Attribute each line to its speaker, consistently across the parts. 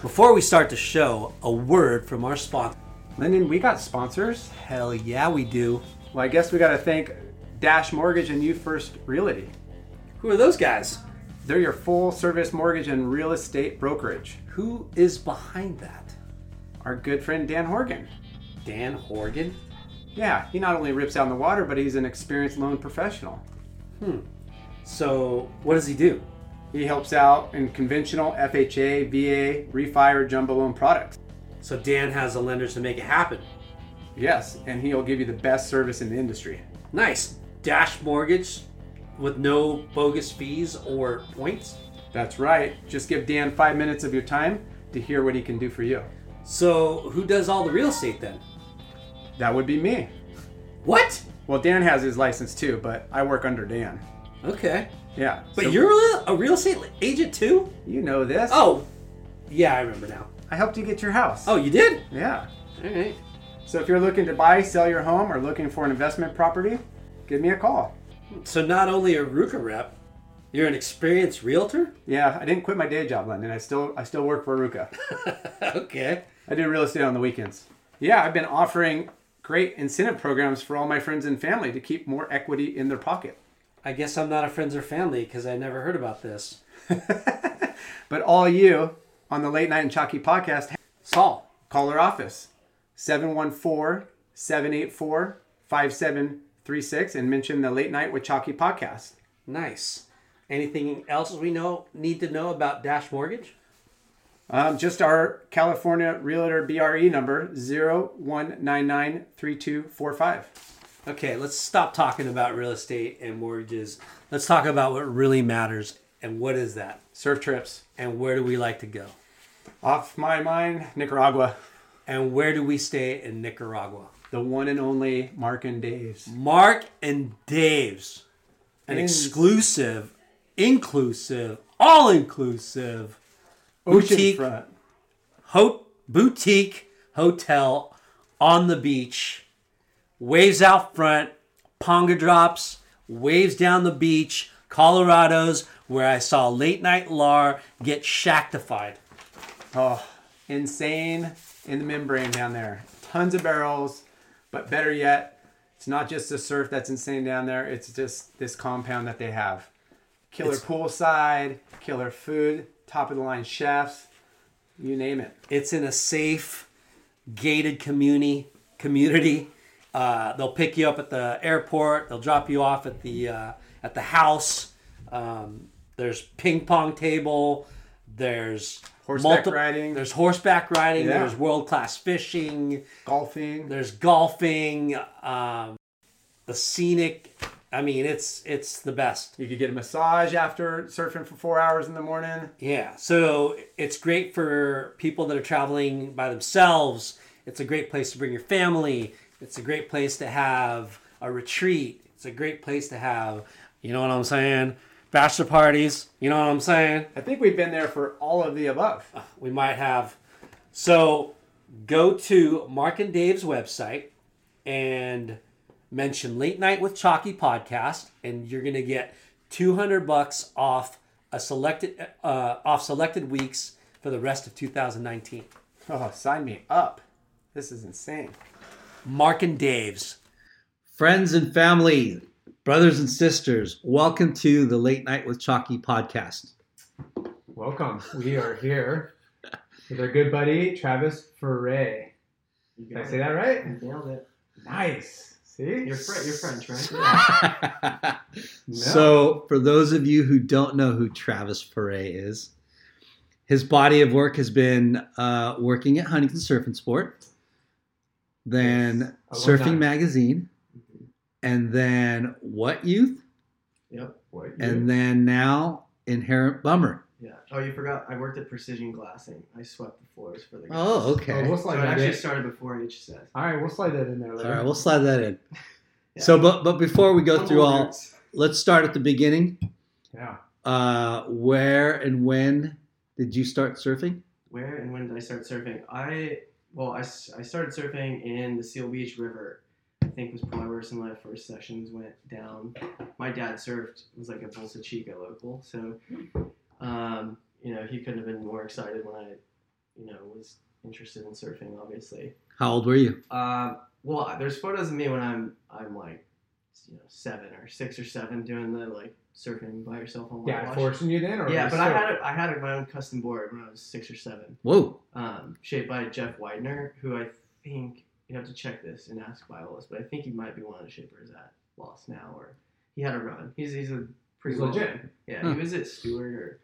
Speaker 1: Before we start the show, a word from our sponsor.
Speaker 2: Lyndon, we got sponsors.
Speaker 1: Hell yeah, we do.
Speaker 2: Well, I guess we got to thank Dash Mortgage and You First Realty.
Speaker 3: Who are those guys?
Speaker 2: They're your full service mortgage and real estate brokerage.
Speaker 1: Who is behind that?
Speaker 2: Our good friend Dan Horgan.
Speaker 3: Dan Horgan?
Speaker 2: Yeah, he not only rips out in the water, but he's an experienced loan professional.
Speaker 3: Hmm. So, what does he do?
Speaker 2: He helps out in conventional FHA, VA, refi, or jumbo loan products.
Speaker 3: So, Dan has the lenders to make it happen.
Speaker 2: Yes, and he'll give you the best service in the industry.
Speaker 3: Nice. Dash mortgage with no bogus fees or points.
Speaker 2: That's right. Just give Dan five minutes of your time to hear what he can do for you.
Speaker 3: So, who does all the real estate then?
Speaker 2: That would be me.
Speaker 3: What?
Speaker 2: Well, Dan has his license too, but I work under Dan.
Speaker 3: Okay.
Speaker 2: Yeah.
Speaker 3: But
Speaker 2: so-
Speaker 3: you're a- a real estate agent too?
Speaker 2: You know this.
Speaker 3: Oh, yeah, I remember now.
Speaker 2: I helped you get your house.
Speaker 3: Oh, you did?
Speaker 2: Yeah.
Speaker 3: All right.
Speaker 2: So if you're looking to buy, sell your home, or looking for an investment property, give me a call.
Speaker 3: So, not only a Ruka rep, you're an experienced realtor?
Speaker 2: Yeah, I didn't quit my day job, London. I still I still work for Ruka.
Speaker 3: okay.
Speaker 2: I do real estate on the weekends. Yeah, I've been offering great incentive programs for all my friends and family to keep more equity in their pocket.
Speaker 3: I guess I'm not a friends or family because I never heard about this.
Speaker 2: But all you on the Late Night and Chalky podcast,
Speaker 3: Saul.
Speaker 2: call our office 714-784-5736 and mention the Late Night with Chalky podcast.
Speaker 3: Nice. Anything else we know need to know about Dash Mortgage?
Speaker 2: Um, just our California Realtor BRE number 01993245.
Speaker 3: Okay, let's stop talking about real estate and mortgages. Let's talk about what really matters and what is that
Speaker 2: Surf trips.
Speaker 3: and where do we like to go?
Speaker 2: Off my mind, Nicaragua.
Speaker 3: And where do we stay in Nicaragua?
Speaker 2: The one and only Mark and Dave's.
Speaker 3: Mark and Dave's. An
Speaker 2: Ins-
Speaker 3: exclusive, inclusive, all inclusive Boutique.
Speaker 2: Oceanfront.
Speaker 3: ho- boutique hotel on the beach. Waves out front, ponga drops, waves down the beach, Colorado's, where I saw late night Lar get shactified.
Speaker 2: Oh, insane in the membrane down there. Tons of barrels, but better yet, it's not just the surf that's insane down there. It's just this compound that they have. Killer
Speaker 3: It's-
Speaker 2: poolside, killer food, top of the line chefs, you name it.
Speaker 3: It's in a safe, gated community. Community. Uh, they'll pick you up at the airport. They'll drop you off at the uh, at the house. Um, there's ping pong table. There's
Speaker 2: Horseback riding.
Speaker 3: There's horseback riding.
Speaker 2: Yeah.
Speaker 3: There's world class fishing.
Speaker 2: Golfing.
Speaker 3: There's golfing. Um, the scenic. I mean, it's it's the best.
Speaker 2: You could get a massage after surfing for four hours in the morning.
Speaker 3: Yeah. So it's great for people that are traveling by themselves. It's a great place to bring your family. It's a great place to have a retreat. It's a great place to have, you know what I'm saying? Bachelor parties. You know what I'm saying?
Speaker 2: I think we've been there for all of the above.
Speaker 3: We might have. So go to Mark and Dave's website and mention Late Night with Chalky podcast, and you're gonna get 200 bucks off a selected uh, off selected weeks for the rest of 2019.
Speaker 2: Oh, sign me up. This is insane.
Speaker 3: Mark and Dave's.
Speaker 1: Friends and family, brothers and sisters, welcome to the Late Night with Chalky podcast.
Speaker 2: Welcome. We are here with our good buddy Travis Foray. Did I say that right?
Speaker 4: Nailed it.
Speaker 2: Nice. See?
Speaker 4: You're, Fre- you're French, right?
Speaker 1: So, for those of you who don't know who Travis Foray is, his body of work has been uh, working at Huntington Surf and Sport, then
Speaker 4: Yes. A long
Speaker 1: Surfing
Speaker 4: time.
Speaker 1: Magazine, and then What Youth,
Speaker 4: Yep.
Speaker 1: and then now Inherent Bummer.
Speaker 4: Yeah. Oh, you forgot. I worked at Precision Glassing. I swept the floors for the.
Speaker 1: Oh,
Speaker 4: guys.
Speaker 1: okay.
Speaker 5: Oh, we'll
Speaker 4: So
Speaker 5: slide
Speaker 4: it
Speaker 5: that
Speaker 4: actually
Speaker 5: in.
Speaker 4: started before HSS.
Speaker 5: All right, we'll slide that in there
Speaker 1: All
Speaker 5: later.
Speaker 1: right, we'll slide that in.
Speaker 4: Yeah.
Speaker 1: So, but but before we go
Speaker 4: I'm
Speaker 1: through
Speaker 4: older.
Speaker 1: all, let's start at the beginning.
Speaker 5: Yeah.
Speaker 1: Uh, where and when did you start surfing?
Speaker 4: Where and when did I start surfing? I well, I, s- I started surfing in the Seal Beach River. I think was probably where some of my first sessions went down. My dad surfed It was like a Bolsa Chica local, so um, you know he couldn't have been more excited when I, you know, was interested in surfing. Obviously,
Speaker 1: How old were you?
Speaker 4: Um, well, there's photos of me when I'm I'm like, you know, seven or six or seven doing the like surfing by yourself on
Speaker 5: Yeah,
Speaker 4: whitewash.
Speaker 5: forcing you then, or
Speaker 4: Yeah,
Speaker 5: just
Speaker 4: but I
Speaker 5: surf?
Speaker 4: had a, I had my own custom board when I was six or seven,
Speaker 1: Whoa,
Speaker 4: um, shaped by Jeff Widener, who I think you have to check this and ask Biolas, but I think he might be one of the shapers at Lost now, or he had a run. He's he's a pretty
Speaker 5: He's
Speaker 4: well
Speaker 5: legit.
Speaker 4: known. Yeah,
Speaker 1: Huh.
Speaker 4: he was at Stewart or.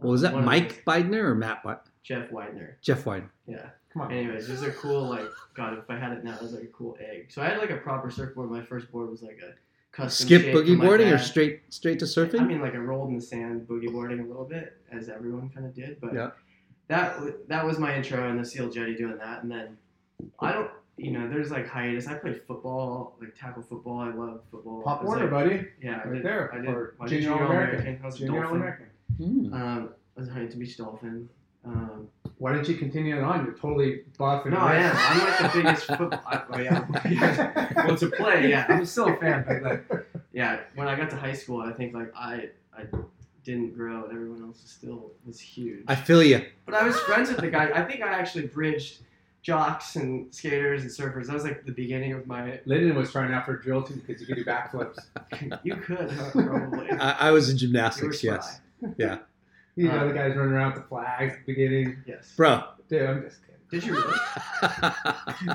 Speaker 4: um,
Speaker 1: well, was that
Speaker 4: one of
Speaker 1: Mike
Speaker 4: those-
Speaker 1: Bidner or Matt? Wi-
Speaker 4: Jeff Widener.
Speaker 1: Jeff Widener.
Speaker 4: Yeah.
Speaker 5: Come on.
Speaker 4: Anyways, these are cool. Like, God, if I had it now, it was like a cool egg. So I had like a proper surfboard. My first board was like a custom
Speaker 1: Skip
Speaker 4: shape
Speaker 1: boogie
Speaker 4: from my
Speaker 1: boarding or
Speaker 4: dad.
Speaker 1: straight straight to surfing?
Speaker 4: I mean, like I rolled in the sand, boogie boarding a little bit, as everyone kind of did. But
Speaker 1: Yeah.
Speaker 4: that w- that was my intro in the seal jetty doing that, and then I don't, you know, there's like hiatus. I played football, like tackle football. I love football.
Speaker 5: Pop
Speaker 4: I was,
Speaker 5: Warner,
Speaker 4: like,
Speaker 5: buddy.
Speaker 4: Yeah, I
Speaker 5: Right
Speaker 4: did,
Speaker 5: there.
Speaker 4: I did.
Speaker 5: Or
Speaker 4: I did
Speaker 5: junior All-American.
Speaker 4: I was a
Speaker 5: Junior
Speaker 4: dolphin.
Speaker 5: All-American.
Speaker 1: Hmm.
Speaker 4: Um, I was a Huntington Beach Dolphin. Um,
Speaker 5: Why don't you continue it on? You're totally buff and
Speaker 4: no, I am. I'm like the biggest football. I, oh, yeah.
Speaker 5: am.
Speaker 4: well, to play, yeah. I'm still a fan, but like,
Speaker 5: like,
Speaker 4: yeah, when I got to high school, I think like I I didn't grow, and everyone else was still was huge.
Speaker 1: I feel you.
Speaker 4: But I was friends with the guy. I think I actually bridged jocks and skaters and surfers. That was like the beginning of my.
Speaker 5: Lyndon was trying out for drill too because he could do backflips.
Speaker 4: You could huh, probably. You
Speaker 1: I, I was in
Speaker 4: were
Speaker 1: gymnastics.
Speaker 4: shy.
Speaker 1: Yes,
Speaker 5: You know,
Speaker 4: Uh,
Speaker 5: the guys running around with the flags at the beginning.
Speaker 4: Yes.
Speaker 1: bro.
Speaker 5: Dude, I'm just kidding.
Speaker 4: Did you really?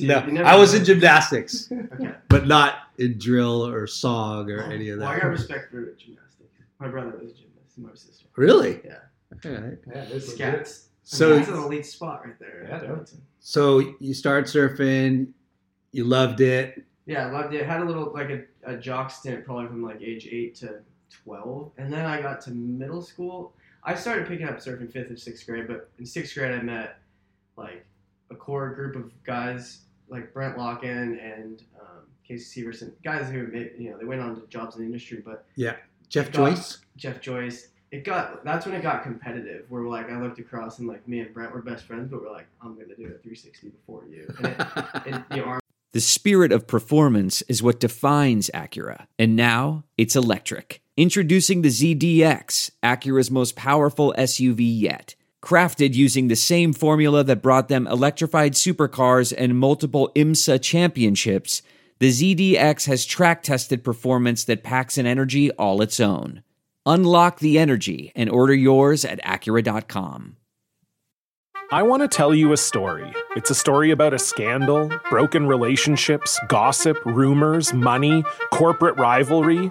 Speaker 1: no,
Speaker 4: you never
Speaker 1: I was
Speaker 4: know.
Speaker 1: in gymnastics,
Speaker 4: Okay. Oh,
Speaker 1: but not in drill or song or any of
Speaker 4: Well, I
Speaker 1: that.
Speaker 4: got respect for gymnastics. My brother was a gymnast. and My sister.
Speaker 1: Really?
Speaker 4: Yeah.
Speaker 1: All right.
Speaker 5: Yeah, this is legit.
Speaker 4: Scats.
Speaker 1: So-
Speaker 4: that's an elite spot right there.
Speaker 5: Yeah, dude.
Speaker 4: Huntington.
Speaker 1: So you started surfing, you loved it.
Speaker 4: Yeah, I loved it. Had a little like a, a jock stint probably from like age eight to twelve, and then I got to middle school. I started picking up surfing fifth and sixth grade, but in sixth grade I met like a core group of guys like Brent Locken and um, Casey Severson, guys who made, you know they went on to jobs in the industry, but
Speaker 1: Jeff
Speaker 4: Got-
Speaker 1: Joyce.
Speaker 4: Jeff Joyce. It got that's when it got competitive. Where like I looked across and like me and Brent were best friends, but we're like I'm gonna do a 360 before you. And it, it, the arm
Speaker 6: The spirit of performance is what defines Acura. And now it's electric. Introducing the ZDX, Acura's most powerful SUV yet. Crafted using the same formula that brought them electrified supercars and multiple IMSA championships, the ZDX has track tested performance that packs an energy all its own. Unlock the energy and order yours at Acura.com.
Speaker 7: I want to tell you a story. It's a story about a scandal, broken relationships, gossip, rumors, money, corporate rivalry,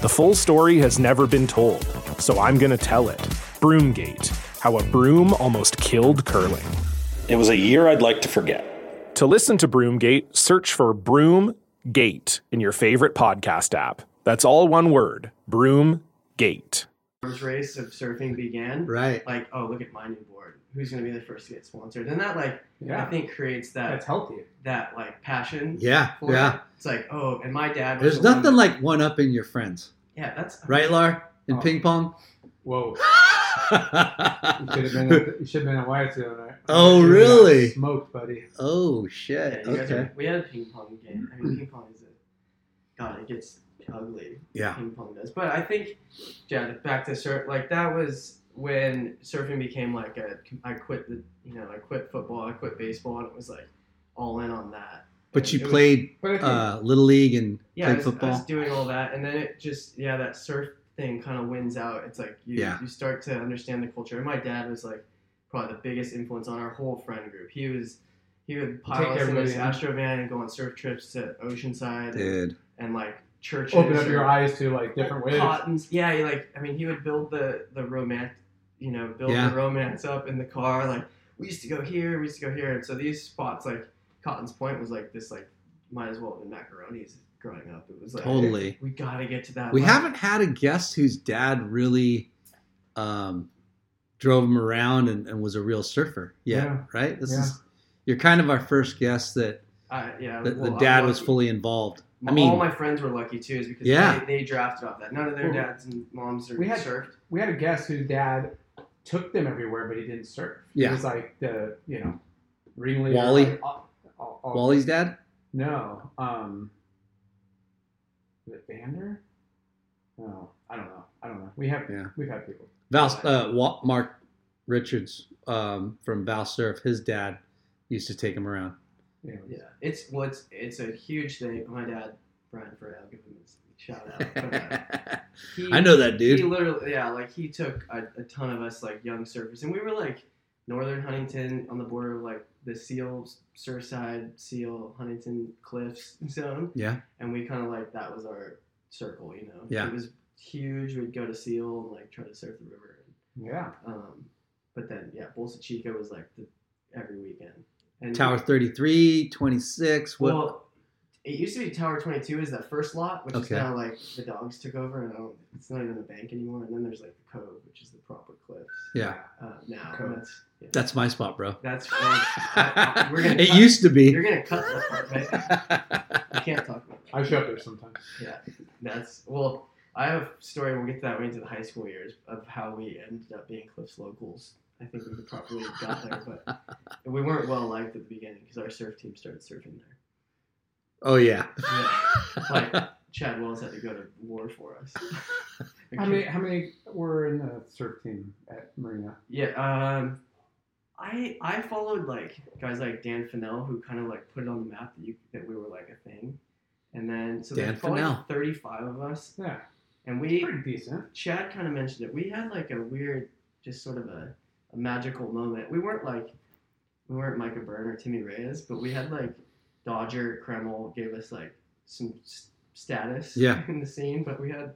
Speaker 7: The full story has never been told, so I'm going to tell it. Broomgate, how a broom almost killed curling.
Speaker 8: It was a year I'd like to forget.
Speaker 7: To listen to Broomgate, search for Broomgate in your favorite podcast app. That's all one word Broomgate.
Speaker 4: arms race of surfing began.
Speaker 1: Right.
Speaker 4: like, oh, look at my new board. Who's going to be the first to get sponsored? And that, like,
Speaker 5: Yeah.
Speaker 4: I think creates that
Speaker 5: That's healthy.
Speaker 4: that like passion.
Speaker 1: Yeah,
Speaker 4: for
Speaker 1: yeah.
Speaker 4: it. It's like, oh, and my dad. Was
Speaker 1: There's
Speaker 4: the one
Speaker 1: nothing
Speaker 4: that-
Speaker 1: like one upping your friends,
Speaker 4: Yeah, that's
Speaker 1: right, Lar? In
Speaker 5: Oh.
Speaker 1: ping pong.
Speaker 5: Whoa. You should have been
Speaker 1: oh
Speaker 5: at, you should have been at Wyatt's the other night.
Speaker 1: Oh,
Speaker 5: You would've got
Speaker 1: really?
Speaker 5: Smoked, buddy.
Speaker 4: Yeah,
Speaker 1: Oh, shit.
Speaker 4: you guys
Speaker 1: Okay.
Speaker 4: are- we had a ping pong game. I mean, ping pong is a god. It gets ugly.
Speaker 1: Yeah.
Speaker 4: Ping pong does, but I think, yeah, back to surf. Like that was when surfing became like a. I quit the, you know, I quit football. I quit baseball, and it was like all in on that.
Speaker 1: But you
Speaker 4: It was-
Speaker 1: played
Speaker 4: but I think-
Speaker 1: uh, little league and
Speaker 4: yeah, I
Speaker 1: played
Speaker 4: was, I
Speaker 1: football.
Speaker 4: was doing all that, and then it just yeah, that surf thing kind of wins out. It's like you
Speaker 1: Yeah.
Speaker 4: you start to understand the culture. And my dad was like probably the biggest influence on our whole friend group. He was he would pile us in
Speaker 5: everybody
Speaker 4: his
Speaker 5: out.
Speaker 4: Astro van and go on surf trips to Oceanside and,
Speaker 1: Dude,
Speaker 4: and, like churches.
Speaker 5: Open up
Speaker 4: or
Speaker 5: your eyes to like different ways.
Speaker 4: Cottons, yeah. He, like I mean, he would build the the romance, you know, build
Speaker 1: Yeah.
Speaker 4: the romance up in the car. Like we used to go here, we used to go here, and so these spots like Cotton's Point was like this like might as well have been macaronis growing up. It was like
Speaker 1: totally.
Speaker 4: we gotta get to that.
Speaker 1: We
Speaker 4: level.
Speaker 1: haven't had a guest whose dad really um, drove him around and, and was a real surfer. Yet,
Speaker 5: Yeah.
Speaker 1: right? This
Speaker 5: Yeah.
Speaker 1: is you're kind of our first guest that
Speaker 4: I, yeah,
Speaker 1: the,
Speaker 4: well,
Speaker 1: the
Speaker 4: I'm
Speaker 1: dad was
Speaker 4: lucky.
Speaker 1: fully involved. I
Speaker 4: all
Speaker 1: mean,
Speaker 4: my friends were lucky too, is because
Speaker 1: Yeah.
Speaker 4: they, they drafted off that. None of their
Speaker 5: Well,
Speaker 4: dads and moms are
Speaker 5: we had-
Speaker 4: surfed.
Speaker 5: We had a guest whose dad took them everywhere, but he didn't surf.
Speaker 1: Yeah.
Speaker 5: He was like the you know ringleader.
Speaker 1: Wally?
Speaker 5: like, all- all- all-
Speaker 1: Wally's dad.
Speaker 5: No. Um. Was it Vander? No, I don't know. I don't know. We have
Speaker 1: Yeah.
Speaker 5: we've had people.
Speaker 1: Val, uh, Wa- Mark Richards um, from Val Surf, his dad used to take him around.
Speaker 5: Yeah.
Speaker 4: Yeah, it's what's it's a huge thing. My dad, Brian Frey, I'll give him a shout out. But, uh,
Speaker 1: I
Speaker 4: he-
Speaker 1: know that
Speaker 4: He
Speaker 1: dude.
Speaker 4: literally, yeah, like he took a, a ton of us, like young surfers, and we were like northern Huntington on the border of like the Seal, Surfside, Seal, Huntington Cliffs zone,
Speaker 1: Yeah,
Speaker 4: and we kind of like that was our circle, you know.
Speaker 1: Yeah.
Speaker 4: It was huge. We'd go to Seal and like try to surf the river.
Speaker 5: Yeah.
Speaker 4: Um, but then yeah, Bolsa Chica was like the, every weekend. And
Speaker 1: Tower 33, 26. What?
Speaker 4: Well, it used to be Tower 22 is that first lot, which is
Speaker 1: Okay.
Speaker 4: now like the dogs took over, and I don't, it's not even a bank anymore. And then there's like the Cove, which is the proper cliffs
Speaker 1: yeah,
Speaker 4: uh, now.
Speaker 5: Cove.
Speaker 4: and That's yeah,
Speaker 1: that's my spot, bro.
Speaker 4: that's we're gonna
Speaker 1: it
Speaker 4: cut-
Speaker 1: used to be.
Speaker 4: You're gonna cut that part, right? You can't talk about that.
Speaker 5: I show up there sometimes.
Speaker 4: That's well. I have a story. We'll get to that way into the high school years of how we ended up being Cliffs locals. I think we could probably have got there, but we weren't well liked at the beginning because our surf team started surfing there.
Speaker 1: oh yeah.
Speaker 4: Like Chad Wells had to go to war for us.
Speaker 5: How many how many were in the surf team at Marina?
Speaker 4: Yeah. Um, I I followed like guys like Dan Fennell who kind of like put it on the map that you that we were like a thing, and then so
Speaker 1: Dan
Speaker 4: there's probably
Speaker 1: Fennell.
Speaker 4: thirty five of us,
Speaker 5: Yeah.
Speaker 4: and we
Speaker 5: Pretty decent.
Speaker 4: Chad kind of mentioned it. We had like a weird, just sort of a, a magical moment. We weren't like we weren't Micah Byrne or Timmy Reyes, but we had like Dodger Kreml gave us like some s- status
Speaker 1: Yeah.
Speaker 4: in the scene, but we had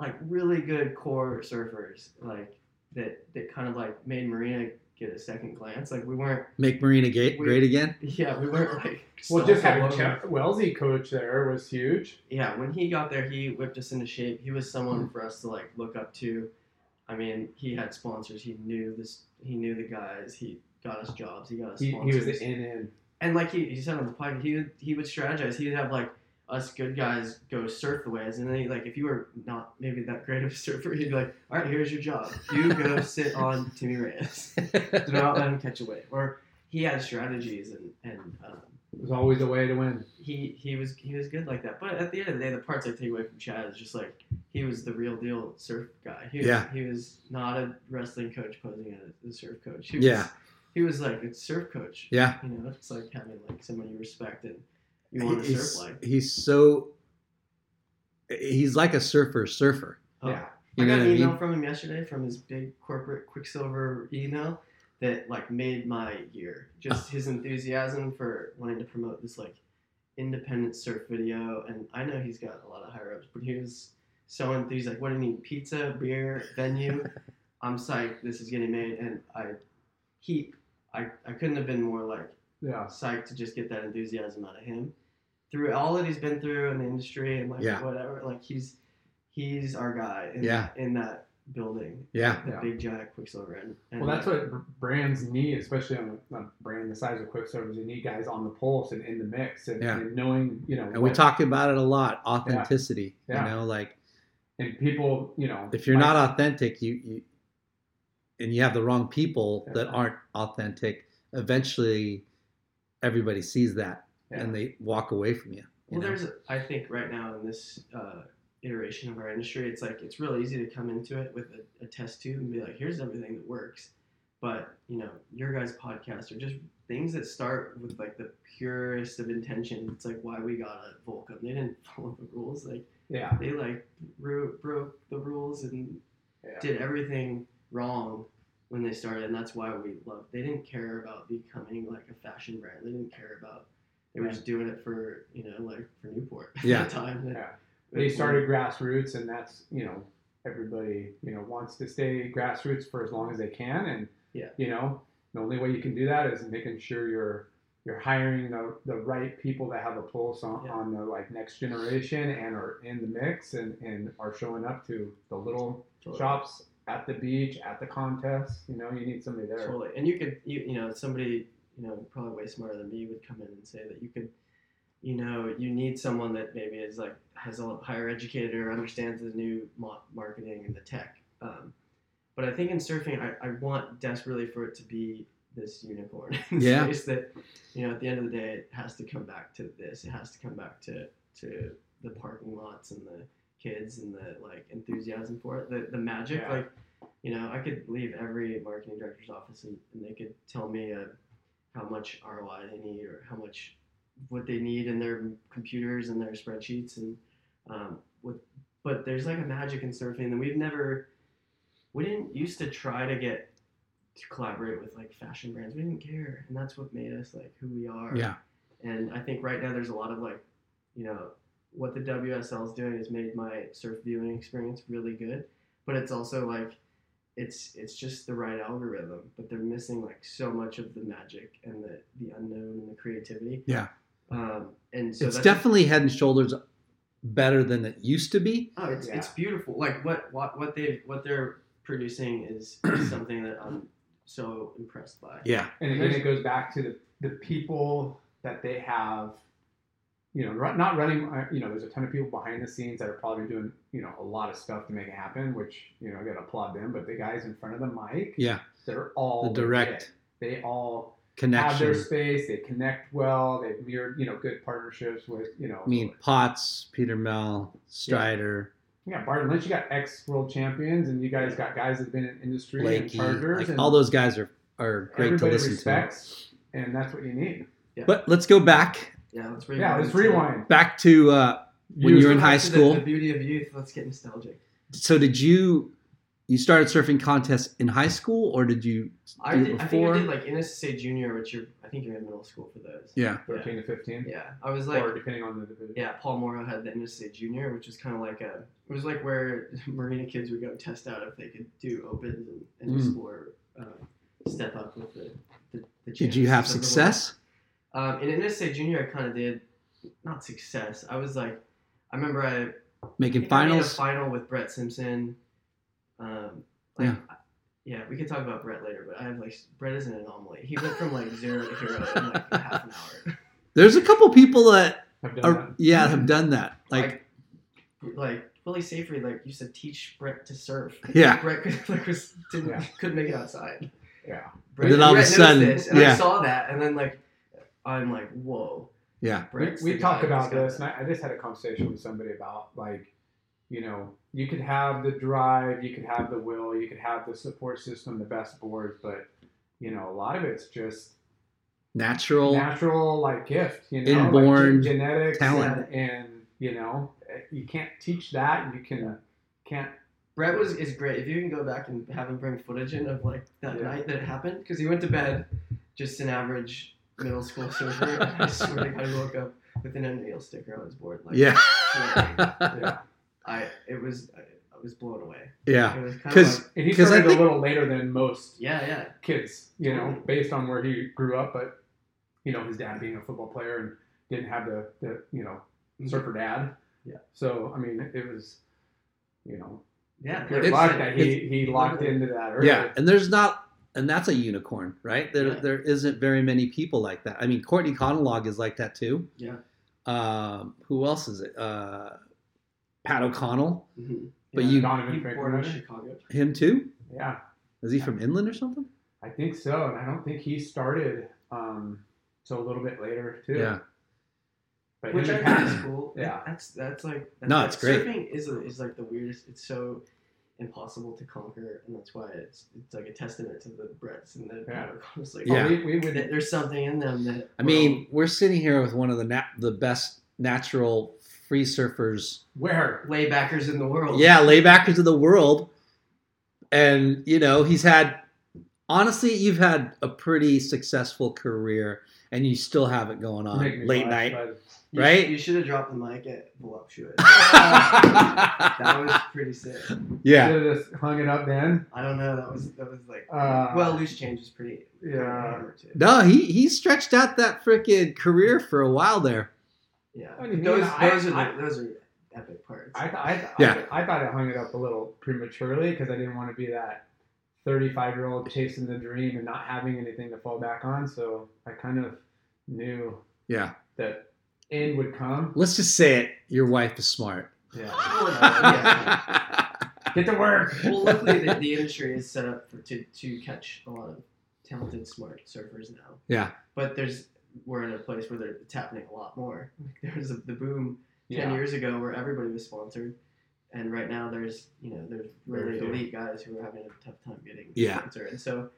Speaker 4: like really good core surfers like that that kind of like made Marina get a second glance. Like we weren't,
Speaker 1: Make Marina Gate
Speaker 4: We-
Speaker 1: great again.
Speaker 4: yeah, we weren't like.
Speaker 5: Well,
Speaker 4: self-
Speaker 5: just having Chad Wellesley coach there was huge.
Speaker 4: yeah, when he got there, he whipped us into shape. He was
Speaker 5: Mm-hmm.
Speaker 4: someone for us to like look up to. I mean, he had sponsors. He knew this. He knew the guys. He got us jobs. He got us
Speaker 5: He, he
Speaker 4: sponsors.
Speaker 5: was the in in.
Speaker 4: and like he, he said on the podcast, he would, he would strategize. He would have like us good guys go surf the waves, and then he, like if you were not maybe that great of a surfer, he'd be like, "All right, here's your job. You go sit on Timmy Reyes. Do not let him catch a wave." Or he had strategies and and. Um,
Speaker 5: It was always a way to win.
Speaker 4: he he was he was good like that. But at the end of the day, the parts I take away from Chad is just like he was the real deal surf guy. He was,
Speaker 1: Yeah.
Speaker 4: He was not a wrestling coach posing as a surf coach. He
Speaker 1: Yeah.
Speaker 4: Was, he was like a surf coach.
Speaker 1: Yeah.
Speaker 4: You know, it's like having like someone you respect and you want to
Speaker 1: He's,
Speaker 4: surf like.
Speaker 1: he's so. He's like a surfer surfer.
Speaker 4: Oh.
Speaker 5: Yeah.
Speaker 1: You
Speaker 4: I
Speaker 1: know
Speaker 4: got
Speaker 1: what
Speaker 4: an
Speaker 1: I
Speaker 4: email
Speaker 1: mean?
Speaker 4: from him yesterday from his big corporate Quicksilver email that like made my year. Just
Speaker 1: Oh.
Speaker 4: his enthusiasm for wanting to promote this like independent surf video, and I know he's got a lot of higher ups, but he was so enthused. Like, what do you need? Pizza, beer, venue. I'm psyched. This is getting made, and I, he, I, I couldn't have been more like
Speaker 5: Yeah.
Speaker 4: psyched to just get that enthusiasm out of him through all that he's been through in the industry and like
Speaker 1: Yeah.
Speaker 4: whatever like he's he's our guy in,
Speaker 1: Yeah.
Speaker 4: in that building
Speaker 1: Yeah.
Speaker 4: the
Speaker 5: Yeah.
Speaker 4: big giant quicksilver and, and
Speaker 5: Well, that's what br- brands need, especially on a, on a brand the size of Quicksilver. You need guys on the pulse and in the mix, and,
Speaker 1: Yeah.
Speaker 5: and knowing, you know,
Speaker 1: And we
Speaker 5: what-
Speaker 1: talk about it a lot. Authenticity.
Speaker 5: Yeah.
Speaker 1: You know, like
Speaker 5: and people, you know,
Speaker 1: if you're
Speaker 5: like-
Speaker 1: not authentic you, you and you have the wrong people that
Speaker 5: Yeah.
Speaker 1: aren't authentic eventually everybody sees that
Speaker 5: yeah.
Speaker 1: and they walk away from you, you
Speaker 4: well
Speaker 1: know?
Speaker 4: there's i think right now in this uh, iteration of our industry it's like it's real easy to come into it with a, a test tube and be like here's everything that works But you know, your guys' podcasts are just things that start with like the purest of intention. It's like why we got a Volcom. They didn't follow the rules. Like
Speaker 5: Yeah.
Speaker 4: they like ru- broke the rules and
Speaker 5: Yeah.
Speaker 4: did everything wrong when they started, and that's why we loved. They didn't care about becoming like a fashion brand. They didn't care about. They were
Speaker 5: Yeah.
Speaker 4: just doing it for you know like for Newport at
Speaker 1: Yeah.
Speaker 4: the time.
Speaker 5: Yeah. They started grassroots, and that's you know everybody you know wants to stay grassroots for as long as they can, and
Speaker 4: Yeah.
Speaker 5: you know the only way you can do that is making sure you're you're hiring the, the right people that have a pulse on,
Speaker 4: Yeah.
Speaker 5: on the like next generation and are in the mix and, and are showing up to the little
Speaker 4: Totally.
Speaker 5: shops at the beach at the contest. You know you need somebody there.
Speaker 4: Totally. And you could, you, you know, somebody, you know, probably way smarter than me would come in and say that you could, you know, you need someone that maybe is like, has a higher educated or understands the new ma- marketing and the tech. Um, but I think in surfing, I, I want desperately for it to be this unicorn in
Speaker 1: Yeah.
Speaker 4: space that, you know, at the end of the day, it has to come back to this. It has to come back to, to the parking lots and the kids and the like enthusiasm for it, the, the magic.
Speaker 5: Yeah.
Speaker 4: Like, you know, I could leave every marketing director's office and, and they could tell me uh, how much ROI they need or how much what they need in their computers and their spreadsheets and um, with, but there's like a magic in surfing that we've never we didn't used to try to get to collaborate with like fashion brands we didn't care and that's what made us like who we are
Speaker 1: Yeah.
Speaker 4: and I think right now there's a lot of like, you know, what the WSL is doing has made my surf viewing experience really good, but it's also like, it's it's just the right algorithm, but they're missing like so much of the magic and the the unknown and the creativity.
Speaker 1: Yeah.
Speaker 4: Um, and so
Speaker 1: it's
Speaker 4: that's
Speaker 1: definitely head and shoulders better than it used to be.
Speaker 4: Oh, it's, it's
Speaker 5: Yeah.
Speaker 4: beautiful. Like what what what they what they're producing is, is something that I'm so impressed by.
Speaker 1: Yeah.
Speaker 5: And again, it goes back to the, the people that they have, you know, run, not running, uh, you know, there's a ton of people behind the scenes that are probably doing, you know, a lot of stuff to make it happen, which, you know, I got to applaud them. But the guys in front of the mic,
Speaker 1: Yeah.
Speaker 5: they're all
Speaker 1: The direct
Speaker 5: legit. They all have their
Speaker 1: connection.
Speaker 5: space. They connect well. They've mirrored, you know, good partnerships with, you know,
Speaker 1: I mean, Potts, Peter Mel, Strider,
Speaker 5: you got Barton Lynch, you got ex world champions, and you guys got guys that have been in industry and
Speaker 1: Blakey,
Speaker 5: partners.
Speaker 1: like,
Speaker 5: and
Speaker 1: all those guys are, are great to
Speaker 5: everybody
Speaker 1: listen
Speaker 5: respects, and that's what you need.
Speaker 1: to. But let's go back
Speaker 4: Yeah, let's rewind.
Speaker 5: Yeah, let's
Speaker 4: to-
Speaker 5: rewind.
Speaker 1: back to uh, when you were in
Speaker 4: Back
Speaker 1: high
Speaker 4: to the-
Speaker 1: school.
Speaker 4: The beauty of youth. Let's get nostalgic.
Speaker 1: so did you you started surfing contests in high school or did you
Speaker 4: I,
Speaker 1: do it
Speaker 4: did, I think
Speaker 1: before?
Speaker 4: I did like NSSA junior, which you're I think you're in middle school for those.
Speaker 1: yeah.
Speaker 5: 13 to 15.
Speaker 4: Yeah, I was like,
Speaker 5: or depending on the division.
Speaker 4: yeah, Paul Morrow had the NSSA junior, which was kind of like a it was like where Marina kids would go test out if they could do opens and, and
Speaker 1: Mm.
Speaker 4: explore uh, step up with the the, the
Speaker 1: Did you have
Speaker 4: chances of the
Speaker 1: success?
Speaker 4: world. Um, in NSSA junior, I kind of did not success. I was like, I remember I I
Speaker 1: Making
Speaker 4: think I made
Speaker 1: finals?
Speaker 4: a final with Brett Simpson. Um, like,
Speaker 1: Yeah.
Speaker 4: yeah. Yeah, we could talk about Brett later, but I have like Brett is an anomaly. He went from like zero to hero in like half an hour.
Speaker 1: There's a couple people that
Speaker 5: I've done
Speaker 1: are, yeah have done that. Like
Speaker 4: Like, like Willie Safrey, like used to teach Brett to surf.
Speaker 1: Yeah.
Speaker 4: Brett could, like was didn't
Speaker 5: Yeah.
Speaker 4: couldn't make it outside.
Speaker 5: that. Yeah.
Speaker 4: Brett,
Speaker 1: then all of a
Speaker 4: Brett noticed
Speaker 1: sudden,
Speaker 4: this, and
Speaker 1: yeah.
Speaker 4: I saw that, and then like I'm like, whoa.
Speaker 1: yeah.
Speaker 5: We,
Speaker 4: Brett's
Speaker 5: we
Speaker 4: the
Speaker 5: talk
Speaker 4: guy that's
Speaker 5: about
Speaker 4: got
Speaker 5: this,
Speaker 4: that.
Speaker 5: and I, I just had a conversation with somebody about like, you know, you could have the drive, you could have the will, you could have the support system, the best boards, but you know, a lot of it's just
Speaker 1: Natural.
Speaker 5: natural, like gift, you know,
Speaker 1: Inborn
Speaker 5: like, gen- genetics,
Speaker 1: talent.
Speaker 5: and, and you know, eh, you can't teach that. You can can't.
Speaker 4: Brett was is great. If you can go back and have him bring footage in of like that
Speaker 5: Yeah.
Speaker 4: night that it happened, because he went to bed just an average middle school surfer. and I swear to God, I woke up with an O'Neill sticker on his board. Like,
Speaker 1: yeah.
Speaker 5: Yeah.
Speaker 4: I it was I, I was blown away.
Speaker 1: yeah.
Speaker 4: It was kind of
Speaker 1: 'Cause-
Speaker 4: like,
Speaker 5: And he
Speaker 1: 'Cause I
Speaker 5: started
Speaker 1: think-
Speaker 5: a little later than most
Speaker 4: yeah, yeah,
Speaker 5: kids, you know, based on where he grew up. But you know, his dad being a football player and didn't have the, the you know surfer dad.
Speaker 4: Mm-hmm. Yeah.
Speaker 5: So I mean, it was you know
Speaker 4: yeah.
Speaker 5: good
Speaker 1: It's-
Speaker 5: luck that he he locked
Speaker 4: literally-
Speaker 5: into that early.
Speaker 1: Yeah. And there's not and that's a unicorn, right? There
Speaker 4: Yeah.
Speaker 1: there isn't very many people like that. I mean Courtney Conalog is like that too.
Speaker 4: Yeah.
Speaker 1: Um who else is it? Uh Pat O'Connell.
Speaker 4: Mhm.
Speaker 1: But
Speaker 4: Yeah.
Speaker 1: you-
Speaker 5: Donovan
Speaker 4: He born in
Speaker 5: Franklin.
Speaker 4: Chicago.
Speaker 1: Him too?
Speaker 5: Yeah,
Speaker 1: Is he from Inland or something?
Speaker 5: I think so. And I don't think he started um so a little bit later too.
Speaker 1: Yeah.
Speaker 5: But
Speaker 4: Which
Speaker 5: him
Speaker 4: I
Speaker 5: and
Speaker 4: think
Speaker 5: Pat-
Speaker 4: is cool.
Speaker 5: Yeah.
Speaker 4: That's that's like that's
Speaker 1: No,
Speaker 4: like-
Speaker 1: it's great.
Speaker 4: Surfing is is like the weirdest. It's so impossible to conquer, and that's why it's it's like a testament to the Brits and the
Speaker 5: Yeah.
Speaker 4: it's like,
Speaker 9: Yeah.
Speaker 5: We, we would
Speaker 4: that there's something in them that
Speaker 9: I mean, we're sitting here with one of the nat- the best natural free surfers,
Speaker 5: where
Speaker 4: we're laybackers in the world.
Speaker 9: yeah, laybackers of the world, and you know he's had. Honestly, you've had a pretty successful career, and you still have it
Speaker 1: Uh,
Speaker 9: going on
Speaker 5: Make me
Speaker 9: late
Speaker 5: laugh,
Speaker 9: night,
Speaker 5: but
Speaker 4: You
Speaker 9: right?
Speaker 4: should- you should have dropped the mic at voluptuous. that was pretty sick.
Speaker 9: yeah,
Speaker 5: Should have just hung it up then.
Speaker 4: I don't know. That was that was like
Speaker 5: Uh,
Speaker 4: well, loose change was pretty. pretty
Speaker 5: yeah.
Speaker 4: hammer, too.
Speaker 9: no, he he stretched out that freaking career for a while there.
Speaker 4: Yeah.
Speaker 5: What do you mean?
Speaker 4: Those
Speaker 5: I-
Speaker 4: those are
Speaker 5: I-
Speaker 4: the, those are epic parts.
Speaker 5: I, th- I, th-
Speaker 9: Yeah.
Speaker 5: I, I thought I hung it up a little prematurely because I didn't want to be that 35 year old chasing the dream and not having anything to fall back on. So I kind of knew
Speaker 9: Yeah,
Speaker 5: that end would come.
Speaker 9: let's just say it. Your wife is smart.
Speaker 4: Well, yeah.
Speaker 9: yeah.
Speaker 5: Get to work.
Speaker 4: Well, luckily the, the industry is set up for, to to catch a lot of talented, smart surfers now. But there's we're in a place where they're, it's happening a lot more. Like, there was a, the boom ten
Speaker 5: Yeah.
Speaker 4: years ago where everybody was sponsored, and right now there's you know there's
Speaker 5: Very
Speaker 4: really
Speaker 5: few.
Speaker 4: elite guys who are having a tough time getting
Speaker 9: Yeah.
Speaker 4: sponsored. And so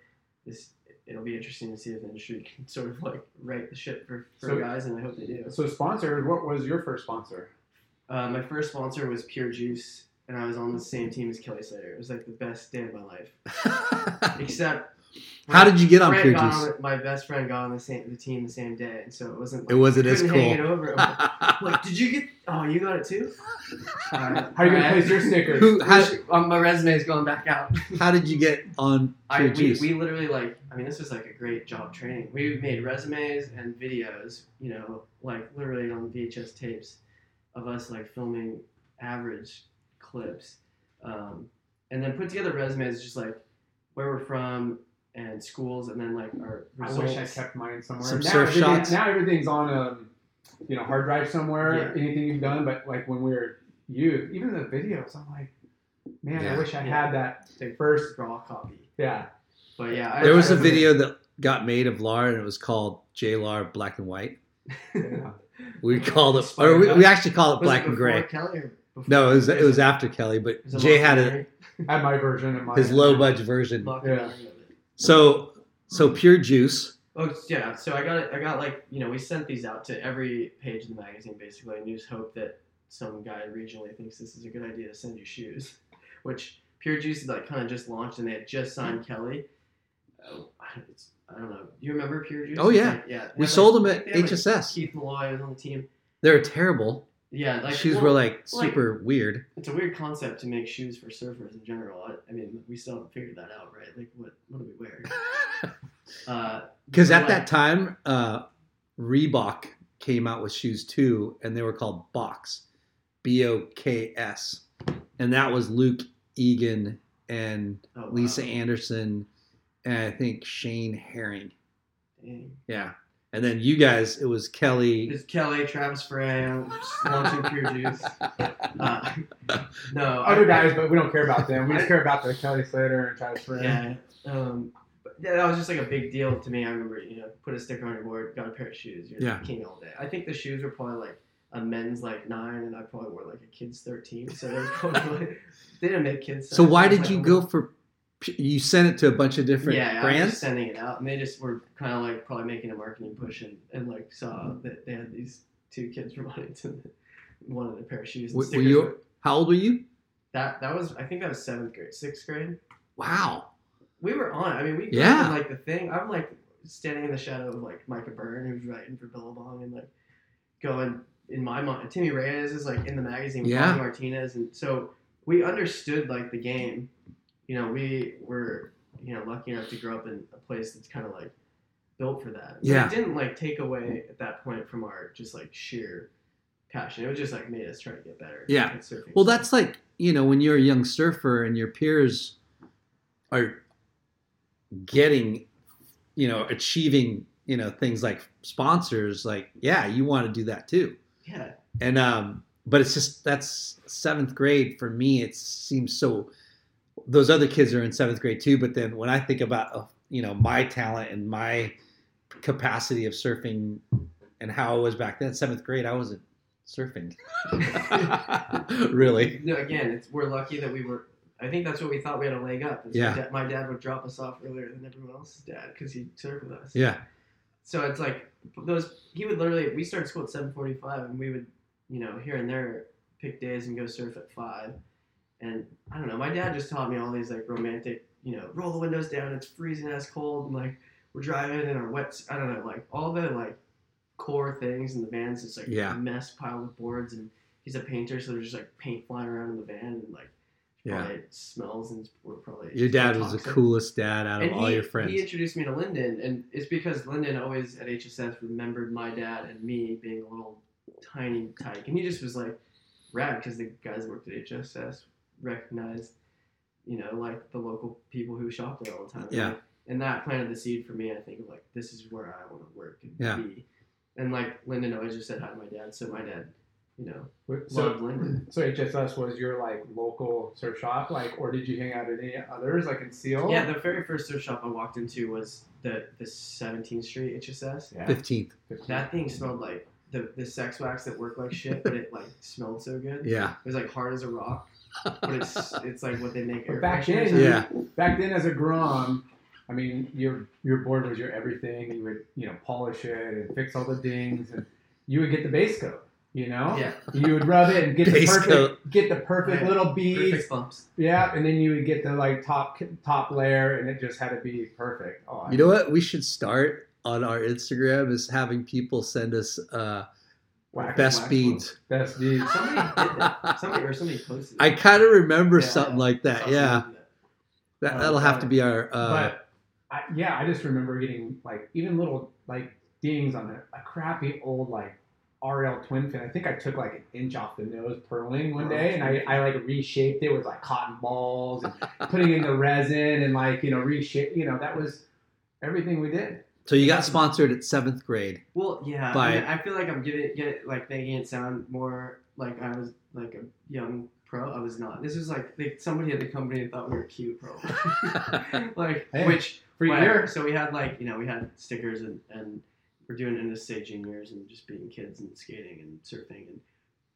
Speaker 4: this it'll be interesting to see if the industry can sort of like right the ship for, for
Speaker 5: So-
Speaker 4: guys, and I hope they do.
Speaker 5: So, sponsor, what was your first sponsor?
Speaker 4: Uh, my first sponsor was Pure Juice, and I was on the same team as Kelly Slater. It was like the best day of my life. Except,
Speaker 9: How did you get on
Speaker 4: Brent
Speaker 9: Pure
Speaker 4: got
Speaker 9: Juice?
Speaker 4: on- my best friend got on the same the team the same day, and so it wasn't. Like,
Speaker 9: It wasn't as
Speaker 4: couldn't hang
Speaker 9: cool.
Speaker 4: it over. I'm like, did you get? Oh, you got it too. All right.
Speaker 5: How are you going
Speaker 4: All
Speaker 5: to
Speaker 4: right.
Speaker 5: place your sticker?
Speaker 9: Who? How,
Speaker 4: Um, my resume's going back out.
Speaker 9: how did you get on
Speaker 4: I,
Speaker 9: Pure
Speaker 4: we,
Speaker 9: Juice?
Speaker 4: we literally like I mean this was like a great job training. We made resumes and videos, you know, like literally on VHS tapes of us like filming average clips, um, and then put together resumes just like where we're from and schools, and then like our
Speaker 5: I
Speaker 4: results.
Speaker 5: wish I kept mine somewhere.
Speaker 9: Some
Speaker 5: now,
Speaker 9: surf
Speaker 5: everything-
Speaker 9: shots.
Speaker 5: now everything's on a you know hard drive somewhere.
Speaker 4: Yeah.
Speaker 5: Anything you've done, but like when we were youth, even the videos, I'm like, man,
Speaker 9: Yeah.
Speaker 5: I wish I
Speaker 4: Yeah.
Speaker 5: had that
Speaker 4: They-
Speaker 5: first.
Speaker 4: raw copy.
Speaker 5: Yeah,
Speaker 4: But yeah, I-
Speaker 9: there was
Speaker 4: I
Speaker 9: a
Speaker 4: remember-
Speaker 9: video that got made of Lara, and it was called J. Lar Black and White.
Speaker 5: yeah.
Speaker 9: We called it, or we, we actually call it
Speaker 4: Was it
Speaker 9: Black and
Speaker 4: before
Speaker 9: Gray.
Speaker 4: Kelly or before-
Speaker 9: No, it was it was after Kelly, but
Speaker 4: It was a
Speaker 9: Jay had a,
Speaker 4: mockumentary-
Speaker 5: I had my version of my
Speaker 9: his low budget version.
Speaker 4: mockumentary of it.
Speaker 9: So so Pure Juice.
Speaker 4: Oh yeah, so I got I got like you know we sent these out to every page in the magazine basically, and you just hope that some guy regionally thinks this is a good idea to send you shoes, which Pure Juice is like kind of just launched and they had just signed Kelly. Oh, I- it's, I don't know. You remember Pure Juice?
Speaker 9: Oh, yeah.
Speaker 4: Like, yeah.
Speaker 9: We
Speaker 4: They had,
Speaker 9: sold them
Speaker 4: like-
Speaker 9: at
Speaker 4: they had, like,
Speaker 9: HSS.
Speaker 4: Keith Malloy was on the team.
Speaker 9: They're terrible.
Speaker 4: Yeah, like
Speaker 9: Shoes
Speaker 4: well,
Speaker 9: were like
Speaker 4: like-
Speaker 9: super weird.
Speaker 4: It's a weird concept to make shoes for surfers in general. I, I mean, we still haven't figured that out, right? Like, what what do we wear? Uh,
Speaker 9: Because
Speaker 4: but,
Speaker 9: at
Speaker 4: like,
Speaker 9: that time, uh, Reebok came out with shoes too, and they were called Box, B O K S, and that was Luke Egan and
Speaker 4: oh, wow.
Speaker 9: Lisa Anderson, and I think Shane Herring.
Speaker 4: Dang.
Speaker 9: Yeah, and then you guys, it was Kelly.
Speaker 4: It's Kelly, Travis Frey, um, launching Pure Juice. Uh, no,
Speaker 5: other
Speaker 4: I-
Speaker 5: guys, but we don't care about them. We just care about the Kelly Slater and Travis Brown.
Speaker 4: Yeah, um, but yeah, that was just like a big deal to me. I remember, you know, put a sticker on your board, got a pair of shoes. You're
Speaker 9: Yeah.
Speaker 4: the king all day. I think the shoes were probably like a men's like nine, and I probably wore like a kid's thirteen. So they, were probably, they didn't make kids.
Speaker 9: So
Speaker 4: size.
Speaker 9: why
Speaker 4: It was
Speaker 9: did
Speaker 4: like
Speaker 9: you
Speaker 4: a-
Speaker 9: go for? You sent it to a bunch of different
Speaker 4: yeah, I was
Speaker 9: brands.
Speaker 4: just sending it out, and they just were kind of like probably making a marketing push, and, and like saw that they had these two kids from Huntington that wanted a pair of shoes.
Speaker 9: Were-
Speaker 4: And
Speaker 9: were
Speaker 4: stickers
Speaker 9: you-
Speaker 4: were-
Speaker 9: How old were you?
Speaker 4: That that was I think that was seventh grade, sixth grade.
Speaker 9: Wow.
Speaker 4: We were on. I mean, we grew
Speaker 9: Yeah.
Speaker 4: up in, like the thing. I'm like standing in the shadow of like Micah Byrne, who's writing for Billabong, and like going in my mind. Timmy Reyes is like in the magazine. with
Speaker 9: Yeah.
Speaker 4: Bobby Martinez, and so we understood like the game. You know, we were you know lucky enough to grow up in a place that's kind of like built for that. So
Speaker 9: Yeah.
Speaker 4: It didn't like take away at that point from our just like sheer passion. It was just like made us try to get better.
Speaker 9: Yeah.
Speaker 4: at surfing.
Speaker 9: Well, that's like you know when you're a young surfer and your peers are getting, you know, achieving you know things like sponsors. Like, yeah, you want to do that too.
Speaker 4: yeah.
Speaker 9: And um, but it's just that's seventh grade for me. It seems so. Those other kids are in seventh grade too. But then when I think about uh, you know my talent and my capacity of surfing and how I was back then, seventh grade, I wasn't surfing really.
Speaker 4: No, again, it's, we're lucky that we were I think that's what we thought we had a leg up. is
Speaker 9: Yeah.
Speaker 4: my dad- my dad would drop us off earlier than everyone else's dad because he served with us.
Speaker 9: Yeah.
Speaker 4: So it's like those. He would literally. We started school at seven forty-five, and we would, you know, here and there pick days and go surf at five. And I don't know. My dad just taught me all these like romantic, you know, roll the windows down. It's freezing ass cold, and like we're driving in our wet. I don't know, like all the like core things in the van's just like
Speaker 9: Yeah.
Speaker 4: a mess pile of boards, and he's a painter, so there's just like paint flying around in the van, and like
Speaker 9: Yeah.
Speaker 4: probably it smells, and it's, we're probably
Speaker 9: Your dad was the
Speaker 4: toxic
Speaker 9: coolest dad out of
Speaker 4: and
Speaker 9: all
Speaker 4: he,
Speaker 9: your friends.
Speaker 4: He introduced me to Lyndon, and it's because Lyndon always at HSS remembered my dad and me being a little tiny tyke, and he just was like rad because the guys that worked at HSS recognized, you know, like the local people who shop there all the time.
Speaker 9: Yeah.
Speaker 4: and that planted the seed for me. I think of like this is where I want to work and
Speaker 9: Yeah.
Speaker 4: be. And like Lyndon always just said hi to my dad, so my dad, you know,
Speaker 5: Wait,
Speaker 4: loved
Speaker 5: So,
Speaker 4: Lyndon.
Speaker 5: so HSS was your like local surf shop, like, or did you hang out at any others, like in Seal?
Speaker 4: Yeah, the very first surf shop I walked into was the the 17th Street HSS.
Speaker 5: yeah.
Speaker 9: 15th.
Speaker 4: That thing smelled like the, the sex wax that worked like shit, but it like smelled so good.
Speaker 9: Yeah.
Speaker 4: It was like hard as a rock, but it's it's like what they make air
Speaker 5: But back
Speaker 4: fresheners
Speaker 5: then,
Speaker 4: out of.
Speaker 9: Yeah.
Speaker 5: Back then, as a grom, I mean, your your board was your everything. You would you know polish it and fix all the dings, and you would get the base coat. You know,
Speaker 4: Yeah,
Speaker 5: you would rub it and get the
Speaker 9: Base
Speaker 5: perfect
Speaker 9: coat.
Speaker 5: get the perfect
Speaker 4: Right.
Speaker 5: little beads.
Speaker 4: perfect bumps.
Speaker 5: Yeah, and then you would get the like top top layer, and it just had to be perfect. Oh, I-
Speaker 9: You know what? We should start on our Instagram is having people send us uh,
Speaker 5: Wax-
Speaker 9: best
Speaker 5: wax-
Speaker 9: beads.
Speaker 5: best beads.
Speaker 4: Somebody did that. Somebody or somebody posted.
Speaker 9: I
Speaker 4: that.
Speaker 9: kind of remember
Speaker 4: Yeah.
Speaker 9: something like
Speaker 4: Saw
Speaker 9: that.
Speaker 4: somebody
Speaker 9: Yeah,
Speaker 4: do that.
Speaker 9: that,
Speaker 5: Uh,
Speaker 9: that'll have to
Speaker 5: but-
Speaker 9: be our. Uh,
Speaker 5: but I, yeah, I just remember getting like even little like dings on a, a crappy old like RL twin fin. I think I took like an inch off the nose purling one day, and I, I like reshaped it with like cotton balls and putting in the resin and like you know reshape. You know that was everything we did.
Speaker 9: so you got sponsored at seventh grade.
Speaker 4: Well, yeah.
Speaker 9: By-
Speaker 4: I, mean, I feel like I'm giving get like making it sound more like I was like a young pro. I was not. This was like, like somebody at the company thought we were cute, bro. like
Speaker 5: Hey.
Speaker 4: which
Speaker 5: For a
Speaker 4: Whatever.
Speaker 5: year,
Speaker 4: So we had like you know we had stickers and and we're doing end of stage juniors and just being kids and skating and surfing and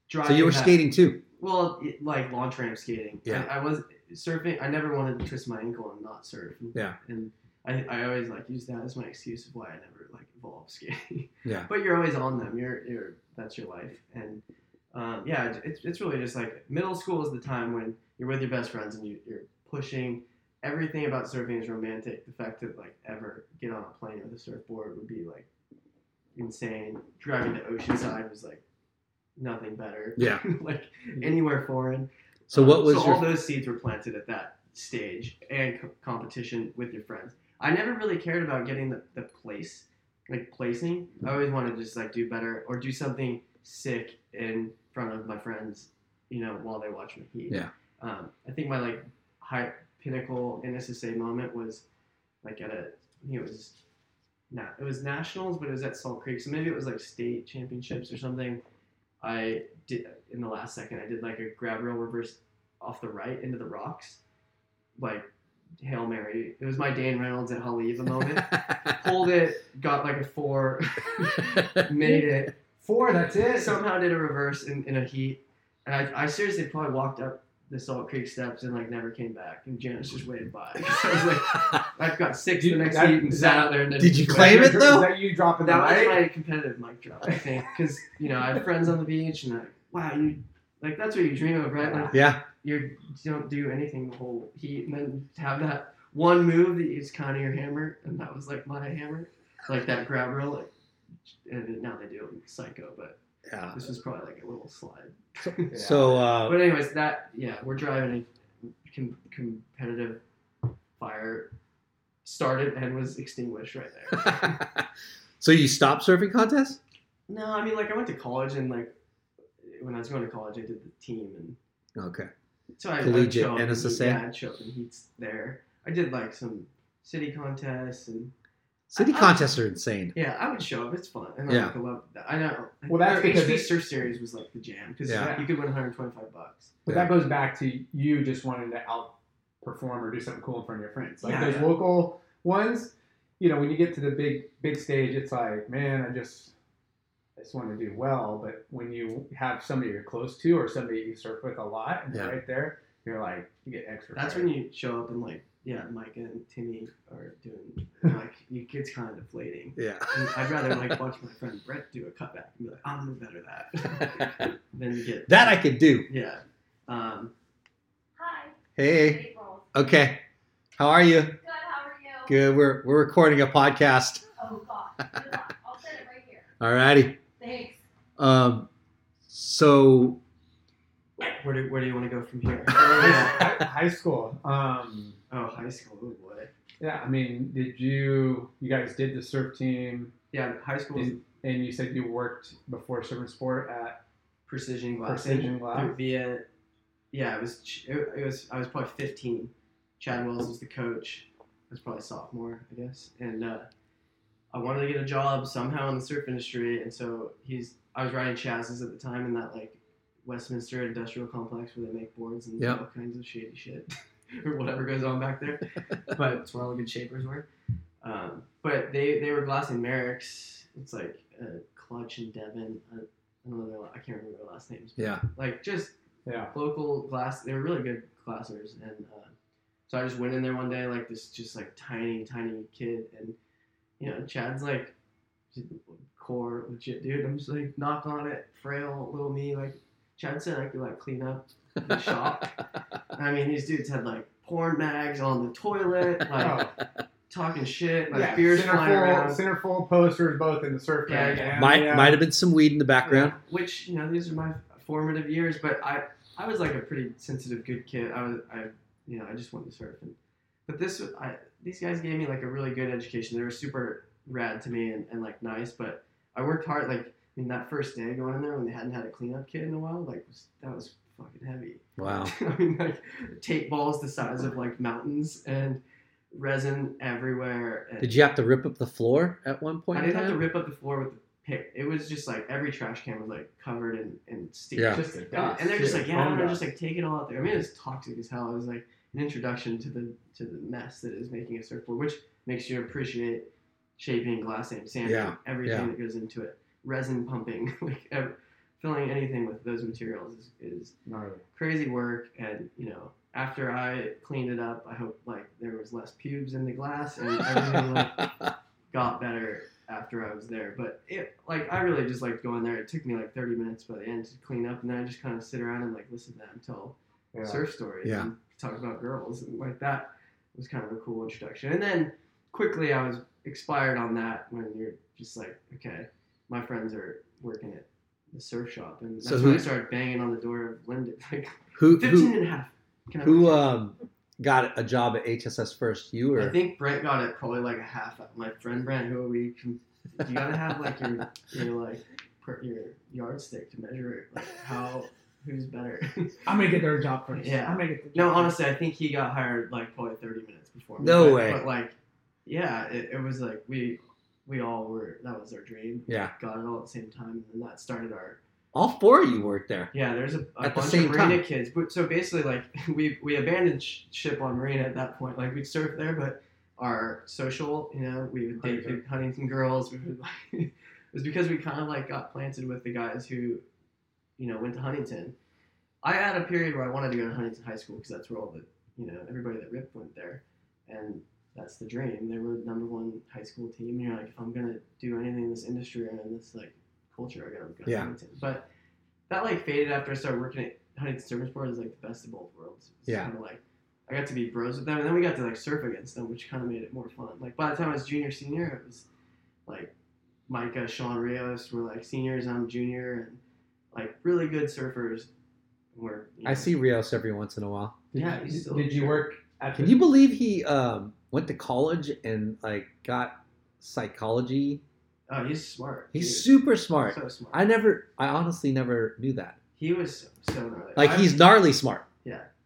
Speaker 4: driving.
Speaker 9: So you were
Speaker 4: that-
Speaker 9: skating too.
Speaker 4: Well, it- like launch ramp skating.
Speaker 9: Yeah.
Speaker 4: I, I was surfing. I never wanted to twist my ankle and not surf. And,
Speaker 9: Yeah.
Speaker 4: And I, I always like use that as my excuse of why I never like evolved skating.
Speaker 9: Yeah.
Speaker 4: But you're always on them. You're you're that's your life. And um, yeah, it- it's it's really just like middle school is the time when you're with your best friends and you, you're pushing. Everything about surfing is romantic. The fact that like ever get on a plane with a surfboard would be like insane. Driving to Oceanside was like nothing better.
Speaker 9: Yeah.
Speaker 4: like anywhere foreign.
Speaker 9: So
Speaker 4: Um,
Speaker 9: what was
Speaker 4: so all
Speaker 9: your?
Speaker 4: those seeds were planted at that stage and co- competition with your friends. I never really cared about getting the, the place, like placing. I always wanted to just like do better or do something sick in front of my friends, you know, while they watch me heat.
Speaker 9: Yeah.
Speaker 4: Um, I think my like high pinnacle NSSA moment was like at a I think it was no, it was nationals, but it was at Salt Creek. So maybe it was like state championships or something. I did in the last second. I did like a grab rail reverse off the right into the rocks, like hail mary. It was my Dan Reynolds at Haliva moment. Pulled it, got like a four, made it,
Speaker 5: four. That's it.
Speaker 4: somehow did a reverse in, in a heat. And I, I seriously probably walked up the Salt Creek steps and like never came back. And Janice just waved by. So I was like, I've got six
Speaker 5: Did-
Speaker 4: the next
Speaker 5: that-
Speaker 4: heat and sat out there. And then
Speaker 9: Did you
Speaker 4: just
Speaker 9: claim
Speaker 4: waved.
Speaker 9: it, though?
Speaker 5: Is that you dropping
Speaker 4: That
Speaker 5: the
Speaker 4: was
Speaker 5: light?
Speaker 4: my competitive mic drop, I think, because you know I have friends on the beach and like, wow, you like that's what you dream of, right? Like
Speaker 9: yeah,
Speaker 4: you're, you don't do anything the whole heat, and then have that one move that is kind of your hammer, and that was like my hammer, like that grab reel. Like, and now they do it in Psycho, but
Speaker 9: yeah.
Speaker 4: this was probably like a little slide.
Speaker 5: Yeah.
Speaker 9: So uh,
Speaker 4: But anyways, that yeah, we're driving a com- competitive fire started and was extinguished right there.
Speaker 9: so you stopped surfing contests?
Speaker 4: no, I mean like I went to college and like when I was going to college, I did the team and
Speaker 9: Okay.
Speaker 4: so I I'd
Speaker 9: Collegiate
Speaker 4: show up and heat-
Speaker 9: NSSA?
Speaker 4: Yeah, I'd show up and heats there. I did like some city contests and
Speaker 9: City
Speaker 4: I- I-
Speaker 9: contests are insane.
Speaker 4: yeah, I would show up. It's fun and
Speaker 9: Yeah.
Speaker 4: I like, love that. I know.
Speaker 5: Well, that's
Speaker 4: Our
Speaker 5: because
Speaker 4: HB
Speaker 5: it-
Speaker 4: Surf Series was like the jam because
Speaker 9: Yeah.
Speaker 4: you could win 125 bucks.
Speaker 5: But that goes back to you just wanting to outperform or do something cool in front of your friends. Like
Speaker 4: Yeah,
Speaker 5: those
Speaker 4: yeah.
Speaker 5: local ones, you know, when you get to the big big stage, it's like, man, I just I just want to do well. But when you have somebody you're close to or somebody you surf with a lot and they're
Speaker 9: Yeah.
Speaker 5: right there, You're like you get extra.
Speaker 4: That's
Speaker 5: credit.
Speaker 4: when you show up and like, yeah, Mike and Timmy are doing like you it's kind of deflating.
Speaker 9: Yeah.
Speaker 4: I'd rather like watch my friend Brett do a cutback and be like, I'm the better at that than you get
Speaker 9: That I could do.
Speaker 4: Yeah. Um,
Speaker 10: Hi.
Speaker 9: Hey.
Speaker 10: April.
Speaker 9: Okay. How are you?
Speaker 10: Good. How are you?
Speaker 9: Good. We're we're recording a podcast.
Speaker 10: Oh gosh. Good luck. I'll set it right here.
Speaker 9: Alrighty.
Speaker 10: Thanks.
Speaker 9: Um so
Speaker 4: where do where do you want to go from here?
Speaker 5: High high school. Um,
Speaker 4: oh, high school. Oh boy.
Speaker 5: yeah, I mean, did you you guys did the surf team,
Speaker 4: Yeah, high school was
Speaker 5: and, and you said you worked before surf and sport at
Speaker 4: precision glass.
Speaker 5: Precision Glass.
Speaker 4: Through Via, yeah, it was Ch- it, it was I was probably 15. Chad Wells was the coach. I was probably sophomore, I guess, and uh, I wanted to get a job somehow in the surf industry, and so he's I was riding chassis at the time in that like Westminster industrial complex where they make boards and
Speaker 9: Yep.
Speaker 4: all kinds of shady shit or whatever goes on back there, but it's where all the good shapers were. Um, but they, they were glassing Merrick's. It's like uh, Clutch and Devon. I, I don't know. Their, la- I can't remember their last names.
Speaker 9: yeah.
Speaker 4: Like just
Speaker 5: yeah.
Speaker 4: local glass. They were really good glassers, and uh, so I just went in there one day, like this, just like tiny, tiny kid, and you know, Chad's like core legit dude. I'm just like knock on it, frail little me. Like Chad said, I could like clean up the shop. I mean, these dudes had like porn mags on the toilet, like
Speaker 5: Oh,
Speaker 4: talking shit, like
Speaker 5: yeah,
Speaker 4: beers
Speaker 5: centerfold,
Speaker 4: flying around.
Speaker 5: centerfold posters both in the surf
Speaker 4: Yeah,
Speaker 5: bag
Speaker 4: yeah.
Speaker 5: and
Speaker 9: Might
Speaker 5: yeah.
Speaker 9: might have been some weed in the background.
Speaker 4: Which you know, these are my formative years, but I I was like a pretty sensitive good kid. I was I you know I just wanted to surf, and, but this was- I these guys gave me like a really good education. They were super rad to me and, and like nice, but I worked hard. Like I mean, that first day going in there when they hadn't had a cleanup kid in a while, like was, that was fucking heavy.
Speaker 9: Wow.
Speaker 4: I mean, like tape balls the size of like mountains and resin everywhere. And
Speaker 9: Did you have to rip up the floor at one point?
Speaker 4: I
Speaker 9: in
Speaker 4: didn't have
Speaker 9: time?
Speaker 4: to rip up the floor with the pick. It was just like every trash can was like covered in, in steam.
Speaker 9: Yeah.
Speaker 5: just the
Speaker 4: And,
Speaker 5: dust.
Speaker 4: and they're just
Speaker 5: too,
Speaker 4: like, yeah,
Speaker 5: bone
Speaker 4: I'm gonna
Speaker 5: dust.
Speaker 4: just like take it all out there. I mean, it was toxic as hell. It was like an introduction to the to the mess that is making a surfboard, which makes you appreciate shaping, glassing, sanding,
Speaker 9: Yeah,
Speaker 4: everything
Speaker 9: yeah.
Speaker 4: that goes into it, resin pumping, like ev- filling anything with those materials is, is
Speaker 5: Gnarly.
Speaker 4: crazy work. And you know, after I cleaned it up, I hope like there was less pubes in the glass and everything like got better after I was there. But it like I really just liked going there. It took me like 30 minutes by the end to clean up, and then I just kind of sit around and like listen to them tell
Speaker 5: Yeah.
Speaker 4: surf stories
Speaker 9: Yeah.
Speaker 4: and talk about girls and like that was kind of a cool introduction. And then quickly I was expired on that when you're just like, okay, my friends are working at the surf shop, and that's
Speaker 9: So
Speaker 4: when I
Speaker 9: who-
Speaker 4: started banging on the door of Linden. Like
Speaker 9: who
Speaker 4: 15
Speaker 9: who
Speaker 4: and a half. Can I-
Speaker 9: who um got a job at HSS first? You
Speaker 4: I
Speaker 9: or
Speaker 4: think Brent got it probably like a half. My friend Brent, who we, com- you gotta have like your your like per, your yardstick to measure like how who's better.
Speaker 5: I'm gonna get their job first.
Speaker 4: Yeah.
Speaker 5: I'm gonna get the
Speaker 4: no,
Speaker 5: job first.
Speaker 4: honestly, I think he got hired like probably thirty minutes before. me.
Speaker 9: No
Speaker 4: But-
Speaker 9: way.
Speaker 4: But like, yeah, it, it was like we we all were that was our dream.
Speaker 9: Yeah.
Speaker 4: got it all at the same time, and that started our
Speaker 9: all four of you worked there.
Speaker 4: yeah, there's a, a
Speaker 9: At the
Speaker 4: bunch
Speaker 9: same
Speaker 4: of marina
Speaker 9: time.
Speaker 4: kids. But so basically, like we we abandoned sh- ship on marina at that point. Like we'd surf there, but our social, you know, we would date
Speaker 5: Huntington.
Speaker 4: big Huntington girls. We would like, it was because we kind of like got planted with the guys who, you know, went to Huntington. I had a period where I wanted to go to Huntington High School because that's where all the you know everybody that ripped went there, and that's the dream. They were the number one high school team. And you're like, if I'm gonna do anything in this industry or in this like culture, I gotta go to
Speaker 9: Yeah.
Speaker 4: Huntington. But that like faded after I started working at Huntington Service Board. Is like the best of both worlds. It's
Speaker 9: Yeah.
Speaker 4: Kind of like I got to be bros with them, and then we got to like surf against them, which kind of made it more fun. Like by the time I was junior, senior, it was like Micah, Sean Rios were like seniors. I'm junior, and like really good surfers. Were you
Speaker 9: I
Speaker 4: know,
Speaker 9: see Rios every once in a while.
Speaker 5: Did,
Speaker 4: Yeah,
Speaker 5: you-
Speaker 4: he's still-
Speaker 5: did you work at
Speaker 9: Can
Speaker 5: the,
Speaker 9: you believe he um, went to college and like got psychology?
Speaker 4: Oh, he's smart.
Speaker 9: He's
Speaker 4: dude.
Speaker 9: super smart.
Speaker 4: So smart.
Speaker 9: I never, I honestly never knew that.
Speaker 4: He was so gnarly.
Speaker 9: Like
Speaker 4: I-
Speaker 9: he's gnarly smart.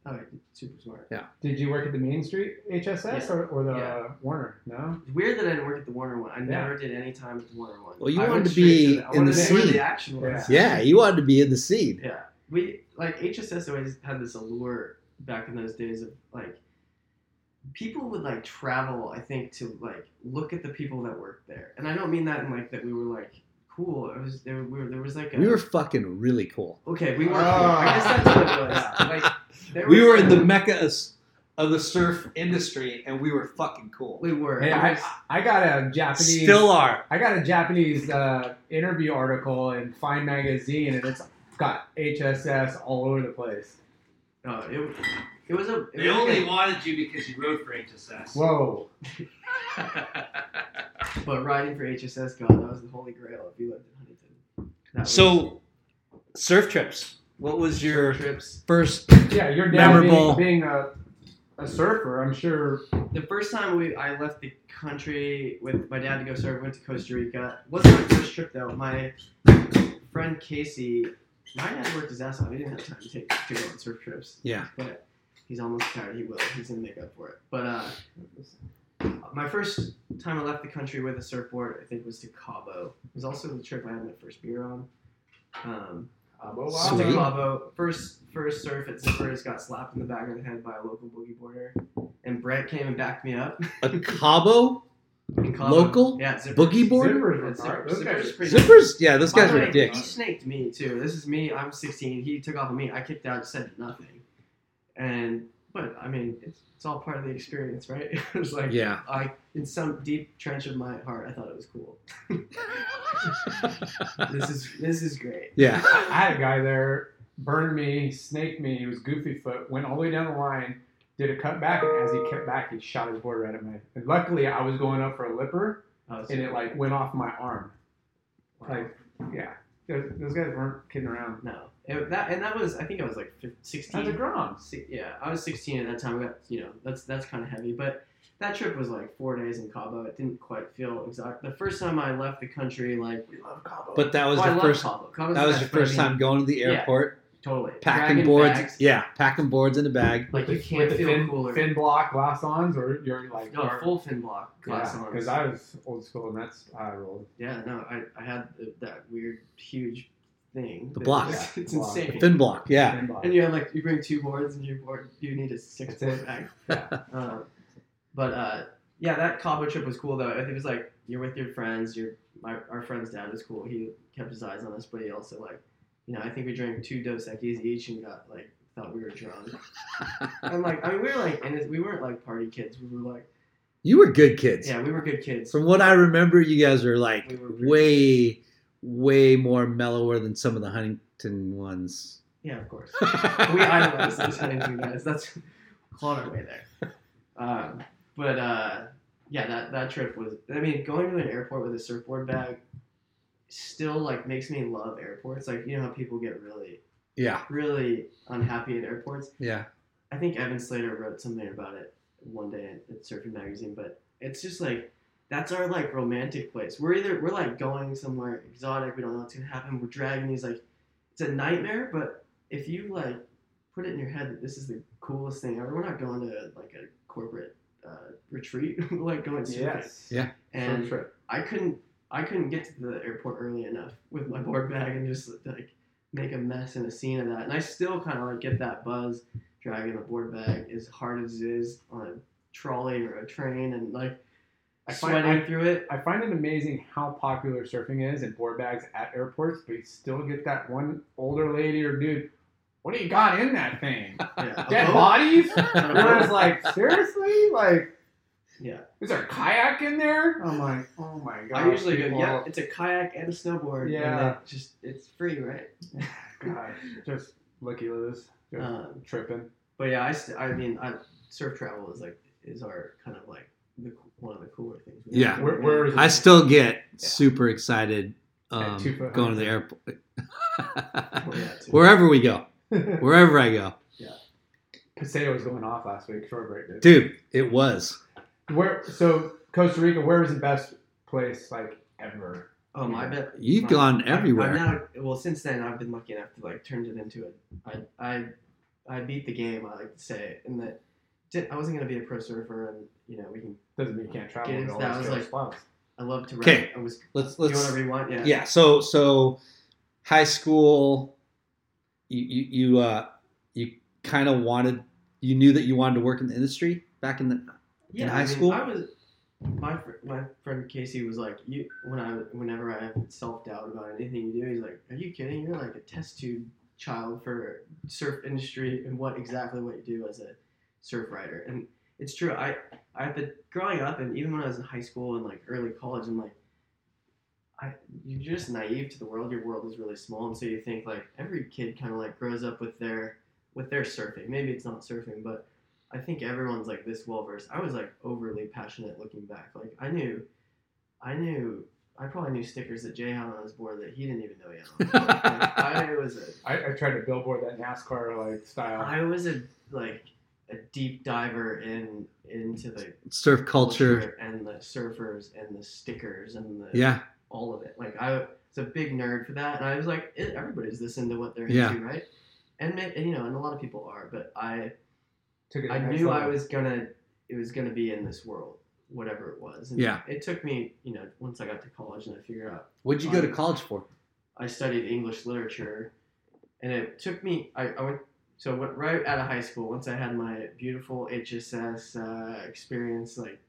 Speaker 4: oh, he's super smart.
Speaker 5: did you work at the Main Street HSS
Speaker 4: Yeah.
Speaker 5: or, or the
Speaker 4: Yeah.
Speaker 5: Warner? No.
Speaker 4: It's weird that I didn't work at the Warner one. I
Speaker 5: Yeah.
Speaker 4: never did any time at the Warner one.
Speaker 9: Well, you
Speaker 4: I
Speaker 9: wanted
Speaker 4: went
Speaker 9: to
Speaker 4: straight
Speaker 9: be
Speaker 4: I
Speaker 9: in
Speaker 4: wanted
Speaker 9: the
Speaker 4: to be where
Speaker 9: scene.
Speaker 4: the action was.
Speaker 9: Yeah, you wanted to be in the scene.
Speaker 4: Yeah. We like HSS always had this allure back in those days of like people would like travel, I think, to like look at the people that worked there. And I don't mean that in like that we were like cool. It was there. Were, there was like a
Speaker 9: We were fucking really cool.
Speaker 4: okay. We were. not cool. I guess that's what it was. Like there
Speaker 9: we
Speaker 4: was
Speaker 9: were in the
Speaker 4: some-
Speaker 9: mecca of, s- of the surf industry, and we were fucking cool.
Speaker 4: We were.
Speaker 5: Hey,
Speaker 4: It
Speaker 5: I,
Speaker 4: was-
Speaker 5: I got a Japanese.
Speaker 9: Still are.
Speaker 5: I got a Japanese uh, interview article in Fine Magazine, and it's got HSS all over the place.
Speaker 4: no, oh, it, it was a. It
Speaker 11: They
Speaker 4: was
Speaker 11: only
Speaker 4: like
Speaker 11: wanted you because you wrote for HSS.
Speaker 5: Whoa.
Speaker 4: a- but riding for HSS, God, that was the holy grail. If you lived in Huntington. That was-
Speaker 9: So, surf trips. What was your
Speaker 4: trips.
Speaker 9: first?
Speaker 5: Yeah, your dad
Speaker 9: Memorable.
Speaker 5: being, being a, a surfer, I'm sure.
Speaker 4: the first time we I left the country with my dad to go surf, went to Costa Rica. Wasn't my first trip though. My friend Casey, my dad worked his ass off. He didn't have time to take to go on surf trips,
Speaker 9: Yeah,
Speaker 4: but he's almost tired. He will. He's gonna make up for it. But uh, my first time I left the country with a surfboard, I think was to Cabo. It was also the trip I had my first beer on. Um,
Speaker 5: Uh, well,
Speaker 4: Wow.
Speaker 9: Sweet.
Speaker 4: Cabo. First, first surf at Zippers got slapped in the back of the head by a local boogie boarder, and Brett came and backed me up.
Speaker 9: a Cabo
Speaker 4: In Cabo.
Speaker 9: Local?
Speaker 4: yeah, Zippers.
Speaker 9: boogie board.
Speaker 5: Zippers were
Speaker 4: Zippers,
Speaker 5: gnarly.
Speaker 4: Zippers,
Speaker 5: Those guys
Speaker 4: is
Speaker 5: were-
Speaker 4: pretty
Speaker 9: Zippers. Yeah, those guys
Speaker 4: My
Speaker 9: were
Speaker 4: guy, He
Speaker 9: dicks.
Speaker 4: snaked me too. This is me. I'm 16. He took off of me. I kicked out, said nothing, and but I mean, it's, it's all part of the experience, right? it was like
Speaker 9: Yeah.
Speaker 4: I, in some deep trench of my heart, I thought it was cool. this is this is great.
Speaker 9: Yeah.
Speaker 5: I had a guy there burned me, snaked me. He was goofy foot. Went all the way down the line, did a cut back, and as he kept back, he shot his board right at me. And luckily, I was going up for a lipper,
Speaker 4: I was-
Speaker 5: and it like went off my arm.
Speaker 4: Wow.
Speaker 5: Like, yeah, those, those guys weren't kidding around.
Speaker 4: No, It- that and that was I think I was like
Speaker 5: I
Speaker 4: fif-
Speaker 5: was a
Speaker 4: sixteen.
Speaker 5: Grom.
Speaker 4: Si- Yeah, I was sixteen at that time. I got you know that's that's kind of heavy, but that trip was like four days in Cabo. It didn't quite feel exact. The first time I left the country, like we love Cabo.
Speaker 9: But that was
Speaker 4: Oh, I
Speaker 9: the
Speaker 4: love
Speaker 9: first.
Speaker 4: Cabo. Cabo's
Speaker 9: That
Speaker 4: the
Speaker 9: was
Speaker 4: best,
Speaker 9: your first
Speaker 4: but I mean,
Speaker 9: time going to the
Speaker 4: yeah.
Speaker 9: airport,
Speaker 4: Totally
Speaker 9: packing
Speaker 4: Dragging
Speaker 9: boards.
Speaker 4: bags,
Speaker 9: Yeah, packing boards in the bag.
Speaker 4: like you can't
Speaker 5: With the
Speaker 4: feel
Speaker 5: fin,
Speaker 4: cooler.
Speaker 5: fin block glass ons, or you're like,
Speaker 4: no, full fin block glass
Speaker 5: yeah,
Speaker 4: arms.
Speaker 5: because I was old school and that's how I rolled.
Speaker 4: yeah, no, I, I had the, that weird huge thing.
Speaker 9: The
Speaker 4: that
Speaker 9: block.
Speaker 4: was- It's
Speaker 5: Block.
Speaker 4: insane.
Speaker 9: Fin block. Yeah.
Speaker 5: Fin block.
Speaker 4: And you have like you bring two boards and your board you need a six
Speaker 5: That's
Speaker 4: board
Speaker 5: it.
Speaker 4: bag.
Speaker 5: Yeah.
Speaker 4: Uh, but uh, yeah, that Cabo trip was cool though. It was like you're with your friends. Your my our friend's dad was cool. He kept his eyes on us, but he also like, you know, I think we drank two Dos Equis each and got like thought we were drunk. and like I mean, we were like and it- we weren't like party kids. We were like
Speaker 9: You were good kids.
Speaker 4: yeah, we were good kids.
Speaker 9: From what I remember, you guys were like
Speaker 4: We were pretty-
Speaker 9: way, way more mellower than some of the Huntington ones.
Speaker 4: Yeah, of course. we idolized those Huntington guys. That's clawed our way there. Um, but uh, yeah, that, that trip was. I mean, going to an airport with a surfboard bag still like makes me love airports. Like you know how people get really,
Speaker 9: Yeah,
Speaker 4: really unhappy at airports.
Speaker 9: yeah.
Speaker 4: I think Evan Slater wrote something about it one day at, at Surfing Magazine, but it's just like that's our like romantic place. We're either we're like going somewhere exotic, we don't know what's gonna happen. We're dragging these like it's a nightmare, but if you like put it in your head that this is the coolest thing ever, we're not going to like a corporate uh, retreat. we're like going surfing.
Speaker 5: Yes.
Speaker 9: Yeah.
Speaker 4: And
Speaker 5: Surf trip.
Speaker 4: I couldn't I couldn't get to the airport early enough with my board bag and just like make a mess and a scene of that. And I still kind of like get that buzz dragging a board bag as hard as it is on a trolley or a train and like
Speaker 5: I find-
Speaker 4: sweating through it.
Speaker 5: I find it amazing how popular surfing is and board bags at airports, but you still get that one older lady or dude. What do you got in that thing?
Speaker 4: Yeah, Oh, a
Speaker 5: Dead
Speaker 4: boat-
Speaker 5: bodies?
Speaker 4: on a
Speaker 5: And I was
Speaker 4: boat.
Speaker 5: like, seriously? Like,
Speaker 4: Yeah.
Speaker 5: is there a kayak in there? I'm like, oh my god.
Speaker 4: I usually go,
Speaker 5: people.
Speaker 4: yeah, it's a kayak and a snowboard.
Speaker 5: Yeah.
Speaker 4: And it just, it's free, right?
Speaker 5: God, just looky Liz, just
Speaker 4: Um,
Speaker 5: tripping.
Speaker 4: But yeah, I, st- I mean, I, surf travel is like, is our kind of like the, one of the cooler things. we
Speaker 9: Yeah.
Speaker 4: do.
Speaker 5: Where- where is it?
Speaker 9: I still get super excited um,
Speaker 5: two foot
Speaker 9: going to
Speaker 5: high.
Speaker 9: the airport.
Speaker 4: Well, yeah, too.
Speaker 9: Wherever we go, wherever I go,
Speaker 5: Paseo was going off last week. Short break, dude.
Speaker 9: dude, it was.
Speaker 5: Where? So Costa Rica. Where was the best place like ever?
Speaker 4: Oh my bet.
Speaker 9: You've
Speaker 4: my-
Speaker 9: gone
Speaker 4: I've-
Speaker 9: everywhere.
Speaker 4: I've now, well, since then I've been lucky enough to like turn it into a. I I I beat the game. I like to say, and that di- I wasn't gonna be a pro surfer, and you know we can.
Speaker 5: Doesn't mean you can't travel.
Speaker 4: Gigs,
Speaker 5: to all
Speaker 4: that
Speaker 5: those
Speaker 4: was
Speaker 5: different
Speaker 4: like-
Speaker 5: spots.
Speaker 4: I love to.
Speaker 9: 'Kay.
Speaker 4: Write. I was.
Speaker 9: Let's
Speaker 4: Let's,
Speaker 9: let's
Speaker 4: you want to rewind? Yeah.
Speaker 9: yeah so so high school you you, you uh you kind of wanted you knew that you wanted to work in the industry back in the
Speaker 4: Yeah,
Speaker 9: in
Speaker 4: I
Speaker 9: high
Speaker 4: mean,
Speaker 9: school?
Speaker 4: I was. my fr- my friend Casey was like, you when I whenever I have self doubt about anything you do, he's like, are you kidding? You're like a test tube child for surf industry and what exactly what you do as a surf rider. And it's true. I I but growing up and even when I was in high school and like early college, I'm like. I, you're just naive to the world. Your world is really small, and so you think like every kid kind of like grows up with their with their surfing. Maybe it's not surfing, but I think everyone's like this well versed. I was like overly passionate looking back. Like I knew, I knew, I probably knew stickers that Jay had on his board that he didn't even know yet. Like, I was a,
Speaker 5: I, I tried to billboard that NASCAR like style.
Speaker 4: I was a like a deep diver in into the
Speaker 9: Surf culture.
Speaker 4: and the surfers and the stickers and the
Speaker 9: Yeah.
Speaker 4: all of it. Like I was a big nerd for that, and I was like, "Eh, everybody's this into what they're
Speaker 9: Yeah.
Speaker 4: into, right? And, ma- and you know, and a lot of people are, but I.
Speaker 5: Took it to
Speaker 4: I
Speaker 5: the next
Speaker 4: knew I
Speaker 5: level.
Speaker 4: was gonna it was gonna be in this world, whatever it was. And
Speaker 9: Yeah.
Speaker 4: It took me, you know, once I got to college and I figured out
Speaker 9: What'd you go to college for?
Speaker 4: I studied English literature and it took me I, I went so I went right out of high school, once I had my beautiful HSS uh, experience like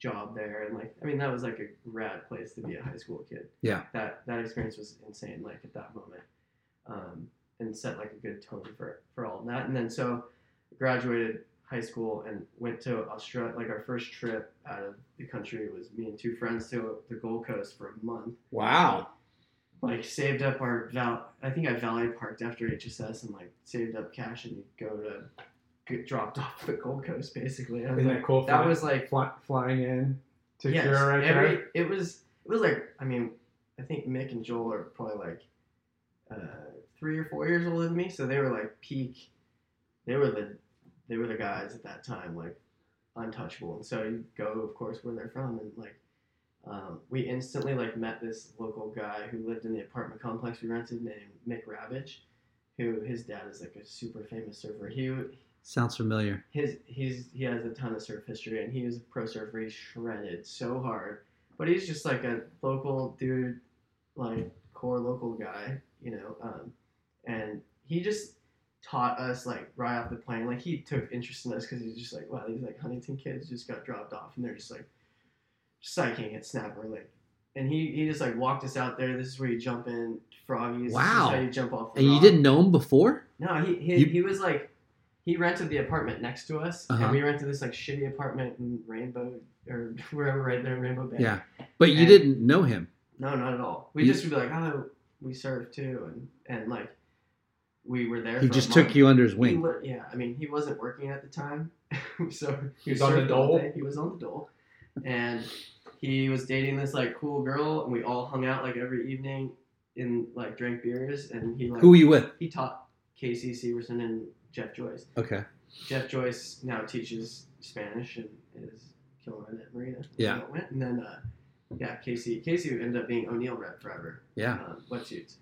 Speaker 4: job there and like I mean that was like a rad place to be a high school kid.
Speaker 9: Yeah.
Speaker 4: That that experience was insane, like at that moment. Um, and set like a good tone for for all of that. And then so graduated high school and went to Australia. Like our first trip out of the country was me and two friends to the Gold Coast for a month.
Speaker 9: Wow.
Speaker 4: Like saved up our val. I think I valet parked after HSS and like saved up cash and go to get dropped off the Gold Coast basically. I was
Speaker 5: Isn't
Speaker 4: like,
Speaker 5: that cool?
Speaker 4: That
Speaker 5: Fly-
Speaker 4: was like
Speaker 5: fly, flying in to
Speaker 4: yes,
Speaker 5: Kira right
Speaker 4: every,
Speaker 5: there.
Speaker 4: It was it was like I mean I think Mick and Joel are probably like uh, three or four years older than me, so they were like peak. They were the they were the guys at that time, like untouchable. And so you go, of course, where they're from, and like um, we instantly like met this local guy who lived in the apartment complex we rented named Mick Ravitch, who his dad is like a super famous surfer. He
Speaker 9: Sounds familiar.
Speaker 4: his he's he has a ton of surf history and he was a pro surfer. He shredded so hard, but he's just like a local dude, like core local guy, you know. Um, and he just taught us like right off the plane. Like he took interest in us because he's just like, wow, these like Huntington kids just got dropped off and they're just like psyching at Snapper, like. And he, he just like walked us out there. This is where you jump in froggies. This
Speaker 9: Wow.
Speaker 4: is how you jump off. the
Speaker 9: And you
Speaker 4: rock.
Speaker 9: didn't know him before?
Speaker 4: No, he he,
Speaker 9: You-
Speaker 4: he was like he rented the apartment next to us,
Speaker 9: Uh-huh.
Speaker 4: and we rented this like shitty apartment in Rainbow or wherever right there in Rainbow Bay.
Speaker 9: Yeah. But you
Speaker 4: And-
Speaker 9: didn't know him.
Speaker 4: No, not at all. We
Speaker 9: You-
Speaker 4: just would be like, oh, we serve too, and and like we were there.
Speaker 9: He
Speaker 4: for a
Speaker 9: just
Speaker 4: month.
Speaker 9: took you under his
Speaker 4: He
Speaker 9: wing.
Speaker 4: wa- yeah, I mean, he wasn't working at the time, so
Speaker 5: He was on the
Speaker 4: served all
Speaker 5: dole?
Speaker 4: day. He was on the dole, and he was dating this like cool girl, and we all hung out like every evening and like drank beers, and he like
Speaker 9: Who were you with?
Speaker 4: He taught Casey Severson and Jeff Joyce.
Speaker 9: Okay.
Speaker 4: Jeff Joyce now teaches Spanish and is killing it at Marina.
Speaker 9: Yeah.
Speaker 4: And then, uh, yeah, Casey. Casey ended up being O'Neill rep forever.
Speaker 9: Yeah.
Speaker 4: Um, wetsuits,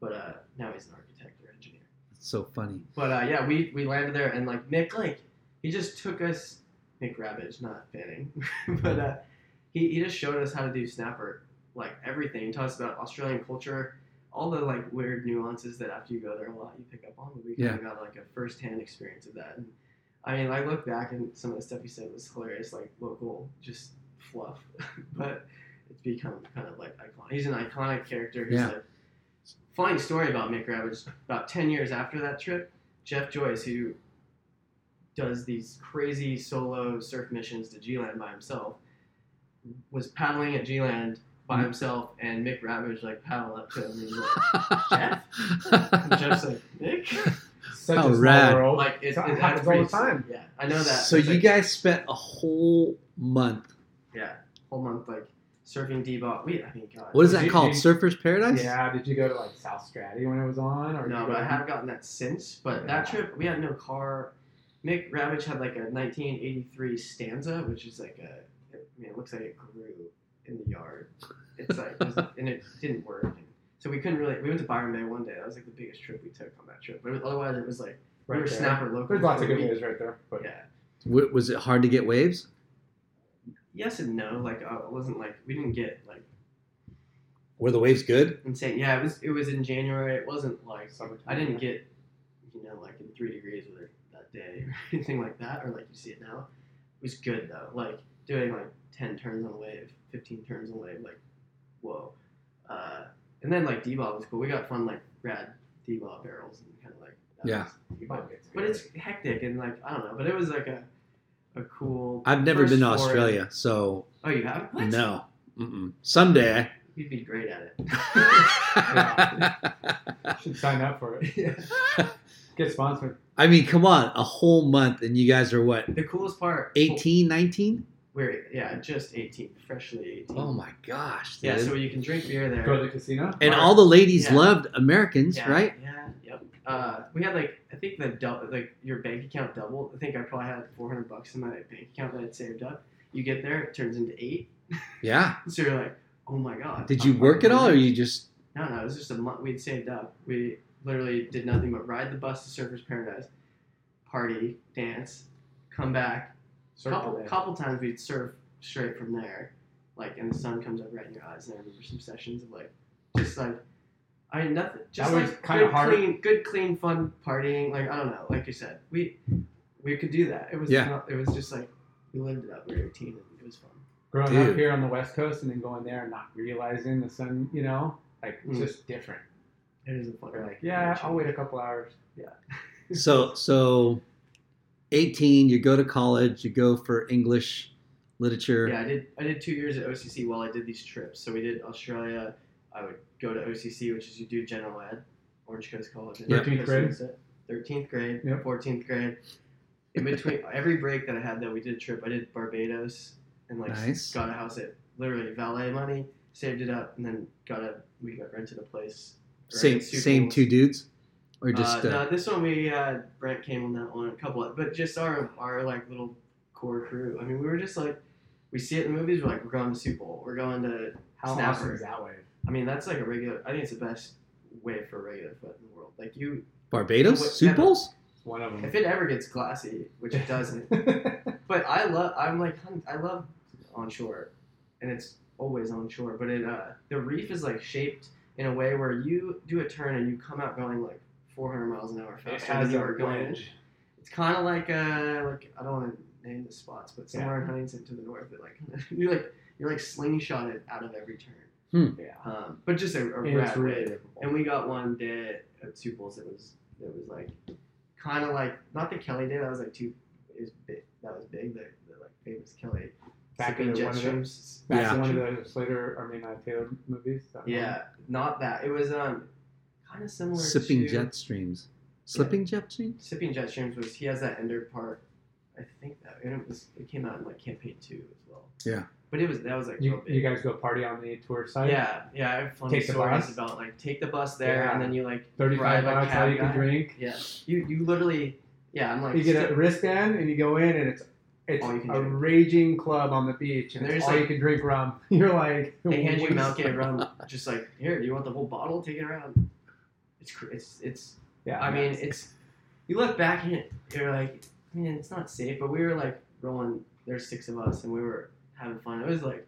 Speaker 4: but uh, now he's an architect or engineer.
Speaker 9: It's so funny.
Speaker 4: But uh, yeah, we we landed there and like Nick, like he just took us. Nick Ravage, not Fanning, but uh, he he just showed us how to do snapper, like everything. He taught us about Australian culture, all the like weird nuances that after you go there a lot you pick up on. But we kind of got like a first hand experience of that. And I mean, I look back and some of the stuff he said was hilarious, like local just fluff, but it's become kind of like iconic. He's an iconic character. He's
Speaker 9: Yeah.
Speaker 4: like funny story about Mick Ravage. About ten years after that trip, Jeff Joyce, who does these crazy solo surf missions to G-Land by himself, was paddling at G-Land by
Speaker 9: Mm.
Speaker 4: himself, and Mick Ravage like paddled up to him and was like, "Jeff," and Jeff's like, "Mick."
Speaker 5: Such
Speaker 9: How
Speaker 5: a small
Speaker 9: rad.
Speaker 5: world.
Speaker 4: Like it's,
Speaker 5: It
Speaker 4: it,
Speaker 5: happens
Speaker 4: that's
Speaker 5: all
Speaker 4: pretty
Speaker 5: the time.
Speaker 4: Yeah, I know that.
Speaker 9: So
Speaker 4: It's
Speaker 9: you
Speaker 4: like-
Speaker 9: guys spent a whole month.
Speaker 4: yeah, whole month like surfing D-Bot. We, I mean, God.
Speaker 9: What is
Speaker 5: Did
Speaker 9: that
Speaker 5: you-
Speaker 9: called?
Speaker 5: did you-
Speaker 9: Surfers Paradise?
Speaker 5: Yeah. Did you go to like South Strati when it was on? Or did
Speaker 4: No,
Speaker 5: you
Speaker 4: but
Speaker 5: go
Speaker 4: I
Speaker 5: to-
Speaker 4: have gotten that since. But that trip, we had no car. Mick Ravitch had like a 1983 Stanza, which is like a, I mean, it looks like it grew in the yard. It's like, it was- and it didn't work. So we couldn't really, we went to Byron Bay one day. That was like the biggest trip we took on that trip. But it- otherwise, it was like, we
Speaker 5: Right
Speaker 4: were
Speaker 5: there.
Speaker 4: snapper local.
Speaker 5: There's lots
Speaker 4: for
Speaker 5: of
Speaker 4: a
Speaker 5: good
Speaker 4: week.
Speaker 5: news right there. But
Speaker 4: Yeah.
Speaker 9: W- was it hard to get waves?
Speaker 4: Yes and no. Like, uh, it wasn't like, we didn't get like
Speaker 9: Were the waves good?
Speaker 4: insane. Yeah, it was, it was in January. It wasn't like,
Speaker 5: Summertime.
Speaker 4: I didn't get, you know, like in three degrees with her that day or anything like that, or like you see it now. It was good though. Like doing like ten turns on a wave, fifteen turns on a wave, like whoa. Uh, and then like D bob was cool. We got fun like rad D bob barrels and kind of like that
Speaker 9: Yeah.
Speaker 4: was- but it's hectic and like I don't know, but it was like a a cool.
Speaker 9: I've never been to
Speaker 4: first foray.
Speaker 9: Australia, so
Speaker 4: Oh, you haven't? What?
Speaker 9: no. Mm-mm. Someday.
Speaker 4: You'd be great at it.
Speaker 5: Should sign up for it. Get sponsored.
Speaker 9: I mean, come on, a whole month, and you guys are what?
Speaker 4: The coolest part.
Speaker 9: 18, 19?
Speaker 4: We're yeah, just eighteen, freshly eighteen.
Speaker 9: Oh my gosh!
Speaker 4: Yeah,
Speaker 9: dude.
Speaker 4: so you can drink beer there.
Speaker 5: Go to the casino.
Speaker 9: and all the ladies
Speaker 4: Yeah.
Speaker 9: loved Americans,
Speaker 4: Yeah,
Speaker 9: right?
Speaker 4: Yeah. Yep. Uh, we had like I think the double, like your bank account doubled. I think I probably had four hundred bucks in my bank account that I'd saved up. You get there, it turns into eight.
Speaker 9: Yeah.
Speaker 4: So you're like, oh my god.
Speaker 9: Did
Speaker 4: I'm
Speaker 9: you work at
Speaker 4: fucking
Speaker 9: all, or
Speaker 4: rich.
Speaker 9: you just?
Speaker 4: No, no. It was just a month we'd saved up. We literally did nothing but ride the bus to Surfers Paradise, party, dance, come back.
Speaker 5: Surf all
Speaker 4: couple
Speaker 5: day.
Speaker 4: couple times we'd surf straight from there, like and the sun comes up right in your eyes. And I remember some sessions of like just like I mean nothing. Just
Speaker 5: was
Speaker 4: like
Speaker 5: kinda
Speaker 4: good,
Speaker 5: hard.
Speaker 4: clean, good, clean, fun partying. Like I don't know. Like you said, we we could do that. It was
Speaker 9: Yeah.
Speaker 4: not, it was just like we lived it up. We were eighteen and it was fun.
Speaker 5: Growing
Speaker 9: Dude.
Speaker 5: up here on the West Coast and then going there and not realizing the sun, you know, like it's
Speaker 4: Mm.
Speaker 5: just different.
Speaker 4: It was a fun.
Speaker 5: You're like, yeah, I'll wait a couple hours.
Speaker 9: So so, eighteen. You go to college. You go for English literature.
Speaker 4: Yeah, I did. I did two years at OCC while I did these trips. So we did Australia. I would go to OCC, which is you do general ed, Orange Coast College. and
Speaker 5: 13th
Speaker 4: Coast
Speaker 5: grade.
Speaker 4: Sunset. Thirteenth grade.
Speaker 5: Yep.
Speaker 4: Fourteenth grade. In between every break that I had, though, we did a trip. I did Barbados and like
Speaker 9: Nice.
Speaker 4: got a house at literally valet money, saved it up, and then got a we got rented a place. or
Speaker 9: Same
Speaker 4: two
Speaker 9: same
Speaker 4: pools.
Speaker 9: two dudes, or just
Speaker 4: uh,
Speaker 9: uh,
Speaker 4: no, this one we uh, Brent came on that one a couple, of, but just our our like little core crew. I mean, we were just like we see it in the movies. We're like we're going to Super Bowl. We're going to
Speaker 5: How
Speaker 4: Snapper.
Speaker 5: awesome is that wave?
Speaker 4: I mean, that's like a regular. I think it's the best way for regular foot in the world. Like you,
Speaker 9: Barbados
Speaker 4: What-
Speaker 9: Super Bowls.
Speaker 5: It's one of them.
Speaker 4: if it ever gets glassy, which it doesn't. but I love. I'm like hun- I love onshore, and it's always onshore. But it uh, the reef is like shaped in a way where you do a turn and you come out going like 400 miles an hour faster
Speaker 5: it has
Speaker 4: than you
Speaker 5: a
Speaker 4: were going. in.
Speaker 5: wedge.
Speaker 4: It's kind of like uh like I don't want to name the spots, but somewhere in Huntington to the north, it like you like you're like slingshotted out of every turn.
Speaker 5: Yeah.
Speaker 4: Um, but just a, a
Speaker 5: And Hmm. it's
Speaker 4: rad
Speaker 5: really
Speaker 4: wave.
Speaker 5: difficult.
Speaker 4: And we got one day at Two Bulls that was that was like kind of like not the Kelly day. That was like two. It was big. That was big. The, the like famous Kelly.
Speaker 5: Back
Speaker 4: sipping
Speaker 5: into
Speaker 4: jet
Speaker 5: one of them.
Speaker 4: streams.
Speaker 5: Back to
Speaker 9: Yeah.
Speaker 5: one of those Slater, I mean, uh, Taylor movies. that one.
Speaker 4: Yeah, not that. It was um kind of similar.
Speaker 9: Sipping
Speaker 4: to,
Speaker 9: jet streams. Slipping jet streams.
Speaker 4: Sipping jet streams was he has that ender part. I think that and it was it came out in like campaign two as well.
Speaker 9: Yeah.
Speaker 4: But it was that was like real
Speaker 5: You,
Speaker 4: big.
Speaker 5: you guys go party on the tour site.
Speaker 4: yeah, yeah. I have funny
Speaker 5: Take the
Speaker 4: stories
Speaker 5: bus?
Speaker 4: about like take the bus there
Speaker 5: Yeah.
Speaker 4: and then you like
Speaker 5: Thirty-five
Speaker 4: Ride like
Speaker 5: bucks, all you
Speaker 4: cab
Speaker 5: can
Speaker 4: guy.
Speaker 5: drink.
Speaker 4: Yeah, you you literally, yeah. I'm like,
Speaker 5: You get a
Speaker 4: still-
Speaker 5: wristband and you go in, and it's it's
Speaker 4: All you can
Speaker 5: a
Speaker 4: drink.
Speaker 5: raging club on the beach, and
Speaker 4: They're
Speaker 5: it's
Speaker 4: just
Speaker 5: all you
Speaker 4: like-
Speaker 5: can drink rum. You're like,
Speaker 4: they hand you
Speaker 5: "What is
Speaker 4: Mount Gay
Speaker 5: this?"
Speaker 4: rum, just like here. Do you want the whole bottle? Take it around. It's cr- it's it's.
Speaker 5: Yeah,
Speaker 4: I mean, it's. You look back and you're like, man, it's not safe. But we were like rolling. There's six of us, and we were having fun. It was like,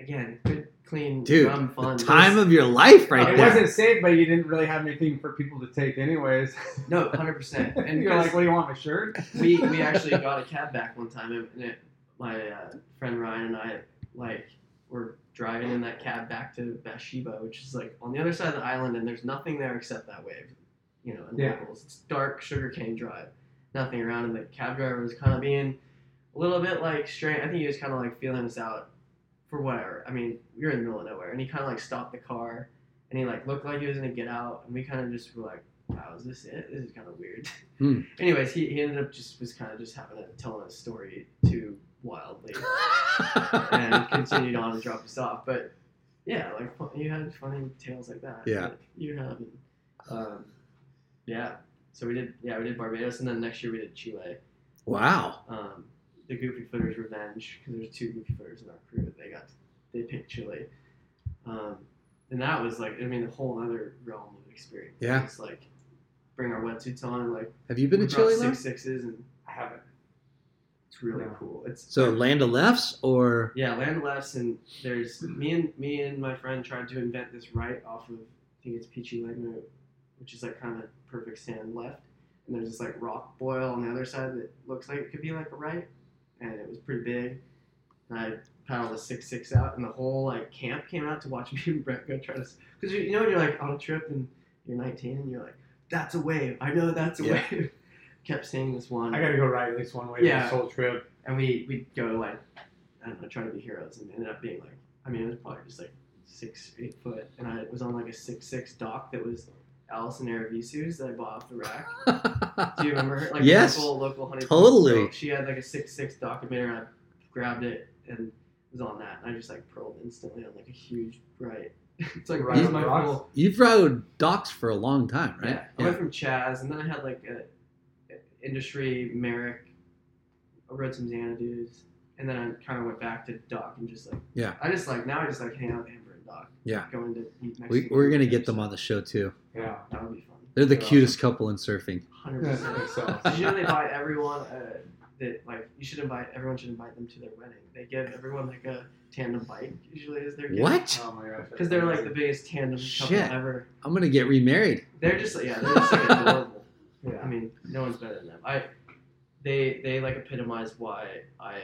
Speaker 4: again, good, clean
Speaker 9: Dude,
Speaker 4: rum fun.
Speaker 9: The time of your life, right
Speaker 5: it
Speaker 9: there.
Speaker 5: wasn't safe, but you didn't really have anything for people to take, anyways.
Speaker 4: no, hundred percent. And
Speaker 5: And you're like, what do you want, my shirt?
Speaker 4: we we actually got a cab back one time, and- and it, my uh, friend Ryan and I like were driving in that cab back to Bathsheba, which is like on the other side of the island, and there's nothing there except that wave, you know, and
Speaker 5: Yeah.
Speaker 4: locals. It's dark sugarcane drive, nothing around, and the cab driver was kind of being a little bit like strange. I think he was kind of like feeling us out for whatever. I mean, we were in the middle of nowhere, and he kind of like stopped the car, and he like looked like he was gonna get out, and we kind of just were like, "Wow, is this it? This is kind of weird."
Speaker 9: Hmm.
Speaker 4: Anyways, he, he ended up just was kind of just having a telling a story too wildly, and continued on and dropped us off. But yeah, like fu- you had funny tales like that.
Speaker 9: Yeah.
Speaker 4: that you have. And, um, yeah. So we did. Yeah, we did Barbados, and then next year we did Chile
Speaker 9: wow.
Speaker 4: um, the Goofy Footers Revenge because there's two Goofy Footers in our crew. They got they picked Chile, um, and that was like I mean a whole other realm of experience.
Speaker 9: Yeah.
Speaker 4: it's like bring our wetsuits on and like
Speaker 9: Have you been
Speaker 4: we
Speaker 9: to
Speaker 4: brought
Speaker 9: Chile? Lau?
Speaker 4: six sixes and
Speaker 5: I haven't.
Speaker 4: it's really
Speaker 5: No.
Speaker 4: cool. It's
Speaker 9: So land of lefts or
Speaker 4: yeah, land lefts and there's me and me and my friend tried to invent this right off of I think it's Peachy Laguna, which is like kind of perfect sand left, and there's this like rock boil on the other side that looks like it could be like a right, and it was pretty big, and I paddled a six six out, and the whole like camp came out to watch me and Brett go try to. Because you, you know when you're like on a trip and you're 19 and you're like, that's a wave. I know that's a
Speaker 5: Yeah.
Speaker 4: wave. Kept seeing this one.
Speaker 5: I gotta go ride at least one wave
Speaker 4: Yeah.
Speaker 5: this whole trip.
Speaker 4: And we we go like I don't know, trying to be heroes, and ended up being like I mean it was probably just like six eight foot, and I was on like a six six dock that was Allison Aravisu's that I bought off the rack. Do you remember? her? Like
Speaker 9: Yes.
Speaker 4: local local honey.
Speaker 9: Totally.
Speaker 4: She had like a six six dock and made her, and I grabbed it and was on that, and I just like pearled instantly on like a huge right. it's like right
Speaker 9: You've-
Speaker 4: on my full
Speaker 9: You've rode docks for a long time, right?
Speaker 4: yeah. I went from Chaz, and then I had like a, a industry Merrick. I rode some Xanadu's, and then I kind of went back to Doc and just like
Speaker 9: Yeah.
Speaker 4: I just like now I just like hang out with Amber and Doc.
Speaker 9: Yeah.
Speaker 4: Going to eat Mexican.
Speaker 9: We, we're
Speaker 4: food
Speaker 9: gonna
Speaker 4: together,
Speaker 9: get them
Speaker 4: so
Speaker 9: on the show too.
Speaker 5: Yeah.
Speaker 4: That would be fun.
Speaker 9: They're the
Speaker 4: Yeah.
Speaker 9: cutest couple in surfing.
Speaker 4: Hundred
Speaker 5: Yeah, I think so.
Speaker 4: percent. Did you know they invite everyone uh, that like you should invite everyone should invite them to their wedding. They give everyone like a tandem bike usually is their gift.
Speaker 9: What?
Speaker 5: Oh my gosh. that's
Speaker 4: Because they're like the
Speaker 5: amazing.
Speaker 4: biggest tandem
Speaker 9: Shit.
Speaker 4: couple ever.
Speaker 9: I'm gonna get remarried.
Speaker 4: They're just yeah, they're just like adorable.
Speaker 5: Yeah.
Speaker 4: I mean, no one's better than them. I, they, they like epitomized why I,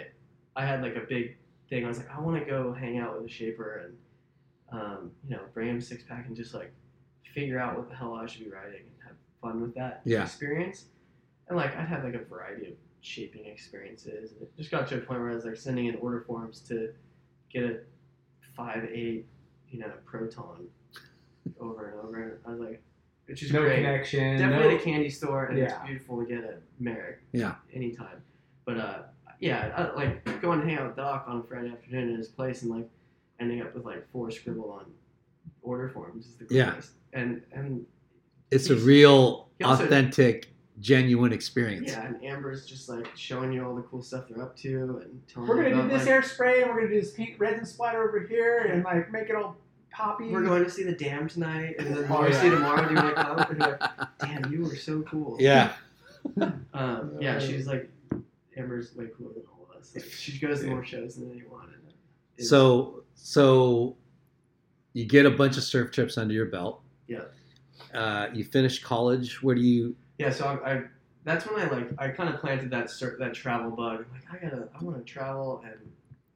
Speaker 4: I had like a big thing. I was like, I want to go hang out with a shaper and, um, you know, bring him a six pack and just like figure out what the hell I should be riding and have fun with that
Speaker 9: Yeah.
Speaker 4: experience. And like, I'd had like a variety of shaping experiences. And it just got to a point where I was like sending in order forms to get a five eight, you know, proton over and over. And I was like, which is
Speaker 5: no
Speaker 4: great.
Speaker 5: connection.
Speaker 4: Definitely
Speaker 5: no-
Speaker 4: the candy store, and it's
Speaker 5: Yeah.
Speaker 4: beautiful to get a Merrick.
Speaker 9: Yeah.
Speaker 4: Anytime, but uh, yeah, I, like going to hang out with Doc on a Friday afternoon at his place, and like ending up with like four scribble on order forms is the
Speaker 9: Yeah.
Speaker 4: greatest. And and
Speaker 9: It's a
Speaker 4: He's-
Speaker 9: real,
Speaker 4: he also-
Speaker 9: authentic, genuine experience.
Speaker 4: yeah, and Amber's just like showing you all the cool stuff they're up to, and telling
Speaker 5: We're
Speaker 4: you
Speaker 5: gonna do
Speaker 4: about,
Speaker 5: this
Speaker 4: like,
Speaker 5: air spray, and we're gonna do this paint resin splatter over here, and like make it all poppy.
Speaker 4: We're going to see the dam tonight, and then
Speaker 5: Oh,
Speaker 4: we'll
Speaker 5: yeah.
Speaker 4: see tomorrow. Do you want to come? And you're like, damn, you were so cool.
Speaker 9: Yeah.
Speaker 4: Um, yeah, she's like, Amber's way cooler than all of us. Like, she goes to more shows than anyone. And it's-
Speaker 9: So so you get a bunch of surf trips under your belt.
Speaker 4: Yeah.
Speaker 9: Uh, you finish college. Where do you?
Speaker 4: yeah, so I, I that's when I like I kind of planted that cer- that travel bug. I'm like I gotta I want to travel and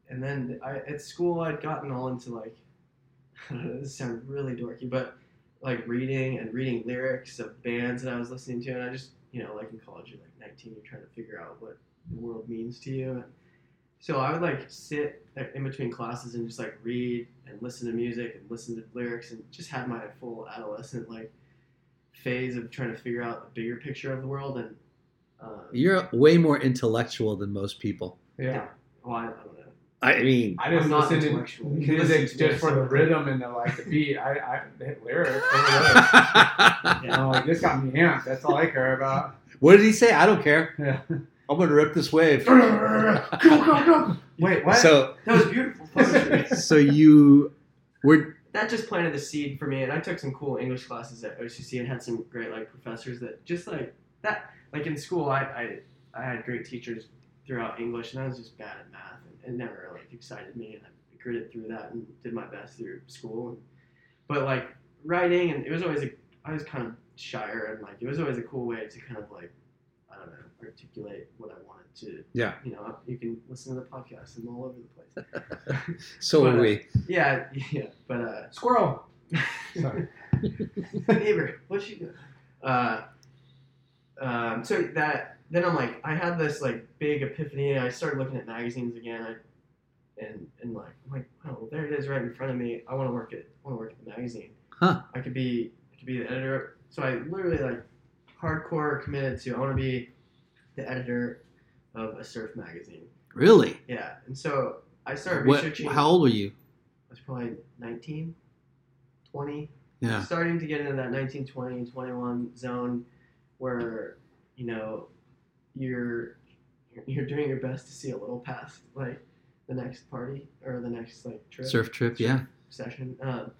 Speaker 4: and then I at school I'd gotten all into like I don't know, this sounds really dorky, but like reading and reading lyrics of bands that I was listening to, and I just you know like in college you're like 19, you're trying to figure out what the world means to you. And so I would like sit like, in between classes and just like read and listen to music and listen to lyrics and just had my full adolescent like phase of trying to figure out the bigger picture of the world and um,
Speaker 9: You're way more intellectual than most people.
Speaker 5: Yeah.
Speaker 4: well, I, I don't know.
Speaker 9: I mean,
Speaker 5: I just
Speaker 4: I'm not
Speaker 5: listen to
Speaker 4: intellectual.
Speaker 5: music
Speaker 4: Listen to
Speaker 5: just for the
Speaker 4: myself.
Speaker 5: rhythm and the like the beat. I, I the lyrics. the lyrics. And I'm like, this got me amped. That's all I care about.
Speaker 9: what did he say? I don't care.
Speaker 5: Yeah.
Speaker 9: I'm gonna rip this wave.
Speaker 4: go go go! Wait, what?
Speaker 9: So
Speaker 4: that was beautiful poetry.
Speaker 9: so you were
Speaker 4: that just planted the seed for me and i took some cool english classes at occ and had some great like professors that just like that like in school i i, I had great teachers throughout english and i was just bad at math and it never like excited me and i gritted through that and did my best through school and, but like writing and it was always a i was kind of shyer and like it was always a cool way to kind of like i don't know articulate what i wanted to
Speaker 9: Yeah.
Speaker 4: you know you can listen to the podcast i'm all over the place
Speaker 9: so
Speaker 4: But,
Speaker 9: were
Speaker 4: uh,
Speaker 9: we.
Speaker 4: yeah, yeah, but
Speaker 5: Squirrel.
Speaker 4: uh,
Speaker 5: Sorry.
Speaker 4: neighbor, what she doing? Uh, um, so that then I'm like, I had this like big epiphany, and I started looking at magazines again. I, and and like, I'm like, oh, well, there it is, right in front of me. I want to work at, I want to work at the magazine.
Speaker 9: Huh.
Speaker 4: I could be, I could be the editor. So I literally like, hardcore committed to, I want to be the editor of a surf magazine.
Speaker 9: Really?
Speaker 4: Yeah, and so I started
Speaker 9: What?
Speaker 4: researching.
Speaker 9: How old were you?
Speaker 4: I was probably 19, 20.
Speaker 9: Yeah.
Speaker 4: Starting to get into that 19, 20, 21 zone where, you know, you're you're doing your best to see a little past like the next party or the next like trip
Speaker 9: Surf trip. Yeah.
Speaker 4: session. Um,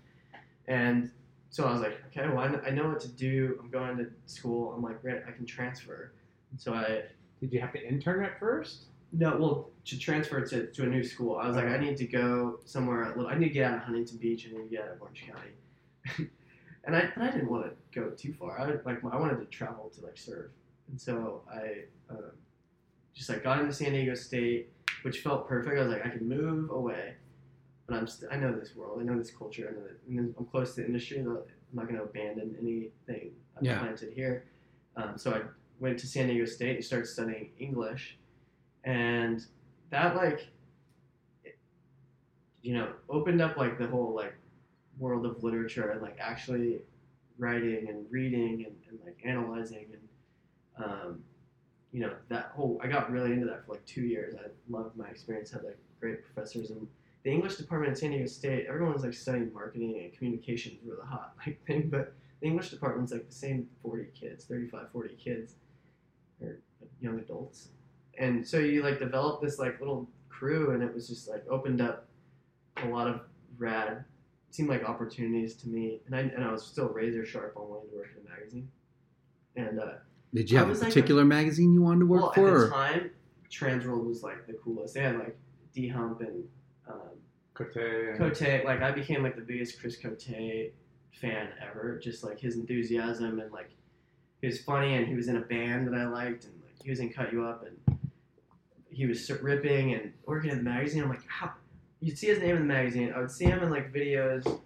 Speaker 4: and so I was like, okay, well, I kn- I know what to do. I'm going to school. I'm like, great, I can transfer. And so I
Speaker 5: Did you have to intern at first?
Speaker 4: no, well, to transfer to, to a new school, I was like, I need to go somewhere. A little, I need to get out of Huntington Beach. I need to get out of Orange County. and I, but I didn't want to go too far. I like, I wanted to travel to like serve, and so I um, just like got into San Diego State, which felt perfect. I was like, I can move away, but I'm st- I know this world, I know this culture, I know that, and then I'm close to the industry. That I'm not going to abandon anything I've
Speaker 9: Yeah.
Speaker 4: planted here. Um, so I went to San Diego State and started studying English, and that like, it- you know, opened up like the whole like world of literature and like actually writing and reading and, and like analyzing and um, you know that whole I got really into that for like two years. I loved my experience. Had like great professors and the English department at San Diego State. Everyone's like studying marketing and communications really hot like thing, but the English department's like the same 40 kids, 35, 40 kids or young adults. And so you like develop this like little crew and it was just like opened up a lot of rad seemed like opportunities to me and I, and I was still razor sharp on wanting to work in a magazine. And uh
Speaker 9: Did you
Speaker 4: I
Speaker 9: have a
Speaker 4: was like a-
Speaker 9: particular magazine you wanted to work
Speaker 4: well,
Speaker 9: for?
Speaker 4: at the
Speaker 9: or-
Speaker 4: time, Transworld was like the coolest. They had like D Hump and um,
Speaker 5: Cote.
Speaker 4: Cote. Like I became like the biggest Chris Cote fan ever. Just like his enthusiasm and like he was funny and he was in a band that I liked and like he was in Cut You Up and he was so- ripping and working at the magazine. I'm like, how? You'd see his name in the magazine. I would see him in like videos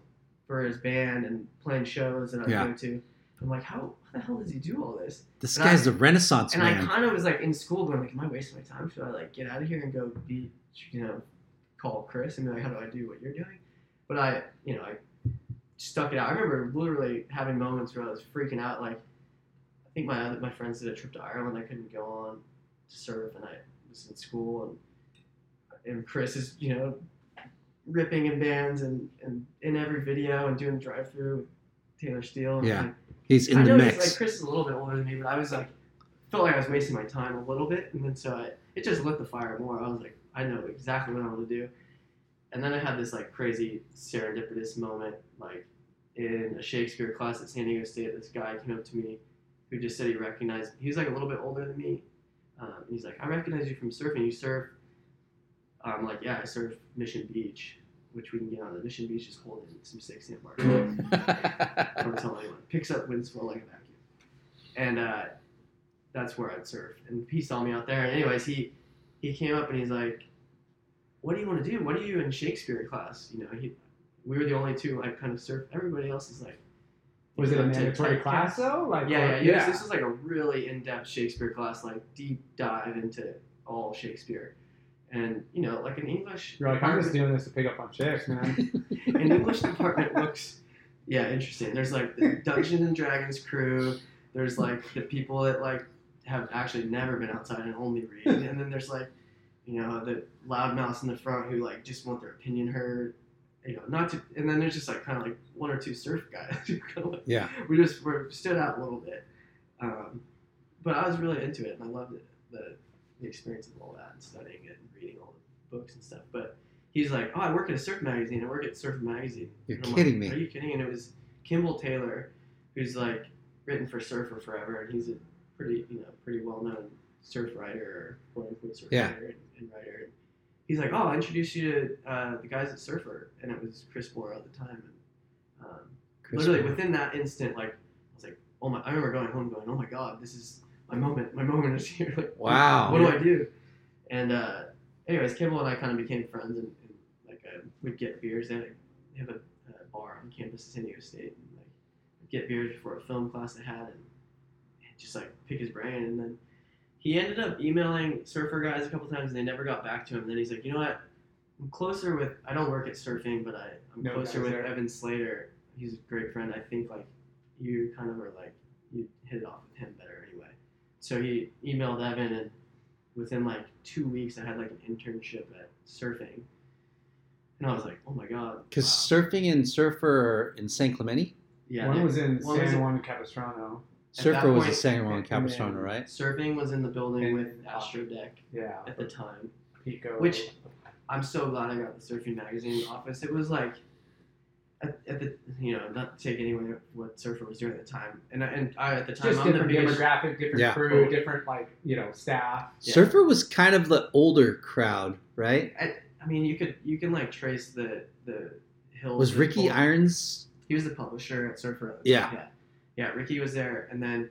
Speaker 4: for his band and playing shows that I would
Speaker 9: Yeah.
Speaker 4: go to. I'm like, how, how the hell does he do all this?
Speaker 9: This
Speaker 4: And I-
Speaker 9: guy's the Renaissance
Speaker 4: and
Speaker 9: man.
Speaker 4: I kind of was like in school going like, am I wasting my time? Should I like get out of here and go be, you know, call Chris and be like, how do I do what you're doing? But I, you know, I stuck it out. I remember literally having moments where I was freaking out. Like, I think my other, my friends did a trip to Ireland. I couldn't go on to surf, and I was in school, and and Chris is, you know, ripping in bands and, and in every video and doing drive through Taylor Steele. and,
Speaker 9: Yeah.
Speaker 4: like,
Speaker 9: He's in
Speaker 4: I
Speaker 9: the
Speaker 4: know he's,
Speaker 9: mix.
Speaker 4: Like Chris is a little bit older than me, but I was like, felt like I was wasting my time a little bit, and then so I, it just lit the fire more. I was like, I know exactly what I want to do, and then I had this like crazy serendipitous moment, like in a Shakespeare class at San Diego State. This guy came up to me, who just said he recognized. He was like a little bit older than me, um, and he's like, I recognize you from surfing. You surf. I'm like, yeah, I surf Mission Beach, which we can get on. The Mission Beach is holding some six sandbars. Don't tell anyone. Picks up wind swell like a vacuum. And uh, that's where I'd surf. And he saw me out there. And anyways, he he came up and he's like, "What do you want to do? What are you in Shakespeare class?" You know, he we were the only two like kind of surf. Everybody else is like,
Speaker 5: Was it a
Speaker 4: like,
Speaker 5: mandatory
Speaker 4: tech
Speaker 5: class though? Like
Speaker 4: yeah,
Speaker 5: or-
Speaker 4: yeah, yeah. This was like a really in-depth Shakespeare class, like deep dive into all Shakespeare, and you know, like an English.
Speaker 5: You're like, I'm just
Speaker 4: department-
Speaker 5: doing this to pick up on chicks, man.
Speaker 4: an English department looks, yeah, interesting. There's like the Dungeons and Dragons crew. There's like the people that like have actually never been outside and only read, and then there's like, you know, the loudmouths in the front who like just want their opinion heard. You know, not to, and then there's just like kind of like one or two surf guys. who kinda like-
Speaker 9: Yeah.
Speaker 4: we just were stood out a little bit, um, but I was really into it and I loved it, the the experience of all that and studying it and reading all the books and stuff. But he's like, "Oh, I work at a surf magazine. I work at Surf Magazine."
Speaker 9: You're
Speaker 4: And I'm
Speaker 9: kidding me.
Speaker 4: like, Are you kidding? And it was Kimball Taylor, who's like written for Surfer Forever, and he's a pretty you know pretty well known surf writer or quote unquote surf
Speaker 9: Yeah.
Speaker 4: writer and, and writer. And he's like, "Oh, I'll introduce you to uh, the guys at Surfer," and it was Chris Moore at the time. And, um,
Speaker 9: Chris
Speaker 4: literally
Speaker 9: Moore.
Speaker 4: within that instant, like I was like, "Oh my!" I remember going home, going, "Oh my God, this is my moment. My moment is here." Like,
Speaker 9: Wow.
Speaker 4: What do I do? And uh, anyways, Kimball and I kind of became friends, and, and like uh, we'd get beers. They had a- they have a uh, bar on campus at San Diego State, and like we'd get beers before a film class I had, and, and just like pick his brain. And then he ended up emailing surfer guys a couple times, and they never got back to him. And then he's like, you know what? I'm closer with. I don't work at surfing, but I, I'm
Speaker 5: No
Speaker 4: closer
Speaker 5: guys
Speaker 4: with
Speaker 5: there.
Speaker 4: Evan Slater. He's a great friend. I think like you kind of are like you hit it off with him better anyway. So he emailed Evan, and within like two weeks, I had like an internship at surfing, and I was like, oh my god,
Speaker 9: Because surfing and surfer are in San Clemente.
Speaker 4: yeah.
Speaker 5: one
Speaker 4: they-
Speaker 5: was in
Speaker 4: one
Speaker 5: San
Speaker 4: was in-
Speaker 5: Juan Capistrano.
Speaker 4: that
Speaker 9: Surfer was a
Speaker 4: point,
Speaker 9: San Juan
Speaker 5: and
Speaker 9: Capistrano,
Speaker 5: then-
Speaker 9: right?
Speaker 4: surfing was in the building
Speaker 5: And- Oh.
Speaker 4: with Astro Deck
Speaker 5: Yeah.
Speaker 4: at the time.
Speaker 5: Pico.
Speaker 4: Which- I'm so glad I got the surfing magazine office. It was like at, at the you know not to take anyway what surfer was doing at the time, and I, and I at the time
Speaker 5: just
Speaker 4: I'm the
Speaker 5: different
Speaker 4: biggest
Speaker 5: demographic, different
Speaker 9: Yeah.
Speaker 5: crew, different like you know staff.
Speaker 4: Yeah.
Speaker 9: Surfer was kind of the older crowd, right?
Speaker 4: I mean, you could you can like trace the the hills.
Speaker 9: Was
Speaker 4: that
Speaker 9: Ricky
Speaker 4: pulled-
Speaker 9: Irons?
Speaker 4: He was the publisher at Surfer. at the
Speaker 9: Yeah.
Speaker 4: time, yeah, yeah. Ricky was there, and then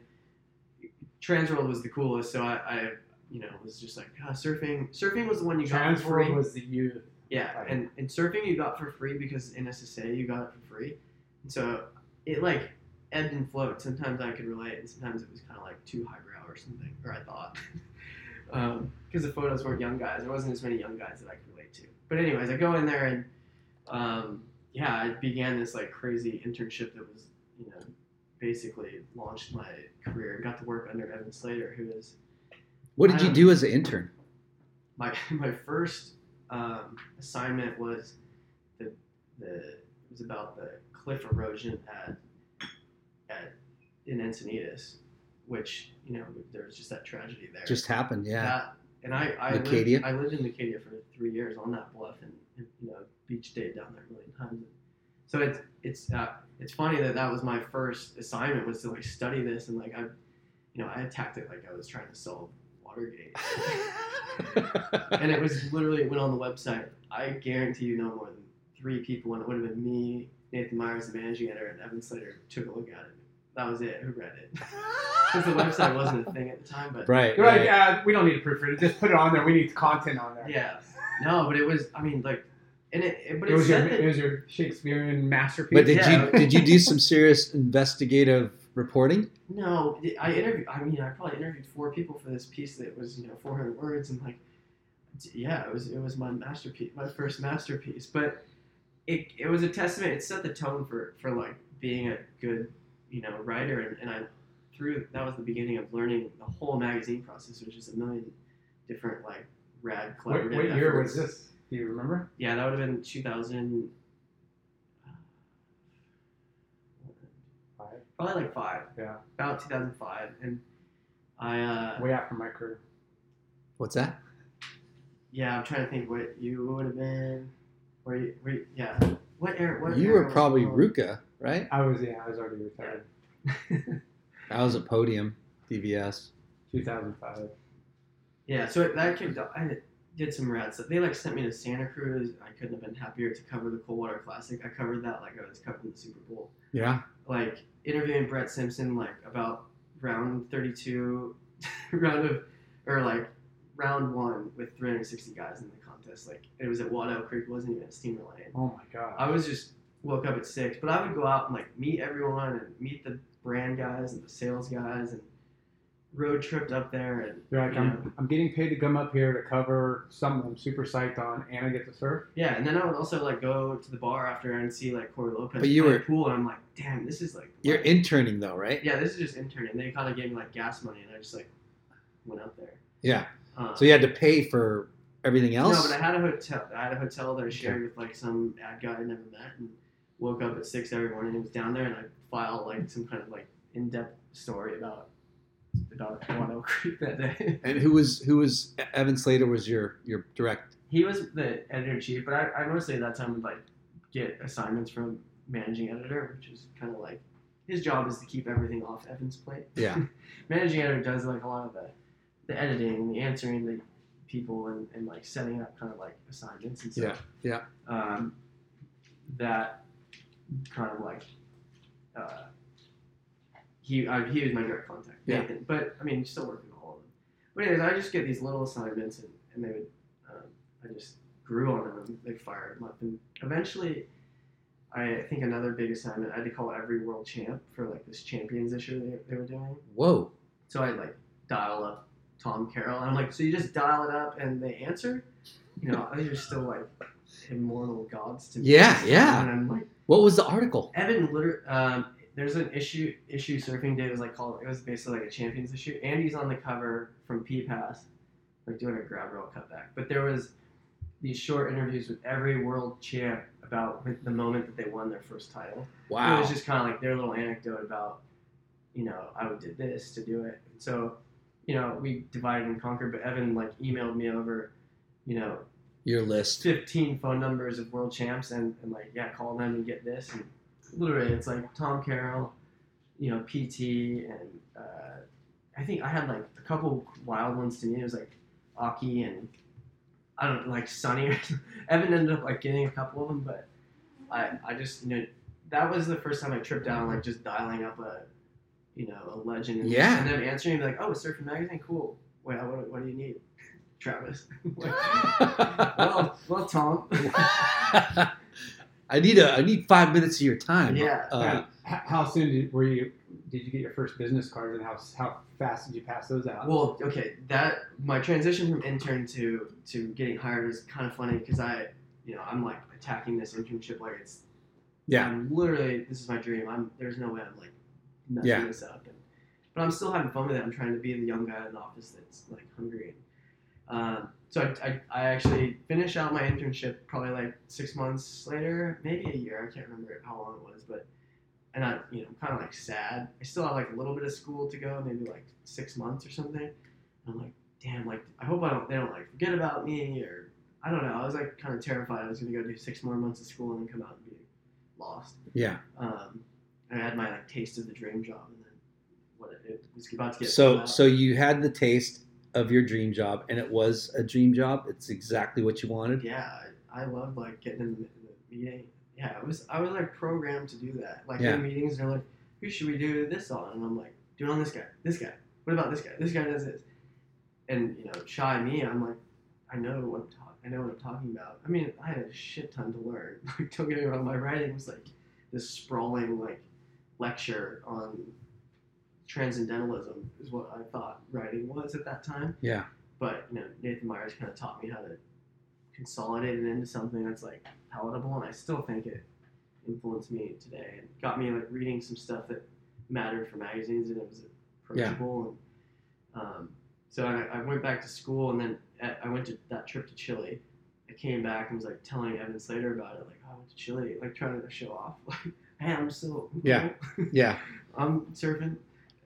Speaker 4: Transworld was the coolest. So I, I you know, was just like "Ah, surfing. Surfing was the one you got for
Speaker 5: Transworld
Speaker 4: free.
Speaker 5: was the youth.
Speaker 4: Yeah,
Speaker 5: Right.
Speaker 4: and, and surfing you got for free because in SSA you got it for free. And so it like ebbed and flowed. Sometimes I could relate, and sometimes it was kind of like too highbrow or something, or I thought. Because the photos weren't young guys. There wasn't as many young guys that I could relate to. But, anyways, I go in there and um, yeah, I began this like crazy internship that was, you know, basically launched my career. Got to work under Evan Slater, who is
Speaker 9: What did
Speaker 4: I
Speaker 9: you
Speaker 4: don't-
Speaker 9: do as an intern?
Speaker 4: my my first um, assignment was the the it was about the cliff erosion at at in Encinitas, which you know there was just that tragedy there.
Speaker 9: Just happened, yeah.
Speaker 4: That- and I I lived,
Speaker 9: Leucadia?
Speaker 4: I lived in Acadia for three years on that bluff and and, you know beach day down there a million times. So it's it's uh, it's funny that that was my first assignment was to like study this and like I, you know, I attacked it like I was trying to solve Watergate. and it was literally it went on the website. I guarantee you, no more than three people, and it would have been me, Nathan Myers, the managing editor, and Evan Slater took a look at it. That was it. Who read it? Because the website wasn't a thing at the time, but
Speaker 9: Right.
Speaker 5: You're like, yeah, we don't need to proofread it. Just put it on there. We need content on there.
Speaker 4: yeah, no, but it was. I mean, like, and it, it but
Speaker 5: It
Speaker 4: it,
Speaker 5: was your
Speaker 4: said that
Speaker 5: it was your Shakespearean masterpiece.
Speaker 9: But did
Speaker 4: Yeah.
Speaker 9: you did you do some serious investigative reporting?
Speaker 4: No, I interviewed. I mean, I probably interviewed four people for this piece that was, you know, 400 words, and like, yeah, it was it was my masterpiece, my first masterpiece. But it it was a testament. It set the tone for for like being a good, you know, writer, and, and I through that was the beginning of learning the whole magazine process, which is a million different like rad
Speaker 5: What,
Speaker 4: collaborative.
Speaker 5: what year was
Speaker 4: efforts.
Speaker 5: this? Do you remember?
Speaker 4: Yeah, that would have been uh, 2000,
Speaker 5: Five.
Speaker 4: probably like five,
Speaker 5: Yeah,
Speaker 4: about 2005, and I. Uh,
Speaker 5: way after my career.
Speaker 9: What's that?
Speaker 4: Yeah, I'm trying to think what you would have been. Where you, where you, yeah. What era? What
Speaker 9: You
Speaker 4: era
Speaker 9: were
Speaker 4: was
Speaker 9: probably
Speaker 4: it called?
Speaker 9: Ruka, right?
Speaker 5: I was yeah, I was already retired.
Speaker 9: I was at Podium, DVS.
Speaker 5: 2005.
Speaker 4: Yeah, so that kicked off. I did some rad stuff. They like sent me to Santa Cruz. I couldn't have been happier to cover the Coldwater Classic. I covered that like I was covering the Super Bowl.
Speaker 9: Yeah.
Speaker 4: Like interviewing Brett Simpson like about round 32, round of or like round one with 360 guys in the contest. Like it was at Waddell Creek. wasn't even at Steamer Lane.
Speaker 5: Oh my god.
Speaker 4: I was just woke up at six, but I would go out and like meet everyone and meet the brand guys and the sales guys and road tripped up there and
Speaker 5: You're like,
Speaker 4: you know,
Speaker 5: I'm, I'm getting paid to come up here to cover something I'm super psyched on, and I get to surf.
Speaker 4: yeah, and then I would also like go to the bar after and see like Corey Lopez
Speaker 9: But you
Speaker 4: play
Speaker 9: were-
Speaker 4: pool and I'm like, damn, this is like
Speaker 9: You're
Speaker 4: life."
Speaker 9: interning though, right?
Speaker 4: yeah, this is just interning. They kind of gave me like gas money and I just like went out there.
Speaker 9: Yeah.
Speaker 4: Um,
Speaker 9: So you had to pay for everything
Speaker 4: No,
Speaker 9: else.
Speaker 4: but I had a hotel. I had a hotel that I shared with like some ad guy I never met, and woke up at six every morning and was down there, and I filed like some kind of like in-depth story about about One Oak Creek that day.
Speaker 9: and who was who was E-, Evan Slater was your your direct
Speaker 4: he was the editor in chief, but I, I mostly at that time would like get assignments from managing editor, which is kind of like his job is to keep everything off Evan's plate.
Speaker 9: Yeah.
Speaker 4: managing editor does like a lot of the the editing and the answering the people and, and like setting up kind of like assignments and stuff.
Speaker 9: Yeah,
Speaker 4: Um, that kind of like uh, he I, he was my direct contact.
Speaker 9: Yeah.
Speaker 4: Nathan, but I mean, still working with all of them. But anyways, I just get these little assignments and, and they would um, I just grew on them. They fired them up, and eventually, I think another big assignment I had to call every world champ for like this champions issue they, they were doing.
Speaker 9: Whoa.
Speaker 4: So I like dial up Tom Carroll, and I'm like, so you just dial it up and they answer? You know, these are still like immortal gods to me.
Speaker 9: Yeah, yeah.
Speaker 4: And I'm like,
Speaker 9: What was the article?
Speaker 4: Evan, liter- um, there's an issue issue surfing day. It was like called. It was basically like a champions issue. Andy's on the cover from P Pass, like doing a grab roll cutback. But there was these short interviews with every world champ about the moment that they won their first title. It
Speaker 9: Wow.
Speaker 4: was just kind of like their little anecdote about, you know, I did this to do it. And so, you know, we divided and conquered. But Evan like emailed me over, you know,
Speaker 9: Your list.
Speaker 4: 15 phone numbers of world champs and, and like yeah call them and get this and literally it's like tom carroll you know pt and uh, i think i had like a couple wild ones to me it was like aki and i don't know like sunny or evan ended up like getting a couple of them but i i just you know that was the first time i tripped down like just dialing up a you know a legend and,
Speaker 9: Yeah.
Speaker 4: and then answering and be like oh surfing magazine cool Well, what, what do you need, Travis? well, well, Tom.
Speaker 9: I need a I need five minutes of your time.
Speaker 4: Yeah.
Speaker 9: Uh,
Speaker 5: H- how soon did, were you? Did you get your first business cards, and how how fast did you pass those out?
Speaker 4: Well, okay, that my transition from intern to to getting hired is kind of funny because I, you know, I'm like attacking this internship like it's
Speaker 9: yeah.
Speaker 4: I'm literally this is my dream. I'm there's no way I'm like messing
Speaker 9: Yeah.
Speaker 4: this up, and, but I'm still having fun with it. I'm trying to be the young guy in the office that's like hungry. Um, so I, I, I actually finished out my internship probably like six months later, maybe a year. I can't remember how long it was, but and I you know I'm kind of like sad. I still have like a little bit of school to go, maybe like six months or something. I'm like, damn, like I hope I don't they don't like forget about me or I don't know. I was like kind of terrified I was gonna go do six more months of school and then come out and be lost.
Speaker 9: Yeah.
Speaker 4: Um, and I had my like taste of the dream job, and then what it was about to get. uh,
Speaker 9: So
Speaker 4: bought.
Speaker 9: so you had the taste of your dream job, and it was a dream job. It's exactly what you wanted.
Speaker 4: yeah, I, I loved like getting in the, the meeting. Yeah, it was I was like programmed to do that. Like
Speaker 9: Yeah.
Speaker 4: in meetings, they're like, "Who should we do this on?" And I'm like, "Do it on this guy. This guy. What about this guy? This guy does this." And you know, shy me, I'm like, I know what I'm talking. I know what I'm talking about. I mean, I had a shit ton to learn. Like, don't get me wrong, my writing was like this sprawling like lecture on transcendentalism is what I thought writing was at that time
Speaker 9: Yeah.
Speaker 4: but you know Nathan Myers kind of taught me how to consolidate it into something that's like palatable, and I still think it influenced me today and got me like reading some stuff that mattered for magazines, and it was approachable. And um, so I, I went back to school, and then at, I went to that trip to Chile. I came back and was like telling Evan Slater about it, like oh, I went to Chile, like trying to show off, like hey, I'm still
Speaker 9: Yeah. Yeah.
Speaker 4: I'm surfing,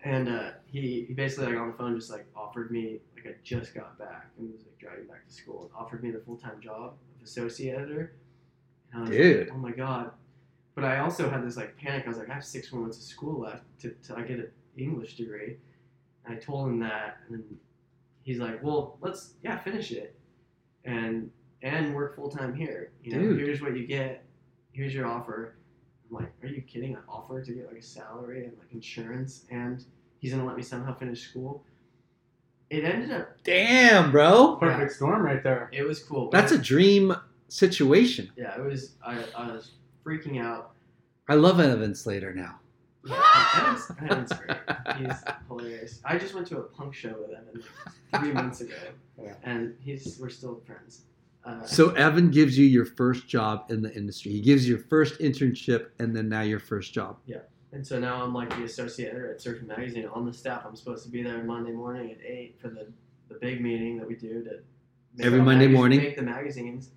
Speaker 4: and uh, he, he basically like on the phone just like offered me like I just got back and was like driving back to school and offered me the full time job of associate editor. And I was like,
Speaker 9: Dude.
Speaker 4: oh my god! But I also had this like panic. I was like, I have six more months of school left to, till I get an English degree. And I told him that, and then he's like, well, let's yeah finish it, and and work full time here. You know,
Speaker 9: Dude.
Speaker 4: here's what you get. Here's your offer. I'm like, are you kidding? I offered to get like a salary and like insurance, and he's gonna let me somehow finish school. It ended up.
Speaker 9: Damn, bro.
Speaker 5: Perfect storm right there.
Speaker 4: It was cool.
Speaker 9: That's a dream situation.
Speaker 4: Yeah, it was. I, I was freaking out.
Speaker 9: I love Evan Slater now.
Speaker 4: Yeah, Evan's, Evan's great. He's hilarious. I just went to a punk show with Evan like, three months ago,
Speaker 5: Yeah.
Speaker 4: and he's we're still friends. Uh,
Speaker 9: So Evan gives you your first job in the industry. He gives you your first internship, and then now your first job.
Speaker 4: And so now I'm like the associate editor at Surfing Magazine on the staff. I'm supposed to be there Monday morning at eight for the, the big meeting that we do to make
Speaker 9: Every
Speaker 4: our
Speaker 9: Monday
Speaker 4: magazine-
Speaker 9: morning?
Speaker 4: make the magazines.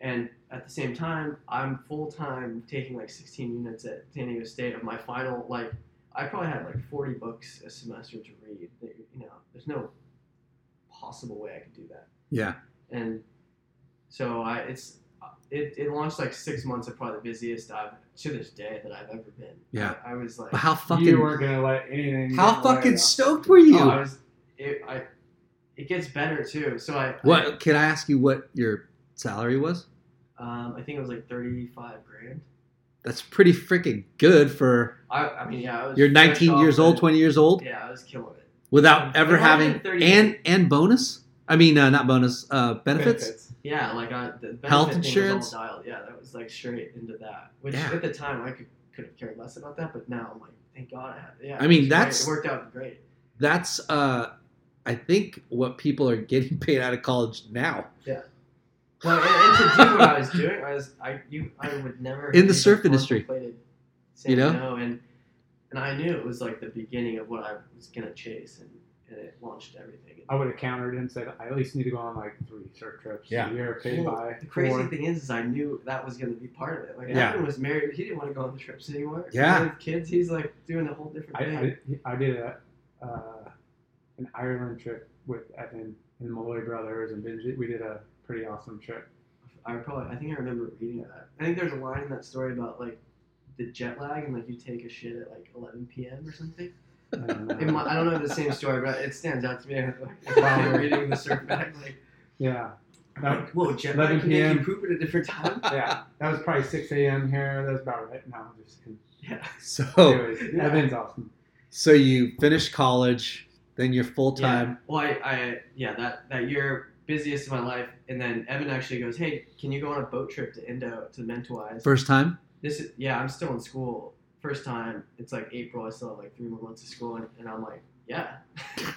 Speaker 4: And at the same time, I'm full time taking like 16 units at San Diego State of my final like I probably had like 40 books a semester to read. That, you know, there's no possible way I could do that
Speaker 9: Yeah.
Speaker 4: and so I it's it, it launched like six months of probably the busiest I've to this day that I've ever been.
Speaker 9: Yeah.
Speaker 4: I, I was like,
Speaker 9: But how
Speaker 5: you
Speaker 9: fucking
Speaker 5: weren't gonna let anything.
Speaker 9: how
Speaker 5: get in the way
Speaker 9: fucking
Speaker 5: of that.
Speaker 9: stoked were you?
Speaker 4: oh, I was it I it gets better too. So I
Speaker 9: what can I ask you? What your salary was?
Speaker 4: I, um, I think it was like thirty five grand.
Speaker 9: That's pretty freaking good for
Speaker 4: I, I mean yeah I was
Speaker 9: you're
Speaker 4: fresh
Speaker 9: 19
Speaker 4: off
Speaker 9: years
Speaker 4: the-
Speaker 9: old, 20 years old,
Speaker 4: Yeah, I was killing it.
Speaker 9: without ever
Speaker 4: It might have
Speaker 9: having
Speaker 4: been 30.
Speaker 9: and and bonus. I mean, uh, not bonus uh, benefits.
Speaker 4: Yeah, like I, the benefit
Speaker 9: Health
Speaker 4: thing was
Speaker 9: insurance?
Speaker 4: all dialed. Yeah, that was like straight into that. Which
Speaker 9: Yeah.
Speaker 4: at the time I could could have cared less about that, but now I'm like, thank God I had. it. Yeah,
Speaker 9: I
Speaker 4: it
Speaker 9: mean,
Speaker 4: was great.
Speaker 9: that's-
Speaker 4: it worked out great.
Speaker 9: That's uh, I think what people are getting paid out of college now
Speaker 4: Well, and, and to do what I was doing, I was I you I would never
Speaker 9: In the
Speaker 4: even
Speaker 9: surf industry.
Speaker 4: contemplated
Speaker 9: You
Speaker 4: saying
Speaker 9: know?
Speaker 4: no, and and I knew it was like the beginning of what I was gonna chase, and, and it launched everything.
Speaker 5: I would have countered him, said, I at least need to go on like three surf trips
Speaker 9: Yeah.
Speaker 5: a year, paid
Speaker 4: Well,
Speaker 5: by
Speaker 4: the crazy
Speaker 5: four.
Speaker 4: thing is, is I knew that was gonna be part of it. Like
Speaker 9: Yeah.
Speaker 4: Evan was married; he didn't want to go on the trips anymore.
Speaker 9: Yeah.
Speaker 4: he had kids. He's like doing a whole different
Speaker 5: I,
Speaker 4: thing.
Speaker 5: I, I did a, uh, an Ireland trip with Evan and the Malloy brothers, and Benji. we did a pretty awesome trip.
Speaker 4: I probably I think I remember reading that. I think there's a line in that story about like the jet lag and like you take a shit at like 11 p.m. or something.
Speaker 5: I don't know.
Speaker 4: It mi- I don't know the same story, but it stands out to me. Like, I'm reading the surf bag, like,
Speaker 5: yeah. That,
Speaker 4: like whoa, jet
Speaker 5: 11
Speaker 4: lag can make
Speaker 5: p.m..
Speaker 4: you poop at a different time.
Speaker 5: yeah, that was probably 6 a.m. here. That was about right. No, I'm just kidding.
Speaker 4: Oh, Yeah,
Speaker 9: so
Speaker 5: Anyways, Evan's awesome.
Speaker 9: so you finish college Then you're full time.
Speaker 4: Yeah. Well, I, I yeah that that year busiest of my life, and then Evan actually goes, "Hey, can you go on a boat trip to Indo to Mentawise?"
Speaker 9: First time.
Speaker 4: This is yeah, I'm still in school. First time. It's like April. I still have like three more months of school, and, and I'm like, yeah,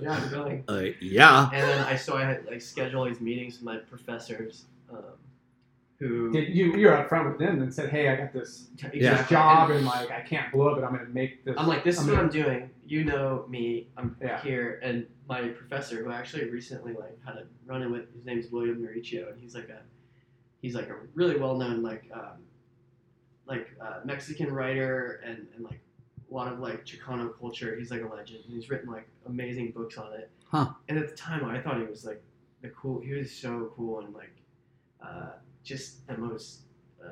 Speaker 4: yeah, I'm going.
Speaker 9: Uh, yeah.
Speaker 4: And then I so I had like schedule all these meetings with my professors. Um, who
Speaker 5: Did you you're upfront with them and said, "Hey, I got this,
Speaker 4: Exactly.
Speaker 5: this job, and like I can't blow it, but I'm gonna make this."
Speaker 4: I'm like, this is
Speaker 5: gonna-
Speaker 4: what I'm doing. You know me. I'm
Speaker 5: Yeah.
Speaker 4: here, and my professor, who I actually recently like had a run-in with, his name's William Mauricio, and he's like a, he's like a really well-known like, um, like uh, Mexican writer and and like a lot of like Chicano culture. He's like a legend, and he's written like amazing books on it.
Speaker 9: Huh.
Speaker 4: And at the time, I thought he was like the cool. He was so cool and like, uh, just the most. Uh,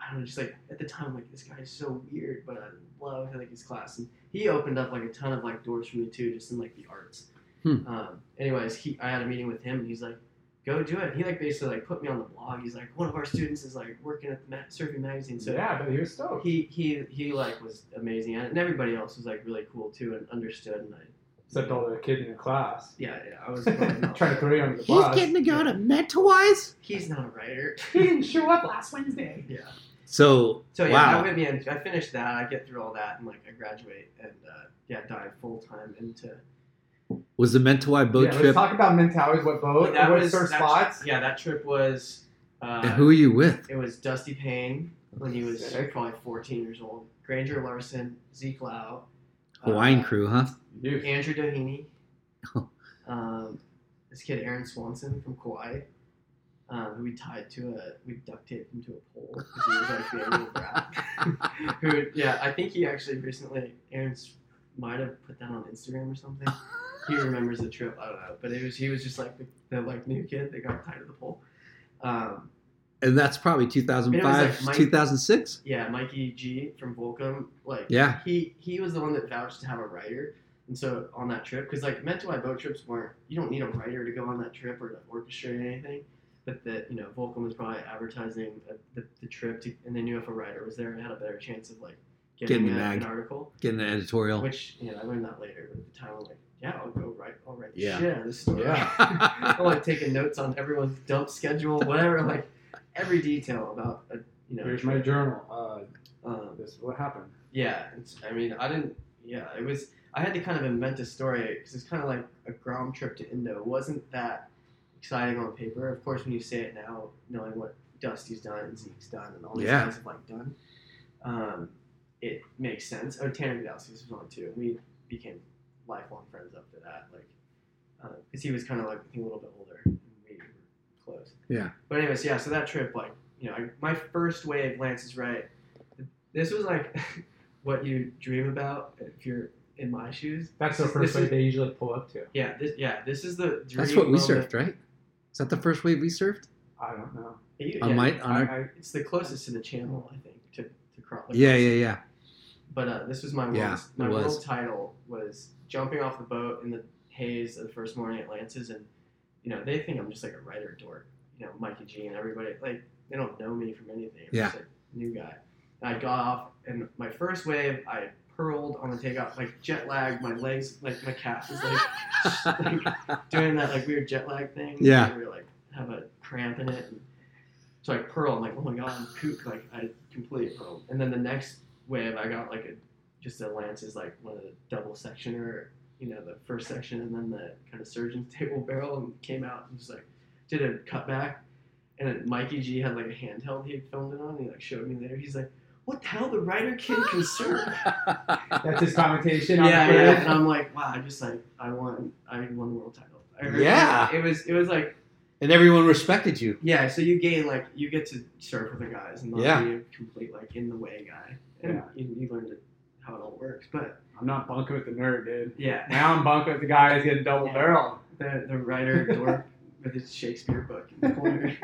Speaker 4: I don't know, just like at the time, I'm like this guy is so weird, but I love like his class. And he opened up like a ton of like doors for me too, just in like the arts.
Speaker 9: Hmm.
Speaker 4: Um, anyways, he I had a meeting with him, and he's like, "Go do it." And he like basically like put me on the blog. He's like, "One of our students is like working at the ma- surfing magazine." So
Speaker 5: yeah, but he was stoked.
Speaker 4: he he he like was amazing, at it, and everybody else was like really cool too and understood. And I
Speaker 5: Except all the kid in the class
Speaker 4: yeah, yeah I was
Speaker 5: trying to throw you under the
Speaker 9: He's
Speaker 5: bus.
Speaker 9: getting to go to Mentawise.
Speaker 4: He's not a writer.
Speaker 5: he didn't show up last Wednesday.
Speaker 4: Yeah.
Speaker 9: So,
Speaker 4: So yeah,
Speaker 9: wow.
Speaker 4: I went in, I finished that. I get through all that, and like I graduate and uh, yeah, dive full time into
Speaker 9: was the Mentawai boat
Speaker 5: yeah,
Speaker 9: trip?
Speaker 5: Let's talk about mentalities. What boat?
Speaker 4: that
Speaker 5: what
Speaker 4: was
Speaker 5: surf
Speaker 4: that
Speaker 5: spots?
Speaker 4: Trip, yeah, that trip was. Uh,
Speaker 9: and who are you with?
Speaker 4: It was Dusty Payne when he was
Speaker 5: Sick.
Speaker 4: probably 14 years old. Granger Larson, Zeke Lau, uh,
Speaker 9: Hawaiian crew, huh?
Speaker 5: Dude,
Speaker 4: Andrew Doheny, um, this kid Aaron Swanson from Kauai, um, who we tied to a we duct taped him to a pole because he was like being a little brat. who yeah, I think he actually recently Aaron's might have put that on Instagram or something. He remembers the trip. I don't know, but it was he was just like the, the like new kid that got tied to the pole. Um,
Speaker 9: And that's probably
Speaker 4: It was
Speaker 9: 2005,
Speaker 4: like Mike-
Speaker 9: 2006.
Speaker 4: Yeah, Mikey G from Volcom, like
Speaker 9: Yeah.
Speaker 4: he he was the one that vouched to have a writer, and so on that trip, because like Mentawai boat trips weren't you don't need a writer to go on that trip or to orchestrate anything, but that you know Volcom was probably advertising uh the, the trip, to, and they knew if a writer was there, it had a better chance of like getting
Speaker 9: Getting the Oh.
Speaker 4: a-
Speaker 9: bag.
Speaker 4: an article.
Speaker 9: Getting an editorial.
Speaker 4: Which you know I learned that later, but at the time I'm like, yeah, I'll go write, I'll write the
Speaker 9: Yeah.
Speaker 4: shit out of this story.
Speaker 5: Yeah.
Speaker 4: I'm like taking notes on everyone's dump schedule, whatever, like every detail about a, you know.
Speaker 5: here's
Speaker 4: trip.
Speaker 5: my journal. Uh,
Speaker 4: Um,
Speaker 5: this is what happened.
Speaker 4: yeah, it's, I mean, I didn't. Yeah, it was. I had to kind of invent a story because it's kind of like a ground trip to Indo. It wasn't that exciting on paper. Of course, when you say it now, knowing what Dusty's done and Zeke's done and all these
Speaker 9: Yeah.
Speaker 4: guys have like done, um, it makes sense. Oh, Tanner Gadowskis was on too, and we became lifelong friends after that. Like, because he was kind of like I think, a little bit older, and we were close.
Speaker 9: Yeah.
Speaker 4: But anyways, yeah. So that trip, like, you know, I, my first wave, Lance is right. This was like what you dream about if you're in my shoes.
Speaker 5: That's the
Speaker 4: This-
Speaker 5: first
Speaker 4: this
Speaker 5: wave
Speaker 4: is-
Speaker 5: they usually pull up to.
Speaker 4: Yeah. This. Yeah. This is the. Dream
Speaker 9: That's what we
Speaker 4: moment.
Speaker 9: surfed, right? Is that the first wave we surfed?
Speaker 5: I don't know.
Speaker 4: Um, Yeah,
Speaker 9: On my, on
Speaker 5: I,
Speaker 9: our,
Speaker 5: I,
Speaker 4: It's the closest to the channel, I think, to to crawl. like,
Speaker 9: yeah, yeah, yeah.
Speaker 4: But uh, this was my world,
Speaker 9: Yeah, it
Speaker 4: my
Speaker 9: was.
Speaker 4: world title was jumping off the boat in the haze of the first morning at Lance's, and you know they think I'm just like a writer dork. You know, Mikey G and everybody like they don't know me from anything. I'm
Speaker 9: Yeah.
Speaker 4: just a new guy. And I got off, and my first wave, I purled on the takeoff, like jet lag. My legs, like my calf is like, like doing that like weird jet lag thing.
Speaker 9: Yeah.
Speaker 4: where you, like have a cramp in it. And, so I purl. I'm like, oh my god, I'm kook. Like I completely purl. And then the next wave, I got like a just a lance is like one of the double sectioner, you know, the first section, and then the kind of surgeon's table barrel, and came out and just like did a cutback. And then Mikey G had like a handheld he had filmed it on. And he like showed me later. He's like, what the hell? The writer kid can serve.
Speaker 5: that's his commentation. on
Speaker 4: yeah,
Speaker 5: the
Speaker 4: yeah. Um,
Speaker 5: wave.
Speaker 4: And I'm like, wow. I just like I won. I won the world title. I remember-
Speaker 9: Yeah.
Speaker 4: It was it was like
Speaker 9: And everyone respected you.
Speaker 4: yeah, so you gain like you get to surf with the guys and not
Speaker 9: Yeah.
Speaker 4: be a complete like in the way guy, and
Speaker 5: Yeah.
Speaker 4: you, you learn to, how it all works. But
Speaker 5: I'm not bunking with the nerd, dude.
Speaker 4: yeah,
Speaker 5: Now I'm bunking with the guy who's getting double
Speaker 4: Yeah.
Speaker 5: barrel.
Speaker 4: the the writer dork with his Shakespeare book in the corner.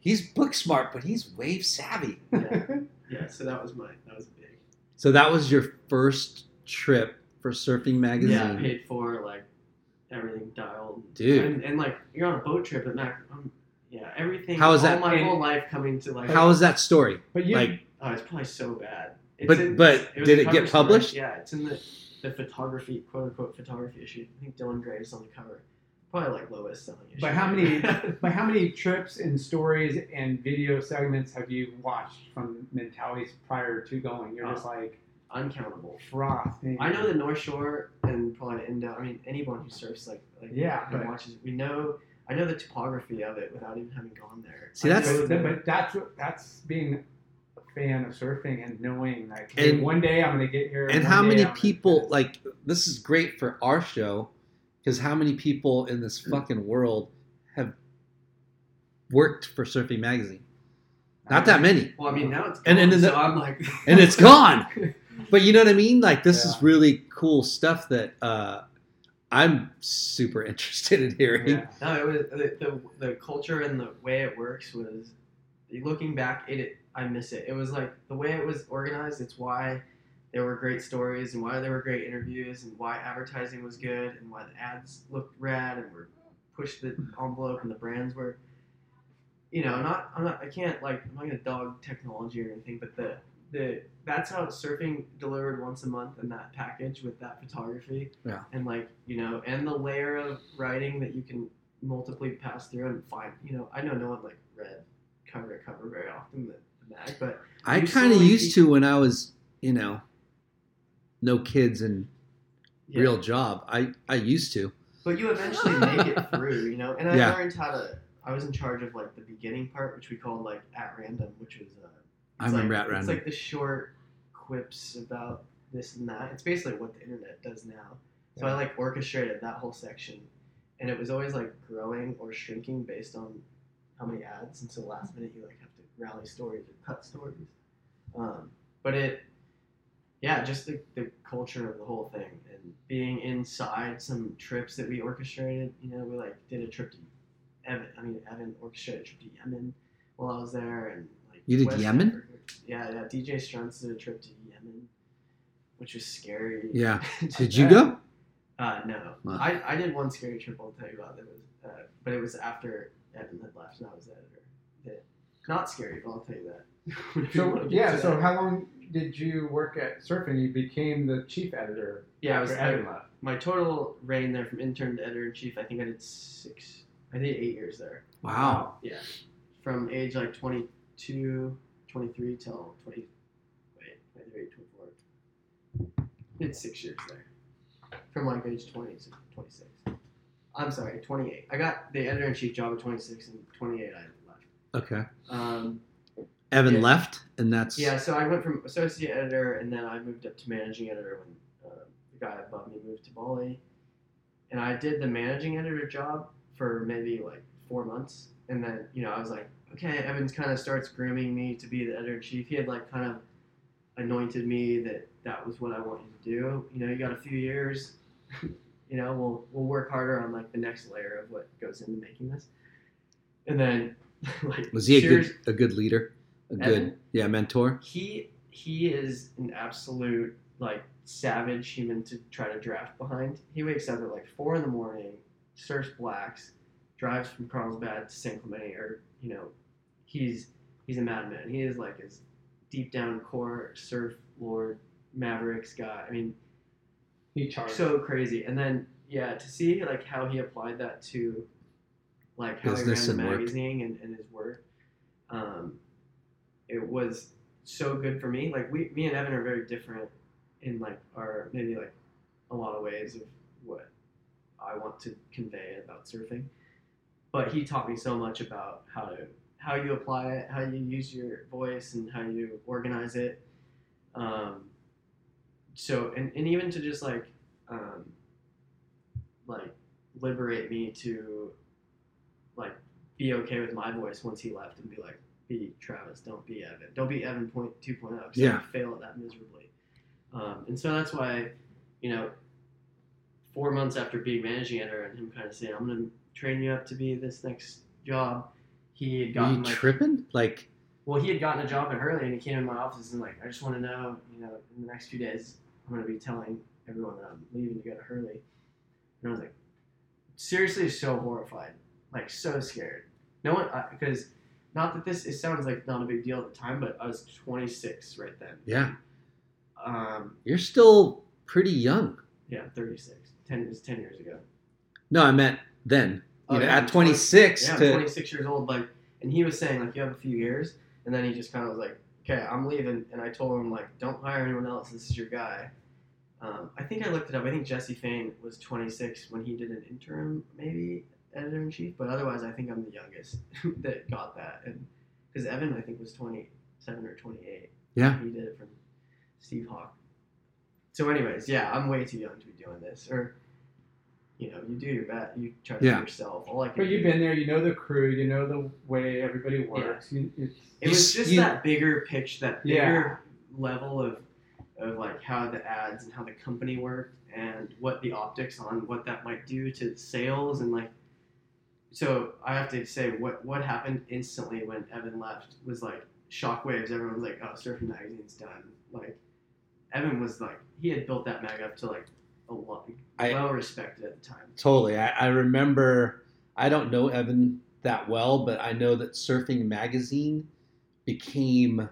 Speaker 9: He's book smart, but he's wave savvy.
Speaker 4: yeah. yeah, so that was my that was big.
Speaker 9: So that was your first trip for Surfing
Speaker 4: Yeah,
Speaker 9: Magazine.
Speaker 4: paid for like everything dialed,
Speaker 9: Dude.
Speaker 4: and, and like you're on a boat trip at Mac. Um, yeah, everything.
Speaker 9: How is
Speaker 4: all
Speaker 9: that-
Speaker 4: My
Speaker 5: and-
Speaker 4: whole life coming to like.
Speaker 9: How was that story?
Speaker 5: But you,
Speaker 9: Like,
Speaker 4: Oh, it's probably so bad. It's
Speaker 9: But- but
Speaker 4: was
Speaker 9: did
Speaker 4: a
Speaker 9: it
Speaker 4: cover
Speaker 9: get
Speaker 4: story.
Speaker 9: published?
Speaker 4: Yeah, it's in the the photography, quote unquote, photography issue. I think Dylan Graves on the cover, probably like lowest selling issue.
Speaker 5: But how many but how many trips and stories and video segments have you watched from mentalities prior to going? You're just
Speaker 4: Oh.
Speaker 5: like
Speaker 4: Uncountable.
Speaker 5: froth. man.
Speaker 4: I know the North Shore and probably Indo. I mean, anyone who surfs like, like
Speaker 5: Yeah,
Speaker 4: and
Speaker 5: but-
Speaker 4: watches. We know. I know the topography of it without even having gone there.
Speaker 9: See,
Speaker 4: I
Speaker 9: that's-
Speaker 4: know
Speaker 5: But,
Speaker 4: the-
Speaker 5: but that's what- that's being a fan of surfing and knowing like
Speaker 9: And-
Speaker 5: hey, one day I'm gonna get here.
Speaker 9: and
Speaker 5: one
Speaker 9: how
Speaker 5: day
Speaker 9: many
Speaker 5: I'm gonna-
Speaker 9: people like this is great for our show because how many people in this
Speaker 4: Hmm.
Speaker 9: fucking world have worked for surfing magazine not that many
Speaker 4: Well, I mean, now it's
Speaker 9: And- and then
Speaker 4: gone,
Speaker 9: the-
Speaker 4: so I'm like,
Speaker 9: and it's gone but you know what i mean like this is really cool stuff that uh i'm super interested in hearing
Speaker 5: Yeah.
Speaker 4: No, it was the, the the culture and the way it works was. Looking back, it, it I miss it. It was like the way it was organized. It's why there were great stories and why there were great interviews and why advertising was good and why the ads looked rad and were pushed the envelope and the brands were. You know, not I'm not I can't like I'm not gonna dog technology or anything, but the the that's how surfing delivered once a month in that package with that photography
Speaker 9: Yeah.
Speaker 4: and like you know and the layer of writing that you can multiply pass through and find you know i know no one like read cover to cover very often the, the mag but
Speaker 9: i
Speaker 4: you
Speaker 9: kind of
Speaker 4: slowly-
Speaker 9: used to when i was you know no kids and
Speaker 4: yeah.
Speaker 9: real job i i used to
Speaker 4: but you eventually make it through you know and i
Speaker 9: Yeah.
Speaker 4: learned how to i was in charge of like the beginning part which we called like at random which was uh,
Speaker 9: I
Speaker 4: it's,
Speaker 9: remember
Speaker 4: like,
Speaker 9: At
Speaker 4: it's
Speaker 9: Random.
Speaker 4: like the short quips about this and that it's basically what the internet does now so i like orchestrated that whole section and it was always like growing or shrinking based on how many ads and so last minute you like have to rally stories or cut stories um, but it yeah just the, the culture of the whole thing and being inside some trips that we orchestrated you know we like did a trip to evan i mean evan orchestrated a trip to yemen while i was there and like
Speaker 9: You did Yemen?
Speaker 4: Africa. yeah yeah dj strunz did a trip to yemen which was scary
Speaker 9: Yeah. Did you go?
Speaker 4: uh, no,
Speaker 9: Wow.
Speaker 4: I, I did one scary trip. I'll tell you about that was, uh, but it was after Evan had left and I was the editor. That- not scary, but I'll tell you that. If you
Speaker 5: So
Speaker 4: wanna get
Speaker 5: yeah,
Speaker 4: to
Speaker 5: so
Speaker 4: that.
Speaker 5: how long did you work at surfing? You became the chief editor.
Speaker 4: Yeah, I was
Speaker 5: after
Speaker 4: I-
Speaker 5: Evan left.
Speaker 4: my total reign there from intern to editor in chief. I think I did six, I did eight years there.
Speaker 9: wow
Speaker 4: Yeah, from age like 22, 23 till 20, wait, 23, 24. Did six years there, from like age 20 to 26. I'm sorry, 28. I got the editor in chief job at 26, and 28 I left.
Speaker 9: okay
Speaker 4: Um,
Speaker 9: evan
Speaker 4: Yeah.
Speaker 9: left and that's
Speaker 4: yeah, so I went from associate editor, and then I moved up to managing editor when uh, the guy above me moved to Bali. And I did the managing editor job for maybe like four months, and then you know I was like, okay, Evans kind of starts grooming me to be the editor in chief. He had like kind of anointed me that that was what I want you to do. You know, you got a few years. you know, we'll we'll work harder on like the next layer of what goes into making this. And then like
Speaker 9: was he a
Speaker 4: cheers-
Speaker 9: good a good leader a good
Speaker 4: Evan?
Speaker 9: yeah mentor
Speaker 4: he he is an absolute like savage human to try to draft behind. He wakes up at like four in the morning, surfs blacks, drives from Carlsbad to San Clemente, or you know, he's he's a madman. He is like his deep down core surf lord Mavericks guy. I mean,
Speaker 5: He charged.
Speaker 4: so crazy. And then yeah, to see like how he applied that to like how
Speaker 9: Business
Speaker 4: he ran
Speaker 9: and
Speaker 4: the
Speaker 9: work.
Speaker 4: magazine and, and his work. Um, it was so good for me. Like we me and Evan are very different in like our maybe like a lot of ways of what I want to convey about surfing. But he taught me so much about how to how you apply it, how you use your voice and how you organize it. Um, so and, and even to just like um, like liberate me to like be okay with my voice once he left and be like be Travis don't be Evan don't be Evan point two point oh
Speaker 9: Yeah.
Speaker 4: fail at that miserably um, and so that's why you know four months after being managing editor and him kind of saying I'm gonna train you up to be this next job he had
Speaker 9: Were
Speaker 4: gotten
Speaker 9: you
Speaker 4: like
Speaker 9: tripping? Like,
Speaker 4: well, he had gotten a job at Hurley, and he came in my office and like, I just want to know, you know, in the next few days, I'm gonna be telling everyone that I'm leaving to go to Hurley. And I was like, seriously, so horrified, like so scared. No one, because not that this it sounds like not a big deal at the time, but I was 26 right then.
Speaker 9: yeah,
Speaker 4: Um,
Speaker 9: you're still pretty young.
Speaker 4: Yeah, 36. 10 is 10 years ago.
Speaker 9: No, I meant then. You know,
Speaker 4: Oh, yeah,
Speaker 9: at 26
Speaker 4: yeah,
Speaker 9: to
Speaker 4: 26 years old. Like, and he was saying like, you have a few years, and then he just kind of was like, okay, I'm leaving. And I told him like, don't hire anyone else. This is your guy. Um, I think I looked it up. I think Jesse Fain was 26 when he did an interim, maybe editor in chief. But otherwise, I think I'm the youngest that got that. And because Evan, I think was 27 or 28.
Speaker 9: Yeah.
Speaker 4: he did it from Steve Hawk. So, anyways, yeah, I'm way too young to be doing this. Or, you know, you do your best. You try to
Speaker 9: Yeah.
Speaker 4: do yourself. All I can
Speaker 5: But
Speaker 4: do
Speaker 5: you've been there. You know the crew. You know the way everybody works. You, it's,
Speaker 4: It was just that bigger picture, that
Speaker 5: Yeah.
Speaker 4: bigger level of, of like how the ads and how the company worked and what the optics on what that might do to sales and like. So I have to say what what happened instantly when Evan left was like shockwaves. Everyone's like, "Oh, Surfing Magazine's done." Like, Evan was like, he had built that mag up to like a lot,
Speaker 9: I-
Speaker 4: well respected at the time.
Speaker 9: Totally. I, I remember, I don't know Evan that well, but I know that Surfing Magazine became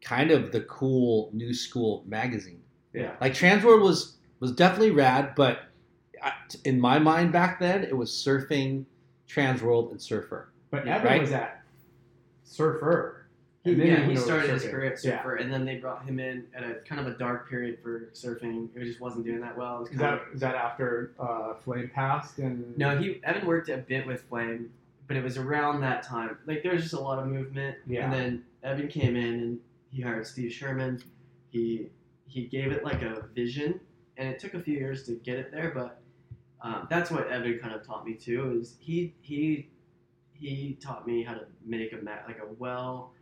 Speaker 9: kind of the cool new school magazine.
Speaker 5: Yeah.
Speaker 9: Like Transworld was was definitely rad, but I, in my mind back then, it was Surfing, Transworld, and Surfer.
Speaker 5: But
Speaker 9: Yeah,
Speaker 5: Evan
Speaker 9: right?
Speaker 5: was at Surfer.
Speaker 4: He,
Speaker 5: And then
Speaker 4: yeah,
Speaker 5: went
Speaker 4: he
Speaker 5: over to
Speaker 4: started his
Speaker 5: surfing.
Speaker 4: career at
Speaker 5: Yeah.
Speaker 4: Surfer, and then they brought him in at a kind of a dark period for surfing. It just wasn't doing that well. It was
Speaker 5: Is
Speaker 4: kind
Speaker 5: that
Speaker 4: of-
Speaker 5: is that after uh, Flame passed and
Speaker 4: no, he Evan worked a bit with Flame, but it was around that time. Like there was just a lot of movement,
Speaker 5: Yeah.
Speaker 4: and then Evan came in and he hired Steve Sherman. He he gave it like a vision, and it took a few years to get it there, but um, that's what Evan kind of taught me too. Is he he he taught me how to make a ma- like a well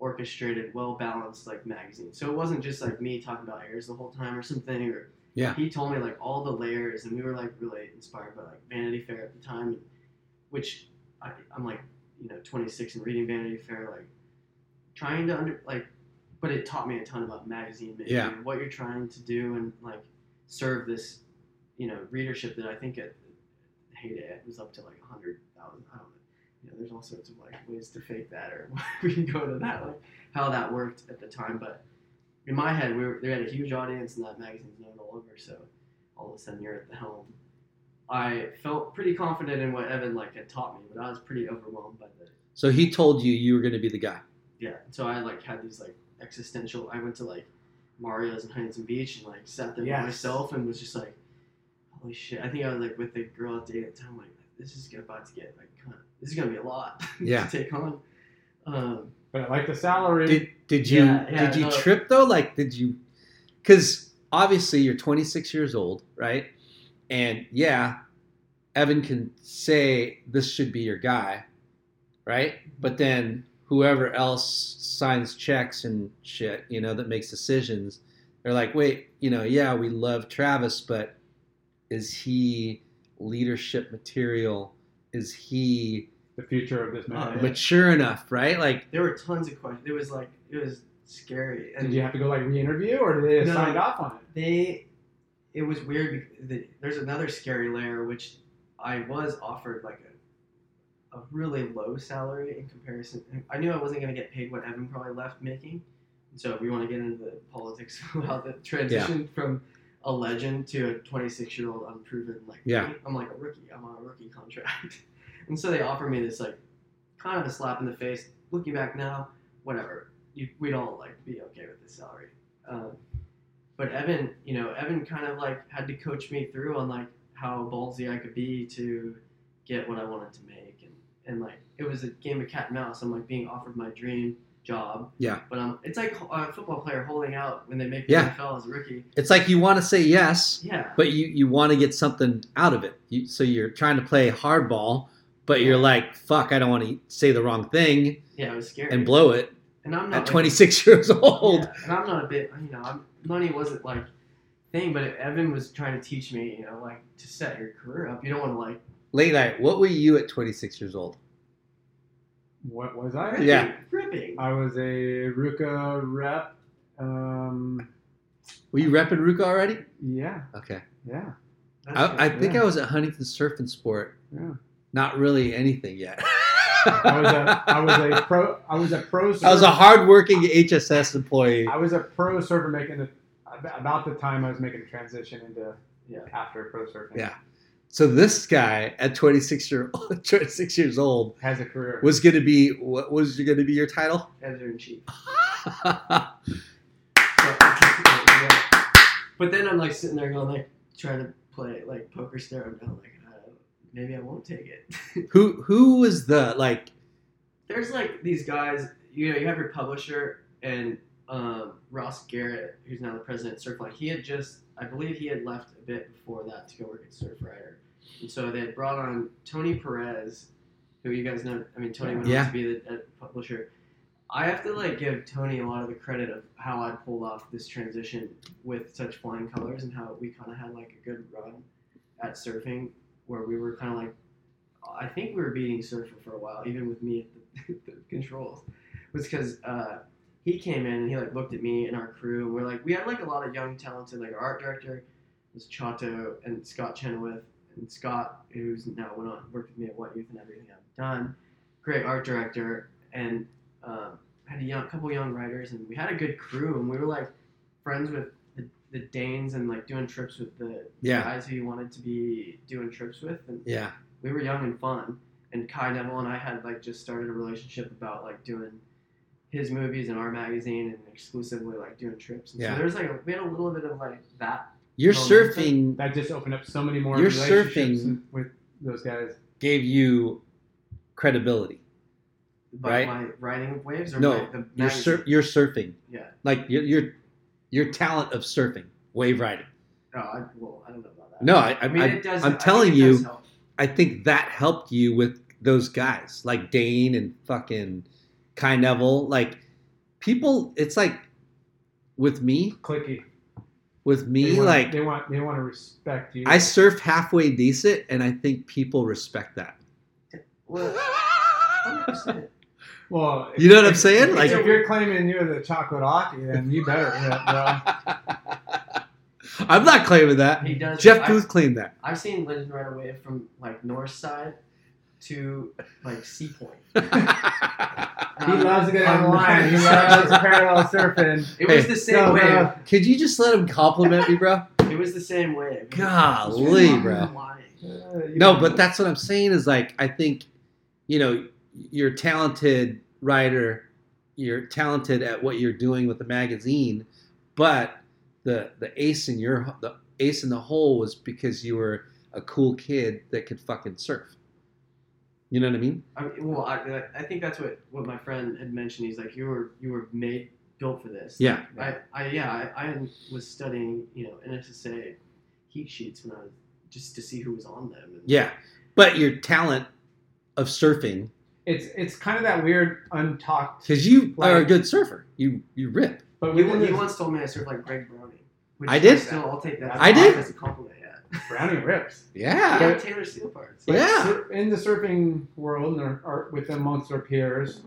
Speaker 4: orchestrated, well balanced like magazine. So it wasn't just like me talking about airs the whole time or something. Or
Speaker 9: Yeah.
Speaker 4: he told me like all the layers, and we were like really inspired by like Vanity Fair at the time, which I, I'm like you know 26 and reading Vanity Fair like trying to under like, but it taught me a ton about magazine making
Speaker 9: Yeah.
Speaker 4: and what you're trying to do and like serve this you know readership that I think at the heyday it was up to like 100,000. I don't know. You know, there's all sorts of like ways to fake that, or we can go to that, like how that worked at the time. But in my head, we were, they had a huge audience, and that magazine's known all over. So all of a sudden, you're at the helm. I felt pretty confident in what Evan like had taught me, but I was pretty overwhelmed by the
Speaker 9: So he told you you were going to be the guy.
Speaker 4: yeah. So I like had these like existential. I went to like Mario's in Huntington Beach and like sat there
Speaker 5: Yes.
Speaker 4: by myself and was just like, holy shit. I think I was like with the girl at the at the time. Like this is about to get like kind of, this is gonna be a lot
Speaker 9: Yeah.
Speaker 4: to take on. Um,
Speaker 5: But I like the salary.
Speaker 9: Did did you
Speaker 4: Yeah, yeah,
Speaker 9: did you
Speaker 4: no.
Speaker 9: trip though? Like did you? Because obviously you're 26 years old, right? And yeah, Evan can say this should be your guy, right? But then whoever else signs checks and shit, you know, that makes decisions, they're like, wait, you know, yeah, we love Travis, but is he leadership material? Is he
Speaker 5: the future of this man?
Speaker 9: Uh,
Speaker 4: Yeah.
Speaker 9: mature enough, right? Like,
Speaker 4: there were tons of questions. It was like it was scary. And
Speaker 5: Did you have to go like re-interview, or did they just
Speaker 4: No,
Speaker 5: sign
Speaker 4: no.
Speaker 5: off on it?
Speaker 4: they it was weird because the, there's another scary layer which i was offered like a, a really low salary in comparison i knew i wasn't going to get paid what evan probably left making so if we want to get into the politics of how the transition from a legend to a 26 year old unproven like
Speaker 9: Yeah.
Speaker 4: me, i'm like a rookie i'm on a rookie contract and so they offered me this like kind of a slap in the face looking back now whatever you, we'd all like be okay with this salary um, but Evan, you know, Evan kind of like had to coach me through on like how ballsy I could be to get what I wanted to make, and and like it was a game of cat and mouse. I'm like being offered my dream job.
Speaker 9: Yeah.
Speaker 4: But um, it's like a football player holding out when they make the
Speaker 9: Yeah.
Speaker 4: NFL as a rookie.
Speaker 9: it's like you want to say yes,
Speaker 4: Yeah.
Speaker 9: but you you want to get something out of it. You, so you're trying to play hardball, but you're like, fuck, I don't want to say the wrong thing
Speaker 4: Yeah, it was scary.
Speaker 9: and blow it
Speaker 4: And I'm not
Speaker 9: at
Speaker 4: like-
Speaker 9: 26 years old.
Speaker 4: Yeah, and I'm not a bit, you know, I'm, money wasn't like thing, but Evan was trying to teach me, you know, like to set your career up. You don't want to like
Speaker 9: Late night, what were you at 26 years old?
Speaker 5: What was I?
Speaker 9: Yeah.
Speaker 4: ripping.
Speaker 5: I was a Ruka rep. Um,
Speaker 9: Were you repping Ruka already?
Speaker 5: yeah,
Speaker 9: Okay.
Speaker 5: yeah,
Speaker 4: That's just-
Speaker 9: I, I think
Speaker 5: yeah.
Speaker 9: I was at Huntington Surf and Sport.
Speaker 5: yeah.
Speaker 9: Not really anything yet.
Speaker 5: I was a I was a pro I was a pro.
Speaker 9: I was a
Speaker 5: surfer-
Speaker 9: hardworking HSS employee.
Speaker 5: I was a pro surfer making the. ab- about the time I was making the transition into
Speaker 4: yeah.
Speaker 5: after pro surfing.
Speaker 9: Yeah. So this guy at 26 year 26 years old
Speaker 5: has a career.
Speaker 9: Was going to be what was going to be your title?
Speaker 4: Editor in chief.
Speaker 9: yeah,
Speaker 4: But then I'm like sitting there going like trying to play like poker stare. I'm down like uh, maybe I won't take it.
Speaker 9: who who was the like
Speaker 4: There's like these guys. You know, you have your publisher and um, Ross Garrett, who's now the president of Surfline. He had just, I believe, he had left a bit before that to go work at Surf Rider. And so they had brought on Tony Perez, who you guys know. I mean, Tony went on
Speaker 9: Yeah.
Speaker 4: to be the, the publisher. I have to like give Tony a lot of the credit of how I pulled off this transition with such flying colors and how we kind of had like a good run at surfing where we were kind of like I think we were beating Surfer for a while, even with me at the, the controls, was because uh, he came in and he like looked at me and our crew. And we're like, we had like a lot of young talented like our art director was Chato and Scott Chenoweth and Scott, who's now went on worked with me at What Youth and everything I've done. Great art director and um, had a young, couple young writers and we had a good crew and we were like friends with the, the Danes and like doing trips with the
Speaker 9: Yeah.
Speaker 4: guys who you wanted to be doing trips with and
Speaker 9: yeah,
Speaker 4: we were young and fun. And Kai Neville and I had like just started a relationship about like doing his movies in our magazine and exclusively like doing trips. And
Speaker 9: Yeah.
Speaker 4: So there's like a, we had a little bit of like that.
Speaker 9: your
Speaker 4: Well,
Speaker 9: surfing
Speaker 5: That just opened up so many more
Speaker 9: Your
Speaker 5: relationships
Speaker 9: surfing-
Speaker 5: with those guys.
Speaker 9: gave you credibility.
Speaker 4: By
Speaker 9: Right.
Speaker 4: my riding of waves or
Speaker 9: No,
Speaker 4: my, the
Speaker 9: your
Speaker 4: magazine.
Speaker 9: sur- your surfing.
Speaker 4: Yeah.
Speaker 9: Like your your your talent of surfing, wave riding.
Speaker 4: No, Oh, I, well, I don't know about that.
Speaker 9: No, I, I,
Speaker 4: Uh, I mean
Speaker 9: I,
Speaker 4: it does. I
Speaker 9: am
Speaker 4: think
Speaker 9: telling
Speaker 4: it
Speaker 9: you,
Speaker 4: does help.
Speaker 9: I think that helped you with those guys like Dane and fucking Kai Neville. Like people, it's like with me,
Speaker 5: Clicky.
Speaker 9: with
Speaker 5: They
Speaker 9: me,
Speaker 5: wanna-
Speaker 9: like
Speaker 5: they want they want to respect you.
Speaker 9: I surf halfway decent, and I think people respect that.
Speaker 4: Well, 100%.
Speaker 5: well,
Speaker 9: You know what I'm
Speaker 5: if-
Speaker 9: saying?
Speaker 5: if-
Speaker 9: Like-
Speaker 5: if you're claiming you're the chocolate hockey, then you better hit, bro.
Speaker 9: I'm not claiming that.
Speaker 4: he does.
Speaker 9: Jeff
Speaker 4: I-
Speaker 9: Booth claimed that.
Speaker 4: I've seen Lyndon ride away from like north side to like Sea Point.
Speaker 5: He loves to get on the
Speaker 4: I'm
Speaker 5: line. He loves parallel surfing.
Speaker 4: It
Speaker 9: Hey,
Speaker 4: was the same
Speaker 5: no,
Speaker 4: wave.
Speaker 5: no.
Speaker 9: Could you just let him compliment me, bro?
Speaker 4: It was the same wave.
Speaker 9: Golly, bro.
Speaker 5: Uh, you
Speaker 9: No,
Speaker 5: know,
Speaker 9: but that's what I'm saying is like I think, you know, you're a talented writer, you're talented at what you're doing with the magazine, but the the ace in your the ace in the hole was because you were a cool kid that could fucking surf. You know what I mean?
Speaker 4: I mean, well, I, I think that's what, what my friend had mentioned. He's like, you were you were made built for this.
Speaker 9: Yeah.
Speaker 4: I, I yeah, I, I was studying you know NSSA heat sheets when I was just to see who was on them. And
Speaker 9: Yeah. But your talent of surfing
Speaker 5: it's it's kind of that weird untalked.
Speaker 9: cuz you are a
Speaker 5: Right.
Speaker 9: good surfer. You you rip.
Speaker 5: But
Speaker 4: He,
Speaker 5: we
Speaker 4: one-
Speaker 5: wouldn't
Speaker 4: he once told me I served like Greg Browning. Which
Speaker 9: I did?
Speaker 4: Still, I'll take that.
Speaker 5: I
Speaker 9: did?
Speaker 4: as a compliment. Yeah.
Speaker 5: Brownie rips.
Speaker 9: Yeah.
Speaker 4: yeah Taylor Steele parts.
Speaker 5: Like,
Speaker 9: Yeah.
Speaker 5: sur- in the surfing world, and or, or with amongst our peers,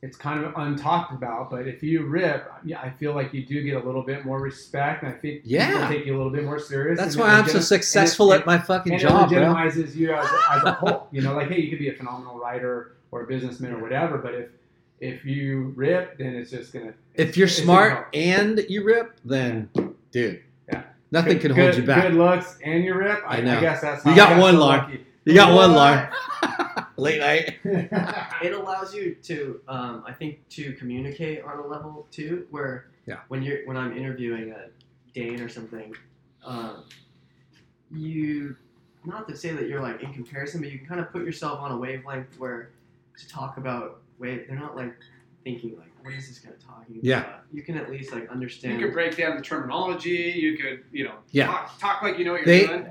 Speaker 5: it's kind of untalked about. But if you rip, yeah, I feel like you do get a little bit more respect, and I think
Speaker 9: Yeah.
Speaker 5: people take you a little bit more serious.
Speaker 9: That's
Speaker 5: and it
Speaker 9: why I'm so
Speaker 5: legit-
Speaker 9: successful
Speaker 5: and
Speaker 9: at
Speaker 5: it-
Speaker 9: my
Speaker 5: and
Speaker 9: fucking
Speaker 5: it
Speaker 9: job, bro.
Speaker 5: legitimizes you as, as a whole. You know, like hey, you could be a phenomenal writer or a businessman or whatever, but if if you rip, then it's just gonna.
Speaker 9: If you're
Speaker 5: it's gonna
Speaker 9: smart
Speaker 5: help.
Speaker 9: and you rip, then dude,
Speaker 5: Yeah.
Speaker 9: nothing
Speaker 5: Good-
Speaker 9: can hold
Speaker 5: good-
Speaker 9: you back.
Speaker 5: Good looks and you rip. I,
Speaker 9: I
Speaker 5: I,
Speaker 9: know.
Speaker 5: guess that's
Speaker 9: You
Speaker 5: how
Speaker 9: got
Speaker 5: I
Speaker 9: one,
Speaker 5: so
Speaker 9: Lauren.
Speaker 5: lucky.
Speaker 9: You got one, Lauren. Late night.
Speaker 4: it allows you to um, i think to communicate on a level too where
Speaker 9: Yeah.
Speaker 4: when you're when i'm interviewing a dane or something um, you not to say that you're like in comparison but you can kind of put yourself on a wavelength where to talk about wave they're not like thinking like what is this guy talking
Speaker 9: Yeah.
Speaker 4: about you can at least like
Speaker 2: You
Speaker 4: understand
Speaker 2: could break down the terminology. You could, you know,
Speaker 9: Yeah.
Speaker 2: talk, talk like you know what you're
Speaker 9: They-
Speaker 2: doing.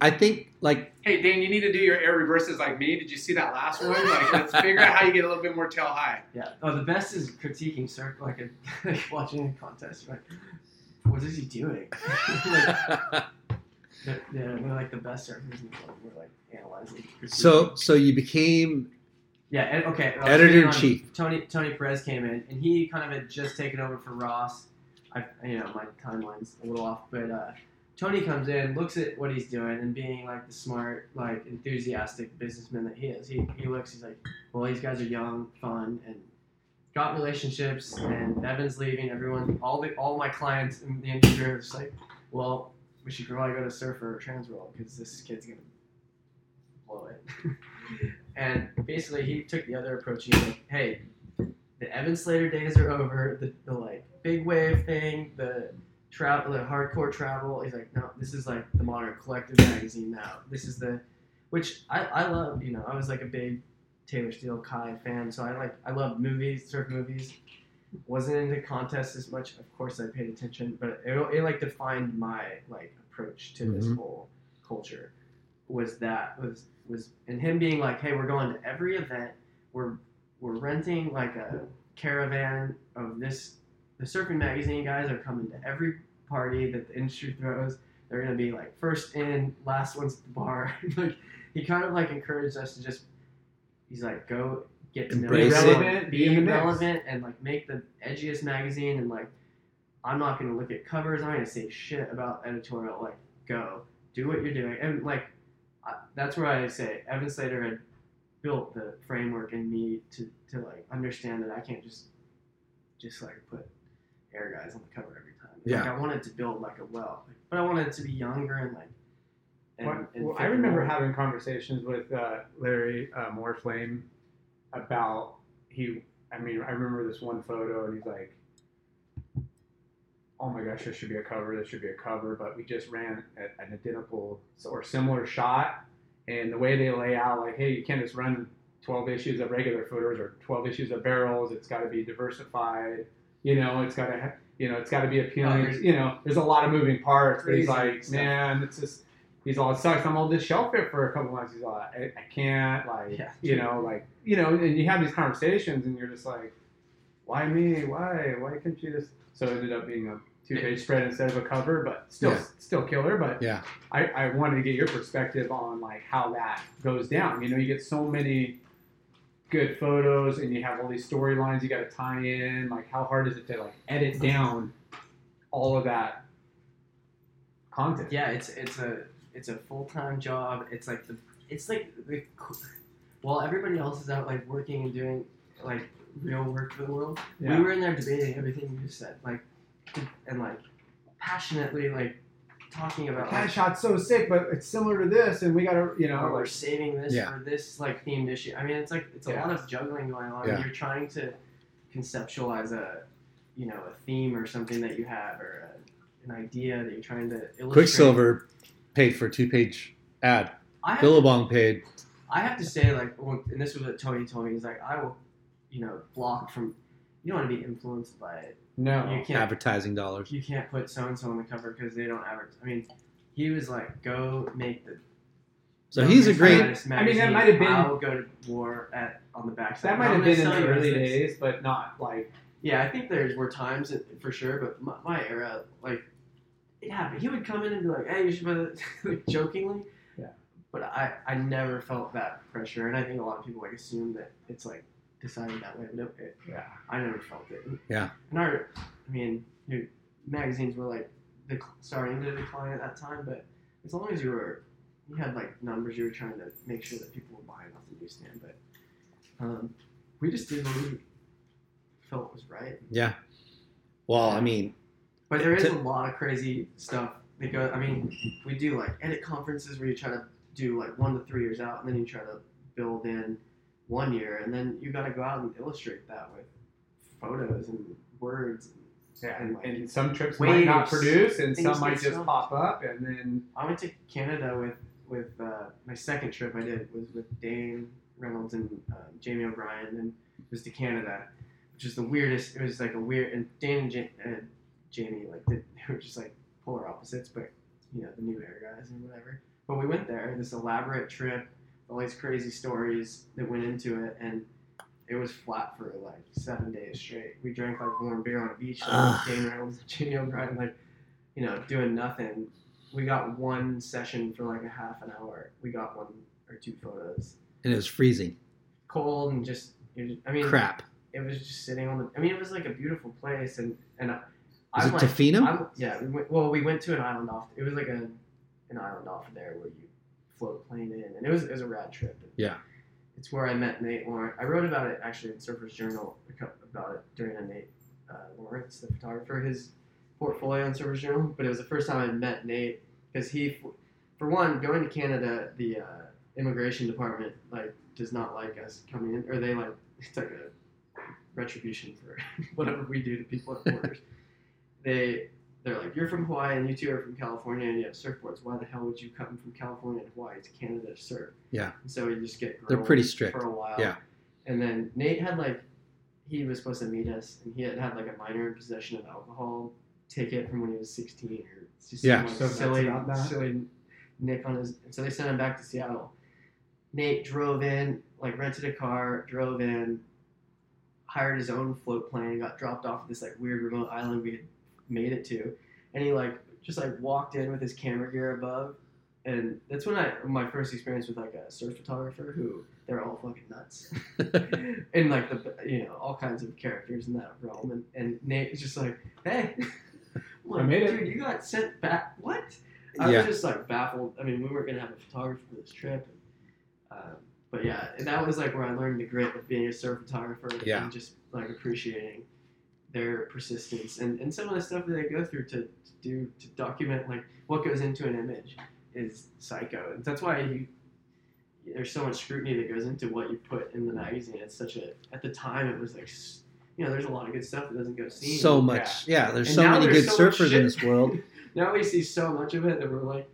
Speaker 9: I think like
Speaker 2: Hey, Dan, you need to do your air reverses like me. Did you see that last one? Like, let's figure out how you get a little bit more tail high.
Speaker 4: yeah oh the best is critiquing sir like, a, like watching a contest right what is he doing Like, They're, they're, they're like the best surfers in the world. We're like analyzing.
Speaker 9: so so you became
Speaker 4: yeah, and, okay. uh,
Speaker 9: Editor in
Speaker 4: getting on-
Speaker 9: chief.
Speaker 4: Tony Tony Perez came in, and he kind of had just taken over for Ross. I you know my timeline's a little off, but uh, Tony comes in, looks at what he's doing, and being like the smart, like enthusiastic businessman that he is, he, he looks. He's like, well, these guys are young, fun, and got relationships, and Evan's leaving. Everyone, all the all my clients in the industry are just like, well, we should probably go to Surfer or Transworld because this kid's gonna blow it. and basically, he took the other approach. He's like, hey, the Evan Slater days are over. The, the like big wave thing, the travel, the hardcore travel. He's like, no, this is like the modern collective magazine now. This is the, which I, I love. You know, I was like a big Taylor Steele Kai fan, so I like I love movies, surf movies. Wasn't into contests as much. Of course, I paid attention, but it, it like defined my like approach to this
Speaker 9: Mhm.
Speaker 4: whole culture. Was that was was and him being like, hey, we're going to every event. We're we're renting like a caravan of this. The surfing magazine guys are coming to every party that the industry throws. They're gonna be like first in, last ones at the bar. like he kind of like encouraged us to just. He's like, go get to know
Speaker 9: Embrace it.
Speaker 4: relevant,
Speaker 5: Be in
Speaker 4: be
Speaker 5: the mix.
Speaker 4: relevant, and like make the edgiest magazine. And like, I'm not gonna look at covers. I'm not gonna say shit about editorial. Like, go do what you're doing. And like, I, that's where I say Evan Slater had built the framework in me to, to like understand that I can't just just like put air guys on the cover every time. Like
Speaker 9: Yeah.
Speaker 4: I wanted to build like a well, but I wanted it to be younger and like. And,
Speaker 5: Well,
Speaker 4: and
Speaker 5: well,
Speaker 4: fit
Speaker 5: I remember
Speaker 4: more.
Speaker 5: having conversations with uh, Larry uh, Moorflame about he. I mean, I remember this one photo, and he's like, "Oh my gosh, this should be a cover. This should be a cover." But we just ran a, an identical or similar shot, and the way they lay out, like, "Hey, you can't just run 12 issues of regular footers or 12 issues of barrels. It's got to be diversified. You know, it's got to." ha You know, it's got to be appealing.
Speaker 4: Oh, there's-
Speaker 5: you know, there's a lot of moving parts. But he's
Speaker 4: Crazy
Speaker 5: like,
Speaker 4: stuff.
Speaker 5: man, it's just he's all it sucks. I'm on this shelf here for a couple months. He's all I, I can't like
Speaker 4: Yeah.
Speaker 5: you know like you know and you have these conversations and you're just like why me why why couldn't you just so it ended up being a two page spread instead of a cover but still
Speaker 9: Yeah.
Speaker 5: still killer but
Speaker 9: Yeah.
Speaker 5: I, I wanted to get your perspective on like how that goes down you know you get so many good photos and you have all these storylines you got to tie in like how hard is it to like edit down all of that content
Speaker 4: Yeah, it's it's a it's a full time job. It's like the it's like the, while everybody else is out like working and doing like real work for the world,
Speaker 5: Yeah.
Speaker 4: we were in there debating everything you just said, like and like passionately like talking about
Speaker 5: that
Speaker 4: like,
Speaker 5: shot's so sick, but it's similar to this, and we gotta, you know,
Speaker 4: or we're
Speaker 5: like,
Speaker 4: saving this
Speaker 9: Yeah.
Speaker 4: for this like themed issue. I mean, it's like it's a
Speaker 5: Yeah.
Speaker 4: lot of juggling going on.
Speaker 9: Yeah.
Speaker 4: You're trying to conceptualize a, you know, a theme or something that you have or a, an idea that you're trying to illustrate.
Speaker 9: Quicksilver paid for a two-page ad.
Speaker 4: I have,
Speaker 9: Billabong paid.
Speaker 4: I have to say, like, well, and this was what Tony told me. He's like, I will, you know, block from. You don't want to be influenced by it.
Speaker 5: no,
Speaker 4: You can't
Speaker 9: advertising dollars.
Speaker 4: you can't put so and so on the cover because they don't advertise. I mean, he was like, go make the.
Speaker 9: So he's a great.
Speaker 4: Magazine.
Speaker 5: I mean, that might have been-
Speaker 4: I'll go to war at on the backside.
Speaker 5: that might
Speaker 4: I'm
Speaker 5: have
Speaker 4: gonna
Speaker 5: been in
Speaker 4: sell
Speaker 5: the
Speaker 4: you
Speaker 5: early
Speaker 4: this.
Speaker 5: days, but not like
Speaker 4: Yeah, I think there were times that, for sure, but my, my era, like, it happened. He would come in and be like, "Hey, you should," buy this," like jokingly.
Speaker 5: Yeah.
Speaker 4: But I, I never felt that pressure, and I think a lot of people like assume that it's like decided that way. No, it,
Speaker 5: yeah,
Speaker 4: I never felt it.
Speaker 9: Yeah.
Speaker 4: And our, I mean, your magazines were like the starting to decline at that time, but as long as you were, you had like numbers, you were trying to make sure that people were buying off the newsstand. But um, we just did what we felt was right.
Speaker 9: Yeah. Well, I mean,
Speaker 4: But there is
Speaker 9: To-
Speaker 4: a lot of crazy stuff that goes. I mean, we do like edit conferences where you try to do like one to three years out, and then you try to build in one year, and then you got to go out and illustrate that with photos and words. And,
Speaker 5: yeah.
Speaker 4: and
Speaker 5: And,
Speaker 4: like,
Speaker 5: and some trips might not
Speaker 4: waves,
Speaker 5: produce, and
Speaker 4: things
Speaker 5: some might
Speaker 4: that
Speaker 5: just
Speaker 4: sell.
Speaker 5: pop up, and then
Speaker 4: I went to Canada with with uh, my second trip. I did was with Dane Reynolds and um, Jamie O'Brien, and it was to Canada, which was the weirdest. It was like a weird and Dane and, ja- and Jamie like did, they were just like polar opposites, but you know the new air guys and whatever. But we went there this elaborate trip, all these crazy stories that went into it, and it was flat for like seven days straight. We drank like warm beer on a beach, like,
Speaker 9: Ugh.
Speaker 4: Dane Reynolds and Jamie O'Brien, like you know doing nothing we got one session for like a half an hour. We got one or two photos.
Speaker 9: and it was freezing.
Speaker 4: Cold and just, it was, I mean,
Speaker 9: Crap.
Speaker 4: it was just sitting on the. I mean, it was like a beautiful place, and and I-
Speaker 9: Was
Speaker 4: I'm
Speaker 9: it
Speaker 4: like,
Speaker 9: Tofino?
Speaker 4: I'm, yeah, we went, well, we went to an island off. It was like a an island off there where you float plane in, and it was it was a rad trip.
Speaker 9: Yeah.
Speaker 4: It's where I met Nate Warren. I wrote about it actually in Surfer's Journal a, cou- about it during a Nate uh, Lawrence, the photographer, his portfolio on Surfers Journal. But it was the first time I met Nate because he, for one, going to Canada, the uh, immigration department like does not like us coming in, or they like it's like a retribution for whatever we do to people at borders. they they're like, you're from Hawaii and you two are from California and you have surfboards. Why the hell would you come from California and Hawaii to Canada to surf?
Speaker 9: Yeah.
Speaker 4: And so you just get
Speaker 9: They're
Speaker 4: grilled
Speaker 9: pretty strict.
Speaker 4: for a while.
Speaker 9: Yeah.
Speaker 4: And then Nate had like he was supposed to meet us and he had had like a minor in possession of alcohol ticket from when he was 16 or just
Speaker 9: Yeah.
Speaker 4: some, like,
Speaker 5: So that's
Speaker 4: silly
Speaker 5: about that.
Speaker 4: silly nick on his. And so they sent him back to Seattle. Nate drove in, like rented a car, drove in, hired his own float plane, got dropped off at this like weird remote island we had made it to, and he like just like walked in with his camera gear above, and that's when I my first experience with like a surf photographer who they're all fucking nuts, and like the you know all kinds of characters in that realm, and, and Nate is just like hey, I'm like,
Speaker 5: I made it.
Speaker 4: dude, you got sent back what? I
Speaker 9: Yeah.
Speaker 4: was just like baffled. I mean, we weren't gonna have a photographer for this trip. Um, but yeah, and that was like where I learned the grit of being a surf photographer
Speaker 9: Yeah.
Speaker 4: and just like appreciating their persistence and, and some of the stuff that they go through to, to do to document like what goes into an image is psycho. And that's why you there's so much scrutiny that goes into what you put in the magazine. It's such a at the time it was like s- you know there's a lot of good stuff that doesn't go seen.
Speaker 9: So much. Yeah, there's
Speaker 4: And
Speaker 9: so
Speaker 4: now
Speaker 9: many
Speaker 4: there's
Speaker 9: good
Speaker 4: so much
Speaker 9: surfers
Speaker 4: shit.
Speaker 9: in this world.
Speaker 4: now we see so much of it that we're like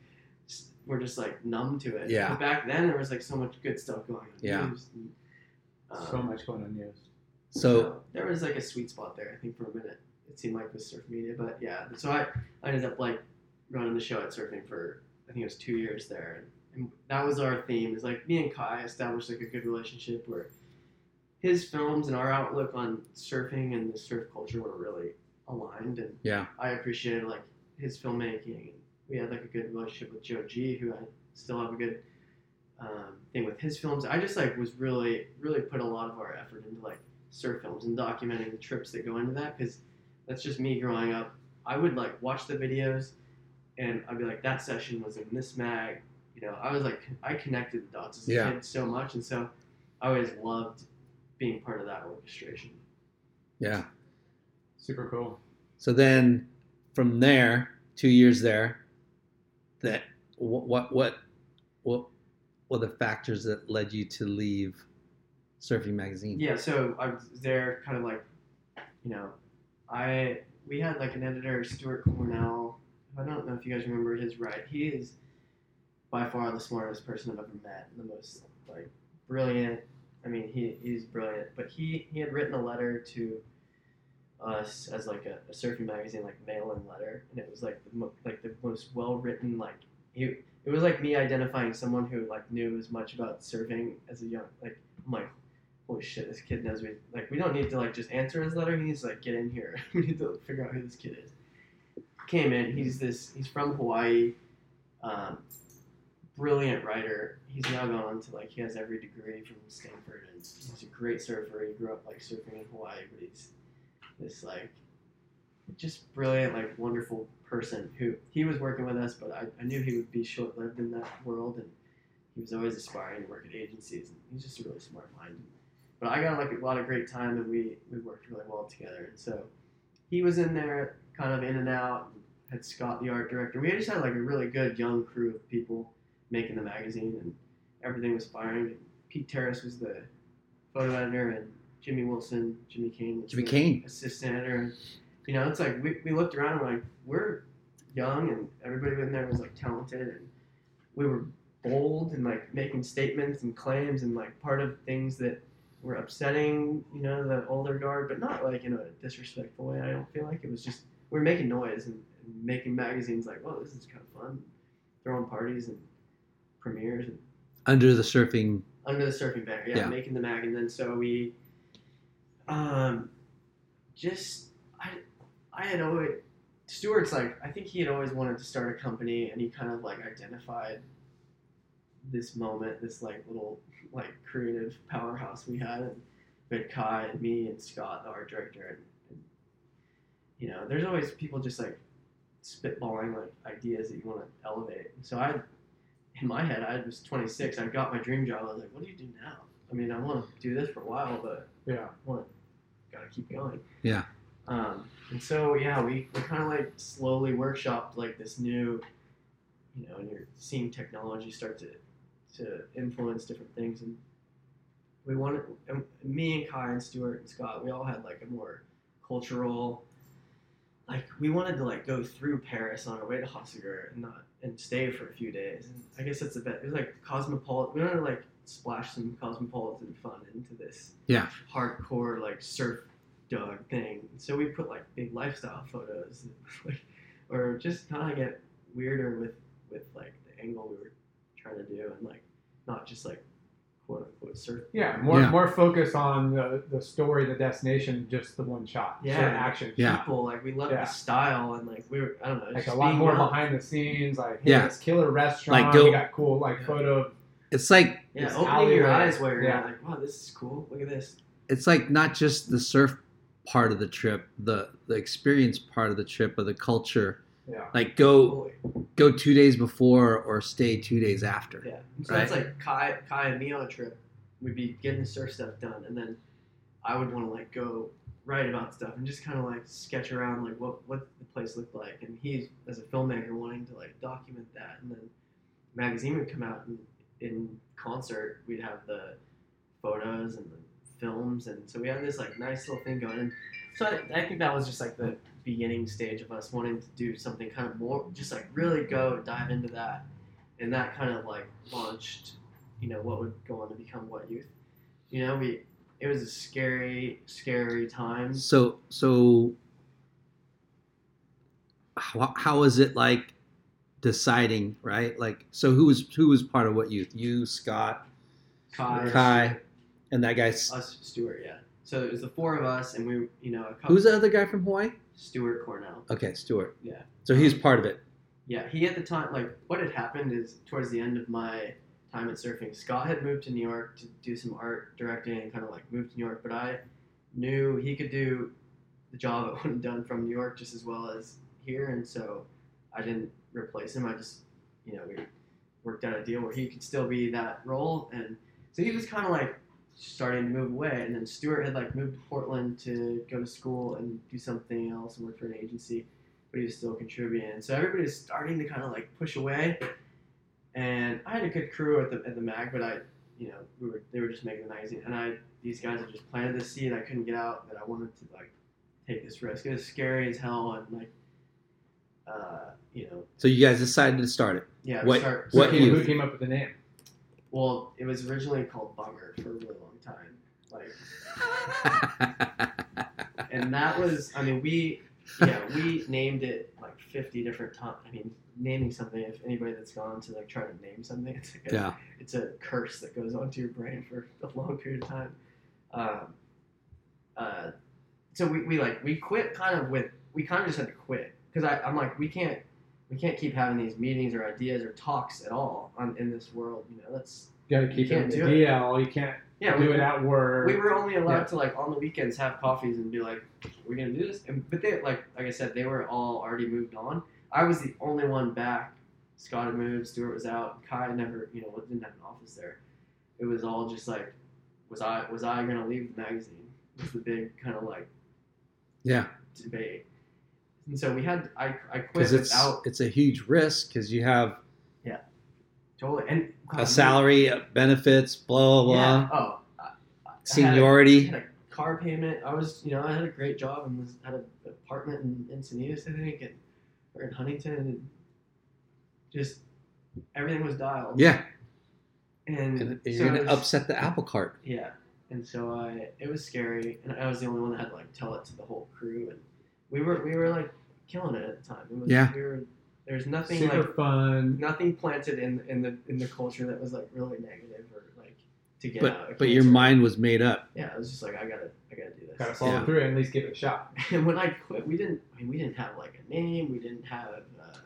Speaker 4: s- we're just like numb to it.
Speaker 9: Yeah.
Speaker 4: But back then there was like so much good stuff going on.
Speaker 9: Yeah.
Speaker 4: It was- um,
Speaker 5: so much going on news.
Speaker 9: So
Speaker 4: there was like a sweet spot there, I think, for a minute. It seemed like with surf media, but yeah. So I, I ended up like running the show at surfing for I think it was two years there, and, and that was our theme. Is like me and Kai established like a good relationship where his films and our outlook on surfing and the surf culture were really aligned, and
Speaker 9: yeah,
Speaker 4: I appreciated like his filmmaking. We had like a good relationship with Joe G, who I still have a good um, thing with his films. I just like was really, really put a lot of our effort into like surf films and documenting the trips that go into that because that's just me growing up. I would like watch the videos, and I'd be like, that session was in this mag. You know, I was like, I connected the dots as a
Speaker 9: Yeah.
Speaker 4: kid so much, and so I always loved being part of that orchestration.
Speaker 9: yeah.
Speaker 5: Super cool.
Speaker 9: So then, from there, two years there, that what what what what were the factors that led you to leave Surfing Magazine?
Speaker 4: Yeah, so I was there kind of like, you know, I we had like an editor, Stuart Cornell. who I don't know if you guys remember his right. He is by far the smartest person I've ever met, and the most like brilliant. I mean, he, he's brilliant, but he, he had written a letter to us as like a, a surfing magazine, like mail-in letter, and it was like the mo- like the most well-written like he, it was like me identifying someone who like knew as much about surfing as a young like I'm like holy shit, this kid knows we like we don't need to like just answer his letter. He needs to like get in here. we need to figure out who this kid is. Came in. He's this. He's from Hawaii. Um, brilliant writer. He's now gone on to like he has every degree from Stanford, and he's a great surfer. He grew up like surfing in Hawaii, but he's this like just brilliant, like wonderful person who he was working with us, but I, I knew he would be short lived in that world, and he was always aspiring to work at agencies. And he's just a really smart mind but I got like a lot of great time and we, we worked really well together. And so he was in there kind of in and out, had Scott, the art director. We just had like a really good young crew of people making the magazine and everything was firing. Pete Terrace was the photo editor and Jimmy Wilson, Jimmy Kane. was
Speaker 9: Jimmy
Speaker 4: the
Speaker 9: Kane.
Speaker 4: Assistant editor. And, you know, it's like we, we looked around and we're like, we're young and everybody in there was like talented and we were bold and like making statements and claims and like part of things that were upsetting, you know, the older guard, but not like in a disrespectful way. I don't feel like it was just we were making noise and, and making magazines like, well, this is kind of fun, throwing parties and premieres and
Speaker 9: Under the Surfing.
Speaker 4: under the surfing banner, yeah,
Speaker 9: Yeah.
Speaker 4: making the mag, and then so we, um, just I, I had always Stuart's like I think he had always wanted to start a company, and he kind of like identified this moment, this like little like creative powerhouse we had, and we had Kai and me and Scott, the art director, and, and you know, there's always people just like spitballing like ideas that you want to elevate. So I in my head, I was 26. I got my dream job. I was like, what do you do now? I mean, I want to do this for a while, but
Speaker 5: Yeah.
Speaker 4: I want to gotta keep going.
Speaker 9: Yeah.
Speaker 4: Um, and so yeah, we, we kind of like slowly workshopped like this new, you know, and you're seeing technology start to to influence different things, and we wanted and me and Kai and Stuart and Scott, we all had like a more cultural, like we wanted to like go through Paris on our way to Hofstra and not and stay for a few days. And I guess that's the best. It was like cosmopolitan. We wanted to like splash some cosmopolitan fun into this
Speaker 9: Yeah.
Speaker 4: hardcore like surf dog thing. So we put like big lifestyle photos, like, or just kind of get weirder with with like the angle we were trying to do, and like not just like quote unquote surf.
Speaker 5: Yeah, more
Speaker 9: Yeah.
Speaker 5: more focus on the, the story, the destination, just the one shot.
Speaker 4: Yeah,
Speaker 5: certain action.
Speaker 9: Yeah.
Speaker 4: people like we love
Speaker 5: Yeah.
Speaker 4: the style and like we were I don't know
Speaker 5: Like
Speaker 4: just
Speaker 5: a lot
Speaker 4: being
Speaker 5: more
Speaker 4: real.
Speaker 5: behind the scenes, like hey,
Speaker 9: Yeah.
Speaker 5: this killer restaurant.
Speaker 9: Like, go-
Speaker 5: we got cool like photo of
Speaker 9: It's like
Speaker 4: yeah
Speaker 5: this
Speaker 4: opening
Speaker 5: alleyway.
Speaker 4: your eyes while you're
Speaker 5: Yeah.
Speaker 4: like wow this is cool look at this
Speaker 9: it's like not just the surf part of the trip, the the experience part of the trip, but the culture.
Speaker 5: Yeah.
Speaker 9: Like go
Speaker 4: Totally.
Speaker 9: go two days before or stay two days after.
Speaker 4: Yeah. So
Speaker 9: Right.
Speaker 4: it's like Kai, Kai and me on a trip. We'd be getting the surf stuff done, and then I would want to like go write about stuff and just kind of like sketch around like what what the place looked like. And he's as a filmmaker wanting to like document that, and then magazine would come out and in concert we'd have the photos and the films, and so we had this like nice little thing going. And so I, I think that was just like the beginning stage of us wanting to do something kind of more, just like really go dive into that and that kind of like launched, you know, what would go on to become What Youth. You know, we it was a scary, scary time.
Speaker 9: So so how, how is it like deciding, right? Like so who was who was part of what youth? You, Scott,
Speaker 4: Kai, Uh,
Speaker 9: Kai, and that guy S-
Speaker 4: us, Stuart, yeah. So it was the four of us, and we, you know, a couple.
Speaker 9: Who's the other guy from Hawaii?
Speaker 4: Stuart Cornell.
Speaker 9: Okay, Stuart.
Speaker 4: Yeah.
Speaker 9: So he's part of it.
Speaker 4: Yeah, he at the time, like, what had happened is towards the end of my time at surfing, Scott had moved to New York to do some art directing and kind of like moved to New York, but I knew he could do the job at One and Done from New York just as well as here, and so I didn't replace him. I just, you know, we worked out a deal where he could still be that role, and so he was kind of like starting to move away, and then Stuart had like moved to Portland to go to school and do something else and work for an agency but he was still contributing. And so everybody was starting to kind of like push away. And I had a good crew at the at the mag, but I, you know, we were they were just making the magazine, and I these guys had just planted the seed. I couldn't get out that I wanted to like take this risk. It was scary as hell, and like, uh, you know,
Speaker 9: So you guys decided to start it.
Speaker 4: yeah. we
Speaker 9: What-
Speaker 4: start,
Speaker 9: what
Speaker 5: who, came,
Speaker 9: youth?
Speaker 5: who came up with the name.
Speaker 4: Well, it was originally called Bummer for a really long time, like, and that was I mean we yeah, we named it like 50 different times. I mean, naming something, if anybody that's gone to like try to name something, it's like a,
Speaker 9: yeah.
Speaker 4: it's a curse that goes onto your brain for a long period of time. Um, uh, so we, we like, we quit kind of with, we kind of just had to quit because I'm like, we can't, we can't keep having these meetings or ideas or talks at all on, in this world. You know, that's,
Speaker 5: You got to
Speaker 4: You
Speaker 5: keep it
Speaker 4: can't
Speaker 5: in the
Speaker 4: do it.
Speaker 5: DL. You can't
Speaker 4: yeah,
Speaker 5: do
Speaker 4: we,
Speaker 5: it at work.
Speaker 4: we were only allowed
Speaker 5: Yeah.
Speaker 4: to like on the weekends have coffees and be like, "We're gonna do this." And but they like like I said, they were all already moved on. I was the only one back. Scott had moved. Stuart was out. Kai never, you know, didn't have an office there. It was all just like, was I was I gonna leave the magazine? Was the big kind of like
Speaker 9: Yeah.
Speaker 4: debate. And so we had I I quit
Speaker 9: Because it's
Speaker 4: without
Speaker 9: it's a huge risk because you have
Speaker 4: totally and
Speaker 9: a salary, uh, benefits, blah blah
Speaker 4: Yeah.
Speaker 9: blah,
Speaker 4: Oh, I- I had a-
Speaker 9: seniority.
Speaker 4: had a car payment. I was, you know, I had a great job and was, had an apartment in Encinitas, I think, and, or in Huntington, and just everything was dialed.
Speaker 9: Yeah,
Speaker 4: And,
Speaker 9: and
Speaker 4: Mm. so
Speaker 9: you're
Speaker 4: it
Speaker 9: gonna
Speaker 4: was-
Speaker 9: upset the apple cart.
Speaker 4: Yeah. And so I, it was scary, and I was the only one that had to like tell it to the whole crew, and we were we were like killing it at the time. It was,
Speaker 9: Yeah.
Speaker 4: We were there's nothing
Speaker 5: super
Speaker 4: like
Speaker 5: fun.
Speaker 4: nothing planted in in the in the culture that was like really negative or like to get out.
Speaker 9: But
Speaker 4: of
Speaker 9: but your
Speaker 4: culture.
Speaker 9: mind was made up.
Speaker 4: Yeah, I was just like, I gotta, I gotta do this.
Speaker 5: Got to follow
Speaker 9: Yeah.
Speaker 5: through and at least give it a shot.
Speaker 4: and when I quit, we didn't. I mean, we didn't have like a name. We didn't have uh,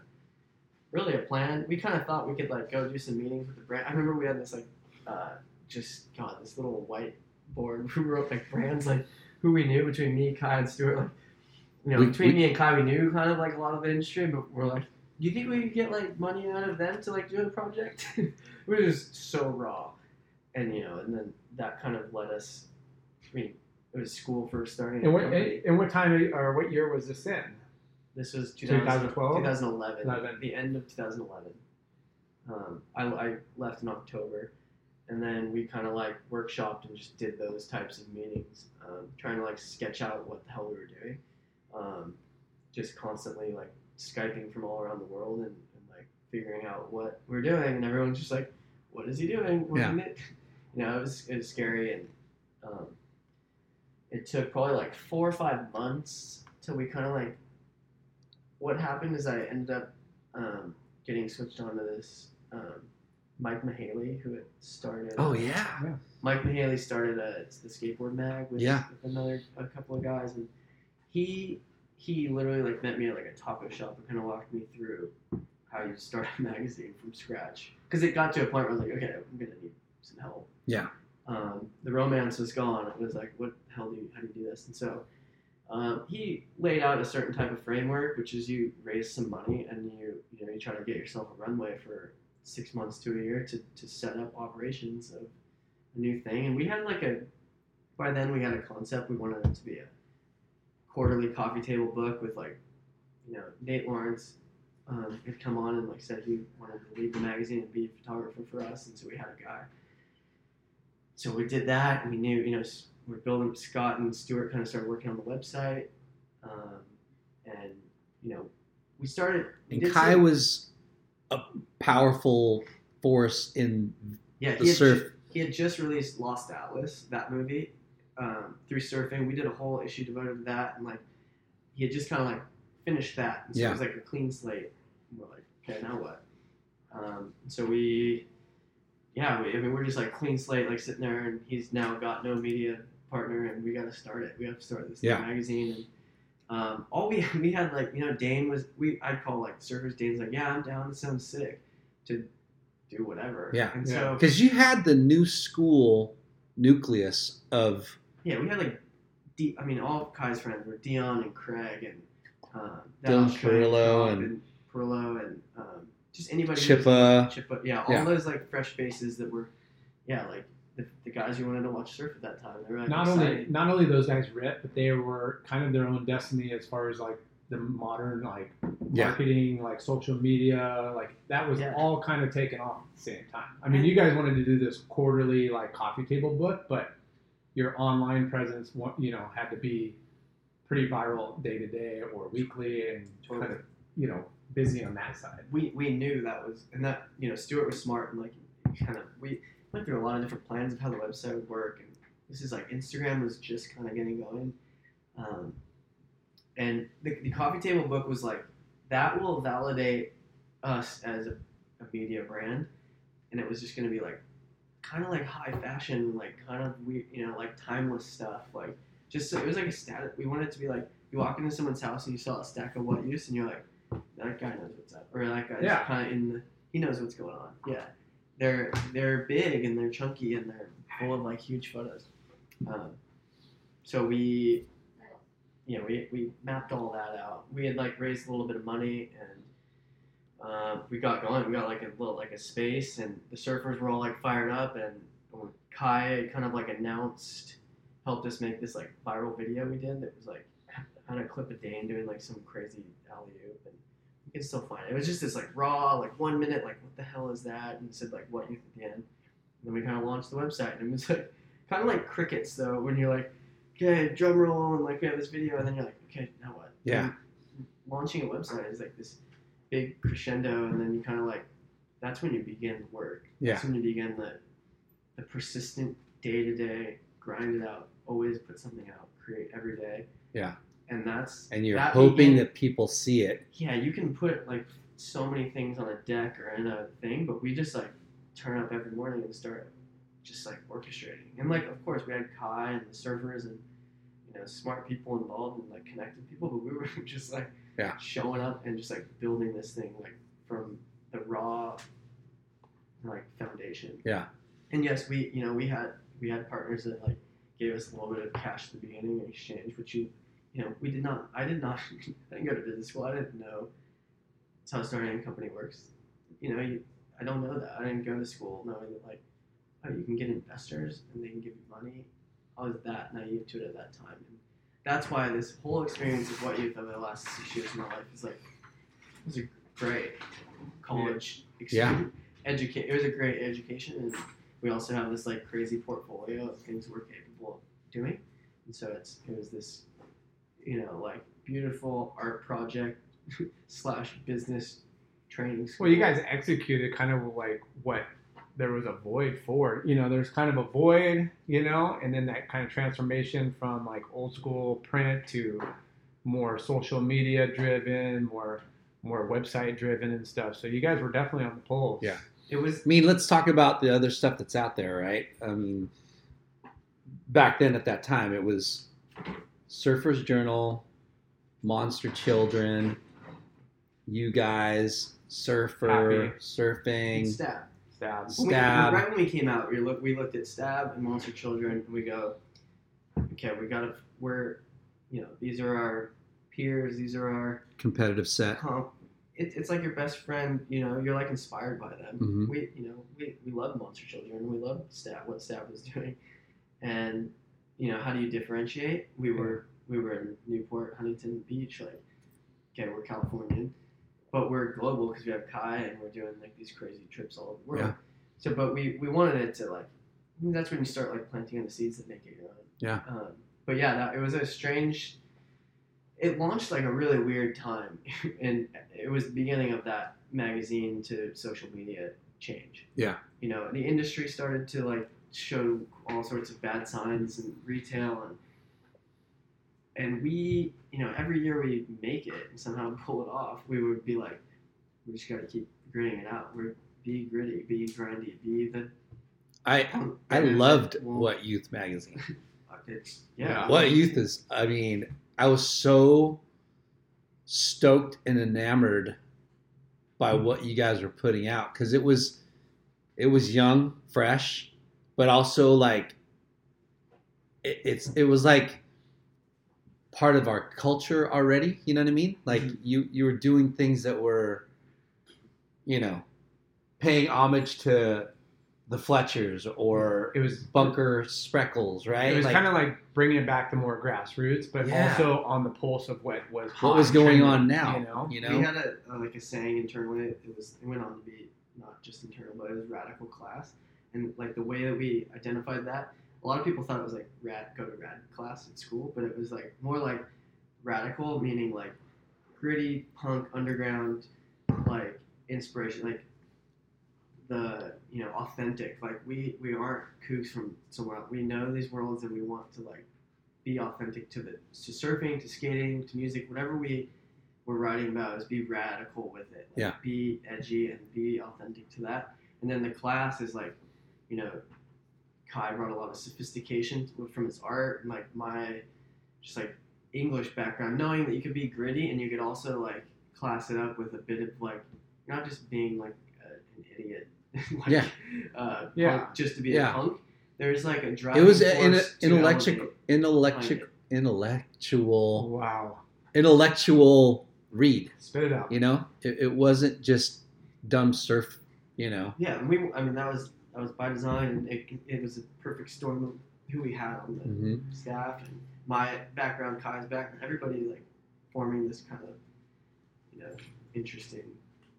Speaker 4: really a plan. We kind of thought we could like go do some meetings with the brand. I remember we had this like uh, just God, this little whiteboard. We wrote like brands like who we knew between me, Kai, and Stuart. Like you know,
Speaker 9: We-
Speaker 4: between
Speaker 9: we-
Speaker 4: me and Kai, we knew kind of like a lot of the industry, but we're like, do you think we could get like money out of them to like do a project? we were just so raw, and you know, and then that kind of led us. I mean, It was school first starting.
Speaker 5: And what,
Speaker 4: the company.
Speaker 5: and what time or what year was this in?
Speaker 4: This was
Speaker 5: 2012?
Speaker 4: 2011.
Speaker 5: 11.
Speaker 4: The end of 2011. Um, I, I left in October, and then we kind of like workshopped and just did those types of meetings, um, trying to like sketch out what the hell we were doing. Um, just constantly like skyping from all around the world and, and like figuring out what we're doing, and everyone's just like, "What is he doing?" What
Speaker 9: Yeah.
Speaker 4: did it-" You know, it was it was scary, and um, it took probably like four or five months till we kind of like what happened is I ended up um, getting switched onto this um, Mike Mahaley, who had started.
Speaker 9: Oh yeah.
Speaker 4: Mike Mahaley started a, it's the skateboard mag with,
Speaker 9: Yeah.
Speaker 4: with another a couple of guys, and he he literally like met me at like a taco shop and kind of walked me through how you start a magazine from scratch because it got to a point where I was like, okay, I'm gonna need some help
Speaker 9: Yeah.
Speaker 4: um, the romance was gone. It was like, what the hell do you, how do you do this? And so um, he laid out a certain type of framework, which is you raise some money and you you know you try to get yourself a runway for six months to a year to, to set up operations of a new thing. And we had like a by then we had a concept. We wanted it to be a quarterly coffee table book with like you know Nate Lawrence. Um, had come on and like said he wanted to lead the magazine and be a photographer for us, and so we had a guy so we did that and we knew you know s- we're building scott and stuart kind of started working on the website um, and you know we started we
Speaker 9: And
Speaker 4: did
Speaker 9: Kai
Speaker 4: some-
Speaker 9: was a powerful force in
Speaker 4: yeah
Speaker 9: the
Speaker 4: he had,
Speaker 9: surf.
Speaker 4: ju- he had just released lost atlas that movie um, through surfing we did a whole issue devoted to that and like he had just kind of like finished that and so
Speaker 9: Yeah.
Speaker 4: it was like a clean slate and we're like okay now what um, so we yeah, we, I mean, we're just like clean slate, like sitting there, and he's now got no media partner, and we got to start it. We have to start this
Speaker 9: Yeah.
Speaker 4: magazine. And um, all we we had like you know Dane was we I'd call like surfers. Dane's like yeah I'm down. It sounds sick to do whatever.
Speaker 9: Yeah.
Speaker 4: And
Speaker 5: Yeah.
Speaker 4: so
Speaker 9: Because you had the new school nucleus of
Speaker 4: yeah, we had like D, I mean all Kai's friends were Dion and Craig and um, that
Speaker 9: Dylan
Speaker 4: was Craig,
Speaker 9: Perillo
Speaker 4: Rob
Speaker 9: and-
Speaker 4: Perillo and um, just anybody who was-
Speaker 9: Chippa.
Speaker 4: Chippa, yeah, all
Speaker 9: Yeah.
Speaker 4: those like fresh faces that were, yeah, like the, the guys you wanted to watch surf at that time. They were like,
Speaker 5: Not only
Speaker 4: excited.
Speaker 5: not only those guys ripped, but they were kind of their own destiny as far as like the modern like
Speaker 9: Yeah.
Speaker 5: marketing, like social media, like that was
Speaker 4: Yeah.
Speaker 5: all kind of taken off at the same time. I mean, you guys wanted to do this quarterly like coffee table book, but your online presence, wa- you know, had to be pretty viral day to day or weekly, and kind of you know busy on that side.
Speaker 4: we we knew that was and that you know Stuart was smart and like kind of we went through a lot of different plans of how the website would work and this is like Instagram was just kind of getting going, um, and the, the coffee table book was like that will validate us as a, a media brand, and it was just gonna be like kind of like high fashion like kind of weird you know like timeless stuff like just so, it was like a status we wanted it to be like you walk into someone's house and you saw a stack of what use and you're like that guy knows what's up or that guy's
Speaker 5: Yeah.
Speaker 4: kind of in the he knows what's going on yeah they're they're big and they're chunky and they're full of like huge photos um, so we you know we, we mapped all that out we had like raised a little bit of money and um, we got going. We got like a little like a space, and the surfers were all like fired up. And when Kai kind of like announced, helped us make this like viral video we did that was like had a clip of Dane doing like some crazy alley oop, and you can still find it. It was just this like raw like one minute like what the hell is that? And it said like what youth at the end. And then we kind of launched the website, and it was like kind of like crickets though when you're like. Okay, drum roll, and like we have this video, and then you're like, okay, now what?
Speaker 9: Yeah.
Speaker 4: Launching a website is like this big crescendo, and then you kind of like that's when you begin the work.
Speaker 9: Yeah.
Speaker 4: That's when you begin the the persistent day to day grind it out. Always put something out. Create every day.
Speaker 9: Yeah.
Speaker 4: And that's
Speaker 9: and you're
Speaker 4: that
Speaker 9: hoping
Speaker 4: began-
Speaker 9: that people see it.
Speaker 4: yeah, you can put like so many things on a deck or in a thing, but we just like turn up every morning and start just like orchestrating. And like, of course, we had Kai and the servers and you know smart people involved and like connected people, but we were just like
Speaker 9: Yeah.
Speaker 4: showing up and just like building this thing like from the raw like foundation.
Speaker 9: Yeah.
Speaker 4: And yes, we you know we had we had partners that like gave us a little bit of cash at the beginning in exchange, which you you know we did not I did not I didn't go to business school. I didn't know that's how starting a company works. You know, you, I don't know that. I didn't go to school knowing that like oh, you can get investors and they can give you money. I was that naive to it at that time. And that's why this whole experience of what youth over the last six years of my life is like, it was a great college
Speaker 9: Yeah.
Speaker 4: Educate. It was a great education, and we also have this like crazy portfolio of things we're capable of doing. And so it's it was this, you know, like beautiful art project slash business training school.
Speaker 5: Well, you guys executed kind of like what there was a void for. You know, there's kind of a void, you know, and then that kind of transformation from like old school print to more social media driven, more more website driven and stuff. So you guys were definitely on the pulse.
Speaker 9: Yeah.
Speaker 4: It was
Speaker 9: I mean, let's talk about the other stuff that's out there, right? I mean, back then at that time, it was Surfer's Journal, Monster Children, you guys, Surfer,
Speaker 5: Happy.
Speaker 9: surfing.
Speaker 4: stab.
Speaker 5: Stab.
Speaker 4: When we-
Speaker 9: Stab.
Speaker 4: right when we came out, we looked we looked at Stab and Monster Children, and we go, okay, we gotta we're, you know, these are our peers, these are our
Speaker 9: competitive set.
Speaker 4: comp. It, it's like your best friend, you know. You're like inspired by them.
Speaker 9: Mhm.
Speaker 4: We, you know, we, we love Monster Children. We love Stab, what Stab was doing, and you know, how do you differentiate? We were we were in Newport, Huntington Beach, like okay, we're Californian, but we're global because we have Kai and we're doing like these crazy trips all over the world.
Speaker 9: Yeah.
Speaker 4: So, but we we wanted it to like I mean, that's when you start like planting the seeds that make it your own.
Speaker 9: Yeah.
Speaker 4: Um, but yeah, that it was a strange. It launched like a really weird time, and it was the beginning of that magazine to social media change.
Speaker 9: Yeah.
Speaker 4: You know, the industry started to like show all sorts of bad signs in retail and and we, you know, every year we make it and somehow pull it off, we would be like, we just got to keep gritting it out. We're be gritty, be grindy, be the
Speaker 9: I I loved What Youth magazine.
Speaker 4: It's, yeah.
Speaker 9: What Youth is, I mean, I was so stoked and enamored by
Speaker 5: Mm-hmm.
Speaker 9: what you guys were putting out because it was it was young, fresh, but also like it, it's it was like part of our culture already. You know what I
Speaker 5: Mm-hmm.
Speaker 9: mean? Like you you were doing things that were, you know, paying homage to the Fletchers or
Speaker 5: It was
Speaker 9: Bunker Spreckles, right?
Speaker 5: Mm-hmm. It was kind of like bringing it back to more grassroots, but
Speaker 9: Yeah.
Speaker 5: also on the pulse of what was
Speaker 9: What
Speaker 5: hot
Speaker 9: was
Speaker 5: and
Speaker 9: going
Speaker 5: trendy,
Speaker 9: on now,
Speaker 5: You know,
Speaker 9: you
Speaker 4: We
Speaker 9: know?
Speaker 4: had a, a like a saying internally. It was it went on to be not just internal, but it was radical class. And like the way that we identified that, a lot of people thought it was like rad go to rad class at school, but it was like more like radical, meaning like gritty punk underground, like inspiration, like the you know authentic. Like we we aren't kooks from somewhere. else. We know these worlds, and we want to like be authentic to the to surfing, to skating, to music, whatever we we're writing about is be radical with it. Like,
Speaker 9: Yeah.
Speaker 4: Be edgy and be authentic to that. And then the class is like, you know, Kai brought a lot of sophistication to- from his art and like my just like English background, knowing that you could be gritty and you could also like class it up with a bit of like not just being like a, an idiot. like,
Speaker 9: Yeah.
Speaker 4: Uh,
Speaker 5: Yeah.
Speaker 4: punk just to be
Speaker 9: Yeah.
Speaker 4: a punk. There's like a drive.
Speaker 9: it was a- in, intellectual, intellectual, intellectual,
Speaker 5: wow,
Speaker 9: intellectual read.
Speaker 5: spit it out.
Speaker 9: You know, it, it wasn't just dumb surf. You know,
Speaker 4: Yeah, and we. I mean, that was that was by design. and It, it was a perfect storm of who we had on
Speaker 5: Mm-hmm.
Speaker 4: the
Speaker 9: Mhm.
Speaker 4: staff and my background, Kai's background, everybody like forming this kind of you know interesting.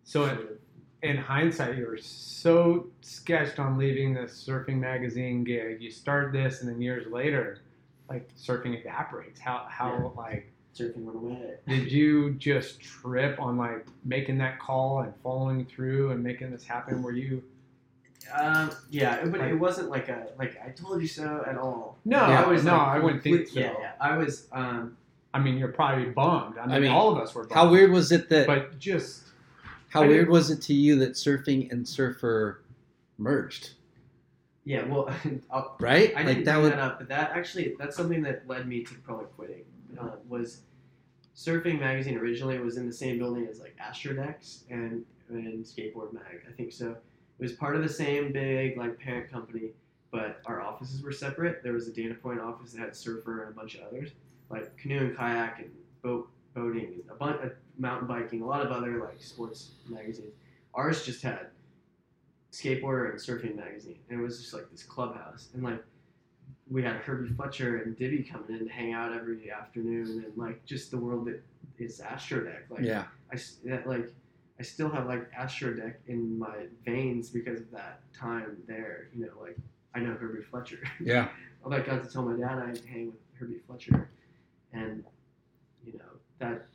Speaker 5: So
Speaker 4: sort
Speaker 5: in,
Speaker 4: of-
Speaker 5: in hindsight, you were so sketched on leaving the surfing magazine gig. You start this, and then years later, like surfing evaporates. How how
Speaker 4: Yeah.
Speaker 5: like
Speaker 4: surfing went away.
Speaker 5: did you just trip on like making that call and following through and making this happen? Were you
Speaker 4: Um, yeah, but it wasn't like a like I told you so at all.
Speaker 5: No,
Speaker 4: I
Speaker 5: I
Speaker 4: was
Speaker 5: no,
Speaker 4: like,
Speaker 5: I wouldn't think so.
Speaker 4: Yeah, yeah, I was. Um,
Speaker 5: I mean, you're probably bummed. I mean,
Speaker 9: mean,
Speaker 5: all of us were. Bummed.
Speaker 9: how weird was it that?
Speaker 5: But just
Speaker 9: how
Speaker 5: I
Speaker 9: weird
Speaker 5: didn't-
Speaker 9: was it to you that surfing and surfer merged?
Speaker 4: yeah, well, I'll,
Speaker 9: Right?
Speaker 4: I
Speaker 9: Like,
Speaker 4: didn't
Speaker 9: that
Speaker 4: bring
Speaker 9: would-
Speaker 4: that up, but that actually that's something that led me to probably quitting. Uh, was Surfing Magazine originally was in the same building as like Astronex and and Skateboard Mag, I think so. It was part of the same big like parent company, but our offices were separate. There was a Dana Point office that had Surfer and a bunch of others, like canoe and kayak and boat boating and a bunch of mountain biking, a lot of other like sports magazines. Ours just had skateboarder and surfing magazine, and it was just like this clubhouse, and like we had Herbie Fletcher and Dibby coming in to hang out every afternoon, and like just the world that is Astrodeck. Like,
Speaker 9: Yeah.
Speaker 4: I s- that, like I still have like Astrodeck in my veins because of that time there. You know, like I know Herbie Fletcher.
Speaker 9: Yeah.
Speaker 4: Although I got to tell my dad I hang with Herbie Fletcher, and you know that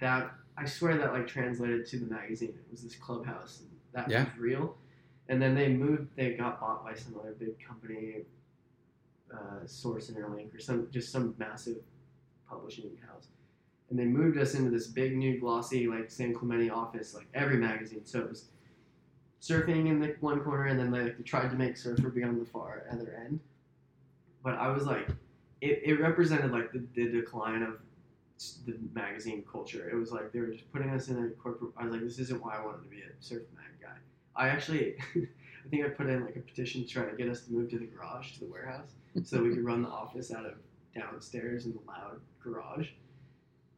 Speaker 4: that I swear that like translated to the magazine. It was this clubhouse, and that
Speaker 9: Yeah.
Speaker 4: was real. And then they moved. They got bought by some other big company, uh, Source Interlink, or some just some massive publishing house. And they moved us into this big new glossy like San Clemente office, like every magazine. So it was surfing in the one corner, and then they, like, they tried to make surfer be on the far other end. But I was like, it, it represented like the, the decline of s- the magazine culture. It was like they were just putting us in a corporate. I was like, this isn't why I wanted to be a surf mag guy. I actually, I think I put in like a petition to try to get us to move to the garage, to the warehouse, so that we could run the office out of downstairs in the loud garage.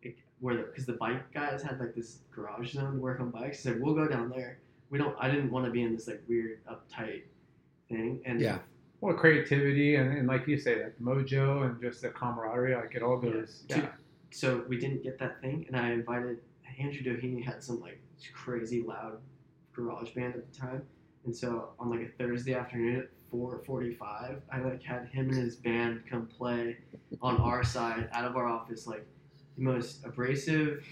Speaker 4: It, where because the, bike guys had like this garage zone to work on bikes, so we'll go down there. We don't. I didn't want to be in this like weird uptight thing, and
Speaker 9: Yeah.
Speaker 5: Well, creativity and, and like you say, like mojo and just the camaraderie, like it all goes.
Speaker 4: Yeah.
Speaker 5: Yeah.
Speaker 4: so we didn't get that thing, and I invited Andrew Doheny had some like crazy loud garage band at the time, and so on like a Thursday afternoon at four forty-five, I like had him and his band come play on our side out of our office, like the most abrasive,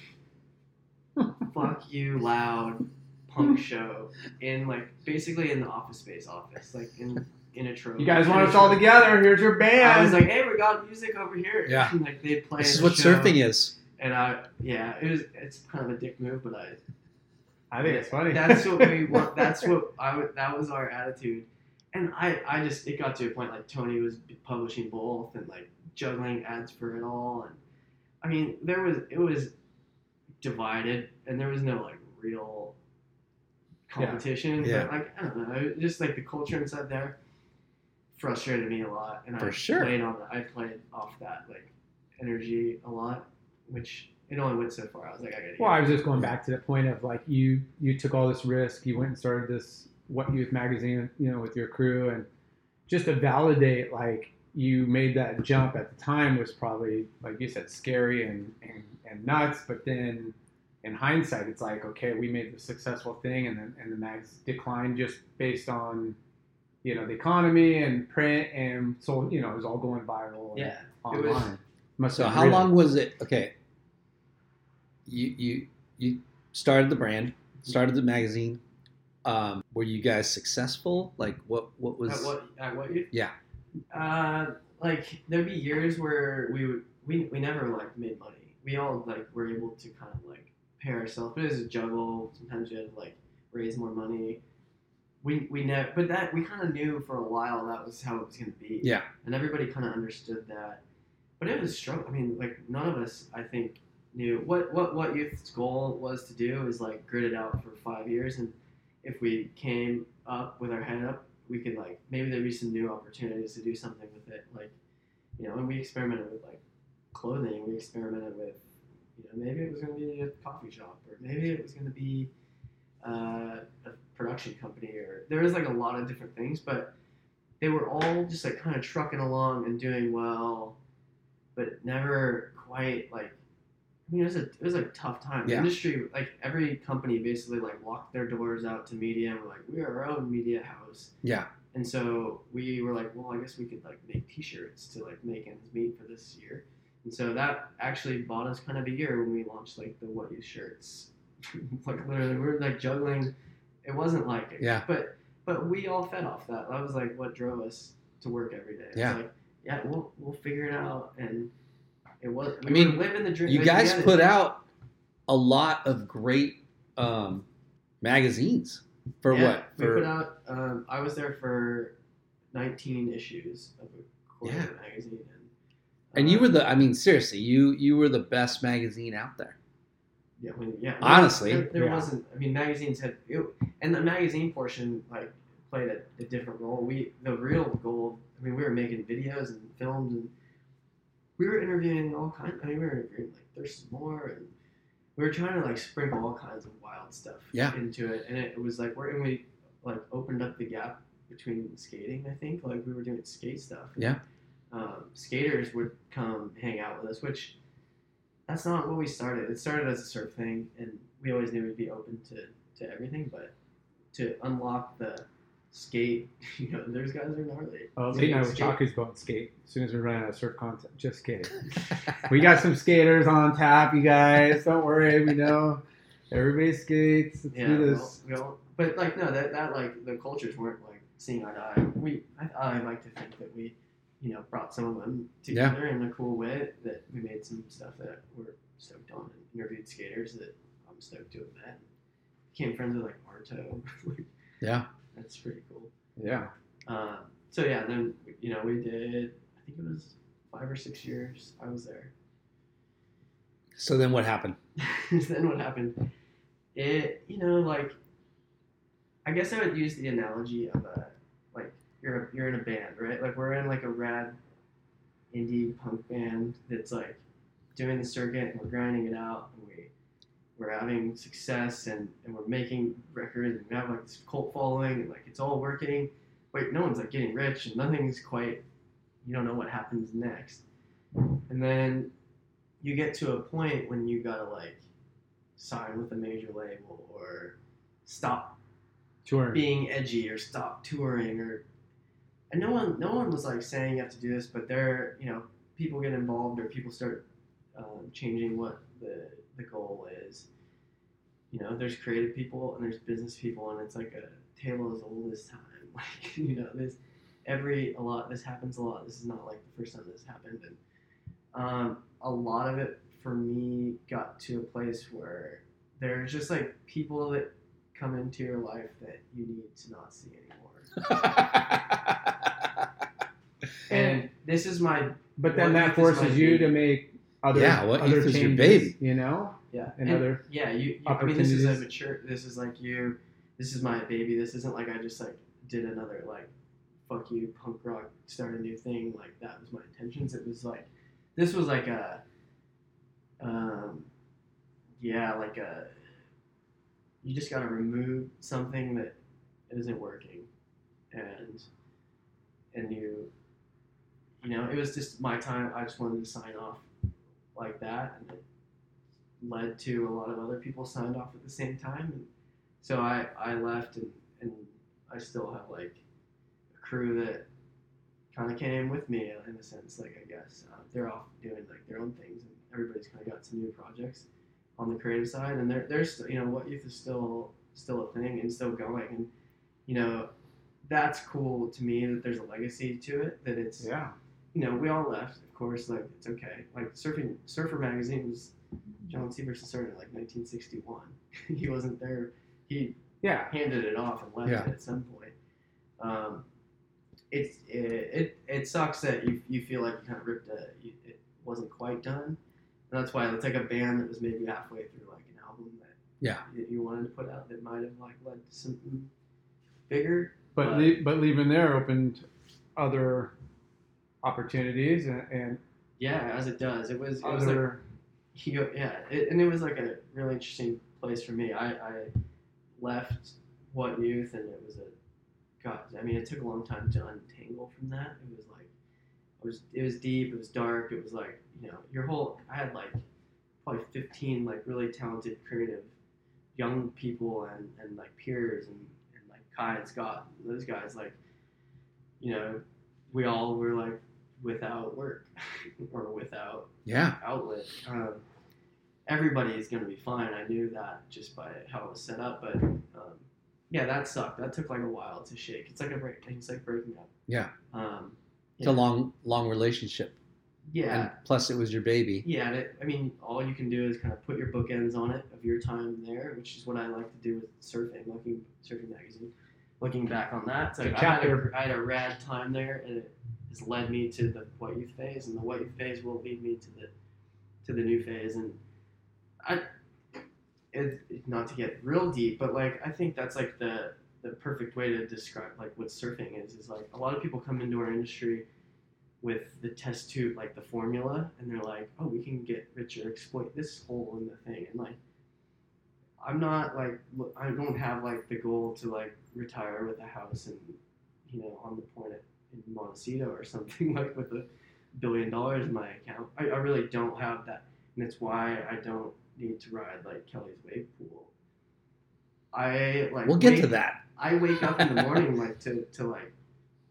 Speaker 4: fuck you loud punk show in like basically in the office space office, like in in a trove.
Speaker 5: You guys
Speaker 4: in
Speaker 5: want
Speaker 4: a
Speaker 5: us all
Speaker 4: trove.
Speaker 5: together? Here's your band.
Speaker 4: uh, I was like, hey, we got music over here.
Speaker 9: Yeah.
Speaker 4: like they play.
Speaker 9: This
Speaker 4: the
Speaker 9: is what
Speaker 4: show.
Speaker 9: surfing is.
Speaker 4: And I, yeah, it was. It's kind of a dick move, but I.
Speaker 5: I think it's funny.
Speaker 4: That's what we want. That's what I. would- That was our attitude, and I. I just it got to a point like Tony was publishing both and like juggling ads for it all, and I mean there was it was divided, and there was no like real competition.
Speaker 9: Yeah.
Speaker 4: But like I don't know, it- just like the culture inside there frustrated me a lot, and I
Speaker 9: For sure.
Speaker 4: played on. I played off that like energy a lot, which it only went so far. I was like, I gotta.
Speaker 5: Well,
Speaker 4: get
Speaker 5: I was just going back to the point of like you you took all this risk, you went and started this What Youth magazine, you know, with your crew, and just to validate like you made that jump at the time was probably like you said scary and and, and nuts, but
Speaker 4: uh,
Speaker 5: then in hindsight, it's like okay, we made the successful thing, and then and the mags declined just based on you know the economy and print and so you know it was all going viral.
Speaker 4: Yeah,
Speaker 5: and
Speaker 4: it was-
Speaker 5: online. Must
Speaker 9: So
Speaker 5: have
Speaker 9: how
Speaker 5: really-
Speaker 9: long was it? Okay. You you you started the brand, started the magazine. Um, were you guys successful? Like what what was?
Speaker 4: at what at what year?
Speaker 9: Yeah.
Speaker 4: Uh, like there'd be years where we would we, we never like made money. We all like were able to kind of like pay ourselves. It was a juggle. Sometimes we had to like raise more money. We we never, but that we kind of knew for a while that was how it was gonna be.
Speaker 9: Yeah.
Speaker 4: and everybody kind of understood that. But it was a struggle. I mean, like none of us, I think, knew what what what youth's goal was to do is like grit it out for five years, and if we came up with our head up, we could like maybe there'd be some new opportunities to do something with it, like you know. And we experimented with like clothing. We experimented with you know maybe it was going to be a coffee shop, or maybe it was going to be uh, a production company, or there was like a lot of different things, but they were all just like kind of trucking along and doing well, but never quite like. I mean, it was a it was like tough time. The
Speaker 9: Yeah.
Speaker 4: industry, like every company, basically like locked their doors out to media and were like, "We are our own media house."
Speaker 9: Yeah.
Speaker 4: And so we were like, well, I guess we could like make T-shirts to like make ends meet for this year. And so that actually bought us kind of a year when we launched like the what you shirts. like literally, we were like juggling. It wasn't like
Speaker 9: Yeah.
Speaker 4: but but we all fed off that. That was like what drove us to work every day. It was
Speaker 9: Yeah.
Speaker 4: like, yeah, we'll we'll figure it out, and it was. We
Speaker 9: I mean,
Speaker 4: were living the dream.
Speaker 9: You
Speaker 4: like,
Speaker 9: guys
Speaker 4: we had
Speaker 9: put
Speaker 4: a-
Speaker 9: out a lot of great um, magazines for
Speaker 4: yeah,
Speaker 9: what?
Speaker 4: we put
Speaker 9: For
Speaker 4: out. Um, I was there for 19 issues of a quarterly
Speaker 9: Yeah.
Speaker 4: magazine, and
Speaker 9: and you
Speaker 4: um,
Speaker 9: were the I mean seriously you you were the best magazine out there.
Speaker 4: Yeah, I mean, yeah.
Speaker 9: Honestly.
Speaker 4: there, there
Speaker 5: Yeah.
Speaker 4: wasn't. I mean, magazines had, it, and the magazine portion like played a, a different role. We the real goal. I mean, we were making videos and films, and we were interviewing all kinds. I mean, we were interviewing like there's some more, and we were trying to like sprinkle all kinds of wild stuff
Speaker 9: Yeah.
Speaker 4: into it, and it, was like we're and we like opened up the gap between skating. I think like we were doing skate stuff.
Speaker 9: Yeah.
Speaker 4: um, skaters would come hang out with us, which that's not what we started. It started as a surf thing, and we always knew we'd be open to, to everything, but to unlock the skate, you know, there's guys who are gnarly.
Speaker 5: Oh,
Speaker 4: They
Speaker 5: late
Speaker 4: can
Speaker 5: night with
Speaker 4: skate.
Speaker 5: Chaku's boat skate. As soon as we run out of surf content, just kidding. we got some skaters on tap, you guys. Don't worry, we know everybody skates. Let's
Speaker 4: Yeah,
Speaker 5: do
Speaker 4: we
Speaker 5: this.
Speaker 4: all- we all- but like no, that, that like the cultures weren't like seeing eye to eye. We I, I like to think that we, you know, brought some of them
Speaker 9: Yeah.
Speaker 4: together in a cool way. That we made some stuff that we're stoked on and interviewed skaters that I'm stoked to have met. Became friends with like Marto. Like,
Speaker 9: Yeah.
Speaker 4: that's pretty cool.
Speaker 5: Yeah.
Speaker 4: Uh, so yeah, then you know we did. I think it was five or six years I was there.
Speaker 9: So then what happened?
Speaker 4: then what happened? It you know like I guess I would use the analogy of a like you're you're in a band right like we're in like a rad indie punk band that's like doing the circuit and we're grinding it out and we we're having success and, and we're making records and we have like this cult following and like it's all working Wait, no one's like getting rich and nothing's quite you don't know what happens next and then you get to a point when you gotta like sign with a major label or stop
Speaker 5: Touring.
Speaker 4: being edgy or stop touring or and no one no one was like saying you have to do this but there you know people get involved or people start um, changing what the the goal is you know there's creative people and there's business people and it's like a tale as old as time like you know this every a lot this happens a lot this is not like the first time this happened and um, a lot of it for me got to a place where there's just like people that come into your life that you need to not see anymore. and this is my
Speaker 5: But then
Speaker 4: what
Speaker 5: that
Speaker 4: this might
Speaker 5: forces you
Speaker 4: be.
Speaker 5: to make other
Speaker 9: Yeah, what
Speaker 5: other
Speaker 9: youth is
Speaker 5: changes.
Speaker 9: your baby?
Speaker 5: You know.
Speaker 4: yeah
Speaker 5: and other
Speaker 4: yeah you, you I mean this is a
Speaker 5: opportunities.
Speaker 4: mature this is like you this is my baby this isn't like I just like did another like fuck you punk rock start a new thing like that was my intentions it was like this was like a um yeah like a you just gotta remove something that isn't working and and you you know it was just my time i just wanted to sign off like that and it led to a lot of other people signed off at the same time and so i i left and and i still have like a crew that kind of came with me uh, in a sense like i guess uh, they're off doing like their own things and everybody's kind of got some new projects on the creative side and there there's you know what youth is still still a thing and still going and you know that's cool to me that there's a legacy to it that it's
Speaker 5: Yeah.
Speaker 4: you know we all left of course like it's okay like surfing surfer magazine was john severson started in like 1961 he wasn't there he
Speaker 5: Yeah.
Speaker 4: handed it off and left
Speaker 9: Yeah.
Speaker 4: it at some point um it's it, it it sucks that you you feel like you kind of ripped a you, it wasn't quite done and that's why it's like a band that was maybe halfway through like an album that
Speaker 9: Yeah.
Speaker 4: that you wanted to put out that might have like led to something bigger.
Speaker 5: But
Speaker 4: But-
Speaker 5: le- but leaving there opened other opportunities and, and
Speaker 4: Yeah, as it does. It was it was like
Speaker 5: other
Speaker 4: he go, yeah, it, and it was like a really interesting place for me. I, I left what youth, and it was a god. I mean, it took a long time to untangle from that. It was like it was it was deep. It was dark. It was like you know your whole. I had like probably fifteen like really talented creative young people and and like peers and, and like Kai and Scott and those guys like you know we all were like without work or without
Speaker 9: Yeah.
Speaker 4: outlet. Um, everybody is going to be fine. I knew that just by how it was set up. But um, yeah, that sucked. That took like a while to shake. It's like a break. It's like breaking up.
Speaker 9: Yeah.
Speaker 4: Um,
Speaker 9: It's a long, long relationship.
Speaker 4: yeah.
Speaker 9: And plus, it was your baby.
Speaker 4: Yeah, and it, I mean, all you can do is kind of put your bookends on it of your time there, which is what I like to do with surfing, looking surfing magazine. Looking back on that, it's like
Speaker 5: The
Speaker 4: I had, a,
Speaker 5: chapter.
Speaker 4: I had a rad time there, and it has led me to the what youth phase, and the what youth phase will lead me to the to the new phase, and I, it, it- not to get real deep, but like I think that's like the the perfect way to describe like what surfing is is like a lot of people come into our industry with the test tube, like the formula, and they're like, oh, we can get rich or exploit this hole in the thing. And like, I'm not like, look, I don't have like the goal to like retire with a house and, you know, on the planet in Montecito or something like with a billion dollars in my account. I, I really don't have that, and it's why I don't need to ride like Kelly's wave pool. I like.
Speaker 9: We'll get
Speaker 4: wake-
Speaker 9: to that.
Speaker 4: I wake up in the morning like to, to like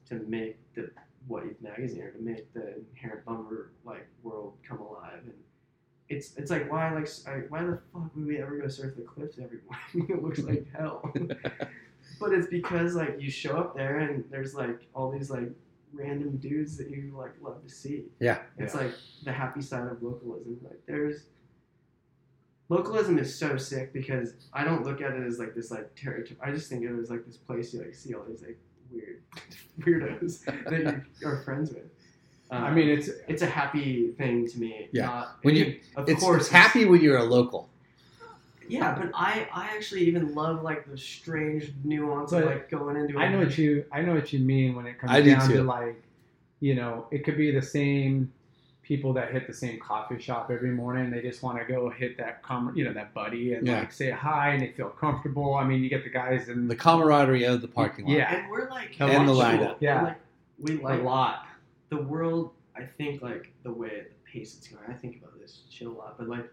Speaker 4: to make the what if magazine or to make the inherent bummer like world come alive and it's it's like why like s- I, why the fuck would we ever go surf the cliffs every morning it looks like hell but it's because like you show up there and there's like all these like random dudes that you like love to see
Speaker 9: Yeah.
Speaker 4: it's like the happy side of localism like there's localism is so sick because I don't look at it as like this like territory. I just think of it as like this place you like see all these like weird weirdos that you are friends with. Um,
Speaker 5: I mean, it's
Speaker 4: it's a happy thing to me.
Speaker 9: Yeah.
Speaker 4: not-
Speaker 9: When you,
Speaker 4: of
Speaker 9: it's,
Speaker 4: course,
Speaker 9: it's happy when you're a local.
Speaker 4: Yeah, but I I actually even love like the strange nuance
Speaker 5: But
Speaker 4: of like going into.
Speaker 5: I know what you I know what you mean when it comes
Speaker 9: I do
Speaker 5: down
Speaker 9: too.
Speaker 5: to like, you know, it could be the same people that hit the same coffee shop every morning. They just want to go hit that com, you know, that buddy and
Speaker 9: Yeah.
Speaker 5: like say hi and they feel comfortable. I mean, you get the guys in
Speaker 9: The camaraderie of the parking lot.
Speaker 5: yeah,
Speaker 4: And we're like
Speaker 5: The
Speaker 9: And the
Speaker 4: watching-
Speaker 9: lineup.
Speaker 5: Yeah.
Speaker 4: Like, we
Speaker 5: a
Speaker 4: like
Speaker 5: lot.
Speaker 4: the world i think like the way the pace it's going i think about this shit a lot but like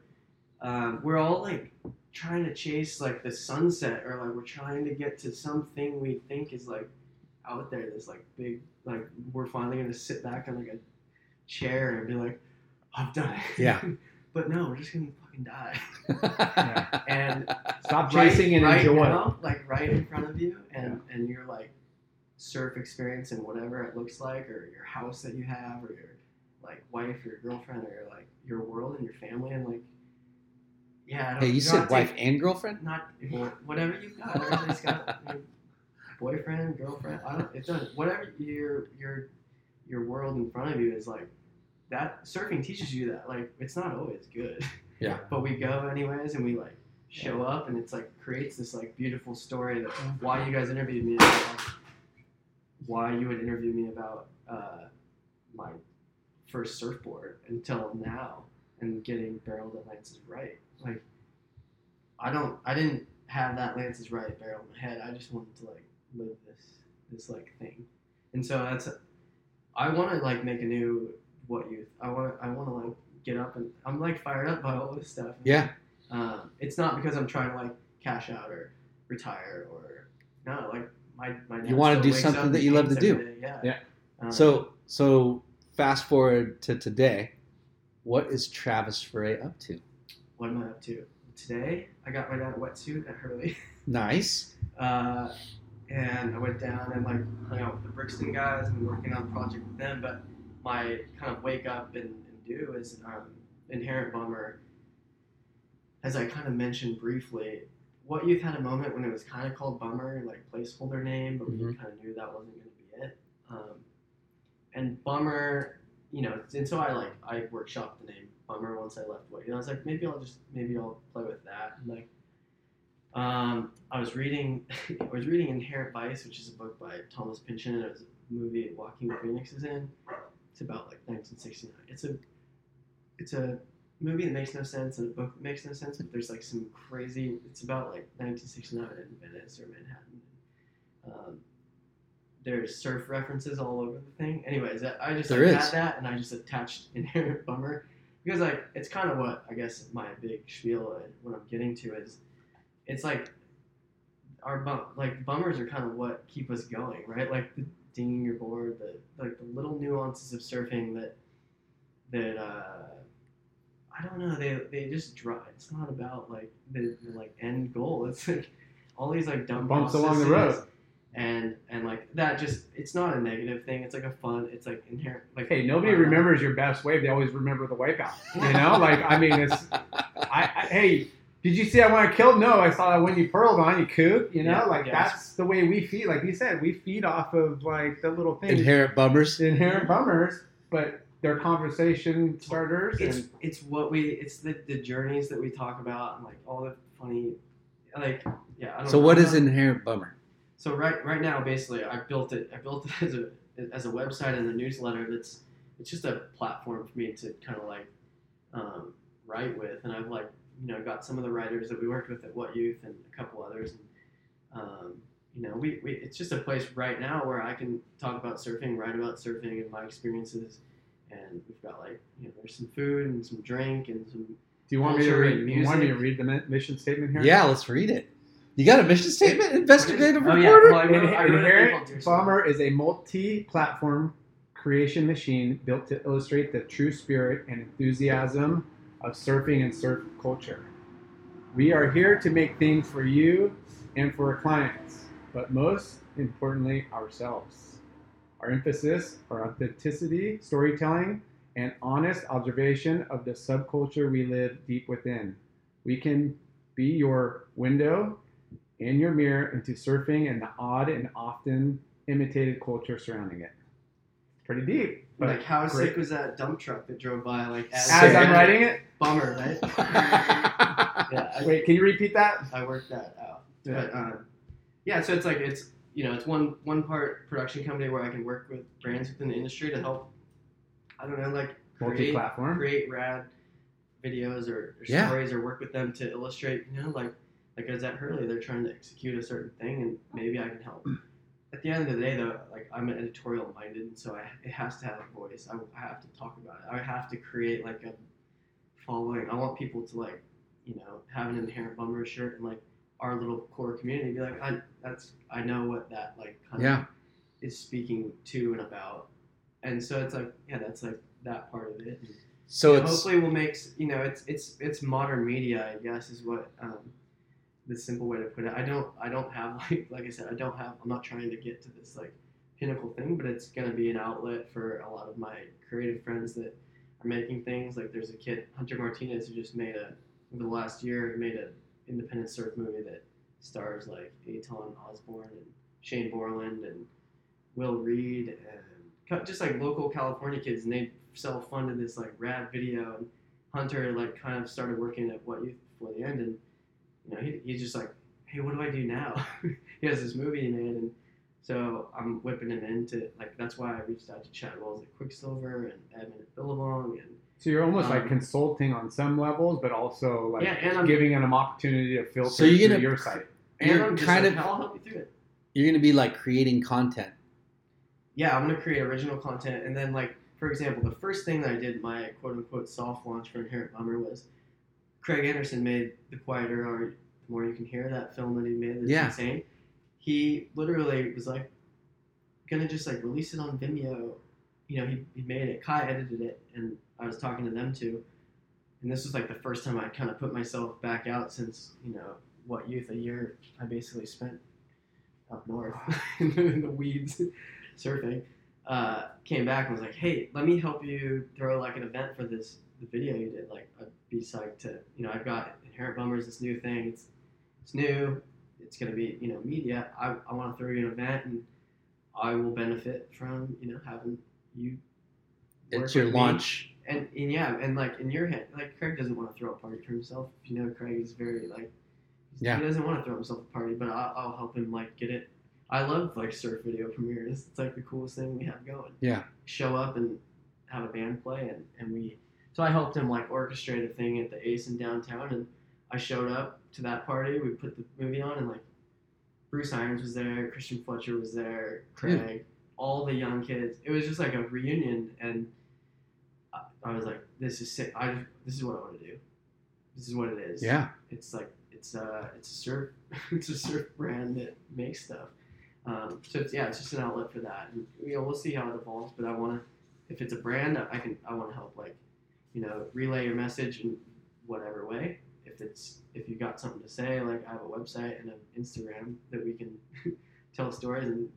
Speaker 4: um, we're all like trying to chase like the sunset or like we're trying to get to something we think is like out there that's like big like we're finally gonna sit back on like a chair and be like i've done it
Speaker 9: Yeah.
Speaker 4: but no we're just gonna fucking die
Speaker 5: Yeah.
Speaker 4: and
Speaker 5: Stop
Speaker 4: right-
Speaker 5: chasing and
Speaker 4: right
Speaker 5: enjoy.
Speaker 4: now, like right in front of you, and and your like surf experience and whatever it looks like, or your house that you have, or your like wife, or your girlfriend, or your, like your world and your family, and like yeah. I don't,
Speaker 9: Hey, you
Speaker 4: you're
Speaker 9: said
Speaker 4: not
Speaker 9: wife
Speaker 4: taking-
Speaker 9: and girlfriend?
Speaker 4: not whatever you got. Everybody's got I mean, boyfriend, girlfriend. I don't. It doesn't. Whatever your your your world in front of you is like that. Surfing teaches you that. Like it's not always good.
Speaker 9: Yeah.
Speaker 4: But we go anyways, and we like show up, and it's like creates this like beautiful story that why you guys interviewed me, about, like, why you would interview me about uh, my first surfboard until now, and getting barreled at Lance's right. Like I don't. I didn't have that Lance's right barrel in my head. I just wanted to like live this this like thing, and so that's. I want to like make a new what youth. I want. I want to like get up and I'm like fired up by all this stuff.
Speaker 9: Yeah.
Speaker 4: Um, it's not because I'm trying to like cash out or retire or no like my my. dad
Speaker 9: wanna
Speaker 4: still
Speaker 9: do
Speaker 4: wakes up
Speaker 9: something
Speaker 4: and
Speaker 9: that you love to
Speaker 4: paints every day, Yeah.
Speaker 5: Yeah.
Speaker 4: Um,
Speaker 9: So so fast forward to today. What is Travis Frey up to?
Speaker 4: what am I up to today? I got my dad a wetsuit at Hurley.
Speaker 9: Nice.
Speaker 4: Uh, and I went down and like hung out with the Brixton guys and working on a project with them. But my kind of wake up and, and do is um, inherent bummer. As I kind of mentioned briefly, what youth had a moment when it was kind of called bummer, like placeholder name, but we
Speaker 9: Mhm.
Speaker 4: kind of knew that wasn't going to be it. Um, and bummer, you know, and so I like I workshopped the name bummer once I left. What you know, I was like maybe I'll just maybe I'll play with that and like. Um, I was reading, I was reading Inherent Vice, which is a book by Thomas Pynchon, and it was a movie Walking Phoenix is in. It's about like 1969. It's a, it's a movie that makes no sense and a book that makes no sense, but there's like some crazy. It's about like 1969 in Venice or Manhattan. Um, there's surf references all over the thing. Anyways, I, I just
Speaker 9: There
Speaker 4: like,
Speaker 9: is.
Speaker 4: had that and I just attached Inherent Bummer because like it's kind of what I guess my big spiel and what I'm getting to is, it's like our bum like bummers are kind of what keep us going, right? Like the dinging your board, the like the little nuances of surfing that that uh, I don't know. They they just draw. It's not about like the, the like end goal. It's like all these like dumb
Speaker 5: Bumps along the
Speaker 4: processes
Speaker 5: road.
Speaker 4: And and like that just it's not a negative thing. It's like a fun. It's like inherent. Like
Speaker 5: Hey, nobody
Speaker 4: why not?
Speaker 5: remembers your best wave. They always remember the wipeout. You know, like I mean, it's. I, I hey, did you see I want to kill? No, I saw that when you pearled on you coop. You know,
Speaker 4: Yeah,
Speaker 5: like
Speaker 4: yeah.
Speaker 5: that's the way we feed. Like you said, we feed off of like the little things,
Speaker 9: Inherent bummers.
Speaker 5: inherent bummers, but they're conversation starters.
Speaker 4: it's
Speaker 5: and
Speaker 4: it's what we it's the, the journeys that we talk about and like all the funny like yeah I don't
Speaker 9: So
Speaker 4: know.
Speaker 9: what
Speaker 4: I'm
Speaker 9: is
Speaker 4: not-
Speaker 9: inherent bummer?
Speaker 4: so right right now basically I built it I built it as a as a website and a newsletter that's it's just a platform for me to kind of like um, write with and I've like you know got some of the writers that we worked with at What Youth and a couple others and um, you know we, we it's just a place right now where I can talk about surfing write about surfing and my experiences and we've got like you know there's some food and some drink and some.
Speaker 5: Do you want me to
Speaker 4: culture
Speaker 5: read?
Speaker 4: and
Speaker 5: You want me to read
Speaker 4: music.
Speaker 5: the mi- mission statement here?
Speaker 9: Yeah, let's read it. You got a mission statement, investigative
Speaker 4: Oh, yeah.
Speaker 9: reporter?
Speaker 4: Well, I wrote- I wrote it
Speaker 5: Inherent
Speaker 4: involved yourself.
Speaker 5: Bomber is a multi-platform creation machine built to illustrate the true spirit and enthusiasm of surfing and surf culture. We are here to make things for you and for our clients, but most importantly, ourselves. Our emphasis are authenticity, storytelling, and honest observation of the subculture we live deep within. We can be your window in your mirror into surfing and the odd and often imitated culture surrounding it. Pretty deep. But
Speaker 4: Like how
Speaker 5: great.
Speaker 4: sick was that dump truck that drove by? Like as,
Speaker 5: As I'm writing it?
Speaker 4: bummer, right? yeah, I,
Speaker 5: Wait, can you repeat that?
Speaker 4: I worked that out. But uh, yeah, so it's like it's you know it's one one part production company where I can work with brands within the industry to help. I don't know, like create
Speaker 5: Multi-platform.
Speaker 4: create rad videos or, or
Speaker 9: Yeah.
Speaker 4: stories or work with them to illustrate. You know, like like as at Hurley, they're trying to execute a certain thing, and maybe I can help. At the end of the day, though, like I'm an editorial minded, and so I, it has to have a voice. I, I have to talk about it. I have to create like a following. I want people to like, you know, have an inherent bummer shirt and like our little core community be like, I that's I know what that like kind
Speaker 9: Yeah.
Speaker 4: of is speaking to and about. And so it's like, yeah, that's like that part of it.
Speaker 9: So
Speaker 4: Yeah,
Speaker 9: it's
Speaker 4: hopefully we'll make s- you know it's it's it's modern media I guess is what um, the simple way to put it. I don't I don't have like like I said I don't have I'm not trying to get to this like pinnacle thing, but it's gonna be an outlet for a lot of my creative friends that are making things. Like there's a kid Hunter Martinez who just made a over the last year he made an independent surf movie that stars like Aton Osborne and Shane Borland and Will Reed and co- just like local California kids, and they self funded this like rad video. And Hunter like kind of started working at What Youth Before the End, and you know he, he's just like, hey, what do I do now? he has this movie he made, and so I'm whipping him into like that's why I reached out to Chad Wells at Quicksilver and Edmund at Billabong and
Speaker 5: So you're almost like
Speaker 4: Um,
Speaker 5: consulting on some levels, but also like
Speaker 4: Yeah, um, and I'm-
Speaker 5: giving them opportunity to filter
Speaker 9: So you're
Speaker 5: through
Speaker 9: gonna-
Speaker 5: your site.
Speaker 4: and
Speaker 9: You're
Speaker 4: I'm just
Speaker 9: kind
Speaker 4: like,
Speaker 9: of-
Speaker 4: I'll help you through it.
Speaker 9: you're going to be like creating content.
Speaker 4: yeah, I'm gonna create original content. And then like for example, the first thing that I did my quote unquote soft launch for Inherent Bummer was Craig Anderson made The Quieter or The More You Can Hear, that film that he made that's
Speaker 9: Yeah.
Speaker 4: insane. He literally was like gonna just like release it on Vimeo. You know, he, he made it. Kai edited it and I was talking to them too. And this was like the first time I kind of put myself back out since, you know, what youth a year I basically spent up north in the weeds surfing, uh, came back and was like, "Hey, let me help you throw like an event for this the video you did. Like, I'd be psyched to, you know, I've got Inherent Bummers, this new thing. It's it's new. It's gonna be, you know, media. I, I want to throw you an event, and I will benefit from, you know, having you. work
Speaker 9: It's your
Speaker 4: with me."
Speaker 9: launch.
Speaker 4: And, and yeah, and like in your head, like Craig doesn't want to throw a party for himself. You know, Craig is very like,
Speaker 9: Yeah.
Speaker 4: he doesn't want to throw himself a party, but I'll, I'll help him like get it. I love like surf video premieres. It's like the coolest thing we have going.
Speaker 9: Yeah.
Speaker 4: Show up and have a band play, and, and we. So I helped him like orchestrate a thing at the Ace in downtown, and I showed up to that party. We put the movie on, and like Bruce Irons was there, Christian Fletcher was there, Craig, all the young kids. It was just like a reunion, and I, I was like, "This is sick. I this is what I want to do. This is what it is.
Speaker 9: Yeah.
Speaker 4: It's like it's a it's a surf it's a surf brand that makes stuff. Um, so it's, yeah, it's just an outlet for that. And, you know, we'll see how it evolves. But I want to, if it's a brand, I can I want to help like, you know, relay your message in whatever way. If it's if you got something to say, like I have a website and an Instagram that we can tell stories and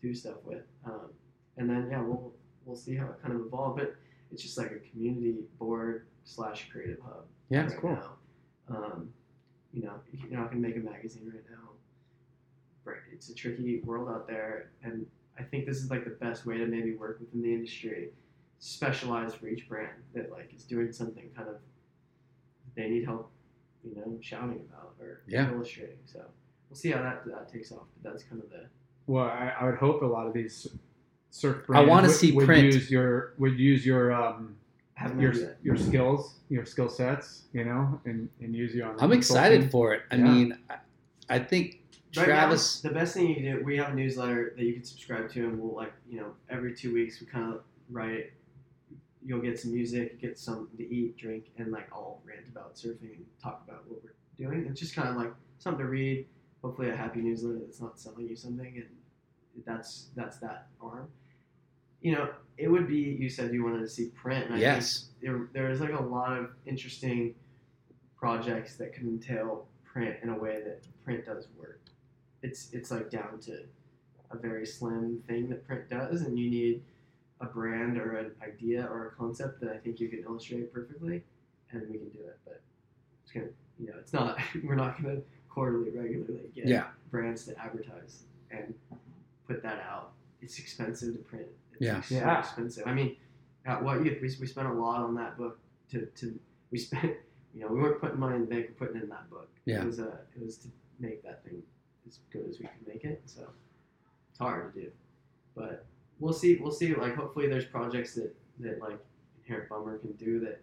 Speaker 4: do stuff with. Um, and then yeah, we'll we'll see how it kind of evolves. But it's just like a community board slash creative hub.
Speaker 9: Yeah,
Speaker 4: right
Speaker 9: it's cool.
Speaker 4: Now. Um, you know, you're not gonna make a magazine right now. Right, it's a tricky world out there, and I think this is like the best way to maybe work within the industry, specialize for each brand that like is doing something kind of they need help, you know, shouting about or
Speaker 9: Yeah.
Speaker 4: illustrating. So we'll see how that that takes off. But that's kind of the
Speaker 5: Well, I, I would hope a lot of these surf
Speaker 9: I
Speaker 5: brands
Speaker 9: wanna
Speaker 5: would,
Speaker 9: see
Speaker 5: would
Speaker 9: print.
Speaker 5: use your would use your um
Speaker 4: have an
Speaker 5: your
Speaker 4: idea.
Speaker 5: your skills, your skill sets, you know, and, and use you on
Speaker 9: I'm
Speaker 5: consulting.
Speaker 9: excited for it. I
Speaker 5: Yeah.
Speaker 9: mean, I, I think
Speaker 4: Right
Speaker 9: Travis.
Speaker 4: now, the best thing you can do, we have a newsletter that you can subscribe to, and we'll like, you know, every two weeks we kind of write you'll get some music, get something to eat, drink, and like I'll rant about surfing and talk about what we're doing. It's just kind of like something to read. Hopefully, a happy newsletter that's not selling you something, and that's that's that arm. You know, it would be. You said you wanted to see print. And I
Speaker 9: Yes.
Speaker 4: think There, there's like a lot of interesting projects that can entail print in a way that print does work. It's it's like down to a very slim thing that print does, and you need a brand or an idea or a concept that I think you can illustrate perfectly, and we can do it. But it's gonna, you know, it's not. We're not gonna quarterly, regularly get
Speaker 9: Yeah.
Speaker 4: brands to advertise and put that out. It's expensive to print. It's
Speaker 9: Yeah.
Speaker 4: so
Speaker 5: Yeah.
Speaker 4: expensive. I mean, uh, what you, we we spent a lot on that book to to we spent. You know, we weren't putting money in the bank. We're putting it in that book.
Speaker 9: Yeah.
Speaker 4: It was a. It was to make that thing as good as we could make it. So it's hard to do, but we'll see. We'll see. Like hopefully, there's projects that that like Inherent Bummer can do that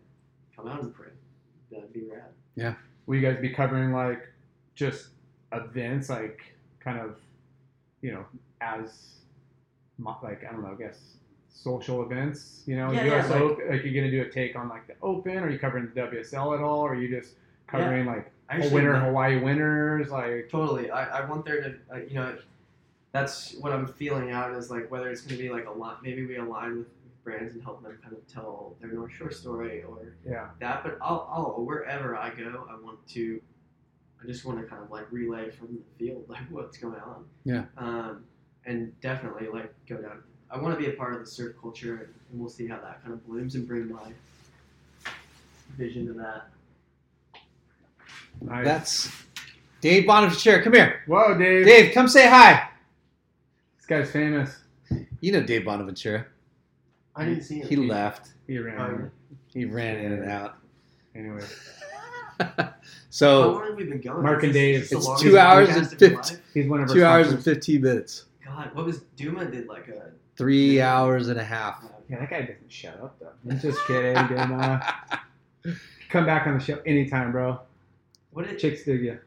Speaker 4: come out in print. That'd be rad.
Speaker 5: Will you guys be covering like just events, like kind of, you know, as mo- like I don't know, I guess social events. You know,
Speaker 4: Yeah,
Speaker 5: you
Speaker 4: yeah,
Speaker 5: guys
Speaker 4: like-
Speaker 5: hope- like, you're gonna do a take on like the Open. Are you covering the WSL at all? Or are you just covering like
Speaker 4: Actually,
Speaker 5: winter
Speaker 4: no.
Speaker 5: Hawaii winners? Like
Speaker 4: Totally. I, I want there to, uh, you know, that's what I'm feeling out is like whether it's going to be like a lot, maybe we align with brands and help them kind of tell their North Shore story or
Speaker 5: yeah,
Speaker 4: that. But I'll, I'll wherever I go, I want to, I just want to kind of like relay from the field like what's going on.
Speaker 9: Yeah.
Speaker 4: Um, and definitely like go down. I want to be a part of the surf culture, and, and we'll see how that kind of blooms and bring my vision to that.
Speaker 5: nice.
Speaker 9: That's Dave Bonham's chair. Come here.
Speaker 5: whoa, Dave.
Speaker 9: Dave, come say hi.
Speaker 5: This guy's famous.
Speaker 9: You know Dave Bonaventura.
Speaker 4: I didn't see him.
Speaker 9: He left.
Speaker 5: He ran.
Speaker 4: Um,
Speaker 9: He ran in and out.
Speaker 5: anyway,
Speaker 4: How
Speaker 9: So
Speaker 4: long have we been going?
Speaker 5: Mark and Dave.
Speaker 4: This is just the
Speaker 9: It's
Speaker 4: longest
Speaker 9: two hours
Speaker 4: podcast
Speaker 9: and
Speaker 4: of my
Speaker 9: 50
Speaker 4: life.
Speaker 5: he's one of our
Speaker 9: two hours and
Speaker 5: sponsors.
Speaker 9: fifteen minutes.
Speaker 4: God, what was Duma did like a uh,
Speaker 9: Three hours and a half.
Speaker 5: Yeah, that guy doesn't shut up though. I'm just kidding. Dave, uh, come back on the show anytime, bro.
Speaker 4: what did
Speaker 5: Chicks dig you.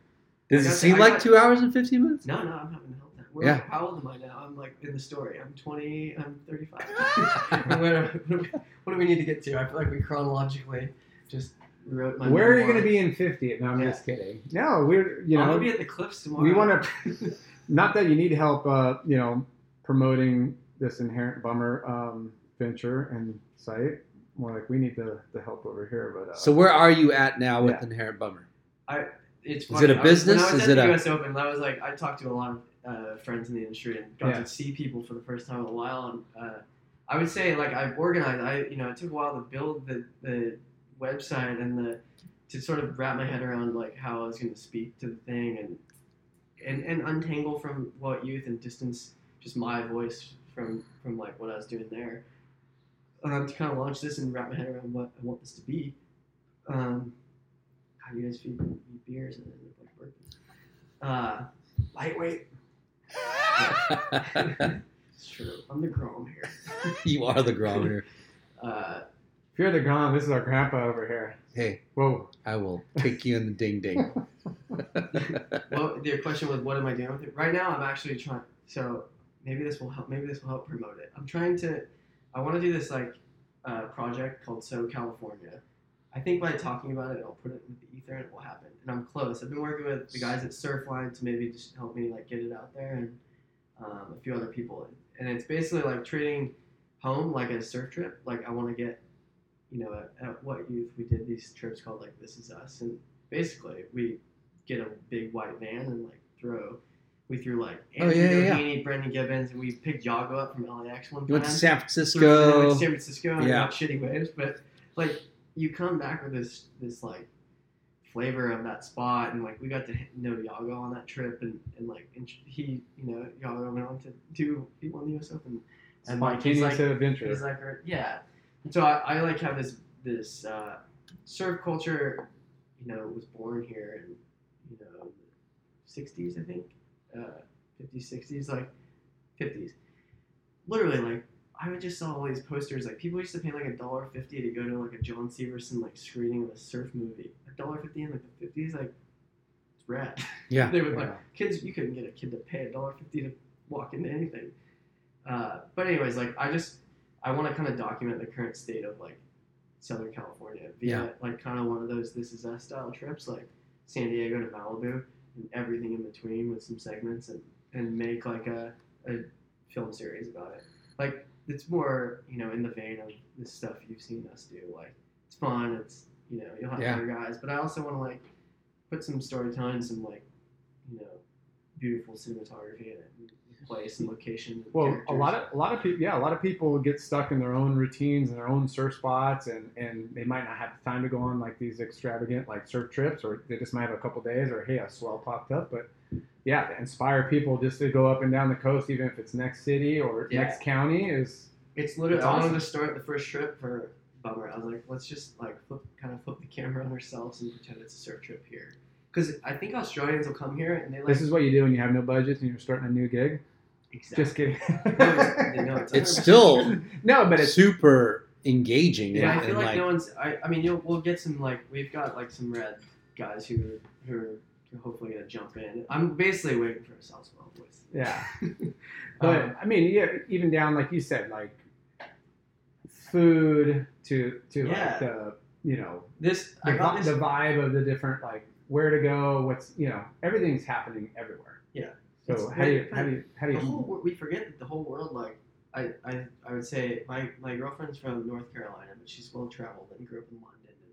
Speaker 9: Does
Speaker 4: I
Speaker 9: it
Speaker 4: got-
Speaker 9: seem
Speaker 4: I
Speaker 9: like
Speaker 4: got-
Speaker 9: two hours and fifteen minutes?
Speaker 4: No, no, I'm having a hell time. We're,
Speaker 9: Yeah.
Speaker 4: How old am I now? I'm like in the story. I'm 20. I'm 35. Where- what, do we, what do we need to get to? I feel like we chronologically just wrote my.
Speaker 5: Where are you
Speaker 4: memoir.
Speaker 5: going to be in 50? No, I'm
Speaker 4: Yeah.
Speaker 5: just kidding. No, we're, you
Speaker 4: I'm
Speaker 5: know,
Speaker 4: gonna be at the cliffs tomorrow.
Speaker 5: we want to, not that you need help, uh, you know, promoting this inherent bummer um, venture and site. More like we need the, the help over here. But uh,
Speaker 9: So where are you at now with
Speaker 5: Yeah.
Speaker 9: Inherent Bummer?
Speaker 4: It's
Speaker 9: Is it a
Speaker 4: funny. I was-
Speaker 9: business?
Speaker 4: When I
Speaker 9: Is
Speaker 4: was at
Speaker 9: it
Speaker 4: the
Speaker 9: a-
Speaker 4: U.S. Open, I was like, I talked to a lot of uh, friends in the industry and got
Speaker 5: Yeah.
Speaker 4: to see people for the first time in a while. And uh, I would say, like, I've organized. I, you know, it took a while to build the, the website and the to sort of wrap my head around like how I was going to speak to the thing and and and untangle from what youth and distance just my voice from from like what I was doing there. Um, to kind of launch this and wrap my head around what I want this to be. Um, how you guys feed me beers and then like burpees. Uh, lightweight. It's true. I'm the Grom here.
Speaker 9: you are the grovener.
Speaker 4: Uh,
Speaker 5: if you're the Grom, this is our grandpa over here.
Speaker 9: Hey,
Speaker 5: Whoa.
Speaker 9: I will kick you in the ding ding.
Speaker 4: well, your question was, what am I doing with it? Right now, I'm actually trying. So maybe this will help. Maybe this will help promote it. I'm trying to. I want to do this like uh, project called So California. I think by talking about it, I'll put it in the ether and it will happen. And I'm close. I've been working with the guys at Surfline to maybe just help me like get it out there and um, a few other people. And it's basically like treating home like a surf trip. Like I want to get, you know, at, at what youth we did these trips called like This Is Us, and basically we get a big white van and like throw. We threw like
Speaker 9: Oh,
Speaker 4: Andrew
Speaker 9: yeah, yeah, yeah.
Speaker 4: Doheny, Brendan Gibbons, and we picked Yago up from LAX one
Speaker 9: You
Speaker 4: time
Speaker 9: went to San
Speaker 4: through
Speaker 9: Francisco.
Speaker 4: to San Francisco and
Speaker 9: Yeah.
Speaker 4: got shitty waves, but like you come back with this this like flavor of that spot, and like we got to hit- know Yago on that trip, and and like and he you know Yago went on to do he won the U.S. Open, and like he's
Speaker 5: Spontaneous
Speaker 4: like
Speaker 5: adventure.
Speaker 4: He's like, or- yeah. And so I, I like have this this uh, surf culture, you know, was born here in you know, sixties I think, Uh, fifties sixties like fifties. Literally like I would just saw all these posters like people used to pay like a dollar fifty to go to like a John Severson like screening of a surf movie. A dollar fifty in like the fifties like it's rad.
Speaker 9: Yeah.
Speaker 4: they would like kids you couldn't get a kid to pay a dollar fifty to walk into anything. Uh, but anyways, like I just I want to kind of document the current state of like Southern California via
Speaker 9: Yeah.
Speaker 4: like kind of one of those This Is Us style trips, like San Diego to Malibu and everything in between with some segments and, and make like a, a film series about it. Like it's more, you know, in the vein of the stuff you've seen us do. Like it's fun, it's you know, you'll have
Speaker 9: Yeah.
Speaker 4: other guys. But I also wanna like put some storytelling, some like, you know, beautiful cinematography in it. and Place and location. And
Speaker 5: Well, a
Speaker 4: characters.
Speaker 5: lot of a lot of people, yeah, a lot of people get stuck in their own routines and their own surf spots, and and they might not have the time to go on like these extravagant like surf trips, or they just might have a couple days, or hey, a swell popped up. But yeah, to inspire people just to go up and down the coast, even if it's next city or
Speaker 4: Yeah.
Speaker 5: next county, is
Speaker 4: It's literally.
Speaker 5: It's
Speaker 4: I wanted
Speaker 5: awesome.
Speaker 4: to start the first trip for Bummer. I was like, let's just like flip, kind of flip the camera on ourselves and pretend it's a surf trip here. Because I think Australians will come here and they like.
Speaker 5: this is what you do when you have no budget and you're starting a new gig.
Speaker 4: Exactly.
Speaker 5: Just kidding.
Speaker 4: No, it's- no, it's,
Speaker 9: It's still
Speaker 5: no, but it's
Speaker 9: super engaging.
Speaker 4: Yeah, I
Speaker 9: and,
Speaker 4: feel like,
Speaker 9: like-
Speaker 4: no one's. I, I mean, you'll, we'll get some like we've got like some red guys who who are hopefully gonna jump in. I'm basically waiting for a Southwell voice.
Speaker 5: Yeah.
Speaker 4: Um,
Speaker 5: But I mean, yeah, even down like you said, like food to to
Speaker 4: Yeah.
Speaker 5: like the you know
Speaker 4: This
Speaker 5: the,
Speaker 4: I got
Speaker 5: vi-
Speaker 4: this.
Speaker 5: the vibe of the different like where to go, what's you know everything's happening everywhere.
Speaker 4: Yeah.
Speaker 5: So
Speaker 4: It's
Speaker 5: how do you
Speaker 4: really-
Speaker 5: how do you how do
Speaker 4: the
Speaker 5: you
Speaker 4: whole, wor- we forget that the whole world like I, I, I would say my, my girlfriend's from North Carolina but she's well traveled and grew up in London and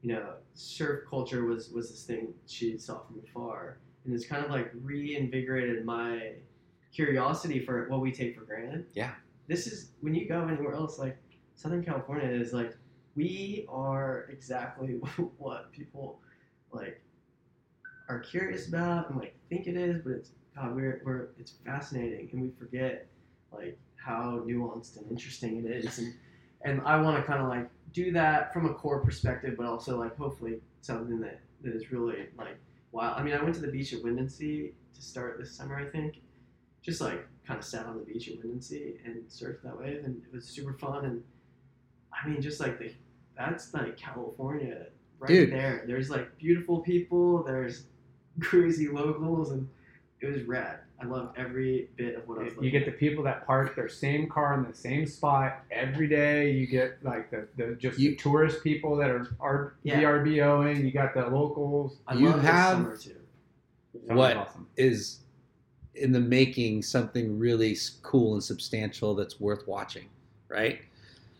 Speaker 4: you know surf culture was was this thing she saw from afar and it's kind of like reinvigorated my curiosity for what we take for granted
Speaker 9: Yeah.
Speaker 4: this is when you go anywhere else like Southern California is like we are exactly what people like are curious about and like think it is, but it's God, we're, we're it's fascinating and we forget like how nuanced and interesting it is and and I want to kind of like do that from a core perspective, but also like hopefully something that that is really like wow. I mean, I went to the beach at Windensea to start this summer, I think, just like kind of sat on the beach at Windensea and surfed that wave, and it was super fun. And I mean, just like the that's like California right
Speaker 9: Dude.
Speaker 4: there. There's like beautiful people. There's crazy locals, and it was rad. I loved every bit of what I was.
Speaker 5: you
Speaker 4: looking
Speaker 5: get
Speaker 4: at.
Speaker 5: the people that park their same car in the same spot every day. You get like the, the just the tourist people that are are
Speaker 4: Yeah.
Speaker 5: VRBOing. You got the locals.
Speaker 4: I
Speaker 9: You
Speaker 4: love this
Speaker 9: have-
Speaker 4: summer too.
Speaker 5: Sounds
Speaker 9: what is
Speaker 5: awesome.
Speaker 9: in the making something really s- cool and substantial that's worth watching, right?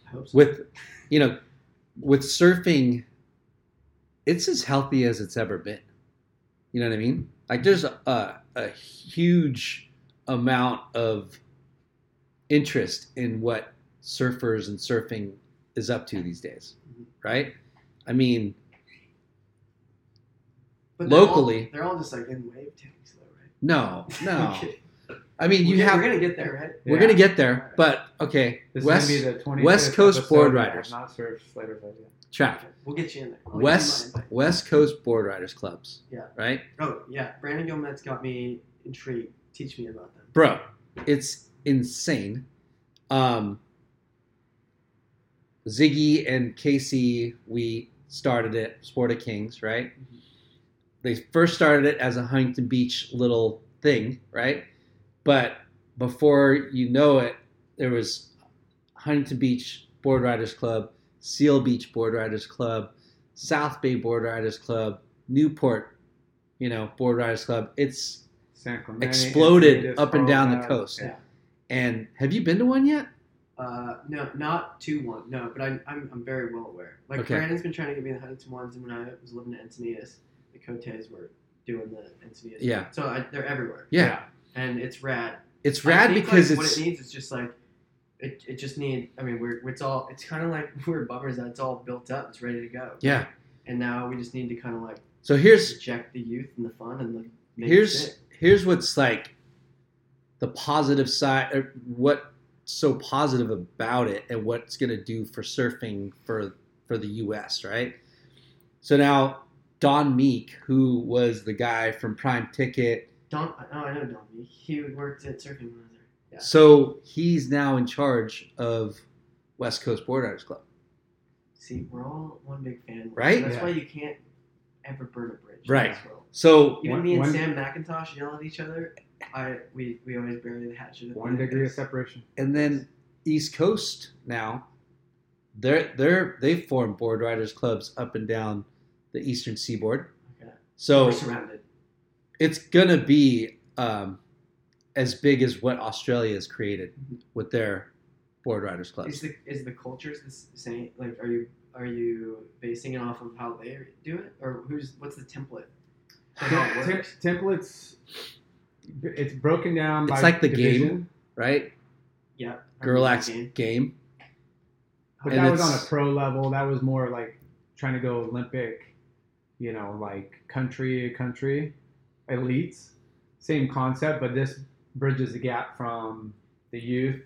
Speaker 4: I hope so.
Speaker 9: With you know, with surfing, it's as healthy as it's ever been. You know what I mean? Like there's a a huge amount of interest in what surfers and surfing is up to these days, right? I mean,
Speaker 4: But they're all-
Speaker 9: locally-
Speaker 4: they're all just like in wave tanks, though, right?
Speaker 9: no, no.
Speaker 4: I'm kidding.
Speaker 9: I mean, you
Speaker 4: We're
Speaker 9: have
Speaker 4: gonna- we're gonna get there, right?
Speaker 9: We're
Speaker 5: Yeah.
Speaker 9: gonna get there, but okay.
Speaker 5: This
Speaker 9: West
Speaker 5: is gonna be the 25th
Speaker 9: West Coast
Speaker 5: episode
Speaker 9: board
Speaker 5: that I have
Speaker 9: riders
Speaker 5: Not surf Slater's idea.
Speaker 9: track.
Speaker 4: We'll get you in there. I'll get you
Speaker 9: West
Speaker 4: mine, but-
Speaker 9: West Coast board riders clubs.
Speaker 4: Oh, Yeah.
Speaker 9: Right,
Speaker 4: Oh yeah, Brandon Gomez got me intrigued. Teach me about them.
Speaker 9: bro. It's insane. Um, Ziggy and Casey, we started it. Sport of Kings, right? They first started it as a Huntington Beach little thing, right? But before you know it, there was Huntington Beach Board Riders Club, Seal Beach Board Riders Club, South Bay Board Riders Club, Newport, you know, Board Riders Club. It's
Speaker 5: San Clemente, uh,
Speaker 9: exploded
Speaker 5: Encinitas,
Speaker 9: up and down the
Speaker 5: Colorado.
Speaker 9: coast.
Speaker 4: Yeah.
Speaker 9: And have you been to one yet?
Speaker 4: Uh, no, not two one. No, but I'm, I'm I'm very well aware. Like
Speaker 9: Okay.
Speaker 4: Brandon's been trying to get me the Huntington ones, and when I was living in Encinitas, the Cotes were doing the Encinitas.
Speaker 9: Yeah.
Speaker 4: So I, they're everywhere,
Speaker 9: Yeah.
Speaker 4: and it's rad.
Speaker 9: It's
Speaker 4: I
Speaker 9: rad
Speaker 4: think,
Speaker 9: because
Speaker 4: like,
Speaker 9: it's
Speaker 4: what it needs is just like it, it just need. I mean, we're it's all it's kind of like we're bummers that it's all built up, it's ready to go.
Speaker 9: yeah.
Speaker 4: And now we just need to kind of like
Speaker 9: So here's
Speaker 4: reject the youth and the fun and the make it
Speaker 9: here's
Speaker 4: fit.
Speaker 9: here's what's like the positive side or what so positive about it and what's going to do for surfing for for the US, right? So now Don Meek, who was the guy from Prime Ticket,
Speaker 4: Don. Oh, I know Don. He worked at Surfing Mother. Yeah.
Speaker 9: so he's now in charge of West Coast Board Riders Club.
Speaker 4: See, we're all one big family.
Speaker 9: Right?
Speaker 4: That's
Speaker 5: Yeah.
Speaker 4: why you can't ever burn a bridge. in
Speaker 9: Right.
Speaker 4: this world.
Speaker 9: So
Speaker 4: Even
Speaker 5: One-
Speaker 4: me and
Speaker 5: one-
Speaker 4: Sam McIntosh yell at each other. I we, we always bury the hatchet. at the
Speaker 5: One
Speaker 4: end.
Speaker 5: degree of separation.
Speaker 9: and then East Coast now, They're they're they form board riders clubs up and down the eastern seaboard.
Speaker 4: Okay.
Speaker 9: So
Speaker 4: We're surrounded.
Speaker 9: it's gonna be um, as big as what Australia has created with their board riders
Speaker 4: Is
Speaker 9: clubs.
Speaker 4: the is the cultures the s- same? Like, are you are you basing it off of how they do it, or who's what's the template? for how it
Speaker 5: Tem- templates.
Speaker 4: works?
Speaker 5: It's broken down.
Speaker 9: It's
Speaker 5: by
Speaker 9: like the
Speaker 5: division,
Speaker 9: game, right?
Speaker 4: Yeah. I remember
Speaker 9: Gerlach's
Speaker 4: the
Speaker 9: game.
Speaker 4: game.
Speaker 5: but
Speaker 9: and
Speaker 5: that was on a
Speaker 9: it's-
Speaker 5: pro level. That was more like trying to go Olympic, you know, like country country, elites. Same concept, but this bridges the gap from the youth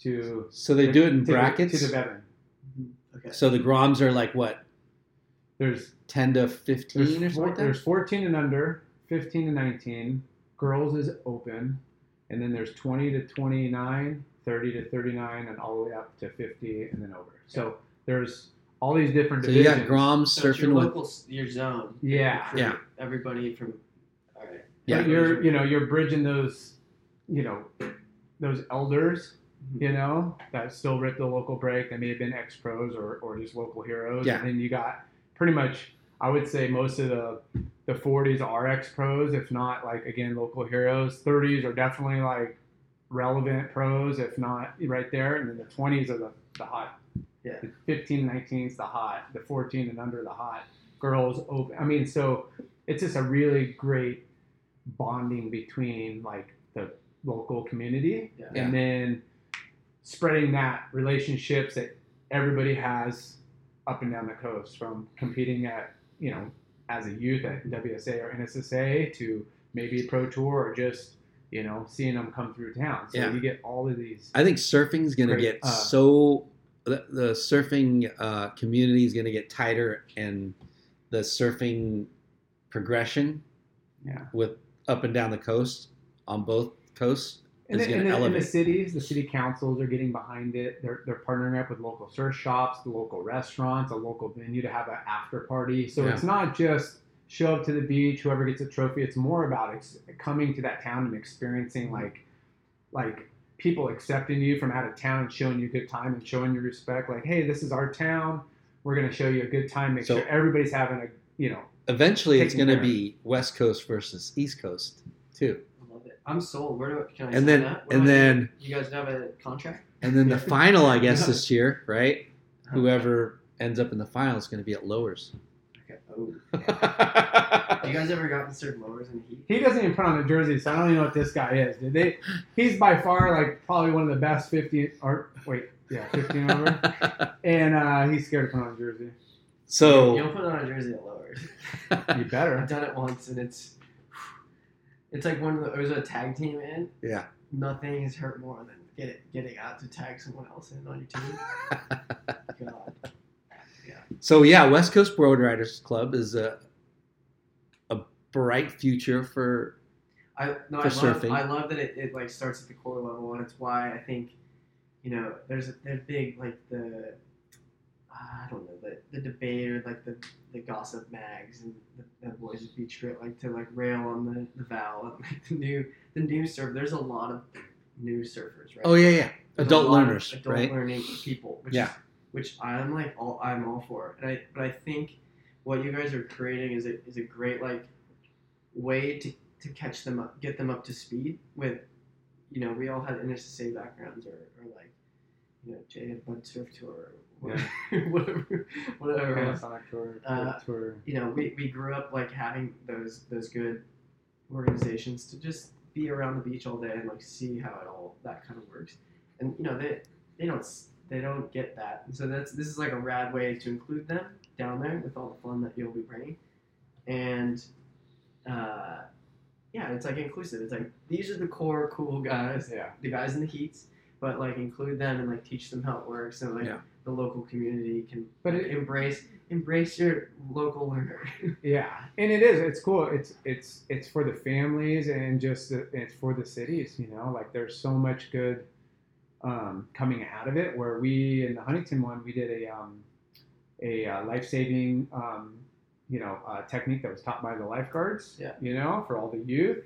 Speaker 5: to
Speaker 9: So they do it in
Speaker 5: to the-
Speaker 9: brackets.
Speaker 5: to the veteran.
Speaker 4: Okay.
Speaker 9: So the Groms are like what,
Speaker 5: There's
Speaker 9: ten to fifteen
Speaker 5: There's,
Speaker 9: or something?
Speaker 5: four-
Speaker 9: like that?
Speaker 5: there's 14 and under, 15 to 19. Girls is open. And then there's 20 to 29, 30 to 39, and all the way up to 50 and then over. So there's all these different
Speaker 9: So you
Speaker 5: divisions.
Speaker 9: got Groms
Speaker 4: So it's your
Speaker 9: surfing with
Speaker 4: local, s- your zone.
Speaker 5: Yeah.
Speaker 4: For
Speaker 9: Yeah.
Speaker 4: Everybody from. All right.
Speaker 9: Yeah.
Speaker 5: But you're, you know, you're bridging those, you know, those elders,
Speaker 9: Mm-hmm.
Speaker 5: you know, that still ripped the local break. They may have been ex pros or, or just local heroes.
Speaker 9: Yeah.
Speaker 5: And then you got pretty much, I would say most of the the 40s are ex pros, if not like again local heroes. 30s are definitely like relevant pros, if not right there. And then the 20s are the, the hot.
Speaker 4: Yeah.
Speaker 5: The 15, 19s the hot. The 14 and under the hot. Girls open. I mean, so it's just a really great bonding between like the local community
Speaker 4: Yeah.
Speaker 9: Yeah.
Speaker 5: and then spreading that relationships that everybody has up and down the coast from competing at you know as a youth at WSA or NSSA to maybe pro tour or just you know seeing them come through town so
Speaker 9: Yeah.
Speaker 5: you get all of these
Speaker 9: I think surfing's going to get
Speaker 5: Great. Uh,
Speaker 9: so the, the surfing uh, community is going to get tighter, and the surfing progression
Speaker 5: Yeah.
Speaker 9: with up and down the coast on both coasts
Speaker 5: And
Speaker 9: is going
Speaker 5: then, and,
Speaker 9: to
Speaker 5: then, and the
Speaker 9: elevate.
Speaker 5: cities, the city councils are getting behind it. They're, they're partnering up with local surf shops, the local restaurants, a local venue to have an after party. So
Speaker 9: Yeah.
Speaker 5: it's not just show up to the beach, whoever gets a trophy. It's more about ex- coming to that town and experiencing like, like people accepting you from out of town and showing you good time and showing you respect. Like, hey, this is our town. We're gonna show you a good time. Make
Speaker 9: So-
Speaker 5: sure everybody's having a you know.
Speaker 9: Eventually, it's
Speaker 5: taken
Speaker 9: going to
Speaker 5: care of.
Speaker 9: be West Coast versus East Coast too,
Speaker 4: I love it. I'm sold. Where do can I?
Speaker 9: And
Speaker 4: sign
Speaker 9: then-
Speaker 4: up? What
Speaker 9: and
Speaker 4: do I do?
Speaker 9: then-
Speaker 4: You guys have a contract.
Speaker 9: and then the final, I guess, this year, right? Whoever ends up in the final is going to be at Lowers.
Speaker 4: Okay. Oh. You guys ever gotten served lowers in the heat?
Speaker 5: He doesn't even put on a jersey, so I don't even know what this guy is. Did they? He's by far like probably one of the best fifty or wait, yeah, fifteen over. And uh, he's scared to put on a jersey.
Speaker 9: so
Speaker 4: you don't put on a jersey at lowers.
Speaker 5: You
Speaker 4: I've
Speaker 5: better.
Speaker 4: done it once, and it's it's like one of the, it was a tag team in.
Speaker 9: Yeah.
Speaker 4: Nothing has hurt more than get it, getting out to tag someone else in on your team. God.
Speaker 9: So yeah, West Coast Board Riders Club is a a bright future for
Speaker 4: I
Speaker 9: For
Speaker 4: no, I love,
Speaker 9: surfing.
Speaker 4: I love that it, it like starts at the core level, and it's why I think, you know, there's a there's big like the, I don't know the the debate or like the, the gossip mags and the, the boys of beach grit like to like rail on the the Val and like the new the new surf. There's a lot of new surfers, right?
Speaker 9: oh yeah yeah
Speaker 4: There's a
Speaker 9: adult
Speaker 4: lot of
Speaker 9: learners
Speaker 4: adult
Speaker 9: right
Speaker 4: learning people, which
Speaker 9: Yeah.
Speaker 4: is, which I'm like all I'm all for, and I but I think what you guys are creating is a is a great like way to to catch them up, get them up to speed with, you know, we all had NSSA backgrounds or, or like, you know, Jay had a bunch surf tour or whatever, whatever. else
Speaker 5: Panasonic tour,
Speaker 4: Uh,
Speaker 5: tour.
Speaker 4: you know, we, we grew up like having those those good organizations to just be around the beach all day and like see how it all that kind of works. And you know, they they don't s- they don't get that. And so that's this is like a rad way to include them down there with all the fun that you'll be bringing. And uh, yeah, it's like inclusive. It's like these are the core cool guys,
Speaker 5: Yeah.
Speaker 4: the guys in the heats, but like include them and like teach them how it works and like
Speaker 9: Yeah.
Speaker 4: the local community can
Speaker 5: But
Speaker 4: like,
Speaker 5: it-
Speaker 4: embrace embrace your local learner.
Speaker 5: Yeah, and it is. It's cool. It's it's it's for the families and just the, it's for the cities. You know, like there's so much good um, coming out of it. Where we in the Huntington one, we did a um, a uh, life saving um, you know uh, technique that was taught by the lifeguards.
Speaker 4: Yeah.
Speaker 5: You know, for all the youth,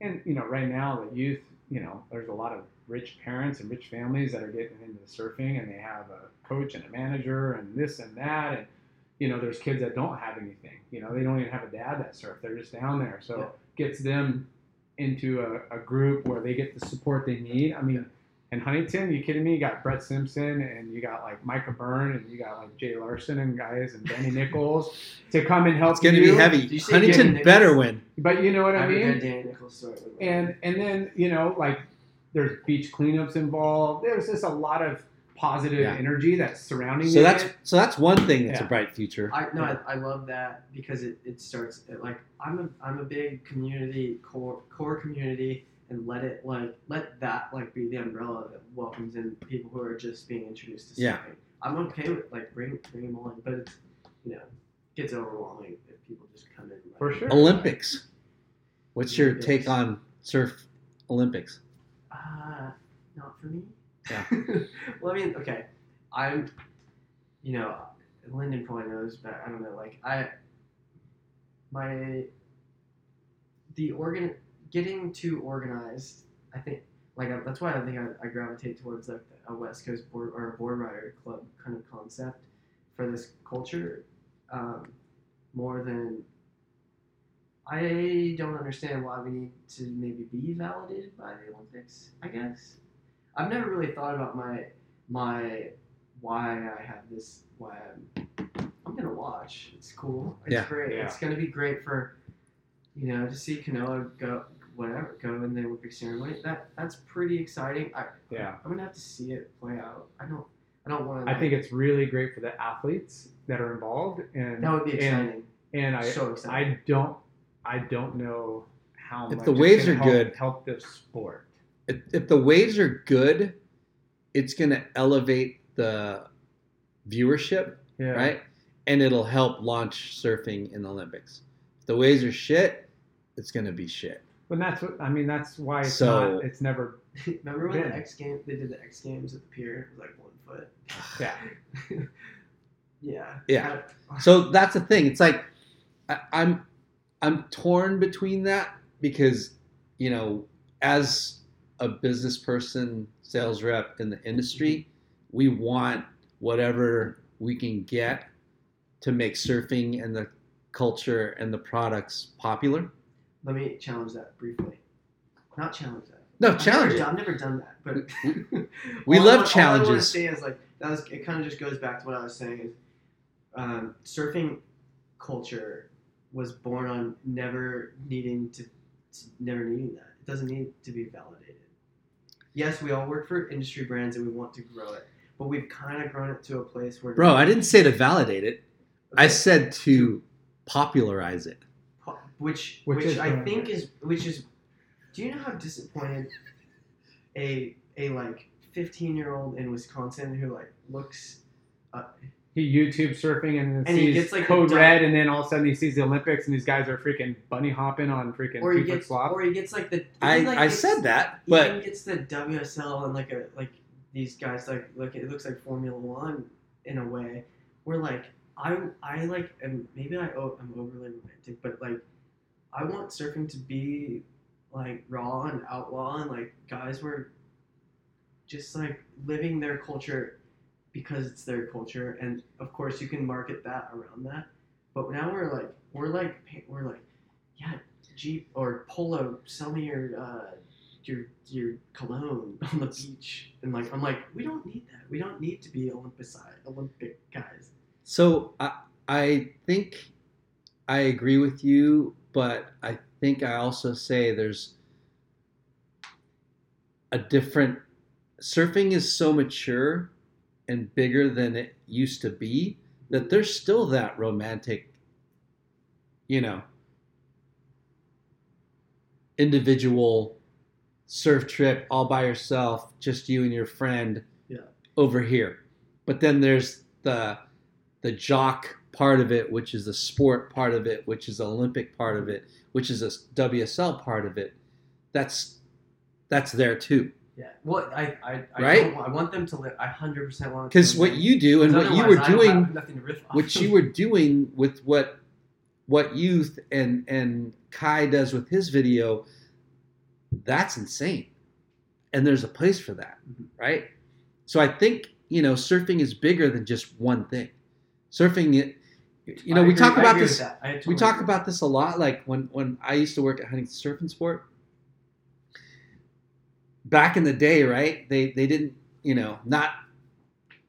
Speaker 5: and you know, right now the youth, you know, there's a lot of rich parents and rich families that are getting into surfing, and they have a coach and a manager and this and that, and you know, there's kids that don't have anything. You know, they don't even have a dad that surf. They're just down there, so it gets them into a, a group where they get the support they need. I mean, in Huntington, you kidding me? You got Brett Simpson and you got like Micah Byrne and you got like Jay Larson and guys and Danny Nichols to come and help.
Speaker 9: It's going to
Speaker 5: you.
Speaker 9: be heavy. Huntington better win.
Speaker 5: But you know what I,
Speaker 4: haven't heard
Speaker 5: mean?
Speaker 4: Danny Nichols' story.
Speaker 5: And and then, you know, like there's beach cleanups involved. There's just a lot of positive
Speaker 9: Yeah.
Speaker 5: energy that's surrounding
Speaker 9: So
Speaker 5: it.
Speaker 9: that's so that's one thing that's
Speaker 5: Yeah.
Speaker 9: a bright future.
Speaker 4: I no, I, I love that because it, it starts it, like I'm a I'm a big community core core community and let it like let that like be the umbrella that welcomes in people who are just being introduced to
Speaker 9: Yeah.
Speaker 4: surfing. I'm okay with like bring bring them all in, but it's you know gets overwhelming if people just come in. Like,
Speaker 5: For sure.
Speaker 9: Olympics. What's your
Speaker 4: Olympics.
Speaker 9: take on surf Olympics?
Speaker 4: Uh, not for me.
Speaker 9: Yeah.
Speaker 4: well, I mean, okay, I'm, you know, Lyndon probably knows, but I don't know. Like I, my, the organ, getting too organized. I think like I, that's why I think I, I gravitate towards like a West Coast board or a board rider club kind of concept for this culture, um, more than. I don't understand why we need to maybe be validated by the Olympics. I guess I've never really thought about my my why I have this why I'm I'm gonna watch. It's cool. It's
Speaker 9: Yeah.
Speaker 4: great.
Speaker 5: Yeah.
Speaker 4: It's gonna be great for you know to see Canoa go whatever go in the Olympic ceremony. That that's pretty exciting. I
Speaker 5: Yeah.
Speaker 4: I'm gonna have to see it play out. I don't I don't want to.
Speaker 5: I think it's really great for the athletes that are involved and
Speaker 4: that would be
Speaker 5: and,
Speaker 4: exciting.
Speaker 5: and I
Speaker 4: so exciting.
Speaker 5: I don't I don't know how
Speaker 9: If
Speaker 5: much
Speaker 9: the
Speaker 5: it's
Speaker 9: waves
Speaker 5: gonna
Speaker 9: are
Speaker 5: help,
Speaker 9: good-
Speaker 5: help this sport.
Speaker 9: If, if the waves are good, it's going to elevate the viewership,
Speaker 5: Yeah.
Speaker 9: right? And it'll help launch surfing in the Olympics. If the waves are shit, it's going to be shit.
Speaker 5: But that's what I mean that's why it's
Speaker 9: So-
Speaker 5: not it's never
Speaker 4: Remember when
Speaker 5: Yeah.
Speaker 4: the X game they did the X Games at the pier? It was like one foot.
Speaker 5: yeah.
Speaker 4: Yeah.
Speaker 9: Yeah.
Speaker 4: I-
Speaker 9: So that's the thing. It's like I, I'm I'm torn between that because you know, as a business person, sales rep in the industry,
Speaker 4: Mm-hmm.
Speaker 9: we want whatever we can get to make surfing and the culture and the products popular.
Speaker 4: Let me challenge that briefly. Not challenge that.
Speaker 9: No,
Speaker 4: I've
Speaker 9: challenge
Speaker 4: never
Speaker 9: it.
Speaker 4: done- I've never done that, but
Speaker 9: We
Speaker 4: All
Speaker 9: love
Speaker 4: I want- All I want to
Speaker 9: challenges.
Speaker 4: say is like that was it. Kind of just goes back to what I was saying is um, surfing culture was born on never needing to, to never needing that. It doesn't need to be validated. Yes, we all work for industry brands and we want to grow it, but we've kind of grown it to a place where
Speaker 9: Bro, I didn't say to validate it. I
Speaker 4: Okay.
Speaker 9: said to popularize it.
Speaker 4: which
Speaker 5: Which
Speaker 4: which,
Speaker 5: is
Speaker 4: I
Speaker 5: wrong.
Speaker 4: think is which is. Do you know how disappointed a a like fifteen year old in Wisconsin who like looks
Speaker 5: He YouTube surfing and, then
Speaker 4: And
Speaker 5: sees
Speaker 4: he gets, like,
Speaker 5: code
Speaker 4: a dunk.
Speaker 5: red and then all of a sudden he sees the Olympics and these guys are freaking bunny hopping on freaking
Speaker 4: or he
Speaker 5: two foot
Speaker 4: gets
Speaker 5: slop.
Speaker 4: or he gets like the he,
Speaker 9: I,
Speaker 4: like,
Speaker 9: I
Speaker 4: gets-
Speaker 9: said that,
Speaker 4: he
Speaker 9: but
Speaker 4: even gets the WSL and like a like these guys like look it looks like Formula One in a way where like I I like and maybe I oh, I'm overly romantic but like I want surfing to be like raw and outlaw and like guys were just like living their culture because it's their culture and of course you can market that around that but now we're like we're like pa- we're like yeah jeep or polo sell me your uh your your cologne on the beach and like i'm like we don't need that we don't need to be olympicized olympic guys
Speaker 9: So I I think I agree with you, but I think I also say there's a different surfing is so mature and bigger than it used to be that there's still that romantic you know individual surf trip all by yourself just you and your friend
Speaker 4: Yeah.
Speaker 9: over here but then there's the the jock part of it, which is the sport part of it, which is the Olympic part of it, which is a WSL part of it. That's that's there too,
Speaker 4: yeah well i i, I,
Speaker 9: Right?
Speaker 4: don't want- I want them to live i 100% want them
Speaker 9: because
Speaker 4: to
Speaker 9: what
Speaker 4: live.
Speaker 9: you do and
Speaker 4: 'Cause
Speaker 9: what you
Speaker 4: otherwise
Speaker 9: were
Speaker 4: I don't
Speaker 9: doing,
Speaker 4: have nothing to riff off
Speaker 9: what
Speaker 4: of.
Speaker 9: you were doing with what what youth and and Kai does with his video, that's insane. and there's a place for that, right? So I think you know surfing is bigger than just one thing. Surfing it, you know,
Speaker 4: I
Speaker 9: we
Speaker 4: agree-
Speaker 9: talk
Speaker 4: I
Speaker 9: about
Speaker 4: agree with
Speaker 9: this.
Speaker 4: that. I
Speaker 9: we
Speaker 4: totally
Speaker 9: talk
Speaker 4: agree.
Speaker 9: about this a lot. Like when when I used to work at Huntington Surf and Sport. Back in the day, right? They they didn't, you know, not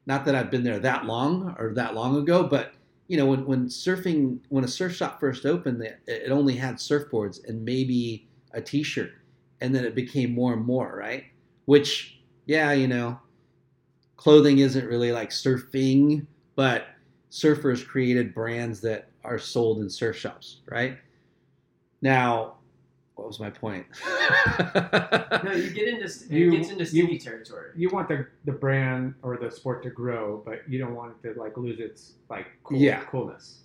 Speaker 9: not that I've been there that long or that long ago, but you know, when, when surfing, when a surf shop first opened, it, it only had surfboards and maybe a t-shirt, and then it became more and more, right? Which, yeah, you know, clothing isn't really like surfing, but surfers created brands that are sold in surf shops, right? Now, what was my point?
Speaker 4: No, you get into it
Speaker 5: You-
Speaker 4: gets into
Speaker 5: you-
Speaker 4: Stevie territory.
Speaker 5: You want the, the brand or the sport to grow, but you don't want it to like lose its like cool,
Speaker 9: Yeah.
Speaker 5: coolness.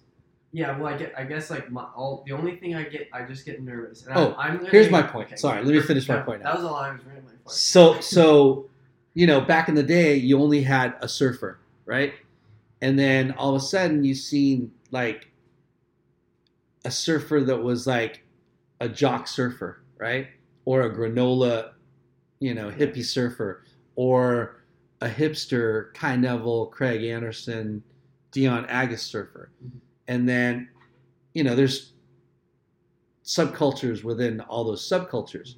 Speaker 4: Yeah, well, I get. I guess like my all the only thing I get, I just get nervous. And
Speaker 9: Oh,
Speaker 4: I'm, I'm
Speaker 9: here's
Speaker 4: gonna-
Speaker 9: my point.
Speaker 4: okay.
Speaker 9: Sorry, let me finish my
Speaker 4: No,
Speaker 9: point now.
Speaker 4: That was all I was really my point.
Speaker 9: So so you know, back in the day you only had a surfer, right? And then all of a sudden you seen like a surfer that was like a jock surfer, right? Or a granola, you know, hippie surfer, or a hipster Kai Neville, Craig Anderson, Dion Agus surfer. And then, you know, there's subcultures within all those subcultures.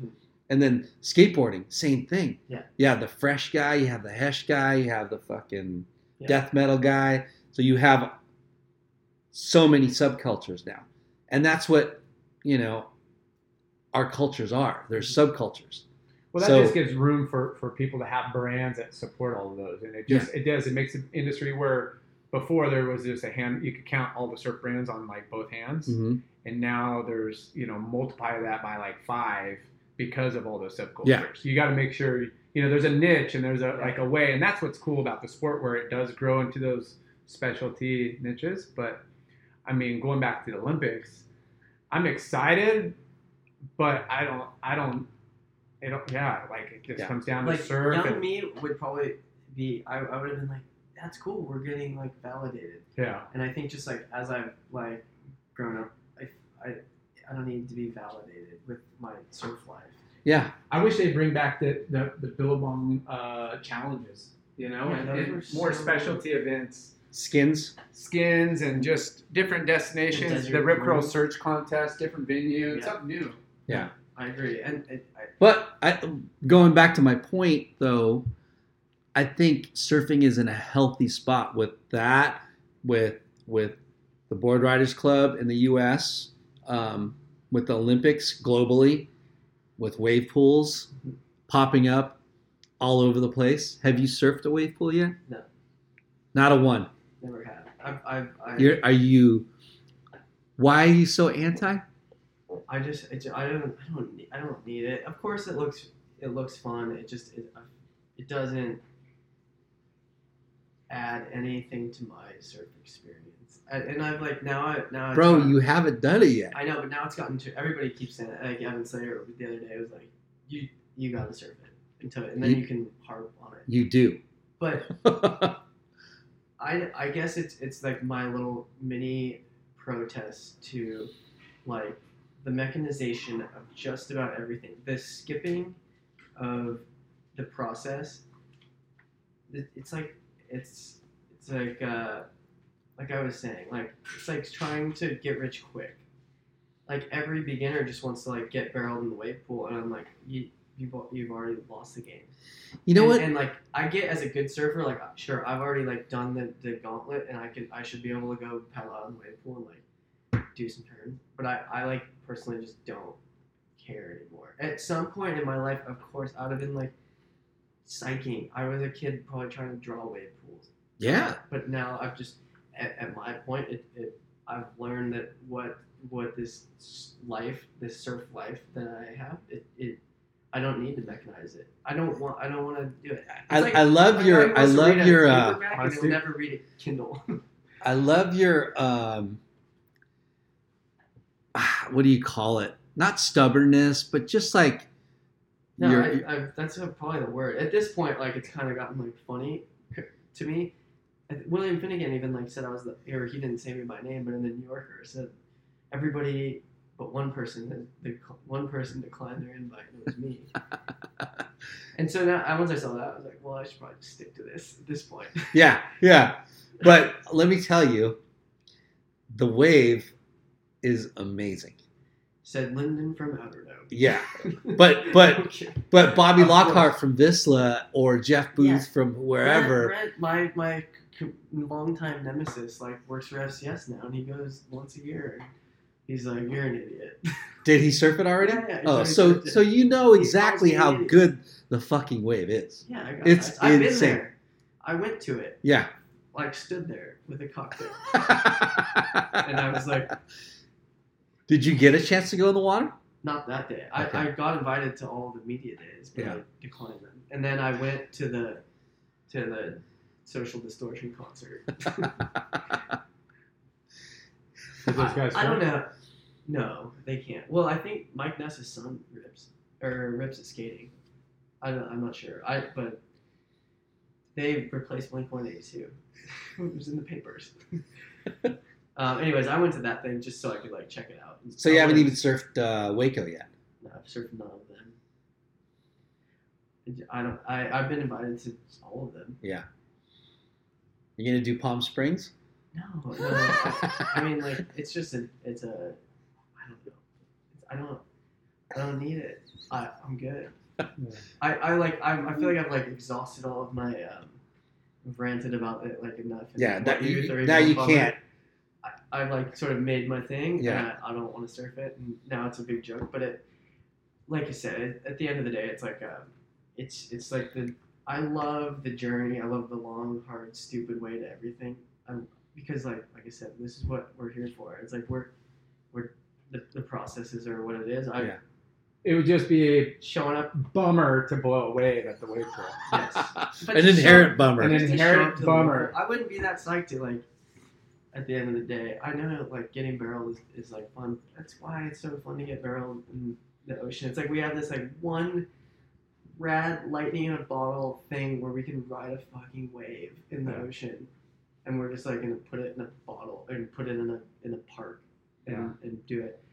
Speaker 9: And then skateboarding, same thing.
Speaker 4: Yeah.
Speaker 9: You have the fresh guy, you have the hesh guy, you have the fucking
Speaker 4: Yeah.
Speaker 9: death metal guy. So you have so many subcultures now. And that's what, you know, our cultures are. They're
Speaker 4: Mm-hmm.
Speaker 9: subcultures.
Speaker 5: Well, that
Speaker 9: So-
Speaker 5: just gives room for, for people to have brands that support all of those, and it just it does it makes an industry where before there was just a hand you could count all the surf brands on like both hands,
Speaker 9: Mhm.
Speaker 5: and now there's you know multiply that by like five because of all those subcultures.
Speaker 9: Yeah.
Speaker 5: You got to make sure you know there's a niche and there's a like a way, and that's what's cool about the sport where it does grow into those specialty niches. But I mean, going back to the Olympics, I'm excited, but I don't I don't it don't, yeah like it just
Speaker 9: Yeah.
Speaker 5: comes down
Speaker 4: Like
Speaker 5: to surf
Speaker 4: young
Speaker 5: and,
Speaker 4: me would probably be. I, I would have been like, that's cool. We're getting like validated.
Speaker 5: yeah
Speaker 4: And I think just like as I've like grown up, I I, I don't need to be validated with my surf life.
Speaker 9: Yeah.
Speaker 5: I wish they bring back the the, the Billabong uh, challenges you know
Speaker 4: Yeah,
Speaker 5: and,
Speaker 4: those
Speaker 5: and
Speaker 4: were
Speaker 5: more
Speaker 4: so-
Speaker 5: specialty events
Speaker 9: Skins.
Speaker 5: skins and just different
Speaker 4: The
Speaker 5: destinations
Speaker 4: desert
Speaker 5: the Rip Curl
Speaker 4: Cruise.
Speaker 5: Search Contest different venue
Speaker 4: Yeah.
Speaker 5: something new
Speaker 4: I agree. And it, I,
Speaker 9: But I, going back to my point, though, I think surfing is in a healthy spot with that, with with the Board Riders Club in the U.S., um, with the Olympics globally, with wave pools popping up all over the place. Have you surfed a wave pool yet?
Speaker 4: No.
Speaker 9: Not a one.
Speaker 4: never have. I've, I've, i
Speaker 9: You're, are you? Why are you so anti?
Speaker 4: I just, it, I don't, I don't, need, I don't need it. Of course, it looks, it looks fun. It just, it, it doesn't add anything to my surf experience. And, and I've like now, I now, it's
Speaker 9: Bro,
Speaker 4: gotten-
Speaker 9: you haven't done it yet.
Speaker 4: I know, but now it's gotten to everybody keeps saying it. Like Evan Slayer the other day was like, you, you gotta surf it until, and then
Speaker 9: You-
Speaker 4: you can harp on it.
Speaker 9: You do.
Speaker 4: But I, I guess it's it's like my little mini protest to like the mechanization of just about everything. The skipping of the process. It- It's like it's it's like uh, like I was saying, like it's like trying to get rich quick. Like every beginner just wants to like get barreled in the wave pool, and I'm like, you you've, al- you've already lost the game.
Speaker 9: you know
Speaker 4: And-
Speaker 9: what?
Speaker 4: And like, I get as a good surfer, like, sure, I've already like done the, the gauntlet, and I could I should be able to go paddle out in the wave pool and like do some turns. But I I like personally just don't care anymore. At some point in my life, of course, I'd have been like psyching. I was a kid probably trying to draw wave pools.
Speaker 9: yeah.
Speaker 4: But now I've just at, at my point, it, it I've learned that what what this s- life, this surf life that I have, it, it I don't need to mechanize it. I don't want I don't want to do it. It's
Speaker 9: I,
Speaker 4: like-
Speaker 9: I love
Speaker 4: like
Speaker 9: your I
Speaker 4: wants to
Speaker 9: love
Speaker 4: read a
Speaker 9: your uh,
Speaker 4: paperback and
Speaker 5: honesty.
Speaker 4: I'll never read it Kindle.
Speaker 9: I love your um ah, what do you call it? Not stubbornness, but just like
Speaker 4: No,
Speaker 9: your
Speaker 4: I, I, that's probably the word. At this point, like it's kind of gotten like funny to me. I th- William Finnegan even like said I was the, or he didn't say me by name, but in the New Yorker said everybody but one person, the, the one person declined their invite, and it was me. And so now, and once I saw that, I was like, well, I should probably just stick to this at this point.
Speaker 9: Yeah, yeah. But let me tell you, the wave is amazing.
Speaker 4: Said Lyndon from Everdome.
Speaker 9: Yeah, but but
Speaker 4: Okay.
Speaker 9: but Bobby
Speaker 4: Of course.
Speaker 9: Lockhart from Visla or Jeff Booth from wherever.
Speaker 4: Brent, Brent, my my c- longtime nemesis, like works for FCS now, and he goes once a year. And he's like, "You're an idiot."
Speaker 9: Did he surf it already?
Speaker 4: Yeah, yeah, he's
Speaker 9: oh,
Speaker 4: already
Speaker 9: so
Speaker 4: surfed it.
Speaker 9: so you know
Speaker 4: He
Speaker 9: exactly
Speaker 4: calls me
Speaker 9: how
Speaker 4: an idiot.
Speaker 9: good the fucking wave is.
Speaker 4: Yeah, I got
Speaker 9: It's
Speaker 4: that. I've
Speaker 9: insane.
Speaker 4: Been there. I went to it,
Speaker 9: Yeah.
Speaker 4: like stood there with a cocktail, and I was like,
Speaker 9: Did you get a chance to go in the water?
Speaker 4: "Not that day." I,
Speaker 9: Okay.
Speaker 4: I got invited to all the media days, but I
Speaker 9: Yeah.
Speaker 4: declined them. And then I went to the to the social distortion concert.
Speaker 5: Did those guys
Speaker 4: I don't
Speaker 5: surf?
Speaker 4: know. No, they can't. Well, I think Mike Ness's son rips or rips at skating. I don't, I'm not sure. I but they replaced Blink One Eighty Two. It was in the papers. um, anyways, I went to that thing just so I could like check it out.
Speaker 9: So you
Speaker 4: I
Speaker 9: haven't even
Speaker 4: wanted-
Speaker 9: surfed uh, Waco yet.
Speaker 4: No, I've surfed none of them. I don't. I I've been invited to all of them.
Speaker 9: Yeah. You're gonna do Palm Springs?
Speaker 4: No, no. I mean, like, it's just an, it's a, I don't know, I don't, I don't need it. I, I'm good. I, I like, I, I feel like I've like exhausted all of my, um, I've ranted about it like enough. and
Speaker 9: yeah.
Speaker 4: what
Speaker 9: That,
Speaker 4: youth
Speaker 9: you,
Speaker 4: are
Speaker 9: now
Speaker 4: even
Speaker 9: you
Speaker 4: bummer.
Speaker 9: can't.
Speaker 4: I, I've like sort of made my thing.
Speaker 9: Yeah.
Speaker 4: Yeah. I, I don't want to surf it, and now it's a big joke. But it, like I said, it, at the end of the day, it's like um, it's it's like the I love the journey. I love the long, hard, stupid way to everything. Um, because like like I said, this is what we're here for. It's like we're we're the, the processes are what it is. I
Speaker 9: Yeah.
Speaker 5: It would just be a
Speaker 4: showing up.
Speaker 5: bummer to blow away that the wave trail.
Speaker 4: Yes. But
Speaker 9: An
Speaker 4: just
Speaker 9: inherent
Speaker 5: An
Speaker 9: bummer.
Speaker 4: Just to
Speaker 5: inherent
Speaker 4: show up to the
Speaker 5: bummer.
Speaker 4: local- I wouldn't be that psyched to like. At the end of the day, I know like getting barreled is, is like fun. That's why it's so fun to get barreled in the ocean. It's like we have this like one rad lightning in a bottle thing where we can ride a fucking wave in the ocean, and we're just like gonna put it in a bottle and put it in a in a park and, and do it.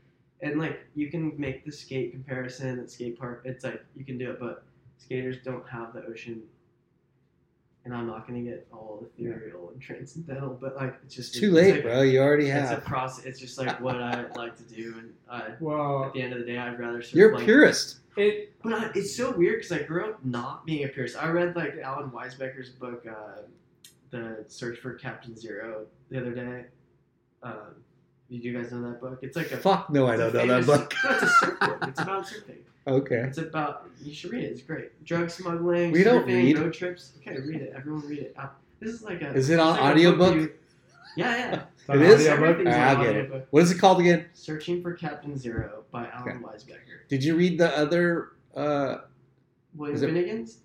Speaker 4: And like you can make the skate comparison at skate park. It's like you can do it, but skaters don't have the ocean. And I'm not gonna get all ethereal and transcendental, but like it's just
Speaker 9: It's too
Speaker 4: it's
Speaker 9: late,
Speaker 4: like-
Speaker 9: bro. You already
Speaker 4: It's a
Speaker 9: have.
Speaker 4: process. It's just like what I like to do, and I,
Speaker 5: Well,
Speaker 4: at the end of the day, I'd rather. Surf
Speaker 9: You're a
Speaker 4: like,
Speaker 9: purist.
Speaker 5: it
Speaker 4: but I, it's so weird because I grew up not being a purist. I read like Alan Weisbecker's book, uh, The Search for Captain Zero, the other day. Um, did you guys know that book? It's like a.
Speaker 9: Fuck no, I
Speaker 4: it's a
Speaker 9: don't know that
Speaker 4: famous-
Speaker 9: book.
Speaker 4: No, it's a surf book. It's about surfing.
Speaker 9: Okay.
Speaker 4: It's about you should read it. It's great. Drug smuggling.
Speaker 9: We don't
Speaker 4: surfing,
Speaker 9: read.
Speaker 4: road trips. Okay, read it. Everyone read it. Uh, this is like a.
Speaker 9: Is it on
Speaker 4: it's like a book
Speaker 9: audiobook?
Speaker 4: you- Yeah, yeah.
Speaker 5: it's
Speaker 9: It
Speaker 5: an
Speaker 9: is?
Speaker 5: audiobook.
Speaker 4: Everything's
Speaker 9: Alright,
Speaker 4: on
Speaker 9: I'll get it.
Speaker 4: audiobook.
Speaker 9: What is it called again?
Speaker 4: Searching for Captain Zero by Alan Weisbecker.
Speaker 9: Did you read the other? uh
Speaker 4: William
Speaker 9: Is it-
Speaker 4: Finnegan's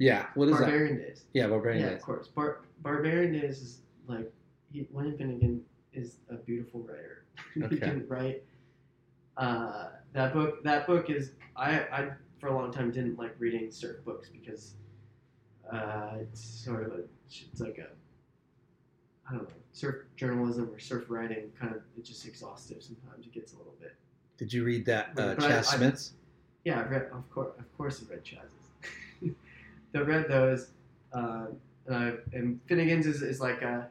Speaker 9: Yeah. What is that?
Speaker 4: Barbarian Days.
Speaker 9: Yeah, barbarian.
Speaker 4: yeah,
Speaker 9: Days.
Speaker 4: of course. Bar- Barbarian Days is like he, William Finnegan is a beautiful writer.
Speaker 9: Okay.
Speaker 4: he can write. Uh, that book. That book is I. I for a long time didn't like reading surf books because uh, it's sort of a. It's like a. I don't know surf journalism or surf writing kind of it's just exhaustive sometimes it gets a little bit
Speaker 9: Did you read that uh,
Speaker 4: But I-
Speaker 9: Chas
Speaker 4: I-
Speaker 9: Smith's?
Speaker 4: yeah, I've read, of course, of course, I've read Chaz's. the red though is, uh, and, I, and Finnegan's is, is like a,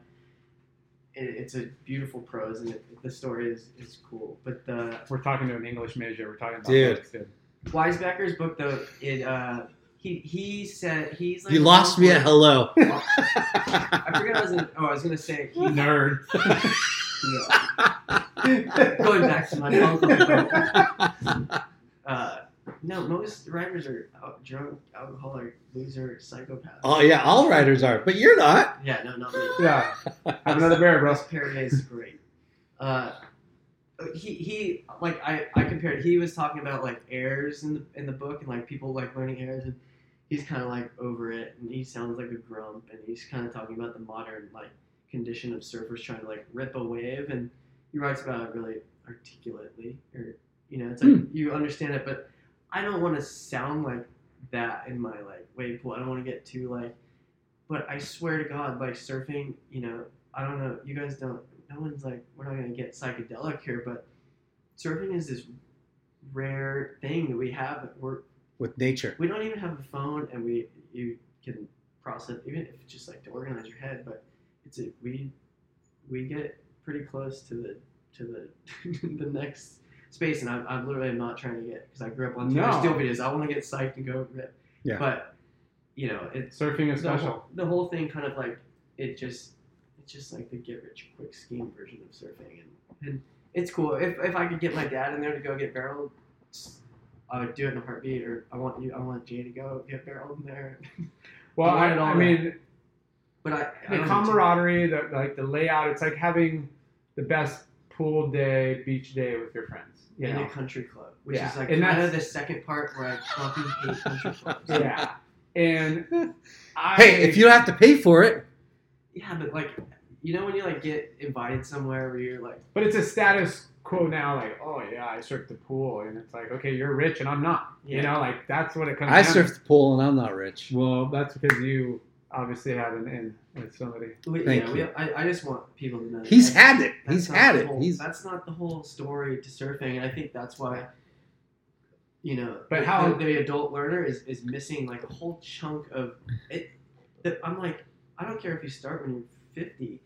Speaker 4: it, it's a beautiful prose and it, the story is, is cool. But the
Speaker 5: We're talking to an English major. We're talking about
Speaker 9: Dude.
Speaker 5: books, dude.
Speaker 4: Weisbecker's book though, it uh, he he said he's like
Speaker 9: You lost me at hello.
Speaker 4: I forgot. I was in, oh, I was gonna say he,
Speaker 5: Nerd.
Speaker 4: going back to my uncle. uh, no, most writers are out, drunk, alcoholic, loser, psychopath.
Speaker 9: Oh yeah, all writers are, but you're not.
Speaker 4: Yeah, no, not me.
Speaker 5: yeah. Have another beer, bro.
Speaker 4: Ross Perrier is great. Uh, he he like I I compared. He was talking about like airs in the in the book and like people like learning airs and he's kind of like over it and he sounds like a grump and he's kind of talking about the modern like condition of surfers trying to like rip a wave and he writes about it really articulately or you know it's like you understand it but I don't want to sound like that in my like wave pool. I don't want to get too like. But I swear to God, like surfing, you know, I don't know. You guys don't. No one's like, we're not gonna get psychedelic here, but surfing is this rare thing that we have that we're
Speaker 9: with nature.
Speaker 4: We don't even have a phone, and we you can process even if it's just like to organize your head. But it's a, we we get pretty close to the to the the next space, and I'm, I'm literally not trying to get because I grew up on Taylor
Speaker 5: No.
Speaker 4: Steele videos. I want to get psyched and go rip.
Speaker 9: Yeah.
Speaker 4: But you know, it's
Speaker 5: Surfing is
Speaker 4: the
Speaker 5: special.
Speaker 4: Whole, the whole thing kind of like it just it's just like the get rich quick scheme version of surfing, and, and it's cool. If if I could get my dad in there to go get barreled. I would do it in a heartbeat, or I want you. I want Jay to go get barreled in there.
Speaker 5: Well, I,
Speaker 4: wanted all
Speaker 5: I
Speaker 4: that.
Speaker 5: mean,
Speaker 4: but I, I
Speaker 5: the
Speaker 4: don't
Speaker 5: camaraderie, the like the layout. It's like having the best pool day, beach day with your friends. You
Speaker 4: in
Speaker 5: know?
Speaker 4: a country club, which
Speaker 5: Yeah,
Speaker 4: is like
Speaker 5: and
Speaker 4: kind
Speaker 5: that's-
Speaker 4: of the second part where I fucking hate country clubs.
Speaker 5: yeah. And I,
Speaker 9: hey, if you don't have to pay for it,
Speaker 4: Yeah, but like, you know when you like get invited somewhere where you're like,
Speaker 5: but it's a status quo now. Like, oh yeah, I surfed the pool, and it's like, okay, you're rich, and I'm not. You
Speaker 4: Yeah.
Speaker 5: know, like that's what it comes.
Speaker 9: I
Speaker 5: down
Speaker 9: surf the pool and I'm not rich.
Speaker 5: to. Well, that's because you obviously have an in with somebody.
Speaker 4: we,
Speaker 9: Thank
Speaker 4: yeah, we,
Speaker 9: you.
Speaker 4: I, I just want people to know.
Speaker 9: He's
Speaker 4: that's-
Speaker 9: had it.
Speaker 4: that's
Speaker 9: He's
Speaker 4: not
Speaker 9: had
Speaker 4: the
Speaker 9: it.
Speaker 4: whole-
Speaker 9: He's
Speaker 4: that's not the whole story to surfing, and I think that's why, you know,
Speaker 5: But
Speaker 4: the-
Speaker 5: how-
Speaker 4: the, the adult learner is, is missing like a whole chunk of it. That I'm like, I don't care if you start when you're 50.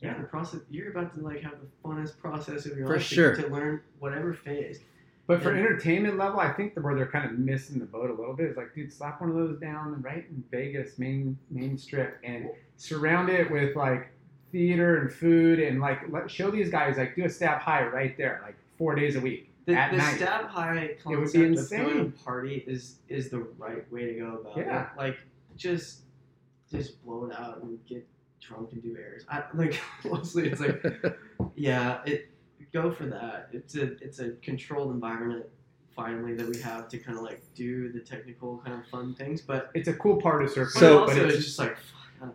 Speaker 4: Yeah, the process. You're about to like have the funnest process of your
Speaker 9: For
Speaker 4: life to-
Speaker 9: sure.
Speaker 4: to learn whatever phase.
Speaker 5: But for
Speaker 4: Yeah.
Speaker 5: entertainment level, I think the, where they're kind of missing the boat a little bit is like, dude, slap one of those down right in Vegas main main strip and surround it with like theater and food and like let, show these guys like do a stab high right there like four days a week
Speaker 4: The,
Speaker 5: at
Speaker 4: the
Speaker 5: night.
Speaker 4: stab high
Speaker 5: would be
Speaker 4: concept of
Speaker 5: insane.
Speaker 4: going to a party is is the right way to go about
Speaker 5: Yeah.
Speaker 4: it. Like just just blow it out and get drunk and do airs. I, like honestly, it's like yeah, it go for that. It's a it's a controlled environment finally that we have to kind of like do the technical kind of fun things, but
Speaker 5: it's a cool part of surfing.
Speaker 4: but
Speaker 9: So-
Speaker 4: also
Speaker 5: but
Speaker 4: it's
Speaker 5: it's
Speaker 4: just like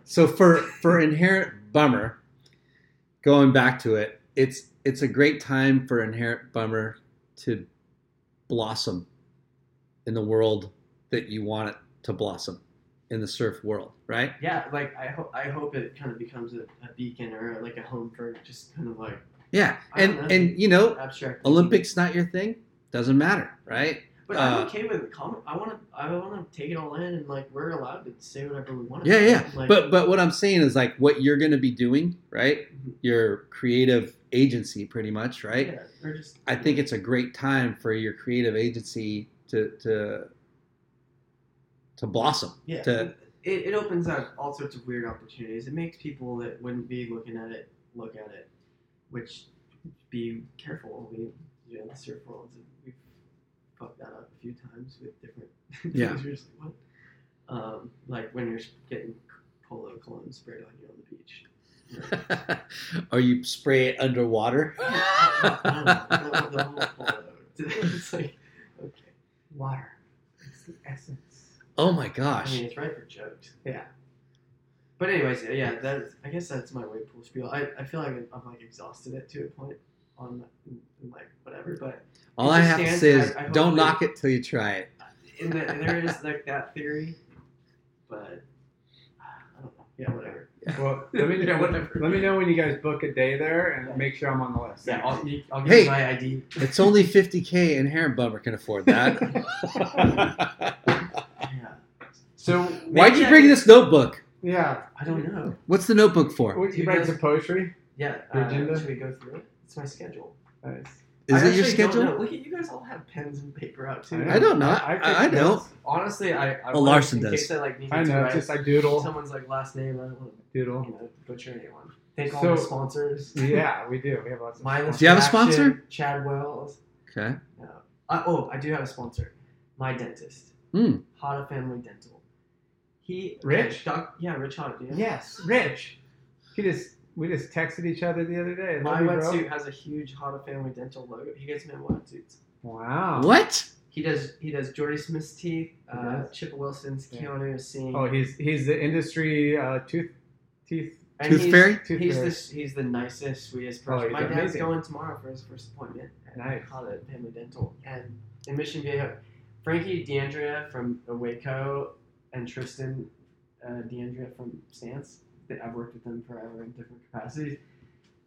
Speaker 9: So for for inherent bummer, going back to it, it's it's a great time for inherent bummer to blossom in the world that you want it to blossom in the surf world, right?
Speaker 4: yeah, like I hope I hope it kind of becomes a, a beacon or like a home for just kind of like
Speaker 9: Yeah,
Speaker 4: I
Speaker 9: and
Speaker 4: don't know.
Speaker 9: and you know,
Speaker 4: abstract thinking.
Speaker 9: Olympics not your thing, doesn't matter, right?
Speaker 4: But I'm
Speaker 9: Uh,
Speaker 4: okay with it. Comment. I want to. I want to take it all in, and like we're allowed to say whatever we want.
Speaker 9: Yeah, yeah.
Speaker 4: Like,
Speaker 9: But but what I'm saying is like what you're going to be doing, right?
Speaker 4: Mm-hmm.
Speaker 9: Your creative agency, pretty much, right?
Speaker 4: yeah, we're just.
Speaker 9: I think it's a great time for your creative agency to to to blossom.
Speaker 4: Yeah.
Speaker 9: To,
Speaker 4: it, it opens up all sorts of weird opportunities. It makes people that wouldn't be looking at it look at it, which be careful. We you know the surf world we fucked that up a few times with different things.
Speaker 9: Yeah.
Speaker 4: You're just like, what? Um, like when you're getting polo cologne sprayed on you on the beach.
Speaker 9: or you spray it underwater.
Speaker 4: I don't know, the- the whole polo. It's like okay.
Speaker 5: water. It's the essence.
Speaker 9: oh my
Speaker 4: I
Speaker 9: gosh.
Speaker 4: mean, it's right for jokes.
Speaker 5: Yeah.
Speaker 4: But anyways, yeah, that's. I guess that's my wave pool spiel. I, I feel like I'm, I'm like exhausted it to a point on like whatever, but
Speaker 9: All I
Speaker 4: just
Speaker 9: have to
Speaker 4: stands-
Speaker 9: say is
Speaker 4: I- I hope
Speaker 9: don't
Speaker 4: we-
Speaker 9: knock it till you try it.
Speaker 4: in the, there is like that theory, but I don't know. Yeah, whatever.
Speaker 5: Well, let me
Speaker 4: Yeah,
Speaker 5: know,
Speaker 4: whatever.
Speaker 5: let me know when you guys book a day there and make sure I'm on the list.
Speaker 4: Yeah, I'll, you- I'll give
Speaker 9: Hey.
Speaker 4: you my ID.
Speaker 9: It's only 50k and Heron Bummer can afford that.
Speaker 4: Yeah.
Speaker 5: So
Speaker 9: Why'd you bring this notebook?
Speaker 5: yeah,
Speaker 4: I don't know.
Speaker 9: What's the notebook for?
Speaker 5: what, you write some poetry.
Speaker 4: Yeah.
Speaker 5: Your
Speaker 4: uh,
Speaker 5: agenda?
Speaker 4: Should we go through it? It's my schedule.
Speaker 5: Nice.
Speaker 9: Is
Speaker 4: I
Speaker 9: it your
Speaker 4: actually don't
Speaker 9: schedule?
Speaker 4: know. Look at you guys all have pens and paper out too.
Speaker 9: I don't know. I,
Speaker 5: take
Speaker 9: I, don't.
Speaker 5: notes.
Speaker 4: Honestly, I. I
Speaker 9: Oh,
Speaker 4: wanna-
Speaker 9: Larson
Speaker 4: in
Speaker 9: does.
Speaker 4: Case I, like, needed
Speaker 5: I
Speaker 4: to
Speaker 5: know.
Speaker 4: write-
Speaker 5: It's just I doodle,
Speaker 4: someone's like last name. I don't want to
Speaker 5: doodle.
Speaker 4: you know, butcher anyone. Thank all
Speaker 5: So-
Speaker 4: the sponsors.
Speaker 5: Yeah, we do. We have lots of.
Speaker 4: Mindless
Speaker 9: Do you have a
Speaker 4: Action,
Speaker 9: sponsor?
Speaker 4: Chad Wells.
Speaker 9: Okay.
Speaker 4: I, oh, I do have a sponsor. My dentist.
Speaker 9: Hmm.
Speaker 4: Hada Family Dental. He uh,
Speaker 5: Rich?
Speaker 4: Doc, yeah, Rich Hada. Do you know?
Speaker 5: Yes, Rich. He just we just texted each other the other day. Love
Speaker 4: My
Speaker 5: you, bro.
Speaker 4: wetsuit has a huge Hada Family Dental logo. He gets me in wetsuits. Oh.
Speaker 5: Wow.
Speaker 9: What?
Speaker 4: He does. He does Jordy Smith's teeth, uh,
Speaker 5: does?
Speaker 4: Chip Wilson's,
Speaker 5: Yeah.
Speaker 4: Keanu Singh.
Speaker 5: Oh, he's he's the industry uh, tooth teeth.
Speaker 4: And
Speaker 9: Tooth
Speaker 4: he's,
Speaker 9: Fairy?
Speaker 5: Tooth
Speaker 4: he's
Speaker 5: Fairy.
Speaker 4: the he's the nicest, sweetest
Speaker 5: Oh,
Speaker 4: person.
Speaker 5: he's
Speaker 4: My dad's
Speaker 5: amazing.
Speaker 4: going tomorrow for his first appointment at
Speaker 5: Nice.
Speaker 4: College Family Dental, and in Mission Viejo, Frankie DeAndrea from Waco and Tristan uh, DeAndrea from Stance. That I've worked with them forever in different capacities.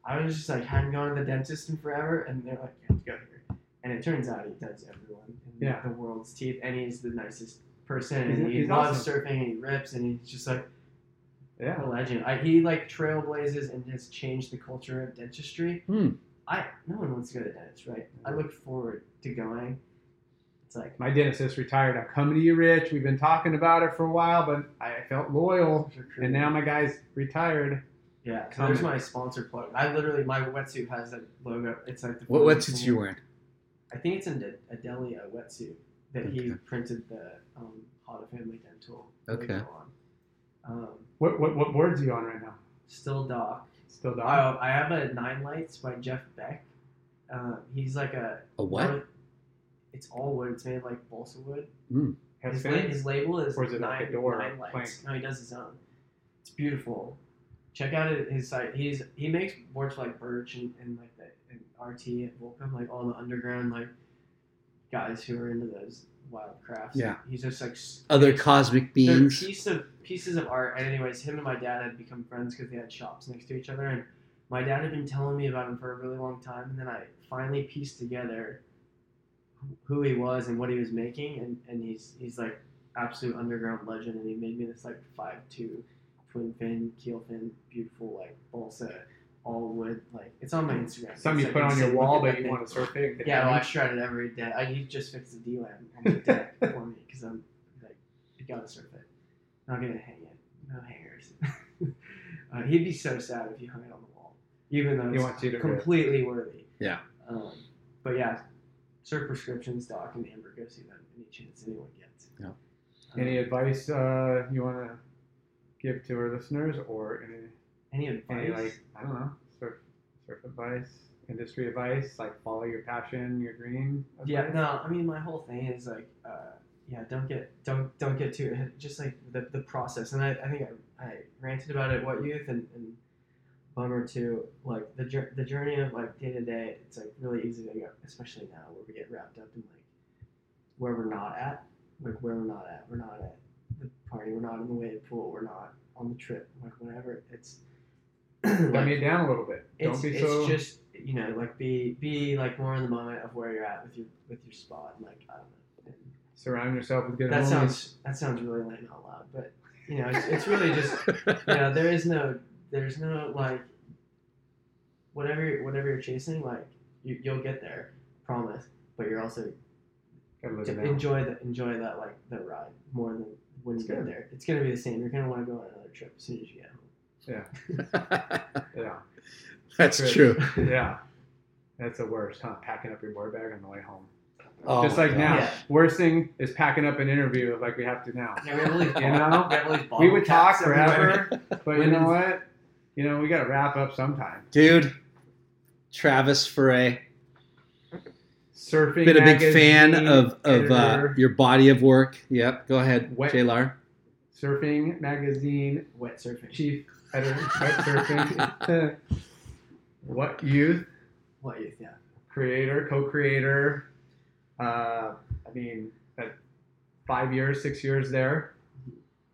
Speaker 4: I was just like hadn't gone to the dentist in forever, and they're like, "You have to go here." and it turns out he does everyone in
Speaker 5: Yeah.
Speaker 4: the world's teeth, and he's the nicest person,
Speaker 5: He's-
Speaker 4: and he
Speaker 5: he's
Speaker 4: loves
Speaker 5: awesome.
Speaker 4: surfing, and he rips, and he's just like
Speaker 5: Yeah.
Speaker 4: a legend. I, he like trailblazes and has changed the culture of dentistry.
Speaker 9: Hmm.
Speaker 4: I no one wants to go to dentist, right? I look forward to going. It's like
Speaker 5: My dentist is retired. I'm coming to you, Rich. We've been talking about it for a while, but I felt loyal, and now my guy's retired.
Speaker 4: Yeah, so
Speaker 5: Comment.
Speaker 4: there's my sponsor plug. I literally my wetsuit has a logo. It's like the
Speaker 9: What wetsuits you wearing?
Speaker 4: I think it's an Ad- Adelia wetsuit that he
Speaker 9: Okay.
Speaker 4: printed the um, Hot Family Dental
Speaker 9: Okay.
Speaker 4: logo on. Um,
Speaker 5: What what what board's he on right now?
Speaker 4: Still Doc.
Speaker 5: Still Doc.
Speaker 4: I, I have a Nine Lights by Jeff Beck. Um, he's like a
Speaker 9: A what?
Speaker 4: It's all wood. It's made of like balsa wood.
Speaker 9: Mm.
Speaker 5: Have
Speaker 4: His, la-
Speaker 5: fins?
Speaker 4: his label is,
Speaker 5: Or is it
Speaker 4: nine,
Speaker 5: like a door or
Speaker 4: nine
Speaker 5: a
Speaker 4: lights. No, he does his own. It's beautiful. Check out his site. He's he makes boards for like Birch and, and like the and RT and Volcom, like all the underground like guys who are into those wild crafts.
Speaker 9: Yeah.
Speaker 4: he's just like s-
Speaker 9: Other cosmic
Speaker 4: they're
Speaker 9: beings.
Speaker 4: Piece of pieces of art. And anyways, him and my dad had become friends because they had shops next to each other, and my dad had been telling me about him for a really long time, and then I finally pieced together wh- who he was and what he was making, and, and he's he's like absolute underground legend, and he made me this like five two twin fin keel fin beautiful like balsa all wood like it's on my Instagram.
Speaker 5: Something you
Speaker 4: It's,
Speaker 5: put
Speaker 4: like,
Speaker 5: on your
Speaker 4: insane.
Speaker 5: wall,
Speaker 4: Look at
Speaker 5: but
Speaker 4: that
Speaker 5: you
Speaker 4: thing.
Speaker 5: want to surf it. and
Speaker 4: Yeah,
Speaker 5: get
Speaker 4: well, I
Speaker 5: it.
Speaker 4: shred it every day. I, he just fixed the DLAM on my deck for me because I'm like, you gotta surf it. Not gonna hang it. No hangers. uh, he'd be so sad if you hung it on the wall, even though
Speaker 5: He
Speaker 4: it's
Speaker 5: wants you to do it.
Speaker 4: completely worthy.
Speaker 9: Yeah.
Speaker 4: Um, but yeah, surf prescriptions, doc, and Amber go see them any chance anyone gets. Um,
Speaker 9: Yeah.
Speaker 5: Any advice uh, you want to give to our listeners, or any,
Speaker 4: Any
Speaker 5: any
Speaker 4: advice?
Speaker 5: like I don't know, surf surf advice, industry advice, like follow your passion, your dream.
Speaker 4: Yeah,
Speaker 5: advice?
Speaker 4: no, I mean my whole thing is like, uh, yeah, don't get don't don't get too just like the, the process. And I, I think I, I ranted about it what youth and, and bummer too. Like the jour- the journey of like day to day, it's like really easy to go, especially now where we get wrapped up in like where we're not at, like where we're not at. We're not at the party. We're not in the wave pool. We're not on the trip. Like whatever. It's
Speaker 5: Dumb
Speaker 4: like,
Speaker 5: it down a little bit. Don't
Speaker 4: it's,
Speaker 5: be
Speaker 4: it's
Speaker 5: so.
Speaker 4: just you know like be be like more in the moment of where you're at with your with your spot and like I don't know.
Speaker 5: surround yourself with good.
Speaker 4: that
Speaker 5: homies.
Speaker 4: sounds that sounds really lame out loud, but you know it's, it's really just you know there is no there's no like whatever whatever you're chasing like you you'll get there promise, but you're also
Speaker 5: Gotta live
Speaker 4: to
Speaker 5: it out.
Speaker 4: enjoy the enjoy that like the ride more than when you
Speaker 5: It's
Speaker 4: get
Speaker 5: good.
Speaker 4: there. It's gonna be the same. You're gonna want to go on another trip as soon as you get home.
Speaker 5: Yeah, yeah.
Speaker 9: That's
Speaker 5: Good.
Speaker 9: true.
Speaker 5: yeah, that's the worst, huh? Packing up your board bag on the way home.
Speaker 9: Oh,
Speaker 5: Just like
Speaker 9: my
Speaker 5: now,
Speaker 9: gosh.
Speaker 4: Yeah.
Speaker 5: worst thing is packing up an interview like we have to now.
Speaker 4: Yeah, we have all these
Speaker 5: You know?
Speaker 4: we have all these
Speaker 5: We would
Speaker 4: bottle
Speaker 5: talk
Speaker 4: caps everywhere.
Speaker 5: forever, but you know
Speaker 4: Women's-
Speaker 5: what? You know, we got to wrap up sometime.
Speaker 9: Dude, Travis Foray.
Speaker 5: Surfing.
Speaker 9: Been a big fan
Speaker 5: magazine
Speaker 9: of, of uh,
Speaker 5: editor,
Speaker 9: your body of work. Yep. Go ahead,
Speaker 5: Wet-
Speaker 9: J. Lar.
Speaker 5: surfing magazine
Speaker 4: Wet surfing.
Speaker 5: chief editor. web surfing. what youth
Speaker 4: What you yeah.
Speaker 5: creator, co-creator. Uh, I mean, that five years, six years there,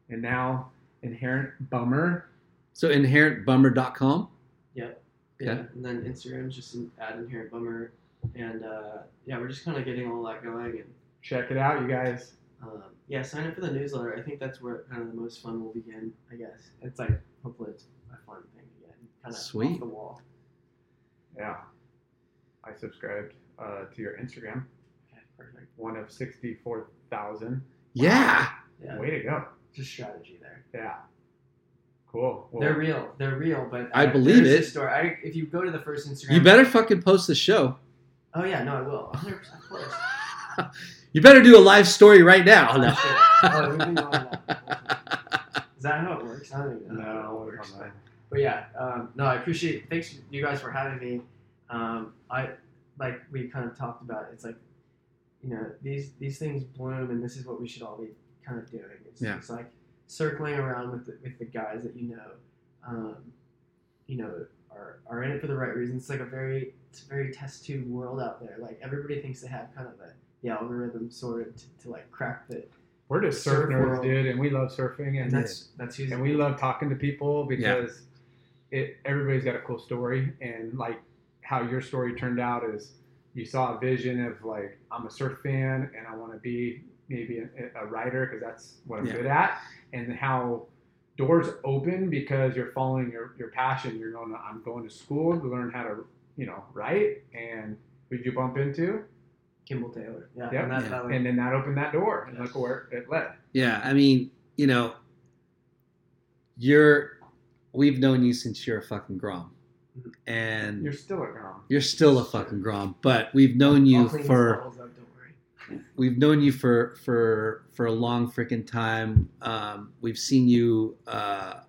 Speaker 5: and now inherent bummer.
Speaker 9: So inherentbummer.com.
Speaker 4: Yep.
Speaker 9: Okay.
Speaker 4: Yeah. And then Instagram's just an ad inherent bummer, and uh, yeah, we're just kind of getting all that going, and
Speaker 5: Check it out, you guys.
Speaker 4: um, yeah, sign up for the newsletter. I think that's where kind of the most fun will begin. I guess it's like hopefully it's a fun thing again, kind of
Speaker 9: Sweet.
Speaker 4: off the wall.
Speaker 5: Yeah, I subscribed uh, to your Instagram.
Speaker 4: Okay, perfect.
Speaker 5: One of sixty-four thousand.
Speaker 9: Yeah.
Speaker 4: Yeah,
Speaker 5: Way to go.
Speaker 4: just strategy there.
Speaker 5: Yeah. Cool. Well,
Speaker 4: They're real. They're real, but
Speaker 9: I
Speaker 4: uh,
Speaker 9: believe
Speaker 4: there's a
Speaker 9: it.
Speaker 4: Story. I, if you go to the first Instagram,
Speaker 9: You better fucking post the show.
Speaker 4: Oh yeah, no, I will. 100%, of course.
Speaker 9: You better do a live story right now. No.
Speaker 4: Oh, we've been going on that. Is that how it works? I don't even know how
Speaker 5: No,
Speaker 4: it works.
Speaker 5: no, no.
Speaker 4: But yeah, um, no, I appreciate. Thanks you guys for having me. Um, I like we kind of talked about. It's like you know these these things bloom, and this is what we should all be kind of doing. It's,
Speaker 9: Yeah.
Speaker 4: it's like circling around with the, with the guys that you know, um, you know, are are in it for the right reasons. It's like a very it's a very test tube world out there. Like everybody thinks they have kind of the, the algorithm sorted to, to like crack the
Speaker 5: we're just surf
Speaker 4: Surf
Speaker 5: nerds,
Speaker 4: world.
Speaker 5: dude, and we love surfing,
Speaker 4: and
Speaker 5: and
Speaker 4: that's that's who's
Speaker 5: and we love talking to people because it everybody's got a cool story and like how your story turned out is you saw a vision of like I'm a surf fan and I want to be maybe a, a writer because that's what I'm
Speaker 9: Yeah.
Speaker 5: good at, and how doors open because you're following your, your passion. You're going. To, I'm going to school to learn how to you know write, and who would you bump into?
Speaker 4: Kimball Taylor. Yeah,
Speaker 5: Yep.
Speaker 4: and that, that was-
Speaker 5: and then that opened that door, and look where it led.
Speaker 9: Yeah, I mean, you know, you're we've known you since you're a fucking Grom. And
Speaker 5: You're still at Grom.
Speaker 9: You're still a fucking Grom, but we've known you
Speaker 4: I'll clean his
Speaker 9: for
Speaker 4: bottles up, don't worry.
Speaker 9: we've known you for for for a long freaking time. Um, we've seen you uh,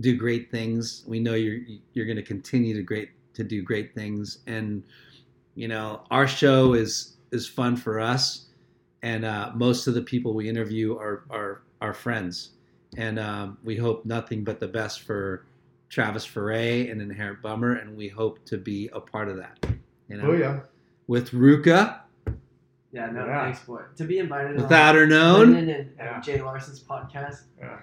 Speaker 9: do great things. We know you're you're going to continue to great to do great things, and you know our show is is fun for us, and uh, most of the people we interview are are our friends, and um, we hope nothing but the best for. Travis Foray and Inherent Bummer, and we hope to be a part of that. You know?
Speaker 5: Oh, yeah.
Speaker 9: With Ruka,
Speaker 4: Yeah, no,
Speaker 5: Yeah.
Speaker 4: thanks for it. To be invited
Speaker 9: Without
Speaker 4: on
Speaker 9: Her Known?
Speaker 4: Brendan and, and
Speaker 5: Yeah.
Speaker 4: Jay Larson's podcast.
Speaker 5: Yeah.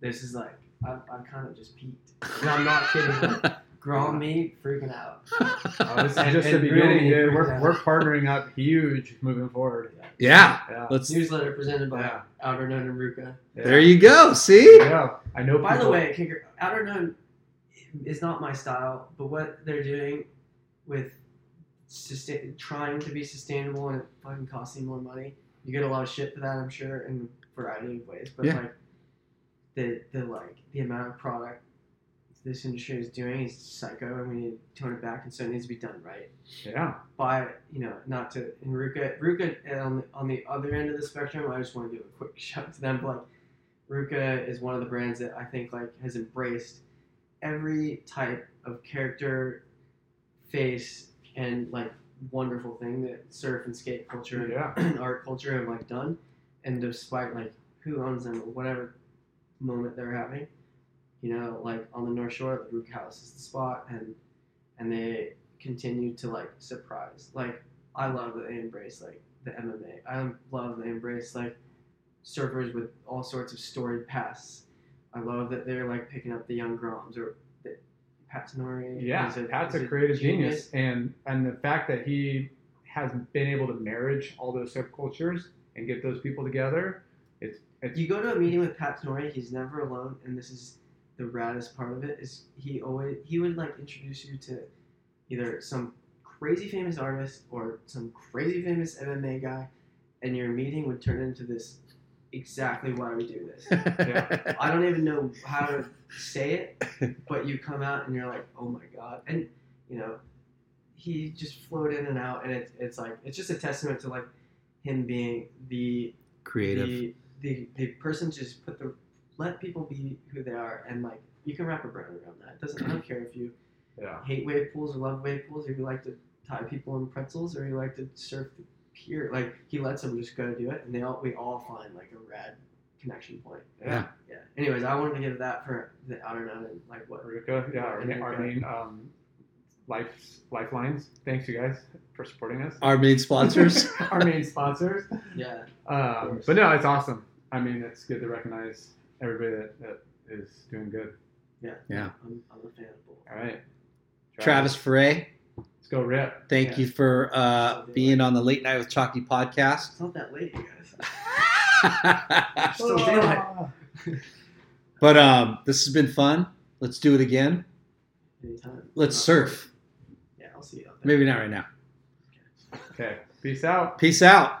Speaker 4: This is like I'm, I'm kind of just peaked. And I'm not kidding. Grown me freaking out.
Speaker 5: Oh, this is
Speaker 4: Uh, And-
Speaker 5: just the
Speaker 4: and really
Speaker 5: beginning, dude. We're,
Speaker 4: freaking
Speaker 5: we're
Speaker 4: out.
Speaker 5: partnering up huge moving forward.
Speaker 9: Yeah.
Speaker 5: Yeah.
Speaker 9: Let's
Speaker 4: Newsletter presented by
Speaker 5: Yeah.
Speaker 4: Outer Known and Ruka.
Speaker 5: Yeah.
Speaker 9: there you go. See?
Speaker 5: Yeah. I know.
Speaker 4: By the
Speaker 5: people-
Speaker 4: way, Kicker, Outer Known is not my style, but what they're doing with sustain, trying to be sustainable and it fucking costing more money, you get a lot of shit for that, I'm sure, in a variety of ways. But
Speaker 9: Yeah.
Speaker 4: like the the like the amount of product this industry is doing is psycho, and we need to tone it back, and so it needs to be done right
Speaker 5: Yeah.
Speaker 4: by you know not to and Ruka Ruka and on the, on the other end of the spectrum. I just want to give a quick shout to them. But like Ruka is one of the brands that I think like has embraced every type of character, face, and like wonderful thing that surf and skate culture
Speaker 5: Yeah.
Speaker 4: and art culture have like done. And despite like who owns them or whatever moment they're having, you know, like on the North Shore, the Ruka House is the spot, and and they continue to like surprise. Like I love that they embrace like the MMA. I love they embrace like surfers with all sorts of storied pasts. I love that they're like picking up the young Groms or the Pat Tenori.
Speaker 5: Yeah,
Speaker 4: is a-
Speaker 5: Pat's
Speaker 4: is
Speaker 5: a creative genius, and and the fact that he has been able to marriage all those subcultures and get those people together, it's it's
Speaker 4: You go to a meeting with Pat Tenori, he's never alone, and this is the raddest part of it. Is he always he would like introduce you to either some crazy famous artist or some crazy famous MMA guy, and your meeting would turn into this exactly why we do this. I don't even know how to say it, but you come out and you're like, oh my god, and you know, he just flowed in and out, and it's it's like it's just a testament to like him being the
Speaker 9: Creative.
Speaker 4: the the, the person to just put the let people be who they are, and like you can wrap a brand around that. It doesn't I don't care if you
Speaker 5: yeah.
Speaker 4: hate wave pools or love wave pools, or you like to tie people in pretzels, or you like to surf the pier. Like he lets them just go do it, and they all we all find like a rad connection point.
Speaker 9: Yeah.
Speaker 4: Yeah. Anyways, I wanted to give that for the outer known and like what.
Speaker 5: Ruka, yeah,
Speaker 4: Yeah, Ruka.
Speaker 5: our, our main um, life lifelines. Thanks you guys for supporting us.
Speaker 9: Our main sponsors.
Speaker 5: our main sponsors.
Speaker 4: Yeah.
Speaker 5: Um, but no, it's awesome. I mean, it's good to recognize everybody that, that is doing good.
Speaker 4: Yeah.
Speaker 9: Yeah.
Speaker 4: I'm, I'm a fan of both.
Speaker 5: All right,
Speaker 9: Travis Foray,
Speaker 5: let's go rip.
Speaker 9: thank
Speaker 4: Yeah.
Speaker 9: you for uh, being on the Late Night with Chalky podcast.
Speaker 4: It's not that late, you guys.
Speaker 5: Oh,
Speaker 4: daylight.
Speaker 9: but um, this has been fun. Let's do it again.
Speaker 4: Anytime.
Speaker 9: Let's surf.
Speaker 4: Yeah, I'll see you out there.
Speaker 9: Maybe not right now.
Speaker 5: Okay, peace out.
Speaker 9: Peace out.